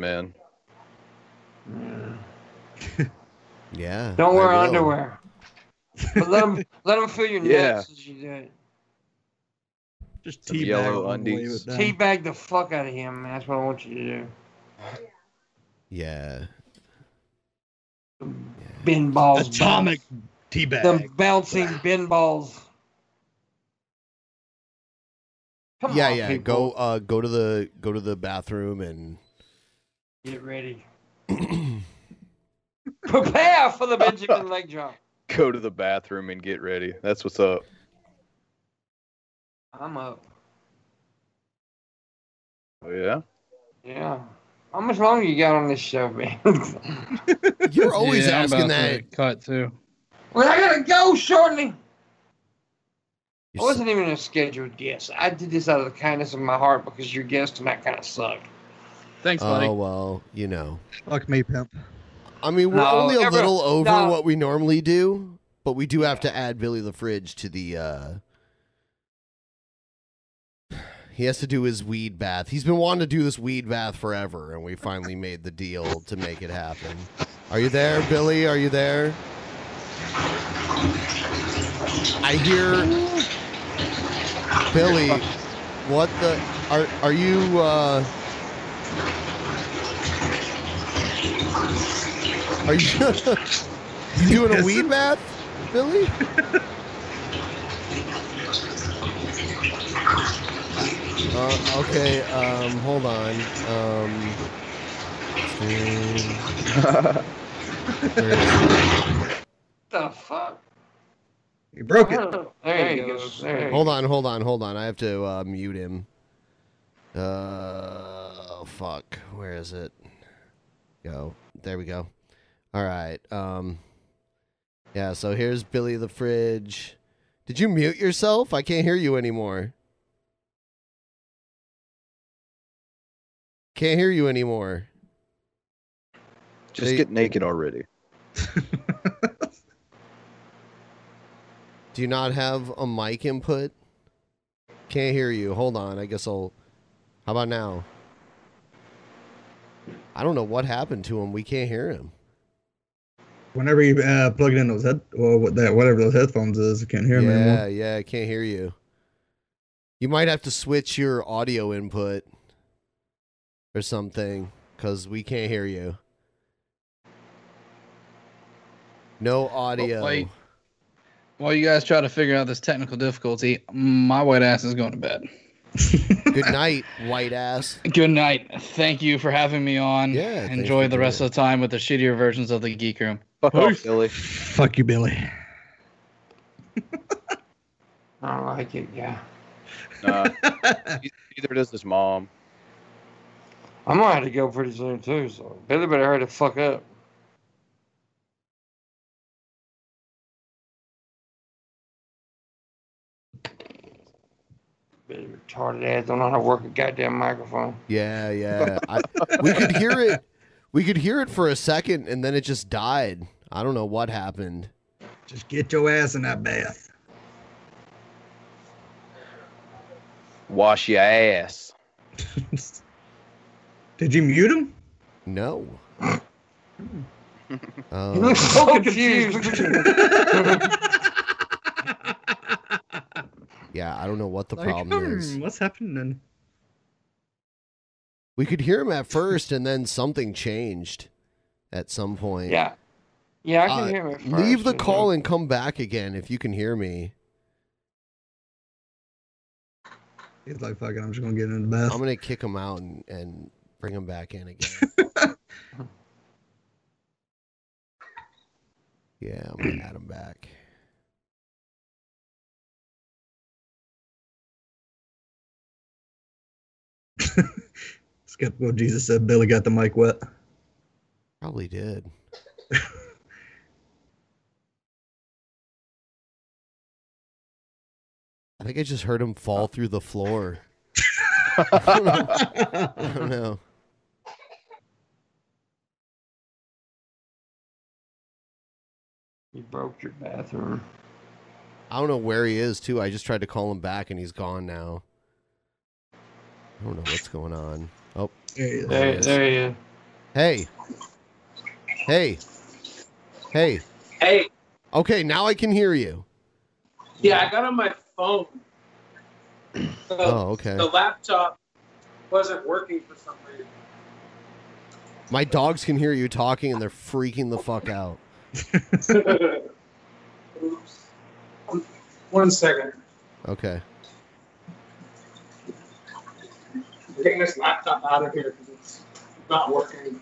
[SPEAKER 5] (laughs)
[SPEAKER 8] man.
[SPEAKER 1] yeah.
[SPEAKER 22] Don't wear
[SPEAKER 8] I will.
[SPEAKER 22] underwear. But let
[SPEAKER 8] (laughs)
[SPEAKER 22] them, let them feel your
[SPEAKER 8] Yeah.
[SPEAKER 22] nuts as you do it.
[SPEAKER 5] Just
[SPEAKER 8] Some yellow undies.
[SPEAKER 22] Teabag the fuck out of him. man. That's what I want you to do.
[SPEAKER 1] Yeah.
[SPEAKER 22] Bin balls.
[SPEAKER 5] Atomic
[SPEAKER 22] teabag.
[SPEAKER 5] teabag.
[SPEAKER 22] Them
[SPEAKER 8] (laughs)
[SPEAKER 22] bouncing bin balls. Come
[SPEAKER 1] yeah,
[SPEAKER 22] on,
[SPEAKER 1] yeah.
[SPEAKER 22] people.
[SPEAKER 1] Go uh go to the go to the bathroom and
[SPEAKER 22] Get ready. (clears throat) Prepare for the
[SPEAKER 8] (laughs)
[SPEAKER 22] Benjamin leg drop.
[SPEAKER 8] Go to the bathroom and get ready. That's what's up.
[SPEAKER 22] I'm up.
[SPEAKER 8] Oh, yeah.
[SPEAKER 22] Yeah. How much longer you got on this show, (laughs) man?
[SPEAKER 1] You're
[SPEAKER 22] always
[SPEAKER 7] I'm
[SPEAKER 22] asking
[SPEAKER 7] about to
[SPEAKER 22] that.
[SPEAKER 7] Cut too.
[SPEAKER 22] well, I gotta go shortly. I wasn't even a scheduled guest. I did this out of the kindness of my heart because your guest tonight kind of sucked.
[SPEAKER 7] Thanks,
[SPEAKER 1] Oh well, you know.
[SPEAKER 5] Fuck me, pimp.
[SPEAKER 1] I mean, we're
[SPEAKER 22] No,
[SPEAKER 1] only a
[SPEAKER 22] every-
[SPEAKER 1] little over
[SPEAKER 22] no.
[SPEAKER 1] what we normally do, but we do have to add Billy the Fridge to the. uh He has to do his weed bath. He's been wanting to do this weed bath forever, and we finally made the deal to make it happen. Are you there, Billy? Are you there? I hear Billy. What the? Are are you? uh Are you, (laughs) you doing a weed bath, Billy? (laughs) uh, okay, um, hold on. Um, mm, where is it?
[SPEAKER 22] The fuck?
[SPEAKER 1] He
[SPEAKER 5] broke
[SPEAKER 22] it. Oh, There, he goes. There he
[SPEAKER 1] hold on, hold on, hold on. I have to uh, mute him. Uh, fuck. Where is it? Go. There we go. All right. Um. Yeah. So here's Billy the fridge. Did you mute yourself? I can't hear you anymore. Can't hear you anymore.
[SPEAKER 8] Just get naked already.
[SPEAKER 1] Do you not have a mic input? Can't hear you. Hold on. I guess I'll. How about now? I don't know what happened to him. We can't hear him.
[SPEAKER 5] Whenever you uh, plug it in those head, well, what that whatever those headphones is, I can't hear them
[SPEAKER 1] yeah,
[SPEAKER 5] anymore.
[SPEAKER 1] yeah. I can't hear you. You might have to switch your audio input or something because we can't hear you. No audio.
[SPEAKER 7] wait. While you guys try to figure out this technical difficulty, my white ass is going to bed. (laughs)
[SPEAKER 1] Good night, white ass.
[SPEAKER 7] Good night. Thank you for having me on. Yeah.
[SPEAKER 1] thanks
[SPEAKER 7] Enjoy
[SPEAKER 1] for
[SPEAKER 7] the rest of the time with the shittier versions of the Geek Room.
[SPEAKER 8] Fuck off, Billy.
[SPEAKER 5] Fuck you, Billy.
[SPEAKER 22] I don't like it.
[SPEAKER 8] (laughs)
[SPEAKER 22] Yeah.
[SPEAKER 8] Nah.
[SPEAKER 5] (laughs)
[SPEAKER 8] E- Either does his mom.
[SPEAKER 22] I'm gonna have to go pretty soon too, so Billy better hurry the fuck up. Billy retarded ass don't know how to work a goddamn microphone.
[SPEAKER 1] Yeah, yeah. I, we could hear it. We could hear it for a second, and then it just died. I don't know what happened.
[SPEAKER 5] Just get your ass in that bath.
[SPEAKER 8] Wash your ass.
[SPEAKER 5] Did you mute him?
[SPEAKER 1] No.
[SPEAKER 5] Um,
[SPEAKER 22] He looks so confused.
[SPEAKER 1] (laughs) yeah, I don't know what the
[SPEAKER 5] Like,
[SPEAKER 1] problem
[SPEAKER 13] um,
[SPEAKER 5] hmm,
[SPEAKER 1] is.
[SPEAKER 5] What's happening?
[SPEAKER 1] We could hear him at first, and then something changed at some point.
[SPEAKER 22] Yeah. Yeah, I can
[SPEAKER 1] Uh,
[SPEAKER 22] hear him. at
[SPEAKER 1] Leave
[SPEAKER 22] first,
[SPEAKER 1] the
[SPEAKER 22] you
[SPEAKER 1] call
[SPEAKER 22] know.
[SPEAKER 1] and come back again if you can hear me.
[SPEAKER 5] He's like, fuck it, I'm just gonna get in the bath.
[SPEAKER 1] I'm gonna kick him out and, and bring him back in again.
[SPEAKER 5] (laughs)
[SPEAKER 1] yeah, I'm gonna add him back.
[SPEAKER 5] (laughs) Skeptical Jesus said Billy got the mic wet.
[SPEAKER 1] Probably did. I think I just heard him fall through the floor. I don't know.
[SPEAKER 22] You broke your bathroom.
[SPEAKER 1] I don't know where he is too. I just tried to call him back and he's gone now. I don't know what's going on. Oh,
[SPEAKER 22] There he is. There- there he is.
[SPEAKER 1] Hey, hey, hey,
[SPEAKER 13] hey.
[SPEAKER 1] Okay, now I can hear you.
[SPEAKER 13] Yeah, I got on my phone. So
[SPEAKER 1] Oh, okay.
[SPEAKER 13] The laptop wasn't working for some reason.
[SPEAKER 1] My dogs can hear you talking and they're freaking the fuck out.
[SPEAKER 13] (laughs) One second.
[SPEAKER 1] Okay.
[SPEAKER 13] I'm getting this laptop out of here because it's not working.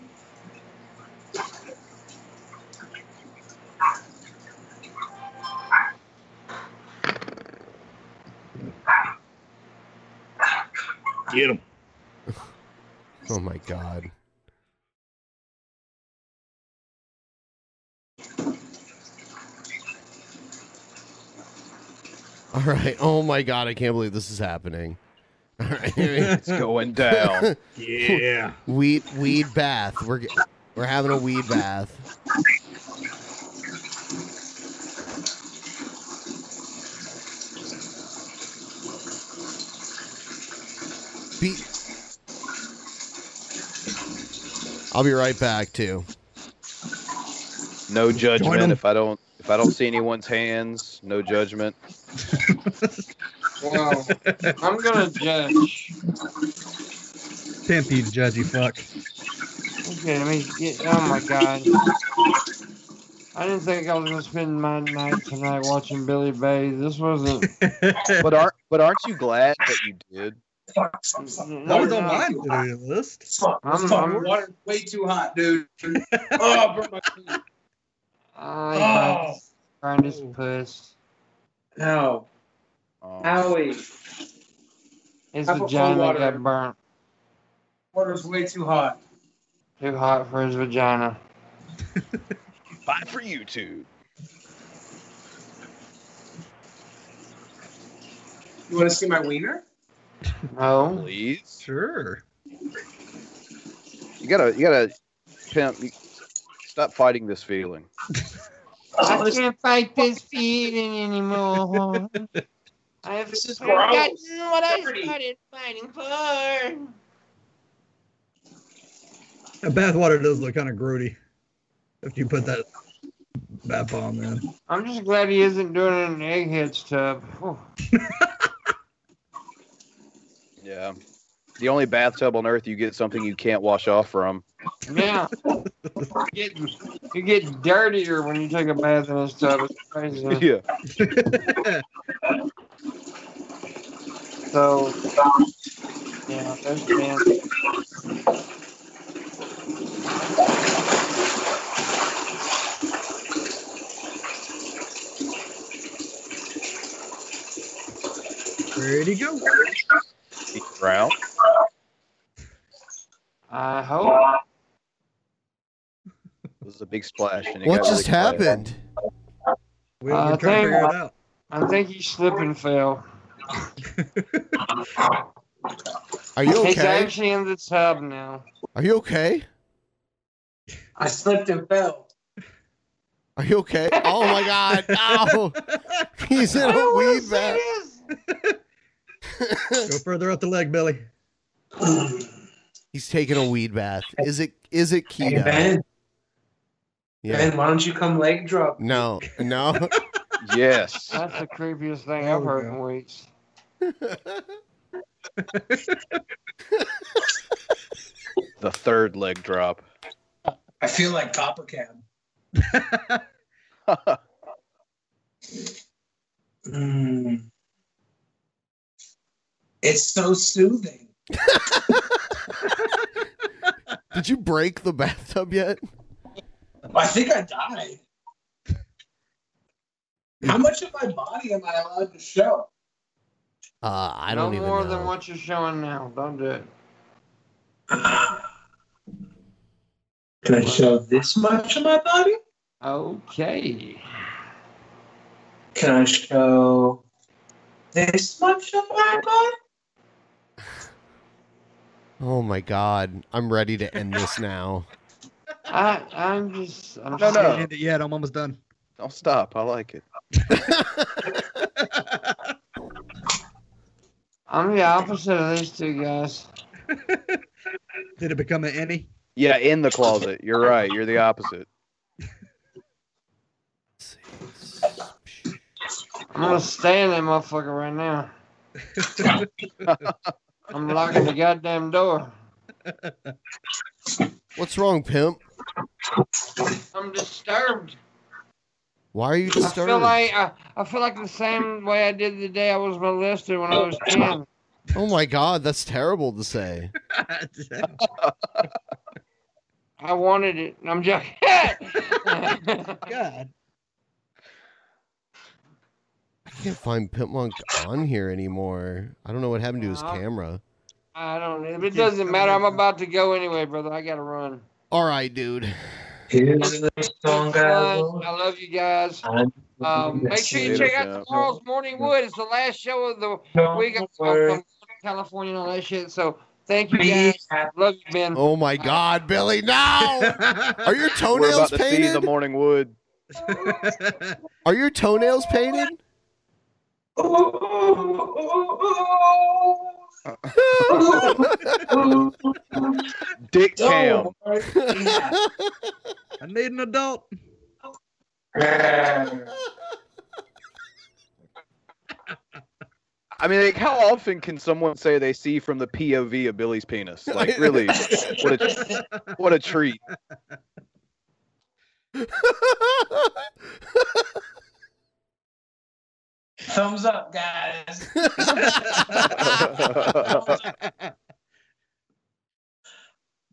[SPEAKER 1] Get him. (laughs) oh my god. All right. Oh my god, I can't believe this is happening. All right.
[SPEAKER 8] (laughs) It's going down. Yeah.
[SPEAKER 1] Weed weed bath. We're g- we're having a weed bath. Be- I'll be right back too.
[SPEAKER 8] No
[SPEAKER 1] Join 'em.
[SPEAKER 8] judgment. If I don't if I don't see anyone's hands, no judgment.
[SPEAKER 5] (laughs)
[SPEAKER 22] Well, I'm gonna judge.
[SPEAKER 5] Pimp you judgy fuck.
[SPEAKER 22] Okay, let me get. Oh my god. I didn't think I was gonna spend my night tonight watching Billy Bay. This
[SPEAKER 5] (laughs)
[SPEAKER 22] wasn't.
[SPEAKER 8] but aren't but aren't you glad that you did?
[SPEAKER 5] That was on my to-do list.
[SPEAKER 13] This
[SPEAKER 8] I'm- I'm-
[SPEAKER 13] fucking water's way too hot, (laughs) dude. oh, bro, my feet. Oh.
[SPEAKER 22] I trying to puss.
[SPEAKER 13] No.
[SPEAKER 5] Oh.
[SPEAKER 13] Owie.
[SPEAKER 22] His
[SPEAKER 13] Apple
[SPEAKER 22] vagina
[SPEAKER 13] water.
[SPEAKER 22] got burnt.
[SPEAKER 13] Water's way too hot.
[SPEAKER 22] Too hot for his vagina.
[SPEAKER 8] Bye for YouTube.
[SPEAKER 13] You want to see my wiener?
[SPEAKER 22] No.
[SPEAKER 8] Please.
[SPEAKER 5] Sure.
[SPEAKER 8] You gotta you gotta pimp you, stop fighting this feeling.
[SPEAKER 13] Oh,
[SPEAKER 22] I can't fight this feeling
[SPEAKER 5] (laughs)
[SPEAKER 22] anymore. I have
[SPEAKER 13] This is
[SPEAKER 22] forgotten
[SPEAKER 13] gross.
[SPEAKER 22] what I
[SPEAKER 13] Dirty.
[SPEAKER 22] started fighting for.
[SPEAKER 5] That bathwater does look kind of grody. If you put that bath bomb in.
[SPEAKER 22] I'm just glad he isn't doing it in an egghead's tub.
[SPEAKER 5] (laughs)
[SPEAKER 22] Whew.
[SPEAKER 8] Yeah. The only bathtub on earth you get something you can't wash off from.
[SPEAKER 22] Yeah. you, get, you get dirtier when you take a bath in this tub. It's crazy.
[SPEAKER 8] Yeah.
[SPEAKER 22] So, yeah, there's Dan.
[SPEAKER 5] Where'd he go?
[SPEAKER 8] Round.
[SPEAKER 22] I hope.
[SPEAKER 8] It was a big splash. And it
[SPEAKER 22] What
[SPEAKER 8] got
[SPEAKER 22] just
[SPEAKER 8] really quiet.
[SPEAKER 1] happened?
[SPEAKER 5] We,
[SPEAKER 22] Uh,
[SPEAKER 5] we're trying to
[SPEAKER 22] thank-
[SPEAKER 5] figure it out.
[SPEAKER 22] I think he slipped and fell.
[SPEAKER 1] Are you
[SPEAKER 22] He's
[SPEAKER 1] okay?
[SPEAKER 22] actually in the tub now.
[SPEAKER 1] Are you okay?
[SPEAKER 13] I slipped and fell.
[SPEAKER 1] Are you okay? Oh my god.
[SPEAKER 22] (laughs)
[SPEAKER 1] Ow. He's in a weed bath.
[SPEAKER 5] Go further up the leg, Billy.
[SPEAKER 1] He's taking a weed bath. Is it is it keto?
[SPEAKER 13] Hey, Ben.
[SPEAKER 1] Yeah.
[SPEAKER 13] Ben, why don't you come leg drop?
[SPEAKER 1] No, no.
[SPEAKER 22] (laughs)
[SPEAKER 8] yes.
[SPEAKER 22] That's the creepiest thing I've heard in weeks.
[SPEAKER 8] The third leg drop.
[SPEAKER 13] I feel like Copper Cab. Mm. It's so soothing.
[SPEAKER 1] (laughs) Did you break the bathtub yet?
[SPEAKER 13] I think I died. How much of my body am I allowed to show?
[SPEAKER 1] Uh, I don't
[SPEAKER 22] no
[SPEAKER 1] even
[SPEAKER 22] more
[SPEAKER 1] know.
[SPEAKER 22] than what you're showing now. Don't do it.
[SPEAKER 13] Can I show this much of my body?
[SPEAKER 22] Okay.
[SPEAKER 13] Can I show this much of my body?
[SPEAKER 1] Oh my god, I'm ready to end this now.
[SPEAKER 22] I, I'm just. I'm
[SPEAKER 8] No,
[SPEAKER 22] just
[SPEAKER 8] no.
[SPEAKER 22] saying-
[SPEAKER 5] yet. I'm almost done.
[SPEAKER 8] Don't stop. I like it.
[SPEAKER 5] (laughs)
[SPEAKER 22] I'm the opposite of these two guys.
[SPEAKER 5] (laughs) Did it become an any?
[SPEAKER 8] Yeah, in the closet. You're right. You're the opposite.
[SPEAKER 22] I'm gonna stay in that motherfucker right
[SPEAKER 5] (laughs)
[SPEAKER 22] now. I'm locking the goddamn
[SPEAKER 5] (laughs)
[SPEAKER 22] door.
[SPEAKER 1] What's wrong, pimp?
[SPEAKER 22] I'm disturbed.
[SPEAKER 1] Why are you
[SPEAKER 22] I feel
[SPEAKER 1] disturbed?
[SPEAKER 22] like I, I feel like the same way I did the day I was molested when I was ten.
[SPEAKER 1] Oh my god, that's terrible to say.
[SPEAKER 22] (laughs) I wanted it. and I'm joking. (laughs)
[SPEAKER 5] God.
[SPEAKER 1] I can't find Pimp Monk on here anymore. I don't know what happened to his
[SPEAKER 22] Wow.
[SPEAKER 1] camera.
[SPEAKER 22] I don't. It doesn't matter. I'm about to go anyway, brother. I gotta run.
[SPEAKER 1] All right, dude.
[SPEAKER 22] It's fun. I love you guys. Um, make sure you check out tomorrow's Morning Wood. It's the last show of the
[SPEAKER 1] Don't
[SPEAKER 22] week. I'm
[SPEAKER 1] worry.
[SPEAKER 22] from California and all that shit. So thank you guys. Love you, Ben.
[SPEAKER 1] Oh my god, Billy, no! Are
[SPEAKER 8] (laughs) We're
[SPEAKER 1] your
[SPEAKER 8] about
[SPEAKER 1] toenails
[SPEAKER 8] to see
[SPEAKER 1] painted?
[SPEAKER 8] the morning wood.
[SPEAKER 1] Are your toenails painted?
[SPEAKER 22] (laughs)
[SPEAKER 8] Dick cam.
[SPEAKER 5] (laughs) I need an adult. Uh,
[SPEAKER 8] I mean, like, how often can someone say they see from the POV of Billy's penis? Like, really? what, a, what a treat.
[SPEAKER 23] Thumbs
[SPEAKER 1] (laughs)
[SPEAKER 23] up, guys.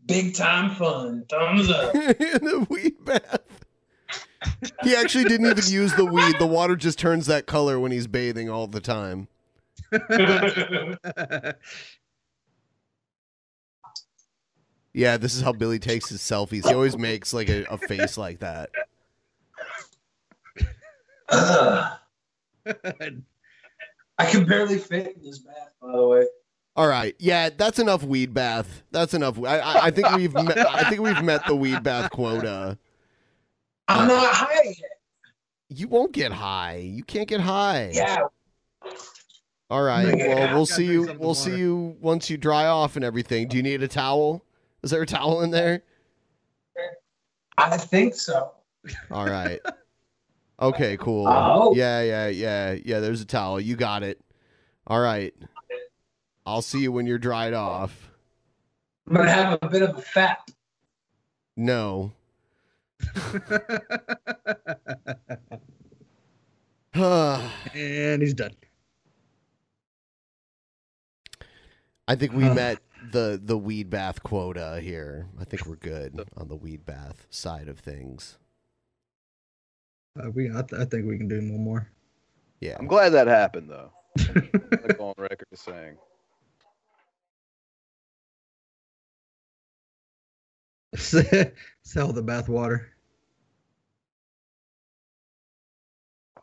[SPEAKER 23] Big time fun.
[SPEAKER 1] (laughs)
[SPEAKER 23] Thumbs up.
[SPEAKER 1] the weed bath. He actually didn't even use the weed. The water just turns that color when he's bathing all the time. Yeah, this is how Billy takes his selfies. He always makes like a, a face like that.
[SPEAKER 23] I can barely fit in this bath, by the way.
[SPEAKER 1] All right, yeah, that's enough weed bath. That's enough. I, I, I think we've met, I think we've met the weed bath quota.
[SPEAKER 23] I'm not high yet.
[SPEAKER 1] You won't get high. You can't get high.
[SPEAKER 23] Yeah.
[SPEAKER 1] All right.
[SPEAKER 23] Yeah.
[SPEAKER 1] Well, we'll
[SPEAKER 23] Gotta
[SPEAKER 1] see you. We'll see you once you dry off and everything. Do you need a towel? Is there a towel in there?
[SPEAKER 23] I think so.
[SPEAKER 1] All right. Okay, cool.
[SPEAKER 23] Oh.
[SPEAKER 1] Yeah, yeah, yeah, yeah. There's a towel. You got it. All right. I'll see you when you're dried off.
[SPEAKER 23] I'm gonna have a bit of a fat.
[SPEAKER 1] No. (sighs) and
[SPEAKER 5] he's done.
[SPEAKER 1] I think
[SPEAKER 5] (sighs)
[SPEAKER 1] we met the the weed bath quota here. I think we're good on the weed bath side of things.
[SPEAKER 5] Uh, we, I, th- I think we can do one more.
[SPEAKER 1] Yeah.
[SPEAKER 8] I'm glad that happened, though. like on record as saying.
[SPEAKER 5] (laughs) Sell the bathwater.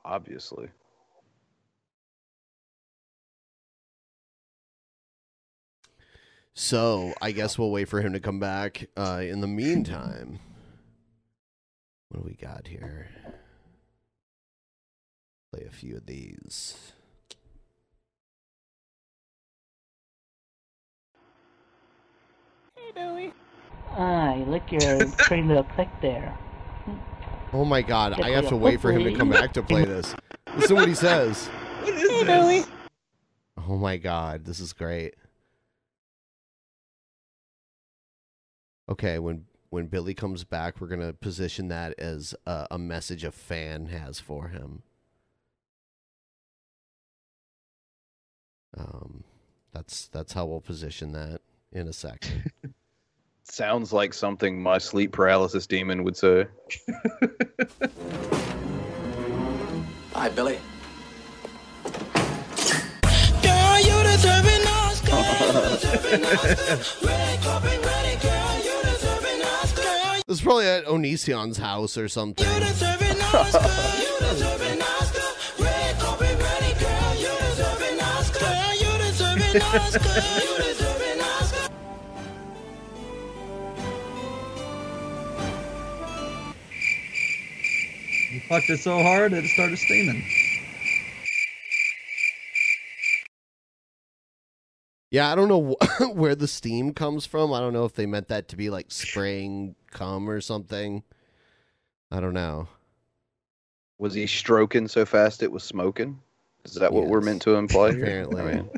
[SPEAKER 8] Obviously.
[SPEAKER 1] So I guess we'll wait for him to come back. Uh, in the meantime, what do we got here? Play a few of these.
[SPEAKER 12] Hey, Billy.
[SPEAKER 15] Ah, you lick your pretty little click there.
[SPEAKER 1] Oh my god, I have to wait for him to come back to play this. Listen to what he says.
[SPEAKER 12] What is hey, Billy.
[SPEAKER 1] Oh my god, this is great. Okay, when when Billy comes back, we're gonna position that as a, a message a fan has for him. Um, that's that's how we'll position that in a second.
[SPEAKER 8] Sounds like something my sleep paralysis demon would say.
[SPEAKER 12] Hi, Billy.
[SPEAKER 11] Girl, you deserve an Oscar. You deserve an Oscar. Red carpet ready, girl. You deserve an Oscar.
[SPEAKER 1] This is probably at Onision's house or something.
[SPEAKER 11] You deserve an
[SPEAKER 1] (laughs)
[SPEAKER 11] Oscar. You deserve an Oscar. Red carpet ready, girl. You deserve an Oscar. Girl, you deserve an Oscar. You deserve an Oscar.
[SPEAKER 5] You fucked it so hard it started steaming.
[SPEAKER 1] Yeah, I don't know wh- (laughs) where the steam comes from. I don't know if they meant that to be like spraying cum or something. I don't know.
[SPEAKER 8] Was he stroking so fast it was smoking? Is that what we're meant to imply? here?
[SPEAKER 1] Apparently.
[SPEAKER 8] I mean,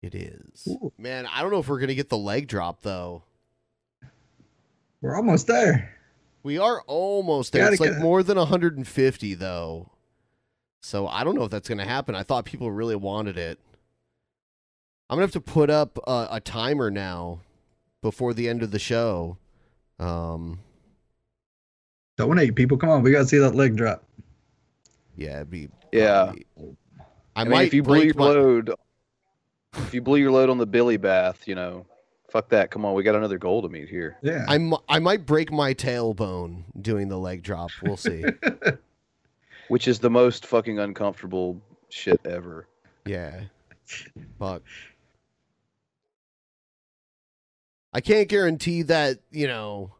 [SPEAKER 1] It is. Man, I don't know if we're going to get the leg drop though.
[SPEAKER 5] We're almost there.
[SPEAKER 1] We are almost there.
[SPEAKER 5] Gotta
[SPEAKER 1] It's like
[SPEAKER 5] get-
[SPEAKER 1] more than 150 though. So I don't know if that's going to happen. I thought people really wanted it. I'm going to have to put up a, a timer now before the end of the show. Um
[SPEAKER 5] Donate, people. Come on, we gotta see that leg drop.
[SPEAKER 1] yeah, it'd be
[SPEAKER 8] yeah.
[SPEAKER 1] I
[SPEAKER 8] mean,
[SPEAKER 1] might
[SPEAKER 8] if you blew
[SPEAKER 1] break
[SPEAKER 8] your
[SPEAKER 1] my-
[SPEAKER 8] load, if you blew your load on the Billy Bath, you know, fuck that. Come on, we got another goal to meet here.
[SPEAKER 5] Yeah.
[SPEAKER 1] I mi- I might break my tailbone doing the leg drop. We'll see.
[SPEAKER 8] Which is the most fucking uncomfortable shit ever.
[SPEAKER 1] Yeah. Fuck. I can't guarantee that, you know,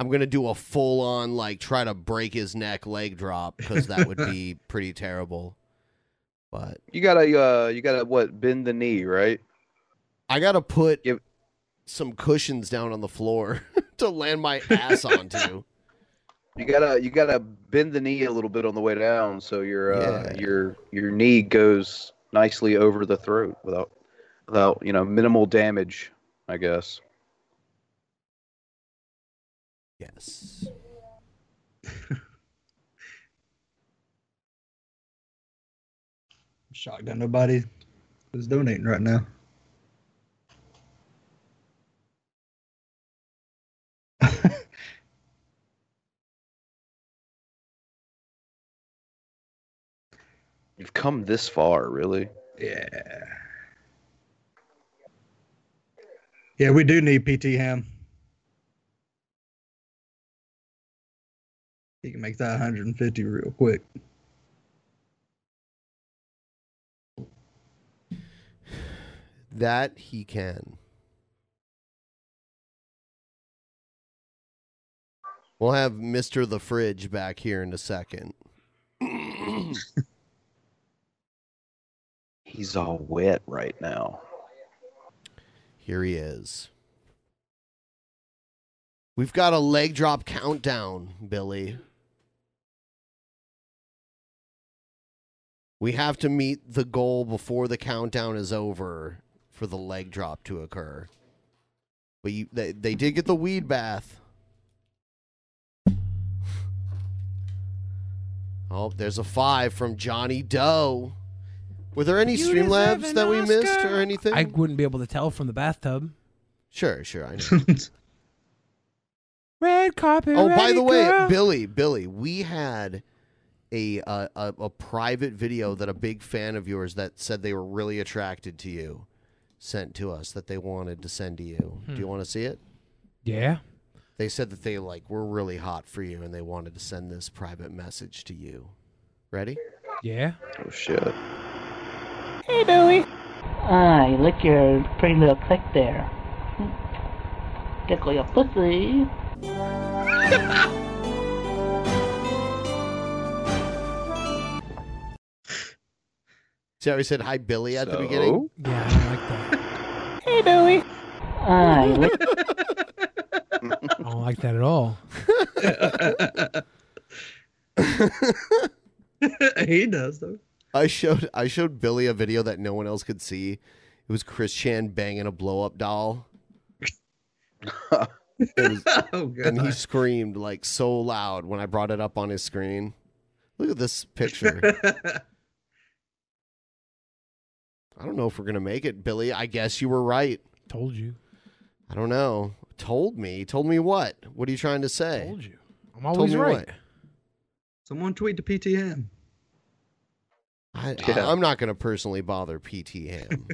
[SPEAKER 1] I'm going to do a full on, like, try to break his neck leg drop because that would be pretty terrible. But
[SPEAKER 8] You gotta, uh, you gotta what? Bend the knee, right?
[SPEAKER 1] I got to put some cushions down on the floor (laughs) to land my (laughs) ass onto.
[SPEAKER 8] You gotta, you gotta bend the knee a little bit on the way down, so your, uh, your, your knee goes nicely over the throat without, without you know, minimal damage. I guess.
[SPEAKER 1] Yes.
[SPEAKER 5] Shocked that nobody is donating right now.
[SPEAKER 8] You've come this far, really.
[SPEAKER 5] Yeah. Yeah, we do need PT Ham. (laughs) He can make that 150 real
[SPEAKER 12] (laughs)
[SPEAKER 5] quick.
[SPEAKER 1] That he can. We'll have Mr. the Fridge back here in a second.
[SPEAKER 8] He's all wet right now.
[SPEAKER 1] Here he is. We've got a leg drop countdown, Billy. We have to meet the goal before the countdown is over for the leg drop to occur. But you, they, they did get the weed bath. Oh, there's a five from Johnny Doe. Were there any
[SPEAKER 4] You deserve
[SPEAKER 1] Streamlabs
[SPEAKER 4] an
[SPEAKER 1] that we missed
[SPEAKER 4] Oscar.
[SPEAKER 1] or anything?
[SPEAKER 4] I wouldn't be able to tell from the bathtub.
[SPEAKER 1] Sure, sure, I know.
[SPEAKER 4] Red carpet.
[SPEAKER 1] Oh, by
[SPEAKER 4] ready,
[SPEAKER 1] the way,
[SPEAKER 4] girl.
[SPEAKER 1] Billy, Billy, we had a, uh, a a private video that a big fan of yours that said they were really attracted to you sent to us that they wanted to send to you. Do you
[SPEAKER 4] Hmm.
[SPEAKER 1] want to see it? (laughs)
[SPEAKER 4] Yeah.
[SPEAKER 1] They said that they like were really hot for you and they wanted to send this private message to you. Ready?
[SPEAKER 4] Yeah.
[SPEAKER 8] Oh shit.
[SPEAKER 15] Hey, Billy. Ah, you lick your pretty little click there. Tickle your pussy.
[SPEAKER 1] See how he said hi Billy at the
[SPEAKER 15] So?
[SPEAKER 1] beginning?
[SPEAKER 4] Yeah, I like that.
[SPEAKER 15] Hey, Billy. (laughs) Ah, you lick.
[SPEAKER 4] I don't like that at
[SPEAKER 1] (laughs)
[SPEAKER 4] all.
[SPEAKER 5] he does though.
[SPEAKER 1] I showed I showed Billy a video that no one else could see. It was Chris Chan banging a blow up doll. It was- And he screamed like so loud when I brought it up on his screen. Look at this picture. I don't know if we're gonna make it, Billy. I guess you were right.
[SPEAKER 4] Told you.
[SPEAKER 1] I don't know. Told me. Told me what? What are you trying to say? Told
[SPEAKER 4] you. I'm
[SPEAKER 1] Told
[SPEAKER 4] always
[SPEAKER 1] me
[SPEAKER 4] right.
[SPEAKER 1] what?
[SPEAKER 5] Someone tweet to PT Ham.
[SPEAKER 1] I,
[SPEAKER 5] Yeah.
[SPEAKER 1] I, am not going to personally bother PT Ham.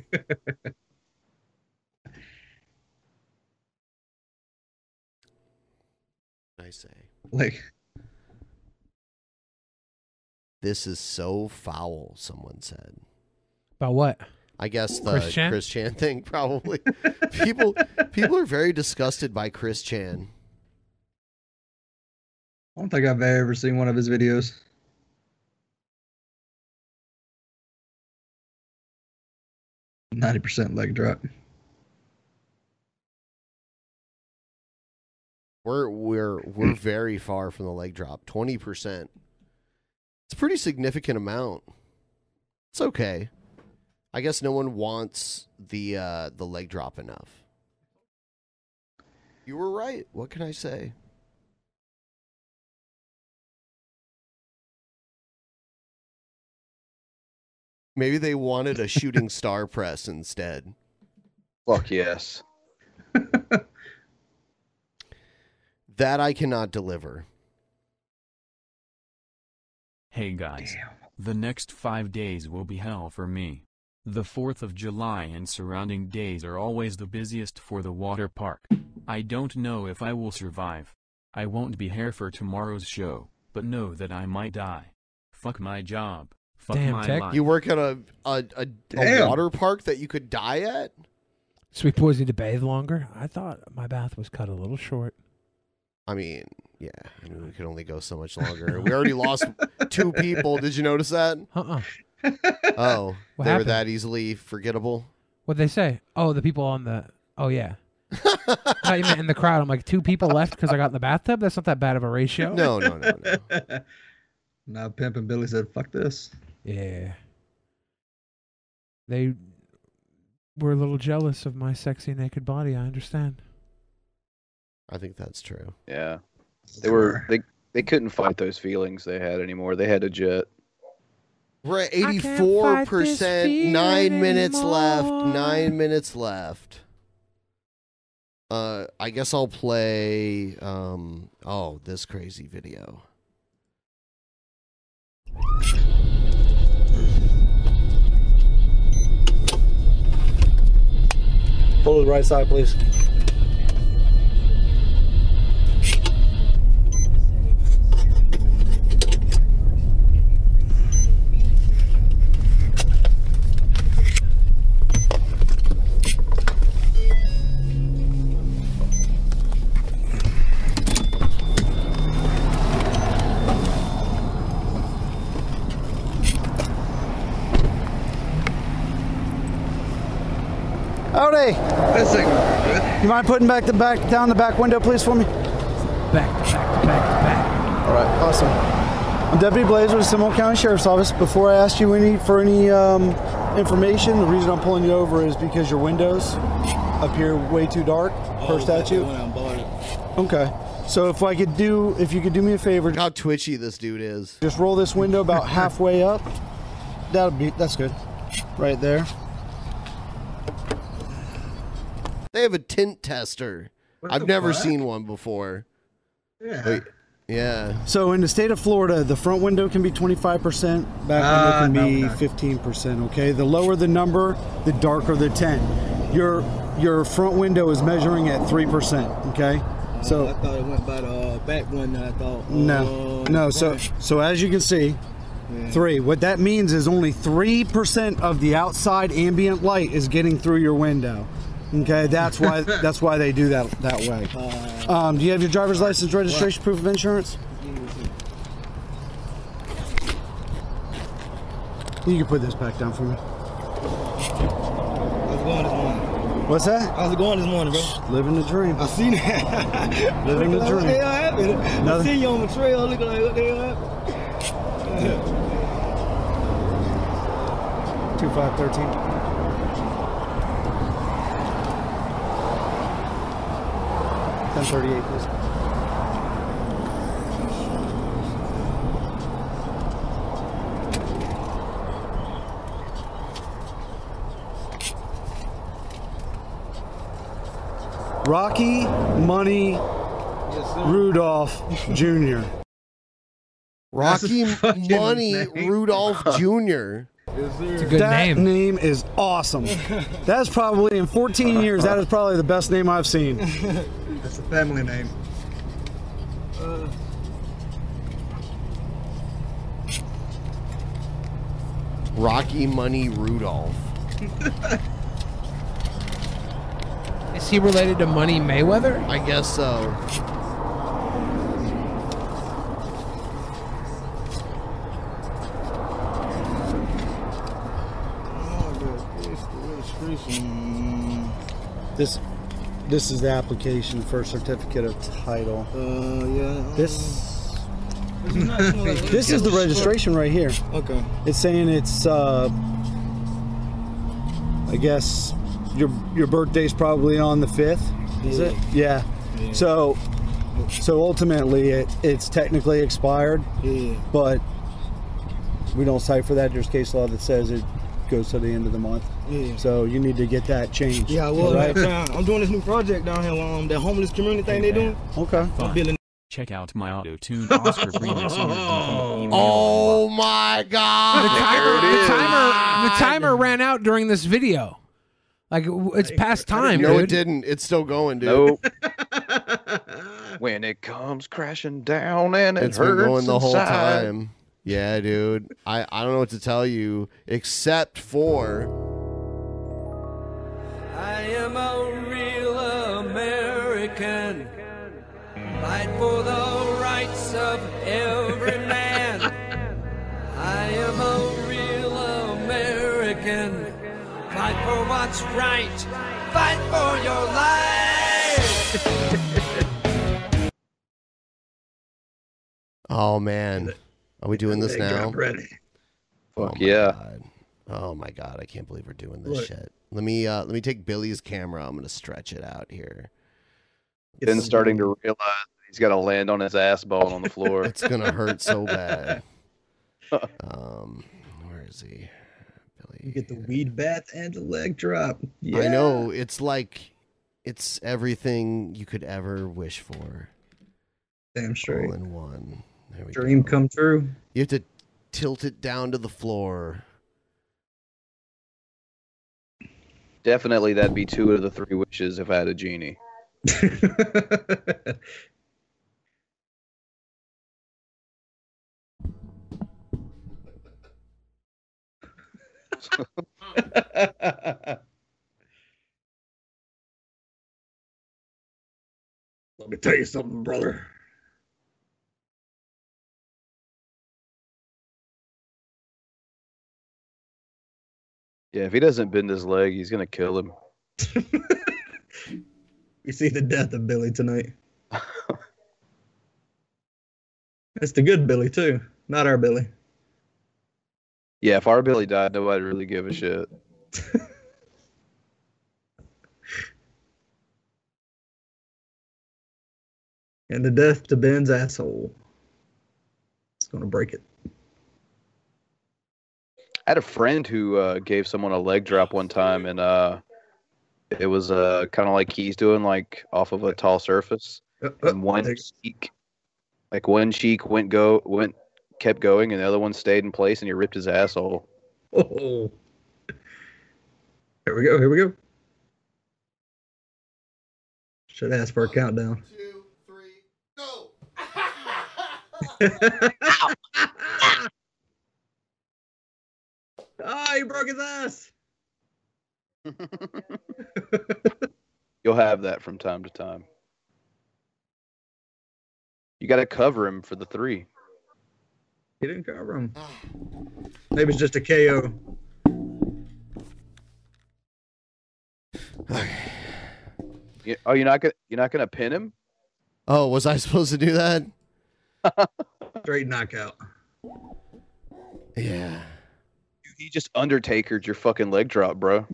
[SPEAKER 1] I say,
[SPEAKER 5] Like,
[SPEAKER 1] this is so foul. Someone said.
[SPEAKER 4] About what?
[SPEAKER 1] I guess the
[SPEAKER 4] Chris
[SPEAKER 1] Chris Chan,
[SPEAKER 4] Chan?
[SPEAKER 1] (laughs) thing probably. people people are very disgusted by Chris Chan.
[SPEAKER 5] I don't think I've ever seen one of his videos. Ninety percent leg drop.
[SPEAKER 1] We're we're we're very far from the leg drop. Twenty percent. It's a pretty significant amount. It's okay. I guess no one wants the uh, the leg drop enough. You were right. What can
[SPEAKER 5] (laughs)
[SPEAKER 1] I say? Maybe they wanted a shooting star press instead.
[SPEAKER 8] Fuck yes.
[SPEAKER 1] (laughs) That I cannot deliver.
[SPEAKER 10] Hey guys. The next five days will be hell for me. The 4th of July and surrounding days are always the busiest for the water park. I don't know if I will survive. I won't be here for tomorrow's show, but know that I might die. Fuck my job. Fuck my life.
[SPEAKER 1] You work at a a, a, a
[SPEAKER 4] Damn.
[SPEAKER 1] water park that you could die at?
[SPEAKER 4] So we pause you to bathe longer. I thought my bath was cut a little short.
[SPEAKER 1] I mean, yeah. I mean, we could only go so much longer. We already lost two people. Did you notice that?
[SPEAKER 4] Uh-uh.
[SPEAKER 1] Oh,
[SPEAKER 4] What
[SPEAKER 1] they were
[SPEAKER 4] happened?
[SPEAKER 1] that easily forgettable.
[SPEAKER 4] What they say? Oh, the people on the. Oh yeah. I thought you meant in the crowd. I'm like two people left because I got in the bathtub. That's not that bad of a ratio.
[SPEAKER 1] No, no, no,
[SPEAKER 5] no. (laughs) now Pimp and Billy said, "Fuck this."
[SPEAKER 4] Yeah. They were a little jealous of my sexy naked body. I understand.
[SPEAKER 1] I think that's true.
[SPEAKER 8] Yeah. They were they they couldn't fight those feelings they had anymore. They had a jet.
[SPEAKER 1] We're at eighty-four percent. Nine minutes left. Nine minutes left. Uh, I guess I'll play. Um, oh, this crazy video.
[SPEAKER 21] Pull to the right side, please. Howdy. You mind putting back the back down the back window, please, for me? Back, back, back, back. All right, awesome. I'm Deputy Blazer with Seminole County Sheriff's Office. Before I asked you any for any um, information, the reason I'm pulling you over is because your windows appear way too dark per statute. Okay. So if I could do, if you could do me a favor,
[SPEAKER 1] how twitchy this dude is.
[SPEAKER 21] Just roll this window about halfway up. That'll be that's good, right there.
[SPEAKER 1] They have a tint tester.
[SPEAKER 21] What
[SPEAKER 1] I've
[SPEAKER 21] the
[SPEAKER 1] never
[SPEAKER 21] fuck?
[SPEAKER 1] seen one before.
[SPEAKER 5] Yeah.
[SPEAKER 1] yeah.
[SPEAKER 21] So in the state of Florida, the front window can be 25%, back
[SPEAKER 5] Ah,
[SPEAKER 21] window
[SPEAKER 5] no,
[SPEAKER 21] can be
[SPEAKER 5] no.
[SPEAKER 21] 15%, okay? The lower the number, the darker the tint. Your your front window is measuring at 3%, okay? So
[SPEAKER 2] I thought it went by the uh, back one. I thought.
[SPEAKER 21] no.
[SPEAKER 2] uh,
[SPEAKER 21] No, so so as you can see,
[SPEAKER 2] Yeah.
[SPEAKER 21] 3. What that means is only 3% of the outside ambient light is getting through your window. Okay?
[SPEAKER 2] (laughs)
[SPEAKER 21] That's why that's why they do that that way.
[SPEAKER 2] Uh,
[SPEAKER 21] Um, do you have your driver's license registration proof of insurance? You can put this back down for me.
[SPEAKER 2] How's it going this morning?
[SPEAKER 21] What's that?
[SPEAKER 2] How's it going this morning, bro?
[SPEAKER 21] Living the dream. I seen that. (laughs) Living the
[SPEAKER 2] What the
[SPEAKER 21] dream.
[SPEAKER 2] hell happened? I
[SPEAKER 21] Nothing.
[SPEAKER 2] see you on the trail looking like what the hell happened?
[SPEAKER 21] Two five thirteen. Ten thirty eight, please. Rocky Money Rudolph Jr.
[SPEAKER 1] Rocky Money Rudolph Jr.
[SPEAKER 21] It's
[SPEAKER 1] a good
[SPEAKER 21] that
[SPEAKER 1] name.
[SPEAKER 21] is awesome. That's probably in 14 years. That is probably the best name I've seen.
[SPEAKER 5] That's a family name.
[SPEAKER 4] Uh,
[SPEAKER 1] Rocky Money Rudolph.
[SPEAKER 4] Is he related to Money Mayweather?
[SPEAKER 1] I guess so.
[SPEAKER 21] This this is the application for certificate of title. Uh, yeah. This (laughs) this is the registration right here.
[SPEAKER 2] Okay.
[SPEAKER 21] It's saying it's uh, I guess your your birthday's probably on the fifth. Is it? Yeah. So so ultimately it, it's technically expired.
[SPEAKER 2] Yeah.
[SPEAKER 21] But we don't cipher that. There's case law that says it goes to the end of the month.
[SPEAKER 2] Yeah.
[SPEAKER 21] So you need to get that changed.
[SPEAKER 2] Yeah, I was (laughs)
[SPEAKER 21] alright?
[SPEAKER 2] downtown. I'm doing this new project down here, um, that homeless community thing they doing.
[SPEAKER 21] Okay.
[SPEAKER 2] I'm
[SPEAKER 21] (laughs)
[SPEAKER 2] building.
[SPEAKER 10] Check out my auto tune Oscar Venus interview.
[SPEAKER 1] Oh my God!
[SPEAKER 10] The
[SPEAKER 1] timer,
[SPEAKER 10] the
[SPEAKER 4] timer, the timer ran out during this video. Like w- it's past time.
[SPEAKER 1] No,
[SPEAKER 4] dude.
[SPEAKER 1] it didn't. It's still going, dude.
[SPEAKER 8] Nope. when it comes crashing down and it
[SPEAKER 1] It's been
[SPEAKER 8] hurts
[SPEAKER 1] going the whole
[SPEAKER 8] inside.
[SPEAKER 1] time. Yeah, dude. I, I don't know what to tell you except for
[SPEAKER 11] I am a real American. Fight for the rights of
[SPEAKER 26] (laughs)
[SPEAKER 11] every man. I am a real American. Fight for what's right. Fight for your life.
[SPEAKER 1] oh man, are we doing this
[SPEAKER 8] They got
[SPEAKER 1] now?
[SPEAKER 8] ready.
[SPEAKER 1] Oh
[SPEAKER 8] Fuck
[SPEAKER 1] my
[SPEAKER 8] yeah.
[SPEAKER 1] God. Oh my god, I can't believe we're doing this
[SPEAKER 8] Look.
[SPEAKER 1] shit. Let me uh let me take Billy's camera. I'm gonna stretch it out here.
[SPEAKER 8] Then starting to realize he's got to land on his ass bone on the floor.
[SPEAKER 1] (laughs) It's gonna
[SPEAKER 8] (laughs)
[SPEAKER 1] hurt so bad. Um, where is he?
[SPEAKER 5] You get the weed bath and the leg drop.
[SPEAKER 1] I know it's like it's everything you could ever wish for.
[SPEAKER 5] Damn straight.
[SPEAKER 1] All in one. There we
[SPEAKER 5] Dream
[SPEAKER 1] go.
[SPEAKER 5] come true.
[SPEAKER 1] You have to tilt it down to the floor.
[SPEAKER 8] Definitely, that'd be two of the three wishes if I had a genie.
[SPEAKER 5] Let me tell you something, brother.
[SPEAKER 8] Yeah, if he doesn't bend his leg, he's gonna kill him.
[SPEAKER 5] We see the death of
[SPEAKER 4] (laughs)
[SPEAKER 5] Billy tonight. That's the good Billy too, not our Billy.
[SPEAKER 8] Yeah, if our Billy died, nobody would really give a shit.
[SPEAKER 5] And the death to Ben's asshole. It's gonna break it. (laughs)
[SPEAKER 8] I had a friend who uh, gave someone a leg drop one time, and uh, it was uh, kind of like he's doing, like off of a tall surface, and one cheek, like one cheek went go went kept going, and the other one stayed in place, and he ripped his asshole.
[SPEAKER 5] Oh. Here we go. Here we go. Should ask for a countdown. Ah, he broke his ass.
[SPEAKER 8] You'll have that from time to time. You got to cover him for the three.
[SPEAKER 5] He didn't cover him. Maybe it's just a KO.
[SPEAKER 8] You, oh, you're not gonna you're not gonna pin him?
[SPEAKER 1] Oh, was I (laughs) supposed to do
[SPEAKER 5] (laughs)
[SPEAKER 1] that?
[SPEAKER 5] Straight knockout.
[SPEAKER 1] Yeah.
[SPEAKER 8] He just Undertakered your fucking leg drop, bro.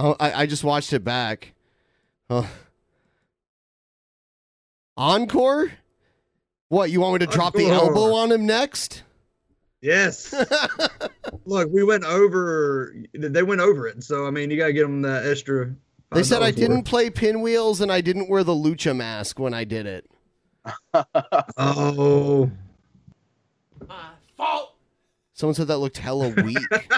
[SPEAKER 1] Oh, I, I just watched it back. Huh. Encore? What, you want me to drop the
[SPEAKER 5] Encore.
[SPEAKER 1] elbow on him next? (laughs)
[SPEAKER 5] Yes. Look, we went over. They went over it. So I mean, you gotta give them the extra.
[SPEAKER 1] They said I
[SPEAKER 5] $5 worth.
[SPEAKER 1] didn't play pinwheels and I didn't wear the lucha mask when I did it.
[SPEAKER 5] oh.
[SPEAKER 1] Someone said that looked hella weak. (laughs)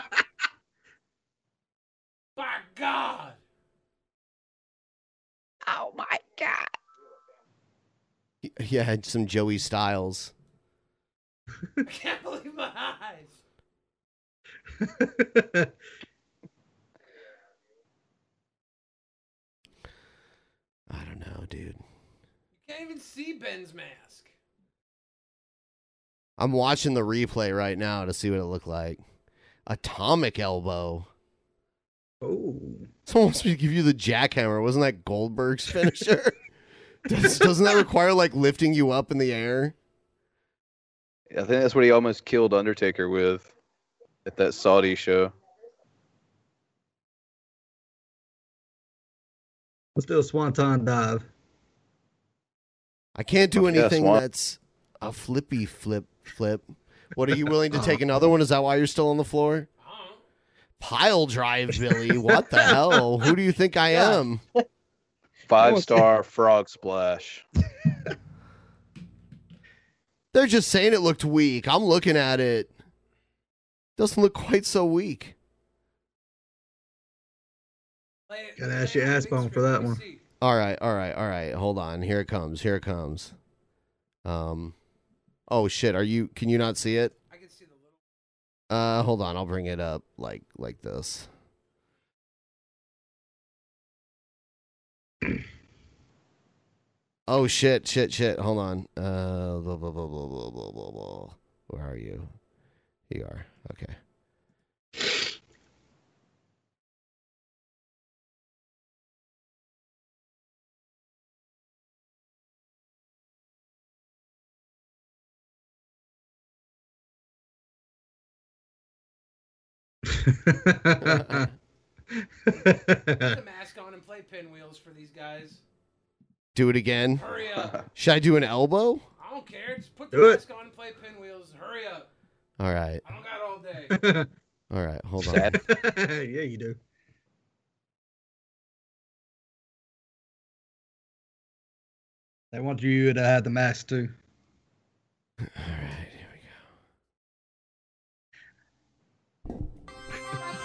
[SPEAKER 11] My God. Oh my God.
[SPEAKER 1] yeah, had some Joey Styles.
[SPEAKER 11] I can't believe my eyes.
[SPEAKER 1] I don't know, dude.
[SPEAKER 4] You can't even see Ben's mask.
[SPEAKER 1] I'm watching the replay right now to see what it looked like. Atomic elbow.
[SPEAKER 18] Oh.
[SPEAKER 1] Someone wants me to give you the jackhammer. Wasn't that Goldberg's (laughs) finisher? Does, doesn't that require like lifting you up in the air?
[SPEAKER 8] I think that's what he almost killed Undertaker with at that Saudi show.
[SPEAKER 18] (laughs) Let's do a swanton dive.
[SPEAKER 1] I can't do
[SPEAKER 18] Fuck yeah,
[SPEAKER 1] anything
[SPEAKER 18] Swamp.
[SPEAKER 1] that's a flippy flip flip. What are you willing to take another one? Is that why you're still on the floor? Pile drive,
[SPEAKER 8] (laughs)
[SPEAKER 1] Billy. What the hell? Who do you think I am?
[SPEAKER 8] Five star frog splash.
[SPEAKER 1] They're just saying it looked weak. I'm looking at it. Doesn't look quite so weak.
[SPEAKER 18] Gotta ask your ass bone for that one.
[SPEAKER 1] All right, all right, all right. Hold on. Here it comes. Here it comes. Um Oh shit, are you can you not see it? I can see the little Uh hold on, I'll bring it up like like this. Oh shit, shit, shit. Hold on. Uh blah blah blah blah blah blah blah blah. Where are you? Here you are. Okay.
[SPEAKER 27] Put
[SPEAKER 1] (laughs)
[SPEAKER 27] the mask on and play pinwheels for these guys.
[SPEAKER 1] Do it again.
[SPEAKER 27] Hurry up.
[SPEAKER 1] Should I do an elbow?
[SPEAKER 27] I don't care. Just put the
[SPEAKER 1] Do it.
[SPEAKER 27] mask on and play pinwheels. Hurry up.
[SPEAKER 1] All right.
[SPEAKER 27] I don't got all day.
[SPEAKER 1] (laughs) All right, hold on.
[SPEAKER 18] yeah, you do. They want you to have the mask too.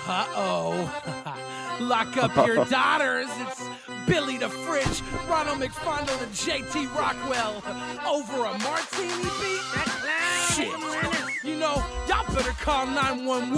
[SPEAKER 27] Uh
[SPEAKER 4] (laughs)
[SPEAKER 27] oh. Lock up your daughters. It's Billy the Fridge, Ronald McFondle, and JT Rockwell. Over a martini beat? Shit. You know, y'all better call 911.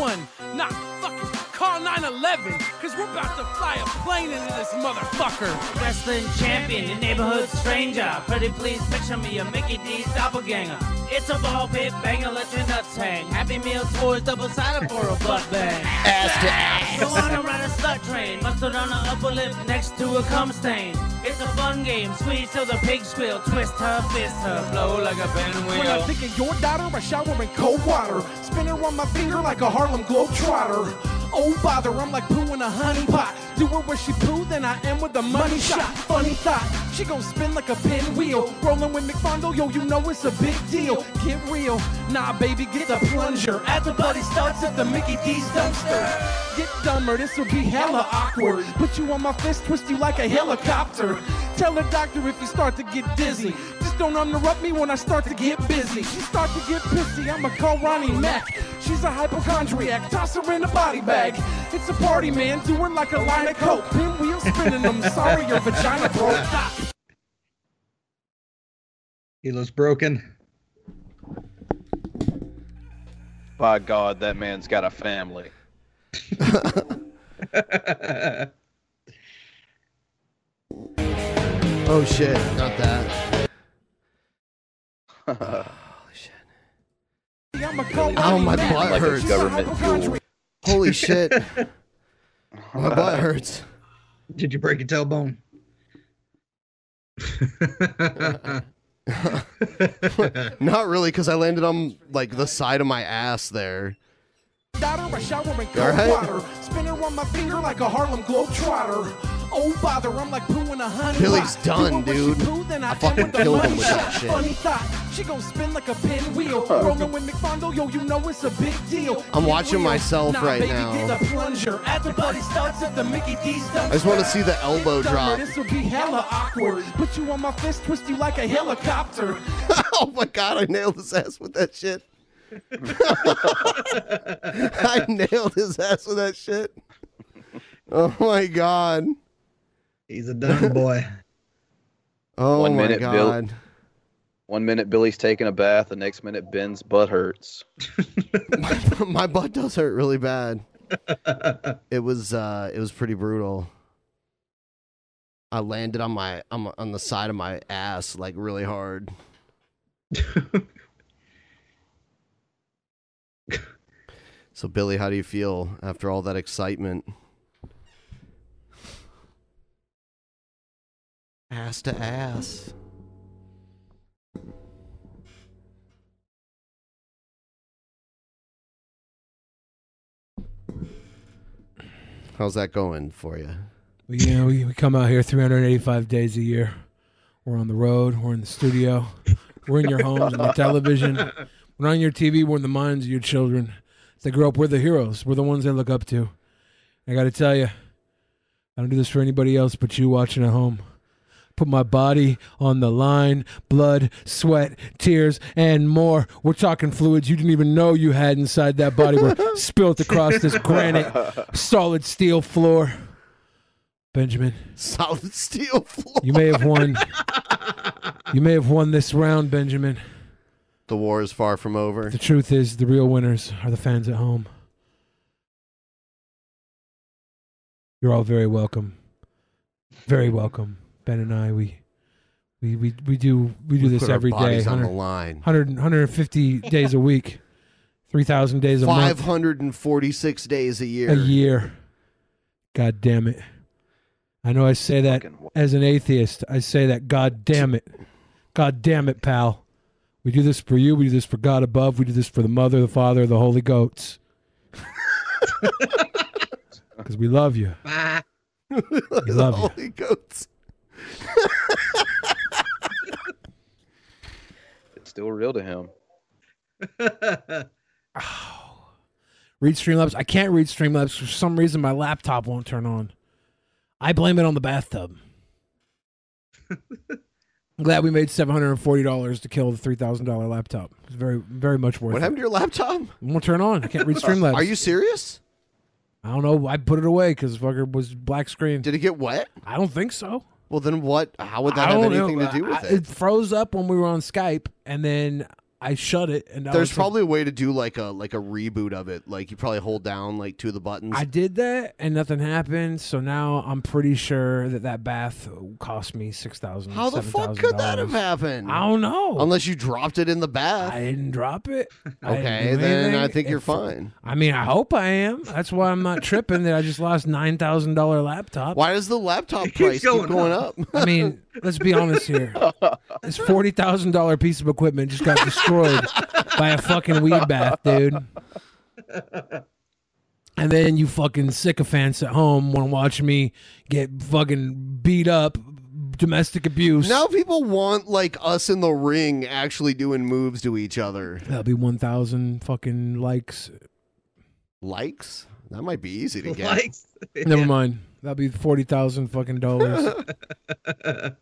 [SPEAKER 27] Nah, fuck it. Call 911, because we're about to fly a plane into this motherfucker.
[SPEAKER 11] Wrestling champion, your neighborhood stranger. Pretty please picture me a Mickey D's doppelganger. It's a ball pit banger, let your nuts hang. Happy meal toys, double sided for a butt bang.
[SPEAKER 1] Ass to ass.
[SPEAKER 11] Go on and ride a slut train, mustard on the upper lip next to a cum stain. It's a fun game, squeeze till the pig squeal, twist her, fist her, blow like a
[SPEAKER 4] When I
[SPEAKER 11] pinwheel.
[SPEAKER 4] think of your daughter, I shower in cold water. Spin her on my finger like a Harlem Globetrotter. Oh bother, I'm like poo in a honey pot. Do her where she poo, then I am with a money shot. Funny thought, she gon' spin like a pinwheel. Rolling with McFondle, yo, you know it's a big deal. Get real, nah, baby, get the plunger. At the buddy starts at the Mickey D's dumpster. Get dumber, this'll be hella awkward. Put you on my fist, twist you like a helicopter. Tell the doctor if you start to get dizzy. Just don't interrupt me when I start to get busy. She start to get pissy, I'ma call Ronnie Mack. She's a hypochondriac, toss her in a body bag. It's a party, man, do her like a line of coke.
[SPEAKER 25] (laughs)
[SPEAKER 4] Pinwheel spinning, (laughs) I'm sorry your vagina broke.
[SPEAKER 1] (laughs)
[SPEAKER 18] He looks broken.
[SPEAKER 8] By God, that man's got a family.
[SPEAKER 1] Oh shit, not that.
[SPEAKER 18] (laughs)
[SPEAKER 4] I'ma call
[SPEAKER 1] Ow,
[SPEAKER 4] Ronnie
[SPEAKER 1] my
[SPEAKER 4] Mack.
[SPEAKER 1] butt hurts.
[SPEAKER 4] She's a hypochondriac.
[SPEAKER 5] (laughs)
[SPEAKER 1] Holy
[SPEAKER 18] (laughs)
[SPEAKER 1] shit. My butt hurts.
[SPEAKER 18] Did you break your tailbone?
[SPEAKER 1] Not really, because I landed on like the side of my ass there.
[SPEAKER 4] Daughter, I shower in
[SPEAKER 1] All
[SPEAKER 4] cold
[SPEAKER 1] right.
[SPEAKER 4] water. Spin her on my finger like a Harlem Globetrotter. Oh bother, I'm like poo in a honey
[SPEAKER 1] (laughs) Billy's
[SPEAKER 4] pot. Do her
[SPEAKER 1] done,
[SPEAKER 4] where she
[SPEAKER 1] dude.
[SPEAKER 4] poo, then
[SPEAKER 1] I
[SPEAKER 4] am
[SPEAKER 1] fucking
[SPEAKER 4] with the
[SPEAKER 1] killed
[SPEAKER 4] money
[SPEAKER 1] him with that
[SPEAKER 4] shot.
[SPEAKER 1] shit.
[SPEAKER 4] Funny thought, she gon' spin like a pinwheel. Rolling with McFondle, yo, you know it's a big deal.
[SPEAKER 1] I'm
[SPEAKER 4] Get
[SPEAKER 1] watching
[SPEAKER 4] real.
[SPEAKER 1] myself
[SPEAKER 4] nah,
[SPEAKER 1] right
[SPEAKER 4] baby,
[SPEAKER 1] now.
[SPEAKER 4] Get the plunger. At the buddy starts at the Mickey D's
[SPEAKER 1] I just want to see the elbow drop.
[SPEAKER 4] This will be hella awkward. Put you on my fist, twist you like a helicopter.
[SPEAKER 1] (laughs) oh my god, I nailed his ass with that shit. (laughs) I nailed his ass with that shit. Oh my god.
[SPEAKER 18] He's a dumb boy.
[SPEAKER 1] (laughs) Oh
[SPEAKER 8] One
[SPEAKER 1] my
[SPEAKER 8] minute,
[SPEAKER 1] god.
[SPEAKER 8] Bill- One minute Billy's taking a bath, the next minute Ben's butt hurts.
[SPEAKER 1] my butt does hurt really bad. it was uh it was pretty brutal. I landed on my on, my- on the side of my ass like really
[SPEAKER 4] (laughs)
[SPEAKER 1] hard. so Billy, how do you feel after all that excitement? Ass to
[SPEAKER 18] (laughs)
[SPEAKER 1] ass. How's that going for you?
[SPEAKER 4] We, you know, we, we come out here 385 days a year. We're on the road. We're in the studio. We're in your homes on the television. We're on your TV. We're in the minds of your children. As they grow up, we're the heroes. We're the ones they look up to. I got to tell you, I don't do this for anybody else but you watching at home. Put my body on the line, blood, sweat, tears, and more. We're talking fluids you didn't even know you had inside that body were spilt across this granite, solid steel floor. Benjamin.
[SPEAKER 1] Solid (laughs) steel floor.
[SPEAKER 4] You may have won. you may have won this round, Benjamin.
[SPEAKER 1] The war is far from over.
[SPEAKER 4] The truth is, the real winners are the fans at home. You're all very welcome. Very welcome, Ben and I. We. We, we, we do we do
[SPEAKER 1] We
[SPEAKER 4] this
[SPEAKER 1] put our
[SPEAKER 4] every day.
[SPEAKER 1] bodies on the
[SPEAKER 4] 100
[SPEAKER 1] line.
[SPEAKER 4] 100 150 days a week, three thousand days a month.
[SPEAKER 1] 546 days a year.
[SPEAKER 4] A year. God damn it. I know I say that as an atheist. I say that, God damn it. God damn it, pal. We do this for you. We do this for God above. We do this for the Mother, the Father, the Holy Goats. (laughs) Because we love you.
[SPEAKER 1] (laughs) we
[SPEAKER 4] love you.
[SPEAKER 1] Holy goats. (laughs)
[SPEAKER 8] It's still real to him.
[SPEAKER 4] Read Streamlabs. I can't read Streamlabs. For some reason, my laptop won't turn on. I blame it on the bathtub. I'm glad we made $740 to kill the $3,000 laptop. It's very, very much worth it.
[SPEAKER 1] What happened to your laptop?
[SPEAKER 4] It won't turn on. I can't
[SPEAKER 1] (laughs)
[SPEAKER 4] read Streamlabs.
[SPEAKER 1] Are you serious?
[SPEAKER 4] I don't know. I put it away because fucker was black screen.
[SPEAKER 1] Did it get wet?
[SPEAKER 4] I don't think so.
[SPEAKER 1] Well, then what? How would that have anything to do with it?
[SPEAKER 4] It froze up when we were on Skype, and then I shut it. And now
[SPEAKER 1] There's
[SPEAKER 4] it's-
[SPEAKER 1] probably a way to do like a like a reboot of it. Like you probably hold down like two of the buttons.
[SPEAKER 4] I did that, and nothing happened. So now I'm pretty sure that that bath cost me six thousand.
[SPEAKER 1] How the fuck could that have happened?
[SPEAKER 4] I don't know.
[SPEAKER 1] Unless you dropped it in the bath.
[SPEAKER 4] I didn't drop
[SPEAKER 1] (laughs)
[SPEAKER 4] it. I didn't
[SPEAKER 1] Okay,
[SPEAKER 4] do
[SPEAKER 1] then I
[SPEAKER 4] anything.
[SPEAKER 1] think you're
[SPEAKER 4] It-
[SPEAKER 1] fine.
[SPEAKER 4] I mean, I hope I am. That's why I'm
[SPEAKER 1] (laughs)
[SPEAKER 4] not tripping that I just lost nine thousand dollar laptop.
[SPEAKER 1] Why does the laptop
[SPEAKER 4] keeps
[SPEAKER 1] price
[SPEAKER 4] going
[SPEAKER 1] keep going
[SPEAKER 4] up.
[SPEAKER 1] up?
[SPEAKER 4] I mean, let's be honest
[SPEAKER 1] (laughs)
[SPEAKER 4] here. This forty thousand dollar piece of equipment just got destroyed by a fucking weed bath, dude. And then you fucking sycophants at home want to watch me get fucking beat up, domestic abuse.
[SPEAKER 1] now people want like us in the ring actually doing moves to each other.
[SPEAKER 4] That'll be one thousand fucking likes.
[SPEAKER 1] Likes? That might be easy to get.
[SPEAKER 4] Likes? Never mind. That'll be forty thousand fucking dollars.
[SPEAKER 5] to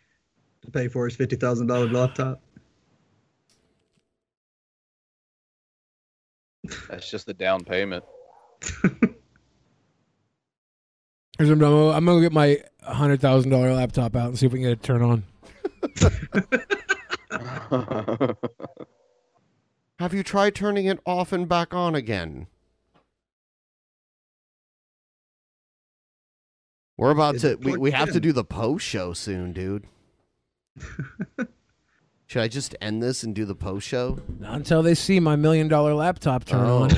[SPEAKER 5] (laughs) pay for his fifty thousand dollar laptop.
[SPEAKER 8] That's just the down payment.
[SPEAKER 4] Here's what I'm gonna do. I'm gonna get my hundred thousand dollar laptop out and see if we can get it to turn on.
[SPEAKER 1] Have you tried turning it off and back on again? We're about to we, we have to do the post show soon, dude. Should I just end this and do the post show?
[SPEAKER 4] Not until they see my million dollar laptop turn
[SPEAKER 1] Oh.
[SPEAKER 4] on.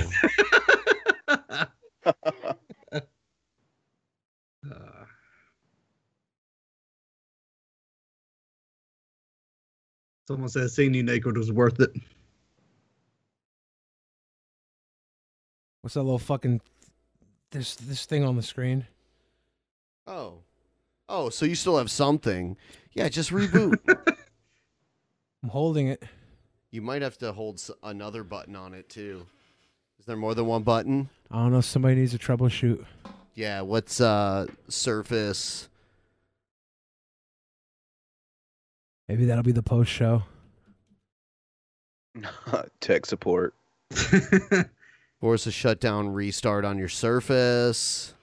[SPEAKER 5] Someone said seeing you naked was worth it.
[SPEAKER 4] What's that little fucking this this thing on the screen?
[SPEAKER 1] Oh. Oh, so you still have something. Yeah, just reboot.
[SPEAKER 4] I'm holding it.
[SPEAKER 1] you might have to hold s- another button on it too. Is there more than one button?
[SPEAKER 4] (laughs) I don't know. if Somebody needs to troubleshoot.
[SPEAKER 1] Yeah, what's uh surface?
[SPEAKER 4] Maybe that'll be the post show.
[SPEAKER 8] (laughs) Tech support.
[SPEAKER 1] Force a shutdown restart on your surface.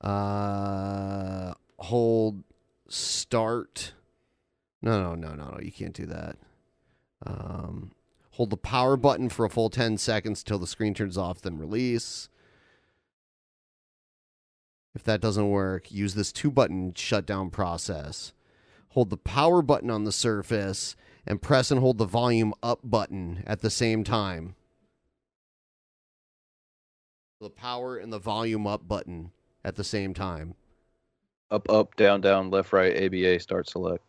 [SPEAKER 1] Uh hold start. No, no, no, no, no. You can't do that. Um hold the power button for a full 10 seconds until the screen turns off then release. If that doesn't work, use this two button shutdown process. Hold the power button on the surface and press and hold the volume up button at the same time. The power and the volume up button at the same time.
[SPEAKER 8] Up, up, down, down, left, right, ABA, start, select.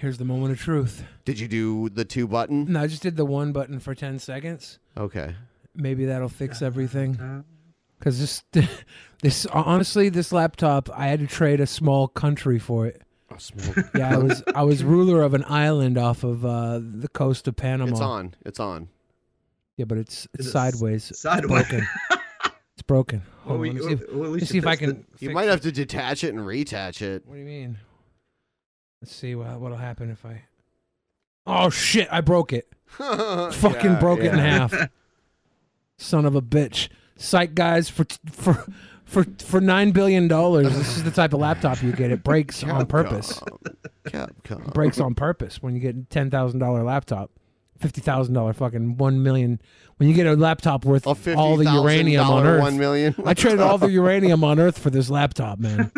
[SPEAKER 4] Here's the moment of truth.
[SPEAKER 1] Did you do the two button?
[SPEAKER 4] No, I just did the one button for 10 seconds.
[SPEAKER 1] Okay.
[SPEAKER 4] Maybe that'll fix everything. Because this, (laughs) this, honestly, this laptop, I had to trade a small country for it.
[SPEAKER 1] (laughs)
[SPEAKER 4] yeah, I was I was ruler of an island off of uh, the coast of Panama.
[SPEAKER 1] It's on. It's on.
[SPEAKER 4] Yeah, but it's, it's
[SPEAKER 1] it
[SPEAKER 4] sideways. It's
[SPEAKER 1] sideways?
[SPEAKER 4] broken.
[SPEAKER 1] (laughs)
[SPEAKER 4] it's broken.
[SPEAKER 1] Well,
[SPEAKER 4] Hold
[SPEAKER 1] we-
[SPEAKER 4] on, let me see if,
[SPEAKER 1] well, at
[SPEAKER 4] let me
[SPEAKER 1] least
[SPEAKER 4] see
[SPEAKER 1] you
[SPEAKER 4] if I
[SPEAKER 1] fixed
[SPEAKER 4] can.
[SPEAKER 1] it. You might have to detach it and reattach it.
[SPEAKER 4] What do you mean? Let's see what what'll happen if I. Oh shit! I broke it. Fucking
[SPEAKER 1] (laughs) Yeah,
[SPEAKER 4] broke it in
[SPEAKER 1] yeah. (laughs)
[SPEAKER 4] half. Son of a bitch! Psych guys for for for for nine billion dollars. This is the type of laptop you get. It breaks on purpose.
[SPEAKER 1] Capcom.
[SPEAKER 4] breaks on purpose when you get a ten thousand dollar laptop, fifty thousand dollar fucking one million. When you get a laptop worth all the
[SPEAKER 1] $50,000
[SPEAKER 4] uranium on Earth,
[SPEAKER 1] one million
[SPEAKER 4] I traded all the
[SPEAKER 1] laptop.
[SPEAKER 4] uranium on Earth for this laptop,
[SPEAKER 1] (laughs)
[SPEAKER 4] man.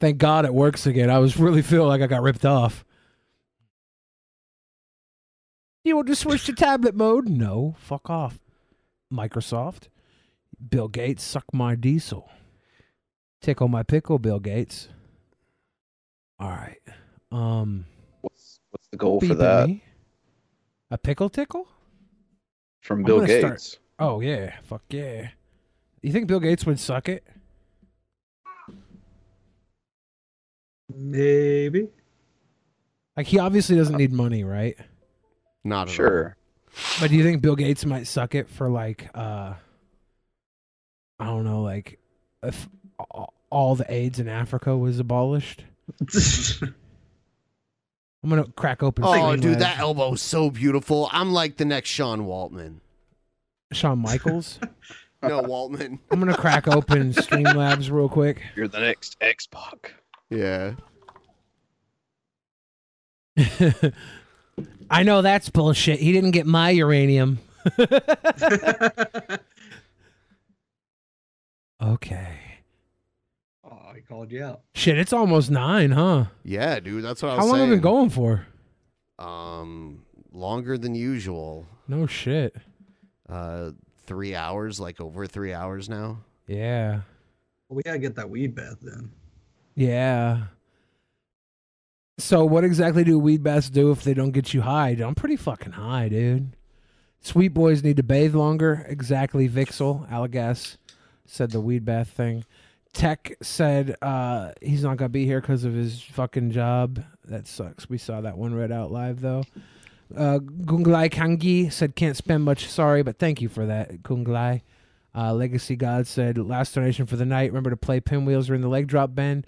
[SPEAKER 4] Thank God it works again. I was really feeling like I got ripped off. You want to switch to tablet mode? No, fuck off, Microsoft. Bill Gates, suck my diesel. Tickle my pickle, Bill Gates. All right. Um,
[SPEAKER 8] what's what's the goal for
[SPEAKER 4] beeping
[SPEAKER 8] that?
[SPEAKER 4] me. A pickle tickle
[SPEAKER 8] From
[SPEAKER 4] I'm
[SPEAKER 8] Bill
[SPEAKER 4] gonna start-
[SPEAKER 8] Gates.
[SPEAKER 4] Oh yeah, fuck yeah. You think Bill Gates would suck it?
[SPEAKER 5] Maybe.
[SPEAKER 4] Like he obviously doesn't need money, right?
[SPEAKER 1] Not
[SPEAKER 8] sure.
[SPEAKER 4] But do you think Bill Gates might suck it for like uh I don't know, like if a- all the AIDS in Africa was abolished? I'm gonna crack open.
[SPEAKER 1] Oh,
[SPEAKER 4] Screen
[SPEAKER 1] dude,
[SPEAKER 4] Lab.
[SPEAKER 1] that elbow's so beautiful. I'm like the next Sean Waltman.
[SPEAKER 4] Shawn
[SPEAKER 1] (laughs)
[SPEAKER 4] Michaels.
[SPEAKER 1] No, Waltman.
[SPEAKER 4] I'm gonna crack open Streamlabs real quick.
[SPEAKER 8] You're the next X Pac.
[SPEAKER 1] Yeah.
[SPEAKER 4] (laughs) I know that's bullshit. He didn't get my
[SPEAKER 1] (laughs)
[SPEAKER 4] uranium. (laughs) okay.
[SPEAKER 5] Oh, he called you out.
[SPEAKER 4] Shit, it's almost nine, huh?
[SPEAKER 1] Yeah, dude, that's what I
[SPEAKER 4] How
[SPEAKER 1] was
[SPEAKER 4] long have
[SPEAKER 1] saying.
[SPEAKER 4] we been going for?
[SPEAKER 1] Um, longer than usual.
[SPEAKER 4] No shit.
[SPEAKER 1] Uh, three hours, like over three hours now.
[SPEAKER 4] Yeah.
[SPEAKER 5] Well, we gotta get that weed bath then.
[SPEAKER 4] Yeah. So what exactly do weed baths do if they don't get you high? Dude, I'm pretty fucking high, dude. Sweet boys need to bathe longer. Exactly, Vixel Allegas said the weed bath thing. Tech said uh, he's not gonna be here because of his fucking job. That sucks. We saw that one read out live though. Uh, Gunglai Kangi said can't spend much. Sorry, but thank you for that, Gunglai. Uh, Legacy God said last donation for the night. Remember to play pinwheels during the leg drop bend.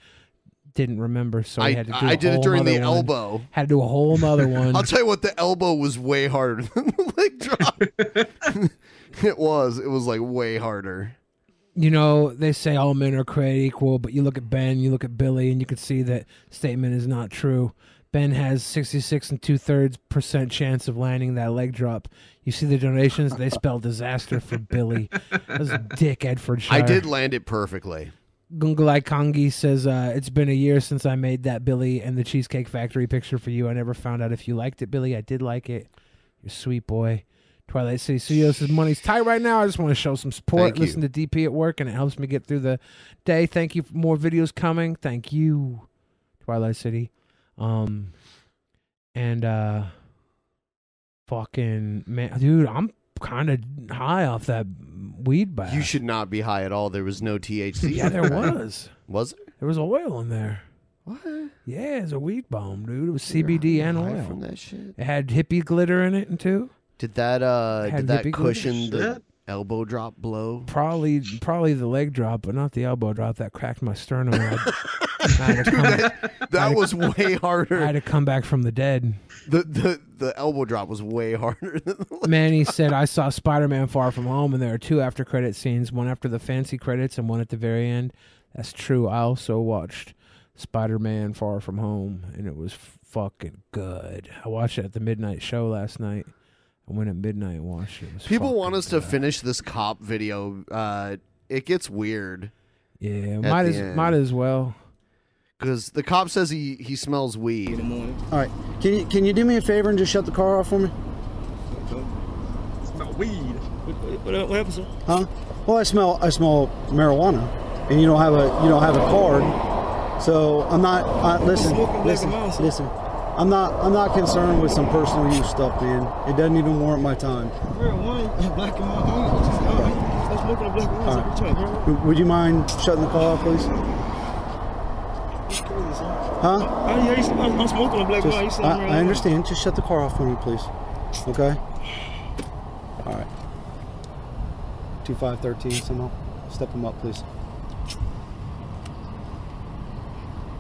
[SPEAKER 4] Didn't remember, so I,
[SPEAKER 1] I-
[SPEAKER 4] had to. Do
[SPEAKER 1] I
[SPEAKER 4] a
[SPEAKER 1] did it
[SPEAKER 4] whole
[SPEAKER 1] during the
[SPEAKER 4] nother one.
[SPEAKER 1] elbow.
[SPEAKER 4] Had to do a whole nother
[SPEAKER 1] (laughs)
[SPEAKER 4] one.
[SPEAKER 1] I'll tell you what, the elbow was way harder (laughs) than the leg drop. (laughs) it was. It was like way harder.
[SPEAKER 4] you know, they say all men are created equal, but you look at Ben, you look at Billy, and you can see that statement is not true. Ben has 66 and two thirds percent chance of landing that leg drop. You see the donations, they spell disaster for Billy. That was Dick Edfordshire.
[SPEAKER 1] I did land it perfectly.
[SPEAKER 4] Gungalai Kangi says, uh, It's been a year since I made that Billy and the Cheesecake Factory picture for you. I never found out if you liked it, Billy. I did like it. You're a sweet boy. Twilight City Studios says, Money's tight right now. I just want to show some support.
[SPEAKER 1] Thank you.
[SPEAKER 4] Listen to DP at work, and it helps me get through the day. Thank you for more videos coming. Thank you, Twilight City. Um, and, uh, fucking, man, dude, I'm kind of high off that weed bath.
[SPEAKER 1] You should not be high at all. There was no THC.
[SPEAKER 4] Yeah, there
[SPEAKER 1] Okay.
[SPEAKER 4] was.
[SPEAKER 1] Was there?
[SPEAKER 4] There was oil in there.
[SPEAKER 1] What?
[SPEAKER 4] Yeah, it's a weed bomb, dude. It was
[SPEAKER 1] You're
[SPEAKER 4] CBD and
[SPEAKER 1] high
[SPEAKER 4] oil.
[SPEAKER 1] from that shit?
[SPEAKER 4] It had hippie glitter in it and too.
[SPEAKER 1] Did that uh?
[SPEAKER 4] Had
[SPEAKER 1] Did that
[SPEAKER 4] hippie glitter?
[SPEAKER 1] cushion the
[SPEAKER 4] Shit.
[SPEAKER 1] elbow drop blow?
[SPEAKER 4] Probably, probably the leg drop, but not the elbow drop that cracked my sternum. I had- I
[SPEAKER 1] (laughs)
[SPEAKER 4] had to come- I had
[SPEAKER 1] That
[SPEAKER 4] to-
[SPEAKER 1] was way harder.
[SPEAKER 4] I had to come back from the dead.
[SPEAKER 1] The the the elbow drop was way (laughs) harder than the
[SPEAKER 4] Manny said, I saw Spider Man Far From Home, and there are two after credit scenes one after the fancy credits and one at the very end. That's true. I also watched Spider Man Far From Home, and it was fucking good. I watched it at the midnight show last night. I went at midnight and watched it. It was
[SPEAKER 1] People
[SPEAKER 4] fucking
[SPEAKER 1] want us to finish this cop video. Uh, it gets weird.
[SPEAKER 4] Yeah, might as might as well.
[SPEAKER 1] Because the cop says he he smells weed.
[SPEAKER 21] All right. Can you can you do me a favor and just shut the car off for me?
[SPEAKER 1] Smell
[SPEAKER 2] weed. What, what, what happened, sir?
[SPEAKER 21] Huh? Well, I smell I smell marijuana, and you don't have a you don't have a card, so I'm not. I, listen,
[SPEAKER 2] smoking black
[SPEAKER 21] listen,
[SPEAKER 2] and mild,
[SPEAKER 21] listen. I'm not I'm not concerned with some personal use stuff, man. It doesn't even warrant my time.
[SPEAKER 2] Marijuana, black and white. I'm not smoking a black and white.
[SPEAKER 21] All
[SPEAKER 2] sir. What you talking about?
[SPEAKER 21] right. W- Would you mind shutting the call off, please?
[SPEAKER 2] It's crazy, sir.
[SPEAKER 21] Huh?
[SPEAKER 2] I, I used to, Oh, I'm, I'm smoking a black and
[SPEAKER 21] Just-
[SPEAKER 2] white. You said
[SPEAKER 21] I,
[SPEAKER 2] marijuana.
[SPEAKER 21] I understand. Just shut the car off for me, please. Okay. All right. Two five thirteen. Somehow, step them up, please.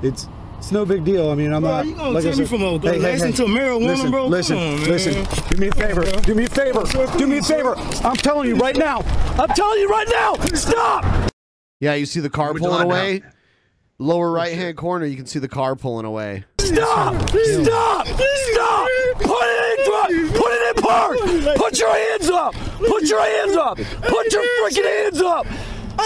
[SPEAKER 21] It's it's no big deal. I mean, I'm
[SPEAKER 2] Bro,
[SPEAKER 21] not.
[SPEAKER 2] you gonna
[SPEAKER 21] like I
[SPEAKER 2] tell me
[SPEAKER 21] said-
[SPEAKER 2] from a- listen to marijuana,
[SPEAKER 21] listen,
[SPEAKER 2] bro? Come
[SPEAKER 21] Listen,
[SPEAKER 2] on, man.
[SPEAKER 21] listen. Do me a favor. Do me a favor. Do me a favor. I'm telling you right now. I'm telling you right now. Stop.
[SPEAKER 1] Yeah, you see the car
[SPEAKER 21] Moving
[SPEAKER 1] pulling
[SPEAKER 21] on now.
[SPEAKER 1] away. Lower right hand corner, you can see the car pulling away.
[SPEAKER 11] Stop! Stop! Stop! Put it in drive! Put it in park! Put your hands up! Put your hands up! Put your freaking hands up!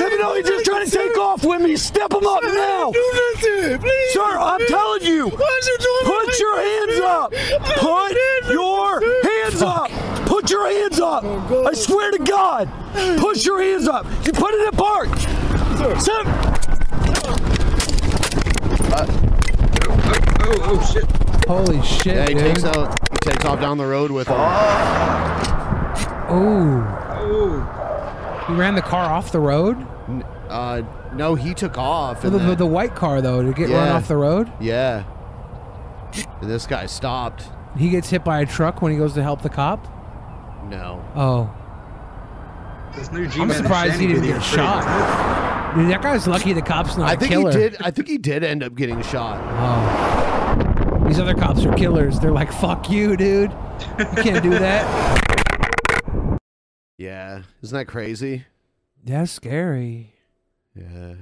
[SPEAKER 11] Let me know you're just trying to take off with me. Step them up now! Sir, I'm telling you! Put your hands up! Put your hands up! Oh, Put your hands up! I swear to God! Put your hands up! You put it in park! Sir,
[SPEAKER 1] Oh, oh shit.
[SPEAKER 4] Holy shit.
[SPEAKER 1] Yeah, he
[SPEAKER 4] dude.
[SPEAKER 1] takes out he takes off down the road with him.
[SPEAKER 4] Oh. You ran the car off the road?
[SPEAKER 1] Uh no, he took off.
[SPEAKER 4] The,
[SPEAKER 1] And
[SPEAKER 4] the,
[SPEAKER 1] then,
[SPEAKER 4] the white car, though, to get run
[SPEAKER 1] Yeah.
[SPEAKER 4] off the road?
[SPEAKER 1] yeah. And this guy stopped.
[SPEAKER 4] He gets hit by a truck when he goes to help the cop?
[SPEAKER 1] No.
[SPEAKER 4] Oh.
[SPEAKER 5] This new G-Man
[SPEAKER 4] I'm
[SPEAKER 5] and
[SPEAKER 4] surprised he
[SPEAKER 5] Shanny
[SPEAKER 4] didn't
[SPEAKER 5] video
[SPEAKER 4] get
[SPEAKER 5] is pretty
[SPEAKER 4] shot. Dude, that guy's lucky the cop's not
[SPEAKER 1] I
[SPEAKER 4] a
[SPEAKER 1] think
[SPEAKER 4] killer.
[SPEAKER 1] he did I think he did end up getting shot.
[SPEAKER 4] Oh. These other cops are killers. They're like, fuck you, dude. You can't do that.
[SPEAKER 1] (laughs) Yeah. Isn't that crazy?
[SPEAKER 4] That's scary.
[SPEAKER 1] Yeah.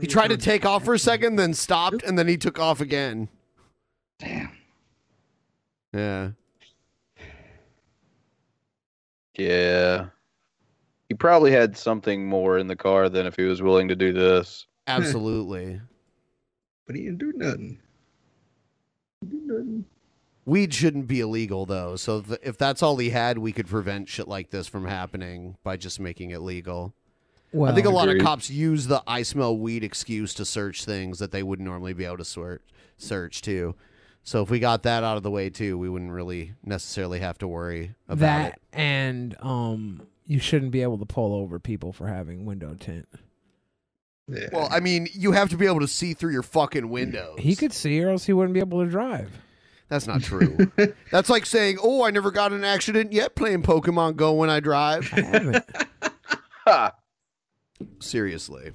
[SPEAKER 1] He tried to take off for a second, then stopped, and then he took off again. Damn.
[SPEAKER 8] Yeah. He probably had something more in the car than if he was willing to do this.
[SPEAKER 1] (laughs) Absolutely.
[SPEAKER 5] But he didn't do nothing.
[SPEAKER 1] Weed shouldn't be illegal though, so th- if that's all he had, we could prevent shit like this from happening by just making it legal. I think a
[SPEAKER 8] Well-
[SPEAKER 1] lot
[SPEAKER 8] Agreed.
[SPEAKER 1] of cops use the "I smell weed" excuse to search things that they wouldn't normally be able to search. Search too. So if we got that out of the way too, we wouldn't really necessarily have to worry about
[SPEAKER 4] that
[SPEAKER 1] it.
[SPEAKER 4] and um, you shouldn't be able to pull over people for having window tint.
[SPEAKER 1] Well, I mean, you have to be able to see through your fucking window.
[SPEAKER 4] He could see, or else he wouldn't be able to drive.
[SPEAKER 1] That's not true. That's like saying, "Oh, I never got in an accident yet playing Pokemon Go when I drive." Ha. Seriously.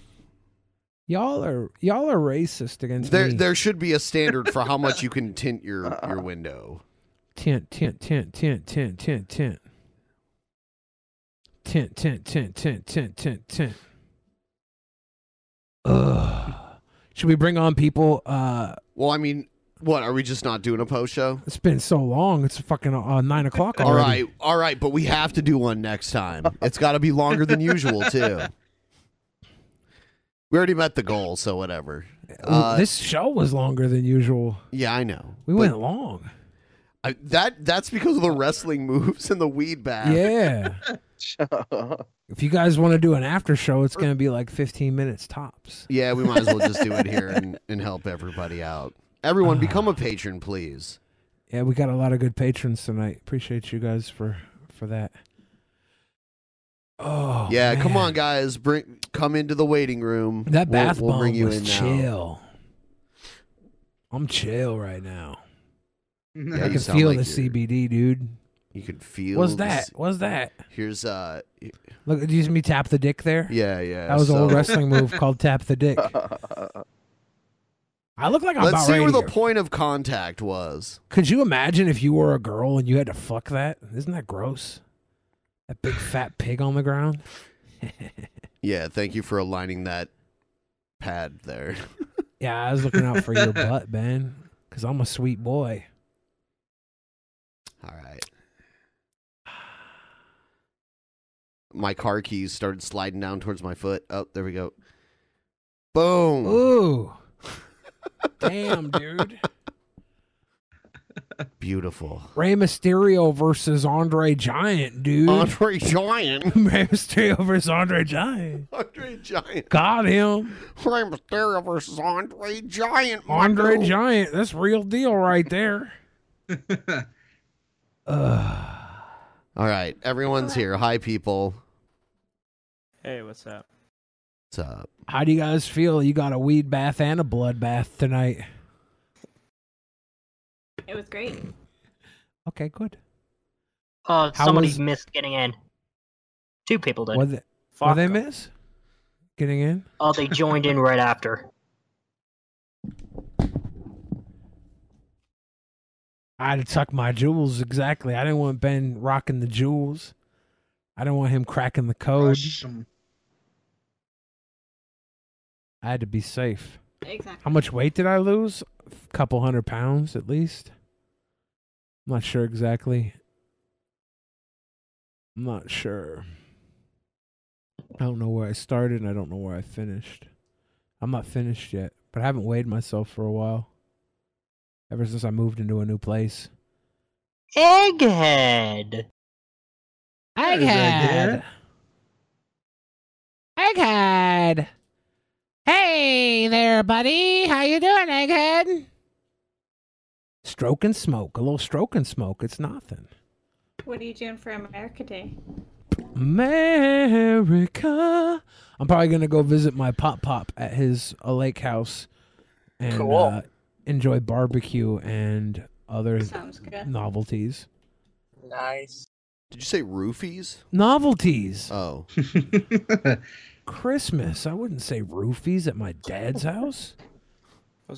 [SPEAKER 4] (laughs) y'all are y'all are racist against
[SPEAKER 1] There,
[SPEAKER 4] me.
[SPEAKER 1] there should be a standard for how much you can tint your, your window.
[SPEAKER 4] Tint, tint, tint, tint, tint, tint, tint. Tint, tint, tint, tint, tint, tint, tint. Ugh. Should we bring on people? Uh,
[SPEAKER 1] Well, I mean, what are we just not doing a post show?
[SPEAKER 4] it's been so long. It's fucking uh, nine o'clock
[SPEAKER 1] All
[SPEAKER 4] already.
[SPEAKER 1] right, all right, but we have to do one next time. It's got to be longer than usual too. We already met the goal, so whatever. Uh,
[SPEAKER 4] this show was longer than usual.
[SPEAKER 1] yeah, I know.
[SPEAKER 4] We
[SPEAKER 1] but
[SPEAKER 4] went long.
[SPEAKER 1] I, that that's because of the wrestling moves and the weed bath. (laughs)
[SPEAKER 4] Yeah. if you guys want to do an after show, it's going to be like 15 minutes tops.
[SPEAKER 1] (laughs) Yeah, we might as well just do it here and, and help everybody out. Everyone,
[SPEAKER 4] Oh,
[SPEAKER 1] become a patron, please.
[SPEAKER 4] Yeah, we got a lot of good patrons tonight. Appreciate you guys for for that. Oh,
[SPEAKER 1] yeah, come
[SPEAKER 4] man.
[SPEAKER 1] on, guys, bring come into the waiting room.
[SPEAKER 4] That
[SPEAKER 1] We'll-
[SPEAKER 4] bath
[SPEAKER 1] we'll, bring
[SPEAKER 4] bomb
[SPEAKER 1] you
[SPEAKER 4] was
[SPEAKER 1] in now.
[SPEAKER 4] chill. I'm chill right (laughs) now.
[SPEAKER 1] Yeah,
[SPEAKER 4] I
[SPEAKER 1] you
[SPEAKER 4] can
[SPEAKER 1] sound
[SPEAKER 4] feel
[SPEAKER 1] like
[SPEAKER 4] the CBD, dude.
[SPEAKER 1] You can feel.
[SPEAKER 4] What's
[SPEAKER 1] the
[SPEAKER 4] that?
[SPEAKER 1] s-
[SPEAKER 4] What's that?
[SPEAKER 1] Here's uh.
[SPEAKER 4] Look, did you see me tap the dick there?
[SPEAKER 1] Yeah, yeah.
[SPEAKER 4] That was an old
[SPEAKER 1] so-
[SPEAKER 4] wrestling
[SPEAKER 1] (laughs)
[SPEAKER 4] move called tap the dick. I look like I'm
[SPEAKER 1] Let's
[SPEAKER 4] about
[SPEAKER 1] see
[SPEAKER 4] ready
[SPEAKER 1] where
[SPEAKER 4] to
[SPEAKER 1] the point of contact was.
[SPEAKER 4] (laughs) Could you imagine if you were a girl and you had to fuck that? Isn't that gross? That big fat pig on the ground.
[SPEAKER 1] Yeah, thank you for aligning that pad there. (laughs)
[SPEAKER 4] Yeah, I was looking out for your butt, Ben, because I'm a sweet boy.
[SPEAKER 1] All right. My car keys started sliding down towards my foot. Oh, there we go. Boom. (laughs)
[SPEAKER 4] Ooh. Damn, dude.
[SPEAKER 1] Beautiful.
[SPEAKER 4] Rey Mysterio versus Andre Giant, dude.
[SPEAKER 1] Andre Giant.
[SPEAKER 4] Rey (laughs) Mysterio versus Andre Giant.
[SPEAKER 1] Andre Giant.
[SPEAKER 4] Got him.
[SPEAKER 1] Rey Mysterio versus Andre Giant. my
[SPEAKER 4] Andre
[SPEAKER 1] dude.
[SPEAKER 4] Giant. That's real deal right there. Ugh.
[SPEAKER 1] All right, everyone's here. Hi, people.
[SPEAKER 16] Hey, what's up?
[SPEAKER 1] What's up?
[SPEAKER 4] How do you guys feel? You got a weed bath and a blood bath tonight.
[SPEAKER 17] It was great.
[SPEAKER 4] Okay, good.
[SPEAKER 25] Oh,
[SPEAKER 4] How
[SPEAKER 25] somebody
[SPEAKER 4] was-
[SPEAKER 25] missed getting in. Two people did.
[SPEAKER 4] What they, what they miss? Getting in?
[SPEAKER 25] Oh, they joined in
[SPEAKER 4] (laughs)
[SPEAKER 25] right after.
[SPEAKER 4] I had to tuck my jewels exactly. I didn't want Ben rocking the jewels. I didn't want him cracking the code. I had to be safe.
[SPEAKER 17] Exactly.
[SPEAKER 4] How much weight did I lose? A couple hundred pounds at least. I'm not sure exactly. I'm not sure. I don't know where I started and I don't know where I finished. I'm not finished yet, but I haven't weighed myself for a while. Ever since I moved into a new place.
[SPEAKER 25] Egghead.
[SPEAKER 4] Egghead. Egghead. Hey there, buddy. How you doing, Egghead? Stroke and smoke. A little stroke and smoke. It's nothing.
[SPEAKER 17] What are you doing for America Day?
[SPEAKER 4] America. I'm probably gonna go visit my pop pop at his uh, lake house and
[SPEAKER 17] Cool.
[SPEAKER 4] uh, enjoy barbecue and other
[SPEAKER 17] Sounds good.
[SPEAKER 4] novelties.
[SPEAKER 17] Nice.
[SPEAKER 1] Did you say roofies?
[SPEAKER 4] Novelties.
[SPEAKER 1] Oh.
[SPEAKER 4] (laughs) Christmas. I wouldn't say roofies at my dad's house.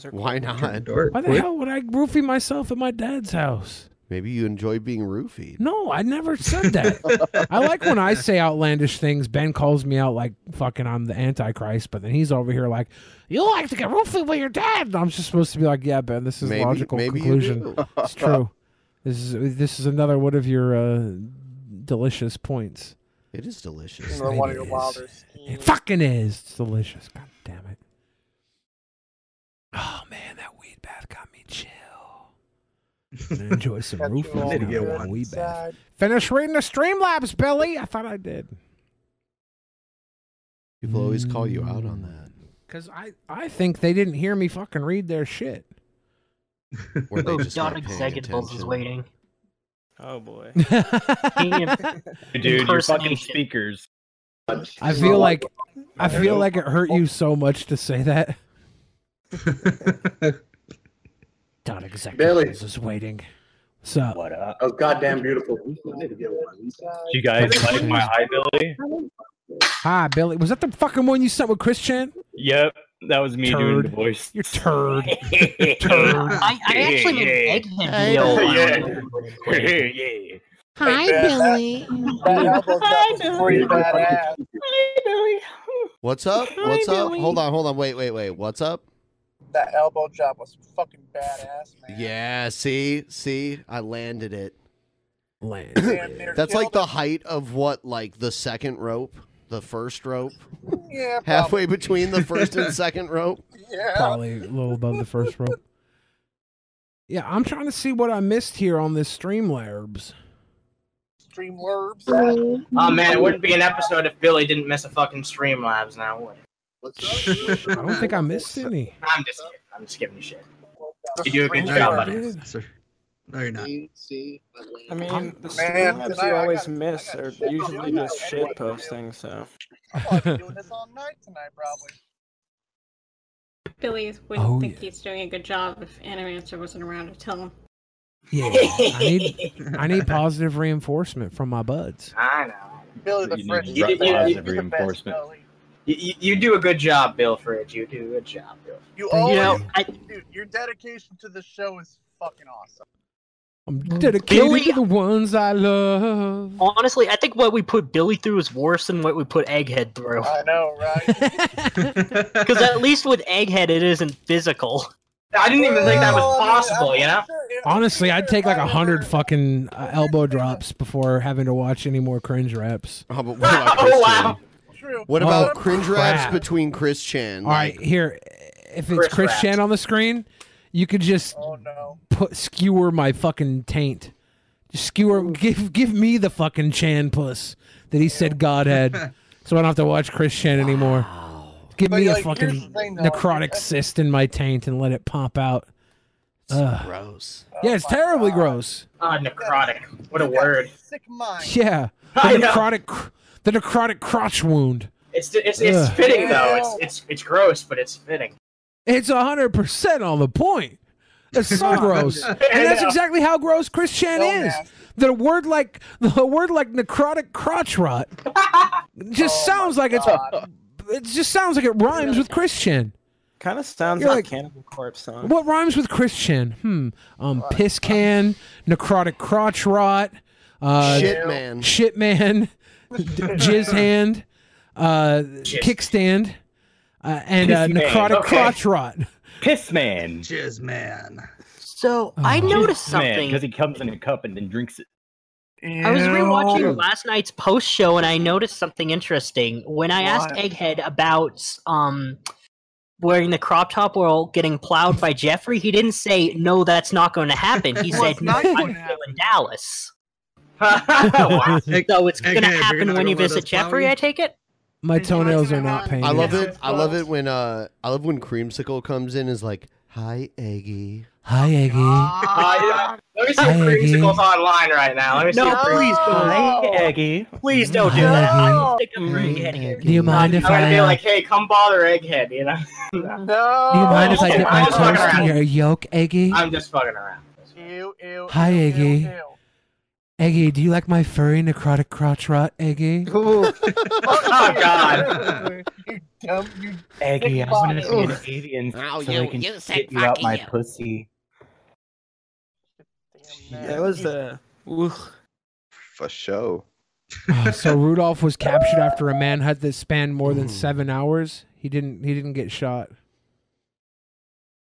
[SPEAKER 1] Why
[SPEAKER 17] Uh-huh.
[SPEAKER 1] not?
[SPEAKER 4] Why the hell would I roofie myself at my dad's house?
[SPEAKER 1] Maybe you enjoy being roofied.
[SPEAKER 4] No, I never said that. I like when I say outlandish things. Ben calls me out like fucking I'm the Antichrist, but then he's over here like, you like to get roofied with your dad. And I'm just supposed to be like, yeah, Ben, this is
[SPEAKER 1] Maybe-
[SPEAKER 4] logical
[SPEAKER 1] maybe you
[SPEAKER 4] conclusion.
[SPEAKER 1] do.
[SPEAKER 4] (laughs) It's true. This is this is another one of your uh, delicious points.
[SPEAKER 1] It is delicious.
[SPEAKER 17] Or one of your
[SPEAKER 4] is.
[SPEAKER 17] wilder
[SPEAKER 4] It fucking is. It's delicious. God damn it. Oh man, that weed bath got me chill. I'm gonna enjoy some
[SPEAKER 17] Got you
[SPEAKER 4] roofies
[SPEAKER 17] all
[SPEAKER 4] now
[SPEAKER 17] good
[SPEAKER 4] with my weed bath.
[SPEAKER 17] inside.
[SPEAKER 4] Finish reading the Streamlabs, Billy. I thought I did.
[SPEAKER 1] People always call you out on that.
[SPEAKER 4] Because I, I think they didn't hear me fucking read their shit.
[SPEAKER 11] (laughs)
[SPEAKER 1] Or
[SPEAKER 4] (laughs)
[SPEAKER 1] they
[SPEAKER 25] Oh,
[SPEAKER 1] just
[SPEAKER 25] Don
[SPEAKER 1] not paying
[SPEAKER 25] Executables is
[SPEAKER 1] attention.
[SPEAKER 25] waiting.
[SPEAKER 16] Oh
[SPEAKER 4] (laughs)
[SPEAKER 16] boy.
[SPEAKER 4] your (laughs)
[SPEAKER 16] Dude,
[SPEAKER 4] fucking
[SPEAKER 16] speakers.
[SPEAKER 4] I feel like I feel like it hurt you so much to say that. Don Executables
[SPEAKER 26] Billy.
[SPEAKER 4] is waiting. What's up? What up?
[SPEAKER 26] That was goddamn beautiful.
[SPEAKER 4] You guys like my
[SPEAKER 26] high Billy?
[SPEAKER 4] Hi, Billy. Was that the fucking one you sent with Christian?
[SPEAKER 26] Yep, that was me doing the
[SPEAKER 4] Turd.
[SPEAKER 26] voice.
[SPEAKER 4] You're turd.
[SPEAKER 26] turd.
[SPEAKER 11] (laughs)
[SPEAKER 25] I, I actually made an egghead video.
[SPEAKER 26] Yeah. yeah.
[SPEAKER 25] Hi, Billy.
[SPEAKER 17] Hi, Billy.
[SPEAKER 1] badass.
[SPEAKER 17] Hi, Billy.
[SPEAKER 1] What's up?
[SPEAKER 17] Hi,
[SPEAKER 1] What's up?
[SPEAKER 17] Billy.
[SPEAKER 1] Hold on, hold on. Wait, wait, wait. What's up?
[SPEAKER 17] That elbow drop was fucking badass.
[SPEAKER 1] Yeah, see? See? I landed it.
[SPEAKER 4] Landed.
[SPEAKER 17] near
[SPEAKER 1] That's like the height of what like the second rope, the first rope.
[SPEAKER 17] Yeah,
[SPEAKER 1] Halfway between the
[SPEAKER 17] (laughs)
[SPEAKER 1] first and second rope.
[SPEAKER 17] Yeah.
[SPEAKER 4] Probably a little above the first rope. Yeah, I'm trying to see what I missed here on this Streamlabs.
[SPEAKER 17] Stream lurbs.
[SPEAKER 25] Oh man, it wouldn't be an episode if Billy didn't miss a fucking Streamlabs now, would it?
[SPEAKER 4] I don't think I missed any.
[SPEAKER 25] I'm just kidding. I'm just giving you shit. You do a good job, buddy.
[SPEAKER 5] No, you're not.
[SPEAKER 16] I mean,
[SPEAKER 5] I'm-
[SPEAKER 16] the
[SPEAKER 5] Man,
[SPEAKER 16] streams
[SPEAKER 5] tonight
[SPEAKER 16] you
[SPEAKER 5] I
[SPEAKER 16] always
[SPEAKER 5] got-
[SPEAKER 16] miss are
[SPEAKER 17] shit on
[SPEAKER 16] usually
[SPEAKER 17] my
[SPEAKER 16] just
[SPEAKER 17] mind.
[SPEAKER 16] shit posting, so.
[SPEAKER 17] doing this all night tonight, probably.
[SPEAKER 28] Billy wouldn't
[SPEAKER 16] Oh,
[SPEAKER 28] think he's doing a good job if Animancer wasn't around to tell him.
[SPEAKER 4] Yeah, I need I need positive reinforcement from my buds.
[SPEAKER 25] (laughs) I know.
[SPEAKER 17] Billy the Fridge.
[SPEAKER 25] You, you, you, you, you, you- you do a good job, Bill Fridge. You do a good job, Bill.
[SPEAKER 17] You
[SPEAKER 25] you
[SPEAKER 17] always,
[SPEAKER 25] know, I,
[SPEAKER 17] dude, your dedication to the show is fucking awesome.
[SPEAKER 4] I'm dedicated
[SPEAKER 25] Billy-
[SPEAKER 4] to the ones I love.
[SPEAKER 25] honestly, I think what we put Billy through is worse than what we put Egghead through.
[SPEAKER 17] I know, right?
[SPEAKER 14] (laughs)
[SPEAKER 25] Because at least with Egghead, it isn't physical.
[SPEAKER 17] I didn't even think that was Well, I mean, I'm possible,
[SPEAKER 25] you know?
[SPEAKER 4] Honestly, I'd take like a hundred fucking uh, elbow drops before having to watch any more cringe reps.
[SPEAKER 1] Oh, but what about Chris Chan? What
[SPEAKER 4] Oh,
[SPEAKER 1] about cringe
[SPEAKER 4] crap.
[SPEAKER 1] raps between Chris Chan?
[SPEAKER 4] All right, here. If it's Chris,
[SPEAKER 1] Chris Rapp.
[SPEAKER 4] Chan on the screen, You could just
[SPEAKER 17] Oh,
[SPEAKER 4] put skewer my fucking taint. Just
[SPEAKER 17] Oh.
[SPEAKER 4] skewer. Give give me the fucking Chan puss that he said God
[SPEAKER 17] (laughs)
[SPEAKER 4] had, so I don't have to watch Chris Chan anymore. Give
[SPEAKER 17] But,
[SPEAKER 4] me a
[SPEAKER 17] like, here's
[SPEAKER 4] fucking
[SPEAKER 17] the thing, though.
[SPEAKER 4] necrotic cyst in my taint and let it pop out. Ugh.
[SPEAKER 1] gross.
[SPEAKER 4] Yeah,
[SPEAKER 17] Oh,
[SPEAKER 4] it's terribly gross.
[SPEAKER 25] Ah, necrotic. What a word. Sick mind.
[SPEAKER 4] Yeah, the
[SPEAKER 25] I know.
[SPEAKER 4] necrotic, cr- the necrotic crotch wound.
[SPEAKER 25] It's it's it's
[SPEAKER 4] Ugh.
[SPEAKER 25] fitting though. It's it's it's gross, but it's fitting.
[SPEAKER 4] It's hundred percent on the point. That's
[SPEAKER 25] (laughs)
[SPEAKER 4] so gross, and that's
[SPEAKER 25] Yeah.
[SPEAKER 4] exactly how gross Chris Chan is. The word like (laughs) the word like necrotic crotch
[SPEAKER 25] (laughs)
[SPEAKER 4] rot just
[SPEAKER 25] Oh
[SPEAKER 4] sounds like it's it just sounds like it rhymes with Chris Chan.
[SPEAKER 16] Kind of sounds
[SPEAKER 4] You're
[SPEAKER 16] like,
[SPEAKER 4] like-
[SPEAKER 16] Cannibal Corpse, huh?
[SPEAKER 4] What rhymes with Chris Chan? Hmm. Um, piss can, necrotic crotch rot, uh,
[SPEAKER 1] Shit man.
[SPEAKER 4] shit man, d- jizz hand, uh, kickstand, uh, and uh,
[SPEAKER 26] Piss man,
[SPEAKER 4] necrotic
[SPEAKER 26] okay.
[SPEAKER 4] crotch rot.
[SPEAKER 26] Piss man. Jizz man.
[SPEAKER 14] So I
[SPEAKER 25] Oh.
[SPEAKER 14] noticed something.
[SPEAKER 26] Because he comes in a cup and then drinks it.
[SPEAKER 14] I was rewatching
[SPEAKER 26] Ew.
[SPEAKER 14] last night's post show and I noticed something interesting. When I asked
[SPEAKER 25] What?
[SPEAKER 14] Egghead about um wearing the crop top while getting plowed by Jeffrey, he didn't say no, that's not going to happen.
[SPEAKER 25] (laughs)
[SPEAKER 14] He
[SPEAKER 25] Well,
[SPEAKER 14] said
[SPEAKER 25] it's
[SPEAKER 14] no,
[SPEAKER 25] not
[SPEAKER 14] I'm
[SPEAKER 25] gonna
[SPEAKER 14] still in Dallas.
[SPEAKER 25] Wow.
[SPEAKER 14] so it's going
[SPEAKER 1] Egghead,
[SPEAKER 14] to
[SPEAKER 1] you're
[SPEAKER 14] happen
[SPEAKER 1] gonna
[SPEAKER 14] when you
[SPEAKER 1] go let
[SPEAKER 14] visit
[SPEAKER 1] us plow
[SPEAKER 14] Jeffrey,
[SPEAKER 1] you?
[SPEAKER 14] I take it.
[SPEAKER 4] My toenails are not painted.
[SPEAKER 1] I love it. I love it when uh I love when creamsicle comes in and is like, "Hi, Eggy."
[SPEAKER 4] Hi, Eggy.
[SPEAKER 25] Uh, you know, let me see
[SPEAKER 1] Hi,
[SPEAKER 25] if
[SPEAKER 1] Iggy.
[SPEAKER 25] creamsicles online right now. Let me see.
[SPEAKER 14] No,
[SPEAKER 25] if
[SPEAKER 14] please don't.
[SPEAKER 25] Creamsicles-
[SPEAKER 26] Eggy.
[SPEAKER 14] Please don't
[SPEAKER 4] Hi,
[SPEAKER 14] do that.
[SPEAKER 4] Eggy.
[SPEAKER 14] I'll stick up for Egghead here.
[SPEAKER 4] Do you mind
[SPEAKER 25] I'm
[SPEAKER 4] if
[SPEAKER 25] gonna
[SPEAKER 4] I?
[SPEAKER 25] be
[SPEAKER 4] uh,
[SPEAKER 25] like, hey, come bother Egghead, you know? no.
[SPEAKER 4] do you mind if I dip my
[SPEAKER 25] Oh, I'm just fucking
[SPEAKER 4] toast in
[SPEAKER 25] around.
[SPEAKER 4] your yolk, Eggy?
[SPEAKER 25] I'm just fucking around.
[SPEAKER 4] Hi, Eggy. Eggy, do you like my furry necrotic crotch rot,
[SPEAKER 1] (laughs)
[SPEAKER 4] Eggy?
[SPEAKER 25] oh
[SPEAKER 4] (laughs)
[SPEAKER 25] God.
[SPEAKER 17] you dumb, you
[SPEAKER 26] Eggy,
[SPEAKER 17] sick
[SPEAKER 26] I'm gonna
[SPEAKER 17] fuck.
[SPEAKER 26] be an
[SPEAKER 17] Ugh.
[SPEAKER 26] alien
[SPEAKER 17] Ow,
[SPEAKER 26] so
[SPEAKER 17] you-
[SPEAKER 26] I can
[SPEAKER 17] you
[SPEAKER 26] spit
[SPEAKER 17] sick
[SPEAKER 26] you out
[SPEAKER 17] fuck,
[SPEAKER 26] my
[SPEAKER 17] you.
[SPEAKER 26] pussy.
[SPEAKER 16] That was uh, oof.
[SPEAKER 8] For sure.
[SPEAKER 4] Uh, so Rudolph was captured after a manhunt that spanned more than seven hours. He didn't. He didn't get shot.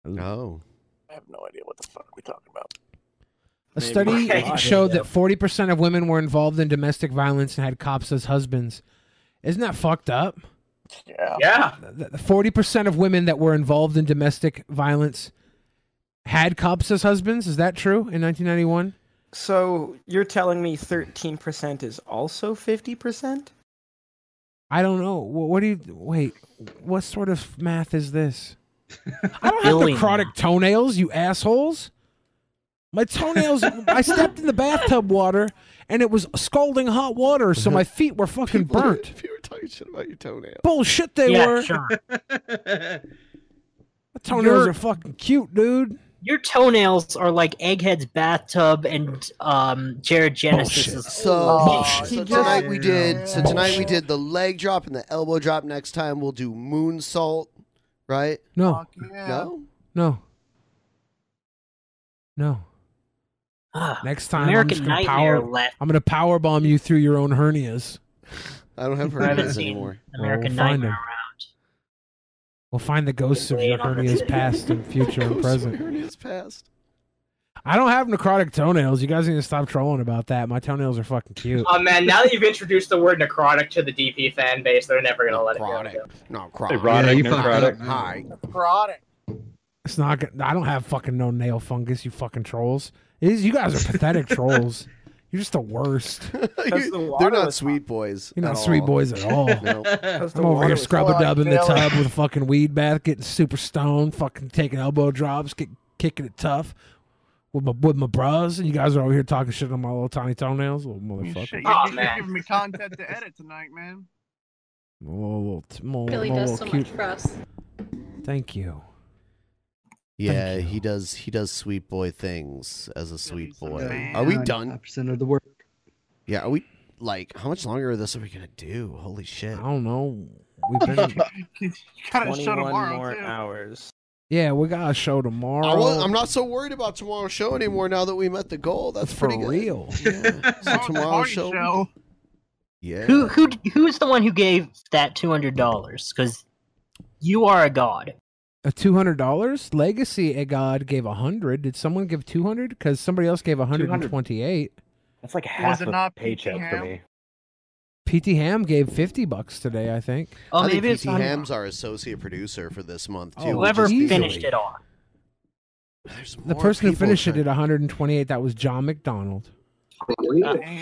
[SPEAKER 1] Oh.
[SPEAKER 17] I have no idea what the fuck we're talking about.
[SPEAKER 4] A
[SPEAKER 17] Maybe.
[SPEAKER 12] (laughs)
[SPEAKER 4] study
[SPEAKER 17] Okay.
[SPEAKER 4] showed that 40% of women were involved in domestic violence and had cops as husbands. Isn't that fucked up?
[SPEAKER 17] Yeah.
[SPEAKER 25] Yeah.
[SPEAKER 4] Th- 40% of women that were involved in domestic violence had cops as husbands. Is that true in 1991?
[SPEAKER 16] So you're telling me 13% is also 50%?
[SPEAKER 4] I don't know. Wh- What do you wait? What sort of math is this? I don't have
[SPEAKER 16] Billion.
[SPEAKER 4] necrotic toenails, you assholes. My toenails. I stepped in the bathtub water, and it was scalding hot water, so my feet were fucking burnt.
[SPEAKER 1] If you were talking shit about your toenail.
[SPEAKER 4] Bullshit, they
[SPEAKER 14] Yeah,
[SPEAKER 4] were.
[SPEAKER 17] (laughs)
[SPEAKER 14] sure.
[SPEAKER 4] My toenails
[SPEAKER 14] You're-
[SPEAKER 4] are fucking cute, dude.
[SPEAKER 14] Your toenails are like Egghead's bathtub and um, Jared Genesis's.
[SPEAKER 1] So, Oh, so tonight we did. So tonight we
[SPEAKER 14] Bullshit.
[SPEAKER 1] did the leg drop and the elbow drop. Next time we'll do moon salt, right?
[SPEAKER 4] No,
[SPEAKER 1] No.
[SPEAKER 4] no, no.
[SPEAKER 26] Ah,
[SPEAKER 4] Next time,
[SPEAKER 14] American
[SPEAKER 4] I'm just gonna
[SPEAKER 14] Nightmare
[SPEAKER 4] power.
[SPEAKER 14] left.
[SPEAKER 4] I'm gonna power bomb you through your own hernias.
[SPEAKER 1] I don't have
[SPEAKER 14] I haven't hernias seen anymore. American
[SPEAKER 4] Well, we'll find
[SPEAKER 14] Nightmare
[SPEAKER 4] them. We'll find the ghosts of your hernias, past and future
[SPEAKER 18] (laughs)
[SPEAKER 4] and present.
[SPEAKER 1] Hernia's past.
[SPEAKER 4] I don't have necrotic toenails. You guys need to stop trolling about that. My toenails are fucking cute.
[SPEAKER 25] Oh man, now that you've introduced the word necrotic to the DP fan base, they're never gonna let it go.
[SPEAKER 1] No,
[SPEAKER 26] Erotic,
[SPEAKER 4] Yeah, you fucked
[SPEAKER 26] necrotic.
[SPEAKER 4] up.
[SPEAKER 1] Hi.
[SPEAKER 17] Necrotic.
[SPEAKER 4] It's not. good. I don't have fucking no nail fungus. You fucking trolls. It is, you guys are pathetic trolls. You're just the
[SPEAKER 1] (laughs)
[SPEAKER 4] worst.
[SPEAKER 1] They're not sweet boys.
[SPEAKER 4] You're
[SPEAKER 1] at
[SPEAKER 4] not sweet
[SPEAKER 1] all.
[SPEAKER 4] boys
[SPEAKER 1] (laughs)
[SPEAKER 4] at all.
[SPEAKER 1] Nope.
[SPEAKER 4] I'm over here scrub a dub in the
[SPEAKER 1] Really?
[SPEAKER 4] tub with a fucking weed bath, getting super stoned, fucking taking elbow drops, get, kicking it tough with my with my bras, and you guys are over here talking shit on my little tiny toenails, little
[SPEAKER 28] Oh,
[SPEAKER 17] Shit,
[SPEAKER 4] motherfucker.
[SPEAKER 17] you're,
[SPEAKER 26] Oh,
[SPEAKER 17] you're giving me content to edit tonight, man.
[SPEAKER 4] My little, t- my,
[SPEAKER 28] Billy
[SPEAKER 4] my
[SPEAKER 28] does so
[SPEAKER 4] little
[SPEAKER 28] much
[SPEAKER 4] cute-
[SPEAKER 28] for us.
[SPEAKER 4] Thank you.
[SPEAKER 1] Yeah, he does. He does sweet boy things as a sweet boy.
[SPEAKER 5] man.
[SPEAKER 1] Are we done?
[SPEAKER 5] Percent of the work.
[SPEAKER 1] Yeah. Are we like? How much longer of this are we gonna do? Holy shit! I
[SPEAKER 4] don't know.
[SPEAKER 1] (laughs)
[SPEAKER 16] (laughs)
[SPEAKER 4] We've been.
[SPEAKER 1] gotta show
[SPEAKER 16] 21
[SPEAKER 1] tomorrow,
[SPEAKER 16] more
[SPEAKER 1] too.
[SPEAKER 16] hours.
[SPEAKER 4] Yeah, we got a show tomorrow.
[SPEAKER 1] I am not so worried about tomorrow's show anymore. Now that we met the goal, that's
[SPEAKER 4] for
[SPEAKER 1] pretty good.
[SPEAKER 4] real.
[SPEAKER 1] (laughs) So tomorrow's show. Yeah.
[SPEAKER 14] Who who who is the one who gave that two hundred dollars? Because you are a god.
[SPEAKER 4] A Uh, two hundred dollars legacy. A god gave a hundred. Did someone give two hundred? Because somebody else gave a hundred and twenty-eight.
[SPEAKER 26] That's like
[SPEAKER 4] half
[SPEAKER 26] half
[SPEAKER 4] it
[SPEAKER 26] a
[SPEAKER 4] a not
[SPEAKER 26] paycheck for me.
[SPEAKER 4] PT Ham gave fifty bucks today. I think.
[SPEAKER 28] Oh,
[SPEAKER 1] I think PT Ham's our associate producer for this month too.
[SPEAKER 4] Oh,
[SPEAKER 1] which
[SPEAKER 4] whoever
[SPEAKER 1] is
[SPEAKER 4] finished
[SPEAKER 1] easily-
[SPEAKER 4] it
[SPEAKER 14] off.
[SPEAKER 4] The
[SPEAKER 1] more
[SPEAKER 4] person who
[SPEAKER 1] people
[SPEAKER 4] finished it at 128, that was John McDonald.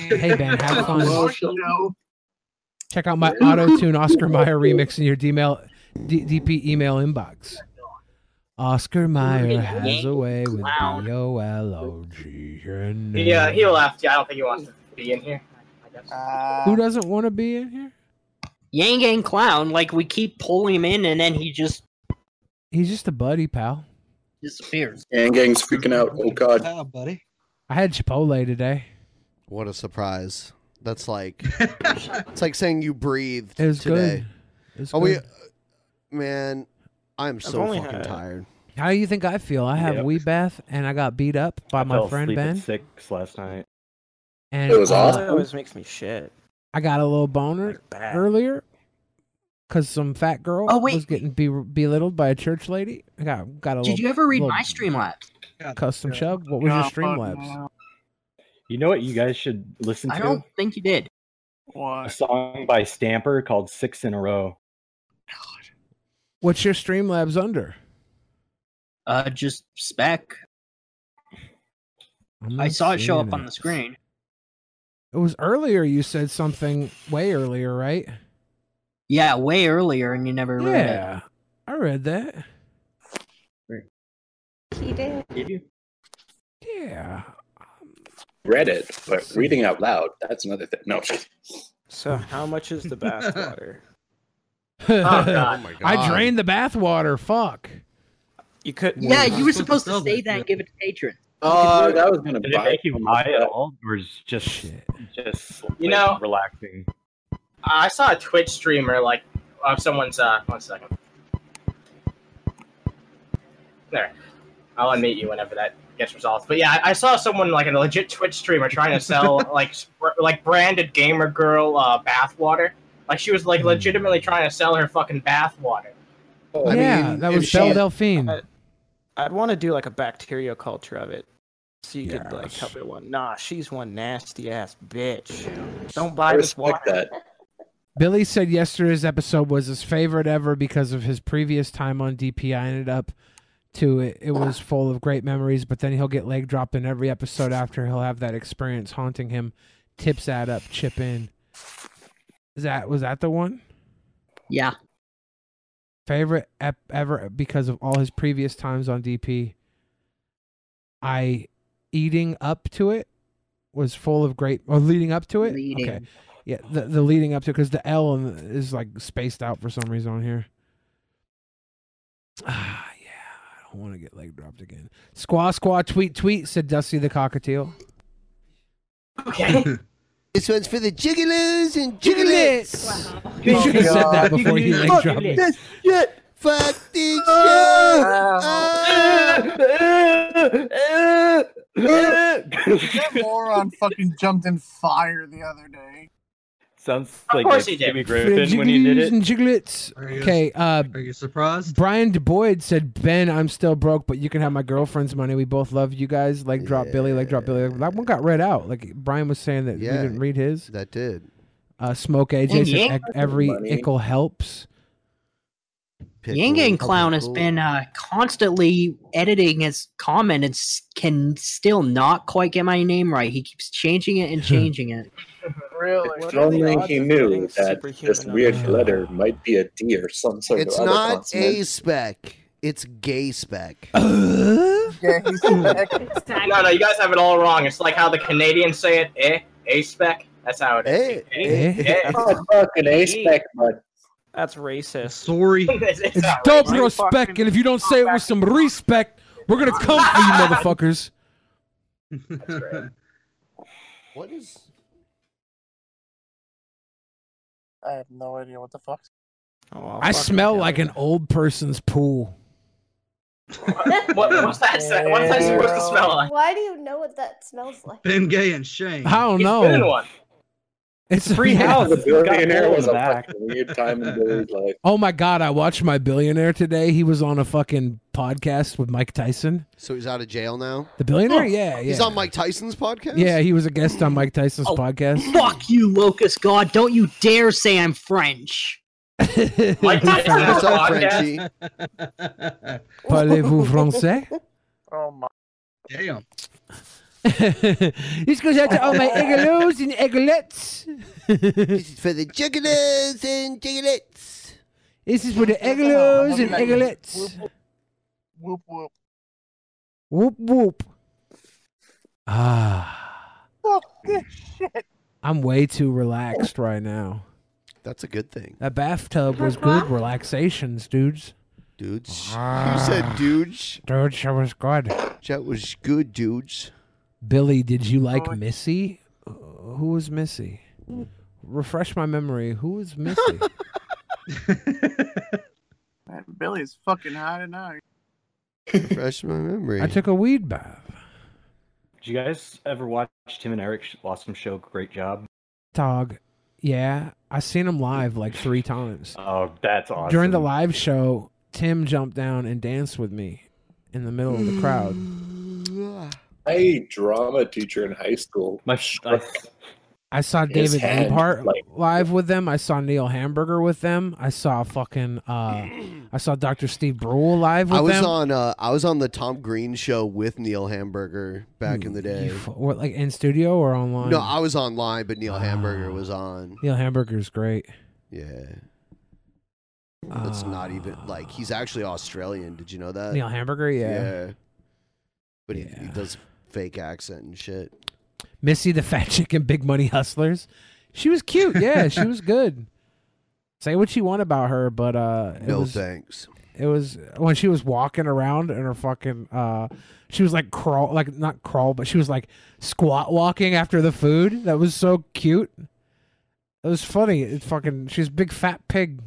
[SPEAKER 25] hey,
[SPEAKER 4] Ben, have fun.
[SPEAKER 25] no.
[SPEAKER 4] Check out my auto tune Oscar Mayer remix in your DMail, D- DP email inbox. Oscar Mayer has a way with B O L O G N.
[SPEAKER 25] He, uh, he left. Yeah, I don't think he wants to be in here. I guess.
[SPEAKER 9] Uh,
[SPEAKER 4] Who doesn't want to be in here?
[SPEAKER 9] Yang Gang Clown, like we keep pulling him in, and then he just
[SPEAKER 4] He's just a buddy, pal.
[SPEAKER 9] disappears.
[SPEAKER 26] Gang gang's freaking out. Oh god.
[SPEAKER 5] buddy.
[SPEAKER 4] I had Chipotle today.
[SPEAKER 1] What a surprise. That's
[SPEAKER 26] (laughs)
[SPEAKER 1] like it's like saying you breathed
[SPEAKER 4] It was
[SPEAKER 1] today.
[SPEAKER 4] good. It was
[SPEAKER 1] Are we
[SPEAKER 4] good.
[SPEAKER 1] man, I'm so
[SPEAKER 4] only
[SPEAKER 1] fucking
[SPEAKER 4] had-
[SPEAKER 1] tired.
[SPEAKER 4] How do you think I feel? I have
[SPEAKER 1] Yep.
[SPEAKER 4] wee bath, and I got beat up by
[SPEAKER 7] I
[SPEAKER 4] my
[SPEAKER 7] fell
[SPEAKER 4] friend
[SPEAKER 7] asleep at
[SPEAKER 4] Ben.
[SPEAKER 7] six last night.
[SPEAKER 4] And, It was uh, awesome.
[SPEAKER 17] It always makes me shit.
[SPEAKER 4] I got a little boner earlier because some fat girl was getting be- belittled by a church lady. I got got a.
[SPEAKER 9] Did
[SPEAKER 4] little,
[SPEAKER 9] you ever read
[SPEAKER 4] little
[SPEAKER 9] my Streamlabs?
[SPEAKER 4] custom chug? What was your
[SPEAKER 9] uh,
[SPEAKER 4] Streamlabs?
[SPEAKER 7] You know what you guys should listen
[SPEAKER 9] I
[SPEAKER 7] to?
[SPEAKER 9] don't think Oh, you did.
[SPEAKER 7] A song by Stamper called Six in a Row.
[SPEAKER 4] What's your Streamlabs under?
[SPEAKER 9] Uh, just spec.
[SPEAKER 4] I'm
[SPEAKER 9] I
[SPEAKER 4] not
[SPEAKER 9] saw it show
[SPEAKER 4] seeing
[SPEAKER 9] up on the screen.
[SPEAKER 4] It was earlier. You said something way earlier, right?
[SPEAKER 9] Yeah, way earlier, and you never read it.
[SPEAKER 4] Yeah, I read that.
[SPEAKER 29] He did.
[SPEAKER 26] Did you?
[SPEAKER 4] Yeah.
[SPEAKER 26] Read it, but reading out loud, that's another thing. No.
[SPEAKER 17] So how much is the
[SPEAKER 4] (laughs)
[SPEAKER 17] bath water?
[SPEAKER 9] Oh,
[SPEAKER 26] God. my
[SPEAKER 4] I
[SPEAKER 26] God.
[SPEAKER 4] drained the bathwater. Fuck.
[SPEAKER 17] You could.
[SPEAKER 9] Yeah, you were supposed to say that and give it to patron.
[SPEAKER 7] Uh,
[SPEAKER 26] that was gonna
[SPEAKER 7] Did it
[SPEAKER 26] bite.
[SPEAKER 7] make you lie at all, or is it just just
[SPEAKER 25] You
[SPEAKER 7] like,
[SPEAKER 25] know-
[SPEAKER 7] relaxing?
[SPEAKER 25] I saw a Twitch streamer like of someone's. Uh, one second. There, I'll unmute you whenever that gets resolved. But yeah, I, I saw someone like a legit Twitch streamer trying to
[SPEAKER 7] (laughs)
[SPEAKER 25] sell like sp- like branded gamer girl uh, bathwater. Like she was
[SPEAKER 17] Hmm.
[SPEAKER 25] like legitimately trying to sell her fucking bathwater.
[SPEAKER 4] yeah, that was Belle Delphine.
[SPEAKER 17] I'd want to do like a bacterial culture of it, so you could like help everyone. Nah, she's one nasty ass bitch. Don't buy this water. (laughs)
[SPEAKER 4] Billy said yesterday's episode was his favorite ever because of his previous time on DP. I ended up to it. It was full of great memories, but then he'll get leg dropped in every episode after. He'll have that experience haunting him. Tips add up, chip in. Is that was that the one?
[SPEAKER 9] Yeah.
[SPEAKER 4] Favorite ep- ever because of all his previous times on DP. I eating up to it was full of great or leading up to it.
[SPEAKER 9] Leading.
[SPEAKER 4] Okay. Yeah, the, the leading up to because the L in the- is like spaced out for some reason on here. Ah, yeah, I don't want to get leg dropped
[SPEAKER 17] (laughs)
[SPEAKER 4] again. Squaw squaw tweet tweet said Dusty the cockatiel.
[SPEAKER 25] Okay.
[SPEAKER 1] (laughs)
[SPEAKER 17] Oh
[SPEAKER 11] (laughs)
[SPEAKER 1] this one's for the jiggalos and
[SPEAKER 4] jiggalets.
[SPEAKER 1] Wow.
[SPEAKER 4] You should have said that before you leg dropped me.
[SPEAKER 1] shit. Fuck this shit.
[SPEAKER 17] Oh, (laughs)
[SPEAKER 11] That moron fucking jumped in fire the other day.
[SPEAKER 7] Sounds
[SPEAKER 11] Of
[SPEAKER 7] like
[SPEAKER 11] course
[SPEAKER 7] like
[SPEAKER 11] he did.
[SPEAKER 7] Jimmy Griffin when he did
[SPEAKER 4] Jiggalos
[SPEAKER 7] it.
[SPEAKER 4] and jiglets. Okay. Uh,
[SPEAKER 5] Are you surprised?
[SPEAKER 4] Brian DeBoyd said, "Ben, I'm still broke, but you can have my girlfriend's money. We both love you guys." Leg drop, Billy. Leg drop, Billy. That one got read out. Like Brian was saying that
[SPEAKER 1] Yeah.
[SPEAKER 4] we didn't read his.
[SPEAKER 1] That did.
[SPEAKER 4] Uh, Smoke AJ said,
[SPEAKER 9] And Yang-
[SPEAKER 4] "Ec- "Every
[SPEAKER 9] Money.
[SPEAKER 4] ickle helps."
[SPEAKER 9] Yang Gang Clown has been uh, constantly editing his comment and s- can still not quite get my name right. He keeps changing it
[SPEAKER 4] (laughs)
[SPEAKER 9] and changing it.
[SPEAKER 11] Really?
[SPEAKER 26] If only he knew that this weird letter might be a D or some sort
[SPEAKER 1] It's
[SPEAKER 26] of other
[SPEAKER 1] not
[SPEAKER 26] consonant.
[SPEAKER 1] a spec. It's
[SPEAKER 4] (laughs)
[SPEAKER 1] gay spec.
[SPEAKER 25] No, no, you guys have it all wrong. It's like how the Canadians say it. Eh, a spec. That's how it is. Eh, eh,
[SPEAKER 26] (laughs)
[SPEAKER 25] eh.
[SPEAKER 26] Oh, fucking A-spec, bud.
[SPEAKER 17] That's racist.
[SPEAKER 5] Sorry.
[SPEAKER 25] It's, it's
[SPEAKER 4] It's
[SPEAKER 25] not
[SPEAKER 4] dope
[SPEAKER 25] racist.
[SPEAKER 4] respect, and if you don't say it with some respect, we're gonna come for you, motherfuckers.
[SPEAKER 25] (laughs)
[SPEAKER 1] (laughs) what is?
[SPEAKER 11] I have no idea what the fuck.
[SPEAKER 4] I smell like an old person's pool.
[SPEAKER 25] What, what's that? sa- What's that supposed to smell like?
[SPEAKER 23] Why do you know what that smells like?
[SPEAKER 5] Ben Gay and Shane.
[SPEAKER 4] I don't know.
[SPEAKER 25] been in one.
[SPEAKER 4] It's (laughs)
[SPEAKER 26] Free house. The billionaire
[SPEAKER 4] Got
[SPEAKER 26] was a
[SPEAKER 4] pulled back.
[SPEAKER 26] fucking weird time in
[SPEAKER 4] (laughs)
[SPEAKER 26] Billy's life.
[SPEAKER 4] Oh my god! I watched my billionaire today. He was on a fucking podcast with Mike Tyson.
[SPEAKER 1] So he's out of jail now. Oh,
[SPEAKER 4] The billionaire? Yeah, yeah.
[SPEAKER 1] He's on Mike Tyson's podcast.
[SPEAKER 4] Yeah, he was a guest on Mike Tyson's podcast.
[SPEAKER 9] Fuck you, Locust God. Don't you dare say I'm French.
[SPEAKER 4] (laughs) Parlez-vous français?
[SPEAKER 11] Oh my.
[SPEAKER 4] (laughs)
[SPEAKER 30] Damn.
[SPEAKER 4] This goes out to all my igaloos and egglettes.
[SPEAKER 1] this is for the chickadees and chickadettes.
[SPEAKER 4] This is for the eggaloos and
[SPEAKER 11] Whoop,
[SPEAKER 4] egglets.
[SPEAKER 11] whoop. Whoop whoop.
[SPEAKER 4] Whoop whoop. Ah,
[SPEAKER 11] Fuck this shit.
[SPEAKER 4] I'm way too relaxed right now.
[SPEAKER 1] That's a good thing.
[SPEAKER 4] That bathtub was good relaxations, dudes.
[SPEAKER 1] Dudes. You said dudes.
[SPEAKER 4] Ah. Dudes, that was good.
[SPEAKER 1] That was good, dudes.
[SPEAKER 4] Billy, did you like Missy? Uh, Who was Missy? Refresh my memory. Who was Missy?
[SPEAKER 11] Man, Billy's fucking hiding out.
[SPEAKER 1] (laughs) Refresh my memory.
[SPEAKER 4] I took a weed bath.
[SPEAKER 25] Did you guys ever watch Tim and Eric's awesome show? Great job.
[SPEAKER 4] Dog. Yeah, I seen him live like three times.
[SPEAKER 25] Oh, that's awesome.
[SPEAKER 4] During the live show, Tim jumped down and danced with me in the middle of
[SPEAKER 1] Hmm.
[SPEAKER 4] the crowd.
[SPEAKER 12] My drama teacher in high school.
[SPEAKER 25] My
[SPEAKER 4] I saw
[SPEAKER 12] His
[SPEAKER 4] David
[SPEAKER 12] hand,
[SPEAKER 4] Lampart
[SPEAKER 12] like-
[SPEAKER 4] live with them. I saw Neil Hamburger with them. I saw fucking
[SPEAKER 12] (clears throat)
[SPEAKER 4] uh I saw Dr. Steve Brule live with
[SPEAKER 1] I was
[SPEAKER 4] them.
[SPEAKER 1] on uh, I was on the Tom Green show with Neil Hamburger back in the day.
[SPEAKER 4] what, like in studio or online?
[SPEAKER 1] No, I was online, but Neil Hamburger was on.
[SPEAKER 4] Neil Hamburger's great.
[SPEAKER 1] Yeah. That's not even like he's actually Australian. Did you know that?
[SPEAKER 4] Ah. Neil Hamburger, yeah.
[SPEAKER 1] Yeah. But he, he does fake accent and shit.
[SPEAKER 4] Missy the Fat (laughs) Chick and Big Money Hustlers. She was cute. Yeah, she was good. (laughs) Say what you want about her, but uh it
[SPEAKER 1] No
[SPEAKER 4] was,
[SPEAKER 1] thanks.
[SPEAKER 4] It was when she was walking around and her fucking uh she was like crawl like not crawl, but she was like squat walking after the food. That was so cute. It was funny. It's fucking she's a big fat pig.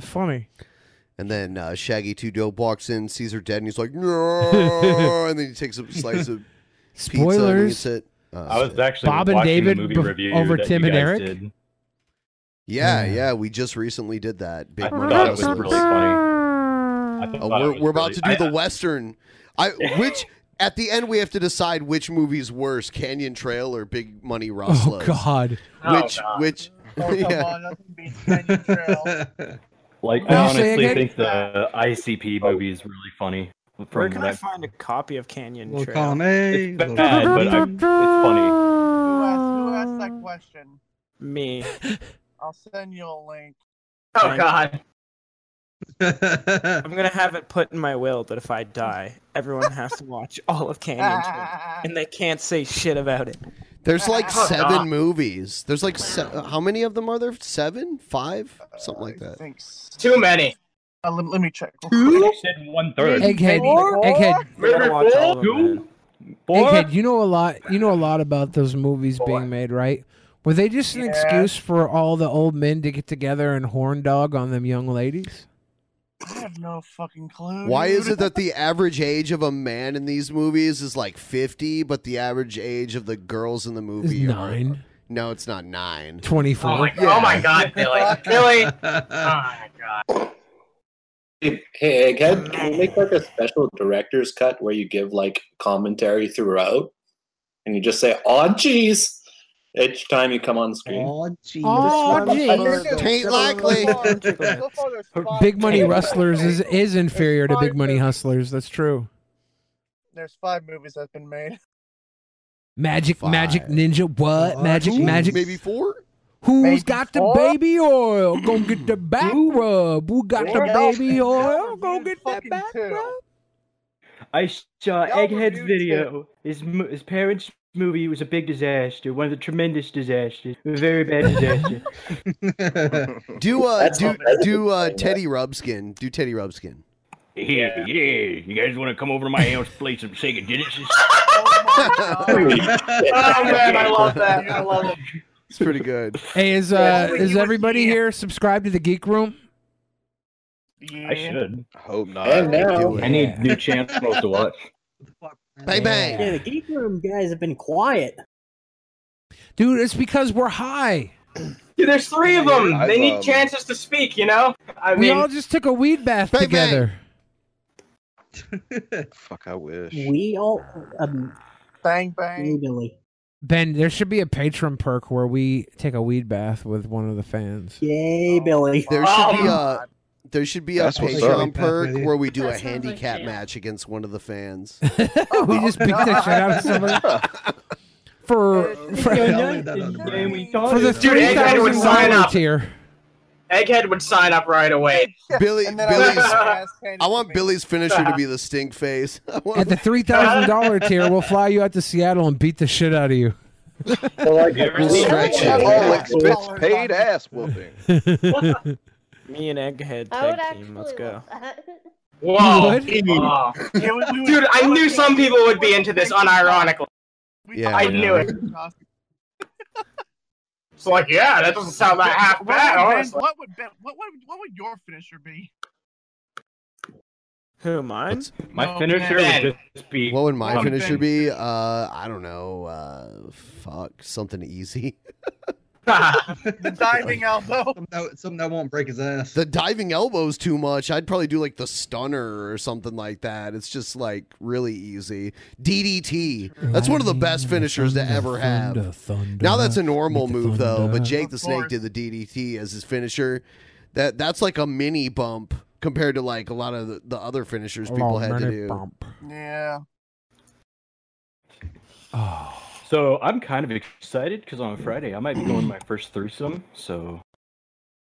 [SPEAKER 4] Funny.
[SPEAKER 1] And then uh, Shaggy Two Dope walks in, sees her dead, and he's like, (laughs) "No!" Oh, (laughs) and then he takes a slice of pizza and
[SPEAKER 4] Spoilers.
[SPEAKER 1] eats it. Uh,
[SPEAKER 25] I was actually
[SPEAKER 4] Bob and
[SPEAKER 25] watching
[SPEAKER 4] David
[SPEAKER 25] the movie
[SPEAKER 4] bef-
[SPEAKER 25] review
[SPEAKER 4] over
[SPEAKER 25] that
[SPEAKER 4] Tim
[SPEAKER 25] you
[SPEAKER 4] and
[SPEAKER 25] guys
[SPEAKER 4] Eric?
[SPEAKER 25] Did.
[SPEAKER 1] yeah, yeah, we just recently did that. Big
[SPEAKER 25] I
[SPEAKER 1] Money
[SPEAKER 25] thought it was
[SPEAKER 1] Hustlers.
[SPEAKER 25] really funny. I
[SPEAKER 1] Uh,
[SPEAKER 25] thought it
[SPEAKER 1] we're
[SPEAKER 25] was
[SPEAKER 1] we're about
[SPEAKER 25] really-
[SPEAKER 1] to do
[SPEAKER 25] I-
[SPEAKER 1] the western. I
[SPEAKER 25] (laughs)
[SPEAKER 1] which at the end we have to decide which movie's worse, Canyon Trail or Big Money Rossless.
[SPEAKER 4] God.
[SPEAKER 25] Oh,
[SPEAKER 1] Which
[SPEAKER 25] God. (laughs)
[SPEAKER 1] which (laughs) yeah.
[SPEAKER 25] Like,
[SPEAKER 4] No,
[SPEAKER 25] I
[SPEAKER 4] say
[SPEAKER 25] honestly
[SPEAKER 4] again?
[SPEAKER 25] think the ICP movie is really funny. From
[SPEAKER 17] Where can
[SPEAKER 25] what
[SPEAKER 17] I
[SPEAKER 25] I've-
[SPEAKER 17] find a copy of Canyon
[SPEAKER 25] Well,
[SPEAKER 17] Trail?
[SPEAKER 25] Column A, It's little- bad, but I- it's funny.
[SPEAKER 11] Who asked, who asked that question?
[SPEAKER 17] Me.
[SPEAKER 11] I'll send you a link.
[SPEAKER 17] (laughs) Oh God. I'm gonna have it put in my will that if I die, everyone has to watch all (laughs) of Canyon Trail, and they can't say shit about it.
[SPEAKER 1] There's like
[SPEAKER 17] Oh,
[SPEAKER 1] seven
[SPEAKER 17] God.
[SPEAKER 1] movies. There's like se- how many of them are there? Seven, five, something like that.
[SPEAKER 25] Too many.
[SPEAKER 11] Uh, let, let me check.
[SPEAKER 25] You said one third.
[SPEAKER 4] Egghead,
[SPEAKER 11] Four?
[SPEAKER 4] Egghead,
[SPEAKER 25] We gotta watch all of them, man.
[SPEAKER 4] Egghead, you know a lot. You know a lot about those movies being made, right? Were they just an excuse for all the old men to get together and horn dog on them young
[SPEAKER 25] Oh
[SPEAKER 4] ladies?
[SPEAKER 11] I have no fucking clue.
[SPEAKER 1] Why is
[SPEAKER 11] dude.
[SPEAKER 1] it that the average age of a man in these movies is like 50, but the average age of the girls in the movie
[SPEAKER 4] It's
[SPEAKER 1] are-
[SPEAKER 4] nine.
[SPEAKER 1] No, it's not nine.
[SPEAKER 4] 24.
[SPEAKER 25] Oh my-
[SPEAKER 1] Yeah.
[SPEAKER 25] oh my God, Billy. Billy.
[SPEAKER 12] Oh
[SPEAKER 25] my
[SPEAKER 12] god. Hey, hey, Egghead, can you make like a special director's cut where you give like commentary throughout, and you just say "Oh, jeez" each time you come on screen?
[SPEAKER 30] Oh, jeez.
[SPEAKER 4] Oh, jeez.
[SPEAKER 1] Taint likely.
[SPEAKER 4] Big Money Rustlers is is inferior to Big Money Hustlers. That's true.
[SPEAKER 11] There's five movies that's been made.
[SPEAKER 4] Magic, Magic Ninja, what? Magic,
[SPEAKER 1] Ooh,
[SPEAKER 4] Magic.
[SPEAKER 1] Maybe four?
[SPEAKER 4] Who's got the baby oil? Go get the back rub. Who got the baby oil? Go get that back rub.
[SPEAKER 25] I saw Egghead's video. His mo- his parents' movie was a big disaster, one of the tremendous disasters, a very
[SPEAKER 4] (laughs)
[SPEAKER 25] bad disaster.
[SPEAKER 1] Do uh,
[SPEAKER 25] That's
[SPEAKER 1] do
[SPEAKER 25] not bad.
[SPEAKER 1] do uh, Teddy Rubskin? Do Teddy Rubskin?
[SPEAKER 31] Yeah, yeah. You guys want to come over to my house, play some Sega
[SPEAKER 11] (laughs)
[SPEAKER 31] Genesis?
[SPEAKER 25] Oh, man, I love that.
[SPEAKER 1] I love it. It's pretty good.
[SPEAKER 4] Hey, is uh, is everybody here subscribed to the Geek Room?
[SPEAKER 25] I should.
[SPEAKER 8] Hope not.
[SPEAKER 25] And
[SPEAKER 8] now-
[SPEAKER 25] I need new channels to watch.
[SPEAKER 1] Bang bang.
[SPEAKER 9] Yeah, the geek room guys have been quiet.
[SPEAKER 4] Dude, it's because we're high.
[SPEAKER 25] Dude, there's
[SPEAKER 32] Three of them.
[SPEAKER 4] I
[SPEAKER 32] they need
[SPEAKER 4] love-
[SPEAKER 32] chances to speak. You know. I
[SPEAKER 4] um, we
[SPEAKER 32] mean,
[SPEAKER 4] all just took a weed bath together.
[SPEAKER 8] Fuck, I wish.
[SPEAKER 9] We all um,
[SPEAKER 11] bang bang.
[SPEAKER 9] Billy.
[SPEAKER 4] Ben, there should be a patron perk where we take a weed bath with one of the fans.
[SPEAKER 9] Yay, Billy.
[SPEAKER 25] Um,
[SPEAKER 1] There should be a There should be a
[SPEAKER 8] That's what's
[SPEAKER 1] Patreon
[SPEAKER 8] up.
[SPEAKER 1] perk where we do a
[SPEAKER 8] That sounds like
[SPEAKER 1] handicap
[SPEAKER 8] shit.
[SPEAKER 1] match against one of the fans.
[SPEAKER 4] (laughs) we just beat the shit
[SPEAKER 1] (laughs)
[SPEAKER 4] out of somebody.
[SPEAKER 25] (laughs)
[SPEAKER 4] For for, for the
[SPEAKER 25] Dude,
[SPEAKER 4] three
[SPEAKER 25] Egghead would
[SPEAKER 4] thousand
[SPEAKER 25] sign
[SPEAKER 4] dollars
[SPEAKER 25] up.
[SPEAKER 4] tier.
[SPEAKER 25] Egghead would sign up right away.
[SPEAKER 1] Billy, Billy's. I want Billy's finisher to be the stink face. (laughs) I want-
[SPEAKER 4] At the three thousand dollar
[SPEAKER 25] (laughs)
[SPEAKER 4] tier, we'll fly you out to Seattle and beat the shit out of you.
[SPEAKER 1] We'll stretch it.
[SPEAKER 8] All expense paid ass whooping.
[SPEAKER 16] Me and Egghead
[SPEAKER 28] I would
[SPEAKER 16] tag team. Let's go.
[SPEAKER 25] Whoa.
[SPEAKER 16] would?
[SPEAKER 25] Wow. Dude, I knew some people would be into this unironically.
[SPEAKER 1] Yeah,
[SPEAKER 25] I
[SPEAKER 11] (laughs)
[SPEAKER 25] knew it. It's like, yeah, that doesn't sound that half
[SPEAKER 17] What
[SPEAKER 25] bad,
[SPEAKER 17] would Ben-
[SPEAKER 25] honestly.
[SPEAKER 17] What would Ben- what what would what would your finisher be?
[SPEAKER 16] Who mine?
[SPEAKER 1] My
[SPEAKER 17] No,
[SPEAKER 1] finisher
[SPEAKER 17] Ben.
[SPEAKER 1] would
[SPEAKER 25] just be.
[SPEAKER 1] What would my
[SPEAKER 17] Well,
[SPEAKER 1] finisher
[SPEAKER 17] then-
[SPEAKER 1] be? Uh, I don't know. Uh, fuck, something easy.
[SPEAKER 17] The diving elbow.
[SPEAKER 1] That, something that won't break his ass. The diving elbow's too much. I'd probably do like the stunner or something like that. It's just like really easy. DDT. (laughs) That's one of the best finishers to ever have. now that's a normal move though, but Jake the Snake did the DDT as his finisher. That that's like a mini bump compared to like a lot of the, the other finishers
[SPEAKER 4] A
[SPEAKER 1] people
[SPEAKER 4] little
[SPEAKER 1] had to
[SPEAKER 4] mini
[SPEAKER 1] do.
[SPEAKER 4] bump.
[SPEAKER 17] Yeah.
[SPEAKER 26] So I'm kind of excited because on Friday I might be going to my first threesome. So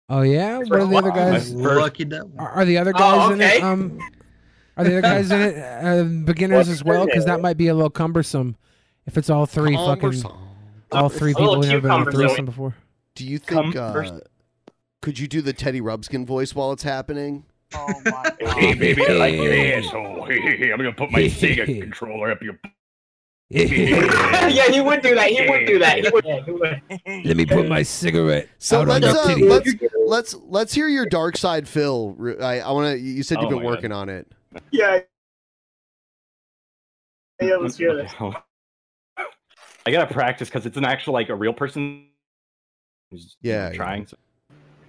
[SPEAKER 4] Oh yeah, what are the other guys?
[SPEAKER 26] My first-
[SPEAKER 4] Are, are the other
[SPEAKER 26] Oh,
[SPEAKER 4] guys in
[SPEAKER 26] okay.
[SPEAKER 4] it? Um, are the other guys in it uh, beginners as well? Because that might be a little cumbersome if it's all three fucking
[SPEAKER 1] Cumbersome.
[SPEAKER 4] all three
[SPEAKER 1] Little
[SPEAKER 4] people who never been in a
[SPEAKER 1] cucumbers,
[SPEAKER 4] threesome
[SPEAKER 1] though.
[SPEAKER 4] before.
[SPEAKER 1] Do you think
[SPEAKER 4] Come
[SPEAKER 1] uh,
[SPEAKER 4] first.
[SPEAKER 1] could you do the Teddy Rubskin voice while it's happening?
[SPEAKER 22] Hey, baby, I like your asshole. Hey, hey, hey, I'm gonna put my Sega controller up your.
[SPEAKER 25] (laughs) yeah, he would do that. He would do that. He would. Yeah, he would.
[SPEAKER 4] Let me put my cigarette
[SPEAKER 1] So
[SPEAKER 4] out
[SPEAKER 1] let's,
[SPEAKER 4] on your
[SPEAKER 1] uh,
[SPEAKER 4] titty.
[SPEAKER 1] let's let's let's hear your dark side, Phil. R- I, I want to. You said
[SPEAKER 25] Oh
[SPEAKER 1] you've
[SPEAKER 25] my
[SPEAKER 1] been
[SPEAKER 25] God.
[SPEAKER 1] working on it.
[SPEAKER 25] Yeah. Yeah, let's hear this.
[SPEAKER 26] I gotta practice because it's an actual like a real person. Who's you know,
[SPEAKER 1] Yeah, yeah.
[SPEAKER 26] trying. So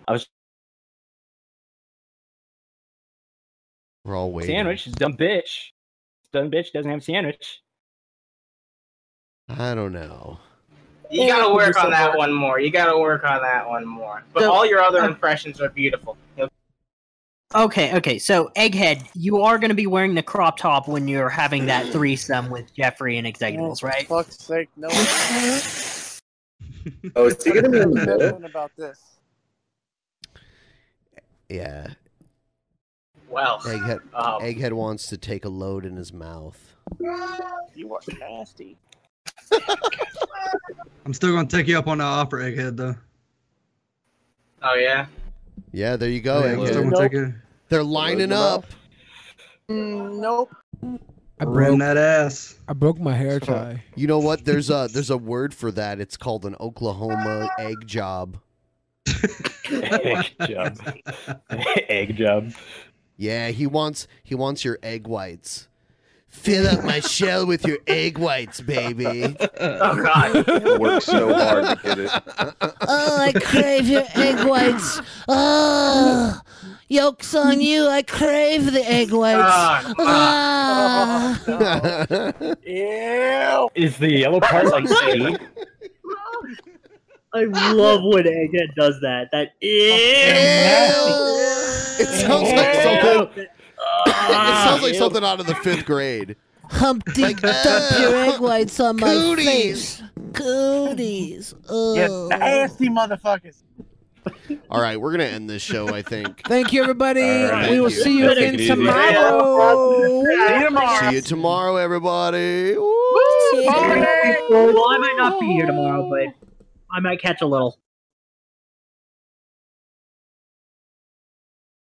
[SPEAKER 26] I was
[SPEAKER 1] We're all waiting.
[SPEAKER 26] sandwich. She's dumb bitch. Dumb bitch doesn't have sandwich.
[SPEAKER 1] I don't know.
[SPEAKER 25] You gotta work on that one more. You gotta work on that one more. But all your (laughs) other impressions are beautiful.
[SPEAKER 14] Okay, okay. So, Egghead, you are going to be wearing the crop top when you're having (clears throat) that threesome with Jeffrey and Exegnables, right?
[SPEAKER 17] Oh, For fuck's sake,
[SPEAKER 11] (laughs)
[SPEAKER 17] no.
[SPEAKER 25] oh, is
[SPEAKER 14] he gonna be in the middle?
[SPEAKER 17] about this?
[SPEAKER 1] Yeah.
[SPEAKER 25] Well,
[SPEAKER 1] Egghead,
[SPEAKER 25] um,
[SPEAKER 1] Egghead wants to take a load in his mouth.
[SPEAKER 25] You are nasty.
[SPEAKER 5] I'm still gonna take you up on the offer, Egghead. Though
[SPEAKER 25] Oh yeah.
[SPEAKER 1] Yeah, there you go,
[SPEAKER 5] Yeah, I'm still
[SPEAKER 1] Egghead.
[SPEAKER 5] gonna take it.
[SPEAKER 1] They're lining up.
[SPEAKER 5] Load
[SPEAKER 17] Mm, Nope.
[SPEAKER 4] I
[SPEAKER 5] Rim that ass.
[SPEAKER 4] I broke my hair tie.
[SPEAKER 1] You know what? There's a there's a word for that. It's called an Oklahoma egg job.
[SPEAKER 26] egg job. egg job.
[SPEAKER 1] Yeah, he wants he wants your egg whites. Fill up my shell with your egg whites, baby.
[SPEAKER 25] Oh God!
[SPEAKER 8] Worked so hard to get it.
[SPEAKER 11] Oh, I crave your
[SPEAKER 17] (laughs)
[SPEAKER 11] egg whites. Oh, yolks
[SPEAKER 17] Mm.
[SPEAKER 11] on you. I crave the egg whites.
[SPEAKER 26] Ah,
[SPEAKER 11] Ah.
[SPEAKER 17] (laughs)
[SPEAKER 26] Is the yellow part like sea?
[SPEAKER 14] I love when Egghead does that. That
[SPEAKER 1] It sounds like something. It sounds like
[SPEAKER 11] Ew.
[SPEAKER 1] something out of the fifth grade.
[SPEAKER 11] Humpty
[SPEAKER 1] Like,
[SPEAKER 11] dump your
[SPEAKER 1] uh,
[SPEAKER 11] egg whites on my
[SPEAKER 1] cooties.
[SPEAKER 11] face. Cooties. Oh.
[SPEAKER 17] You nasty motherfuckers.
[SPEAKER 1] All right, we're gonna end this show. I think.
[SPEAKER 4] Thank you, everybody.
[SPEAKER 1] Alright,
[SPEAKER 4] we will
[SPEAKER 1] thank you.
[SPEAKER 4] see you
[SPEAKER 1] Take it
[SPEAKER 4] again
[SPEAKER 1] easy.
[SPEAKER 4] tomorrow.
[SPEAKER 1] See you tomorrow, everybody.
[SPEAKER 14] Well, I might not be here tomorrow, but I might catch a little.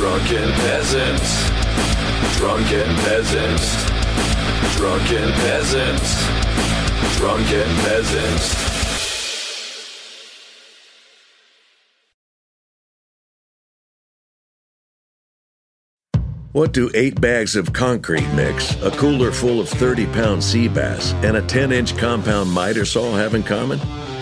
[SPEAKER 12] Drunken peasants. Drunken peasants. Drunken peasants. Drunken peasants. What do eight bags of concrete mix, a cooler full of 30 pound sea bass, and a 10 inch compound miter saw have in common?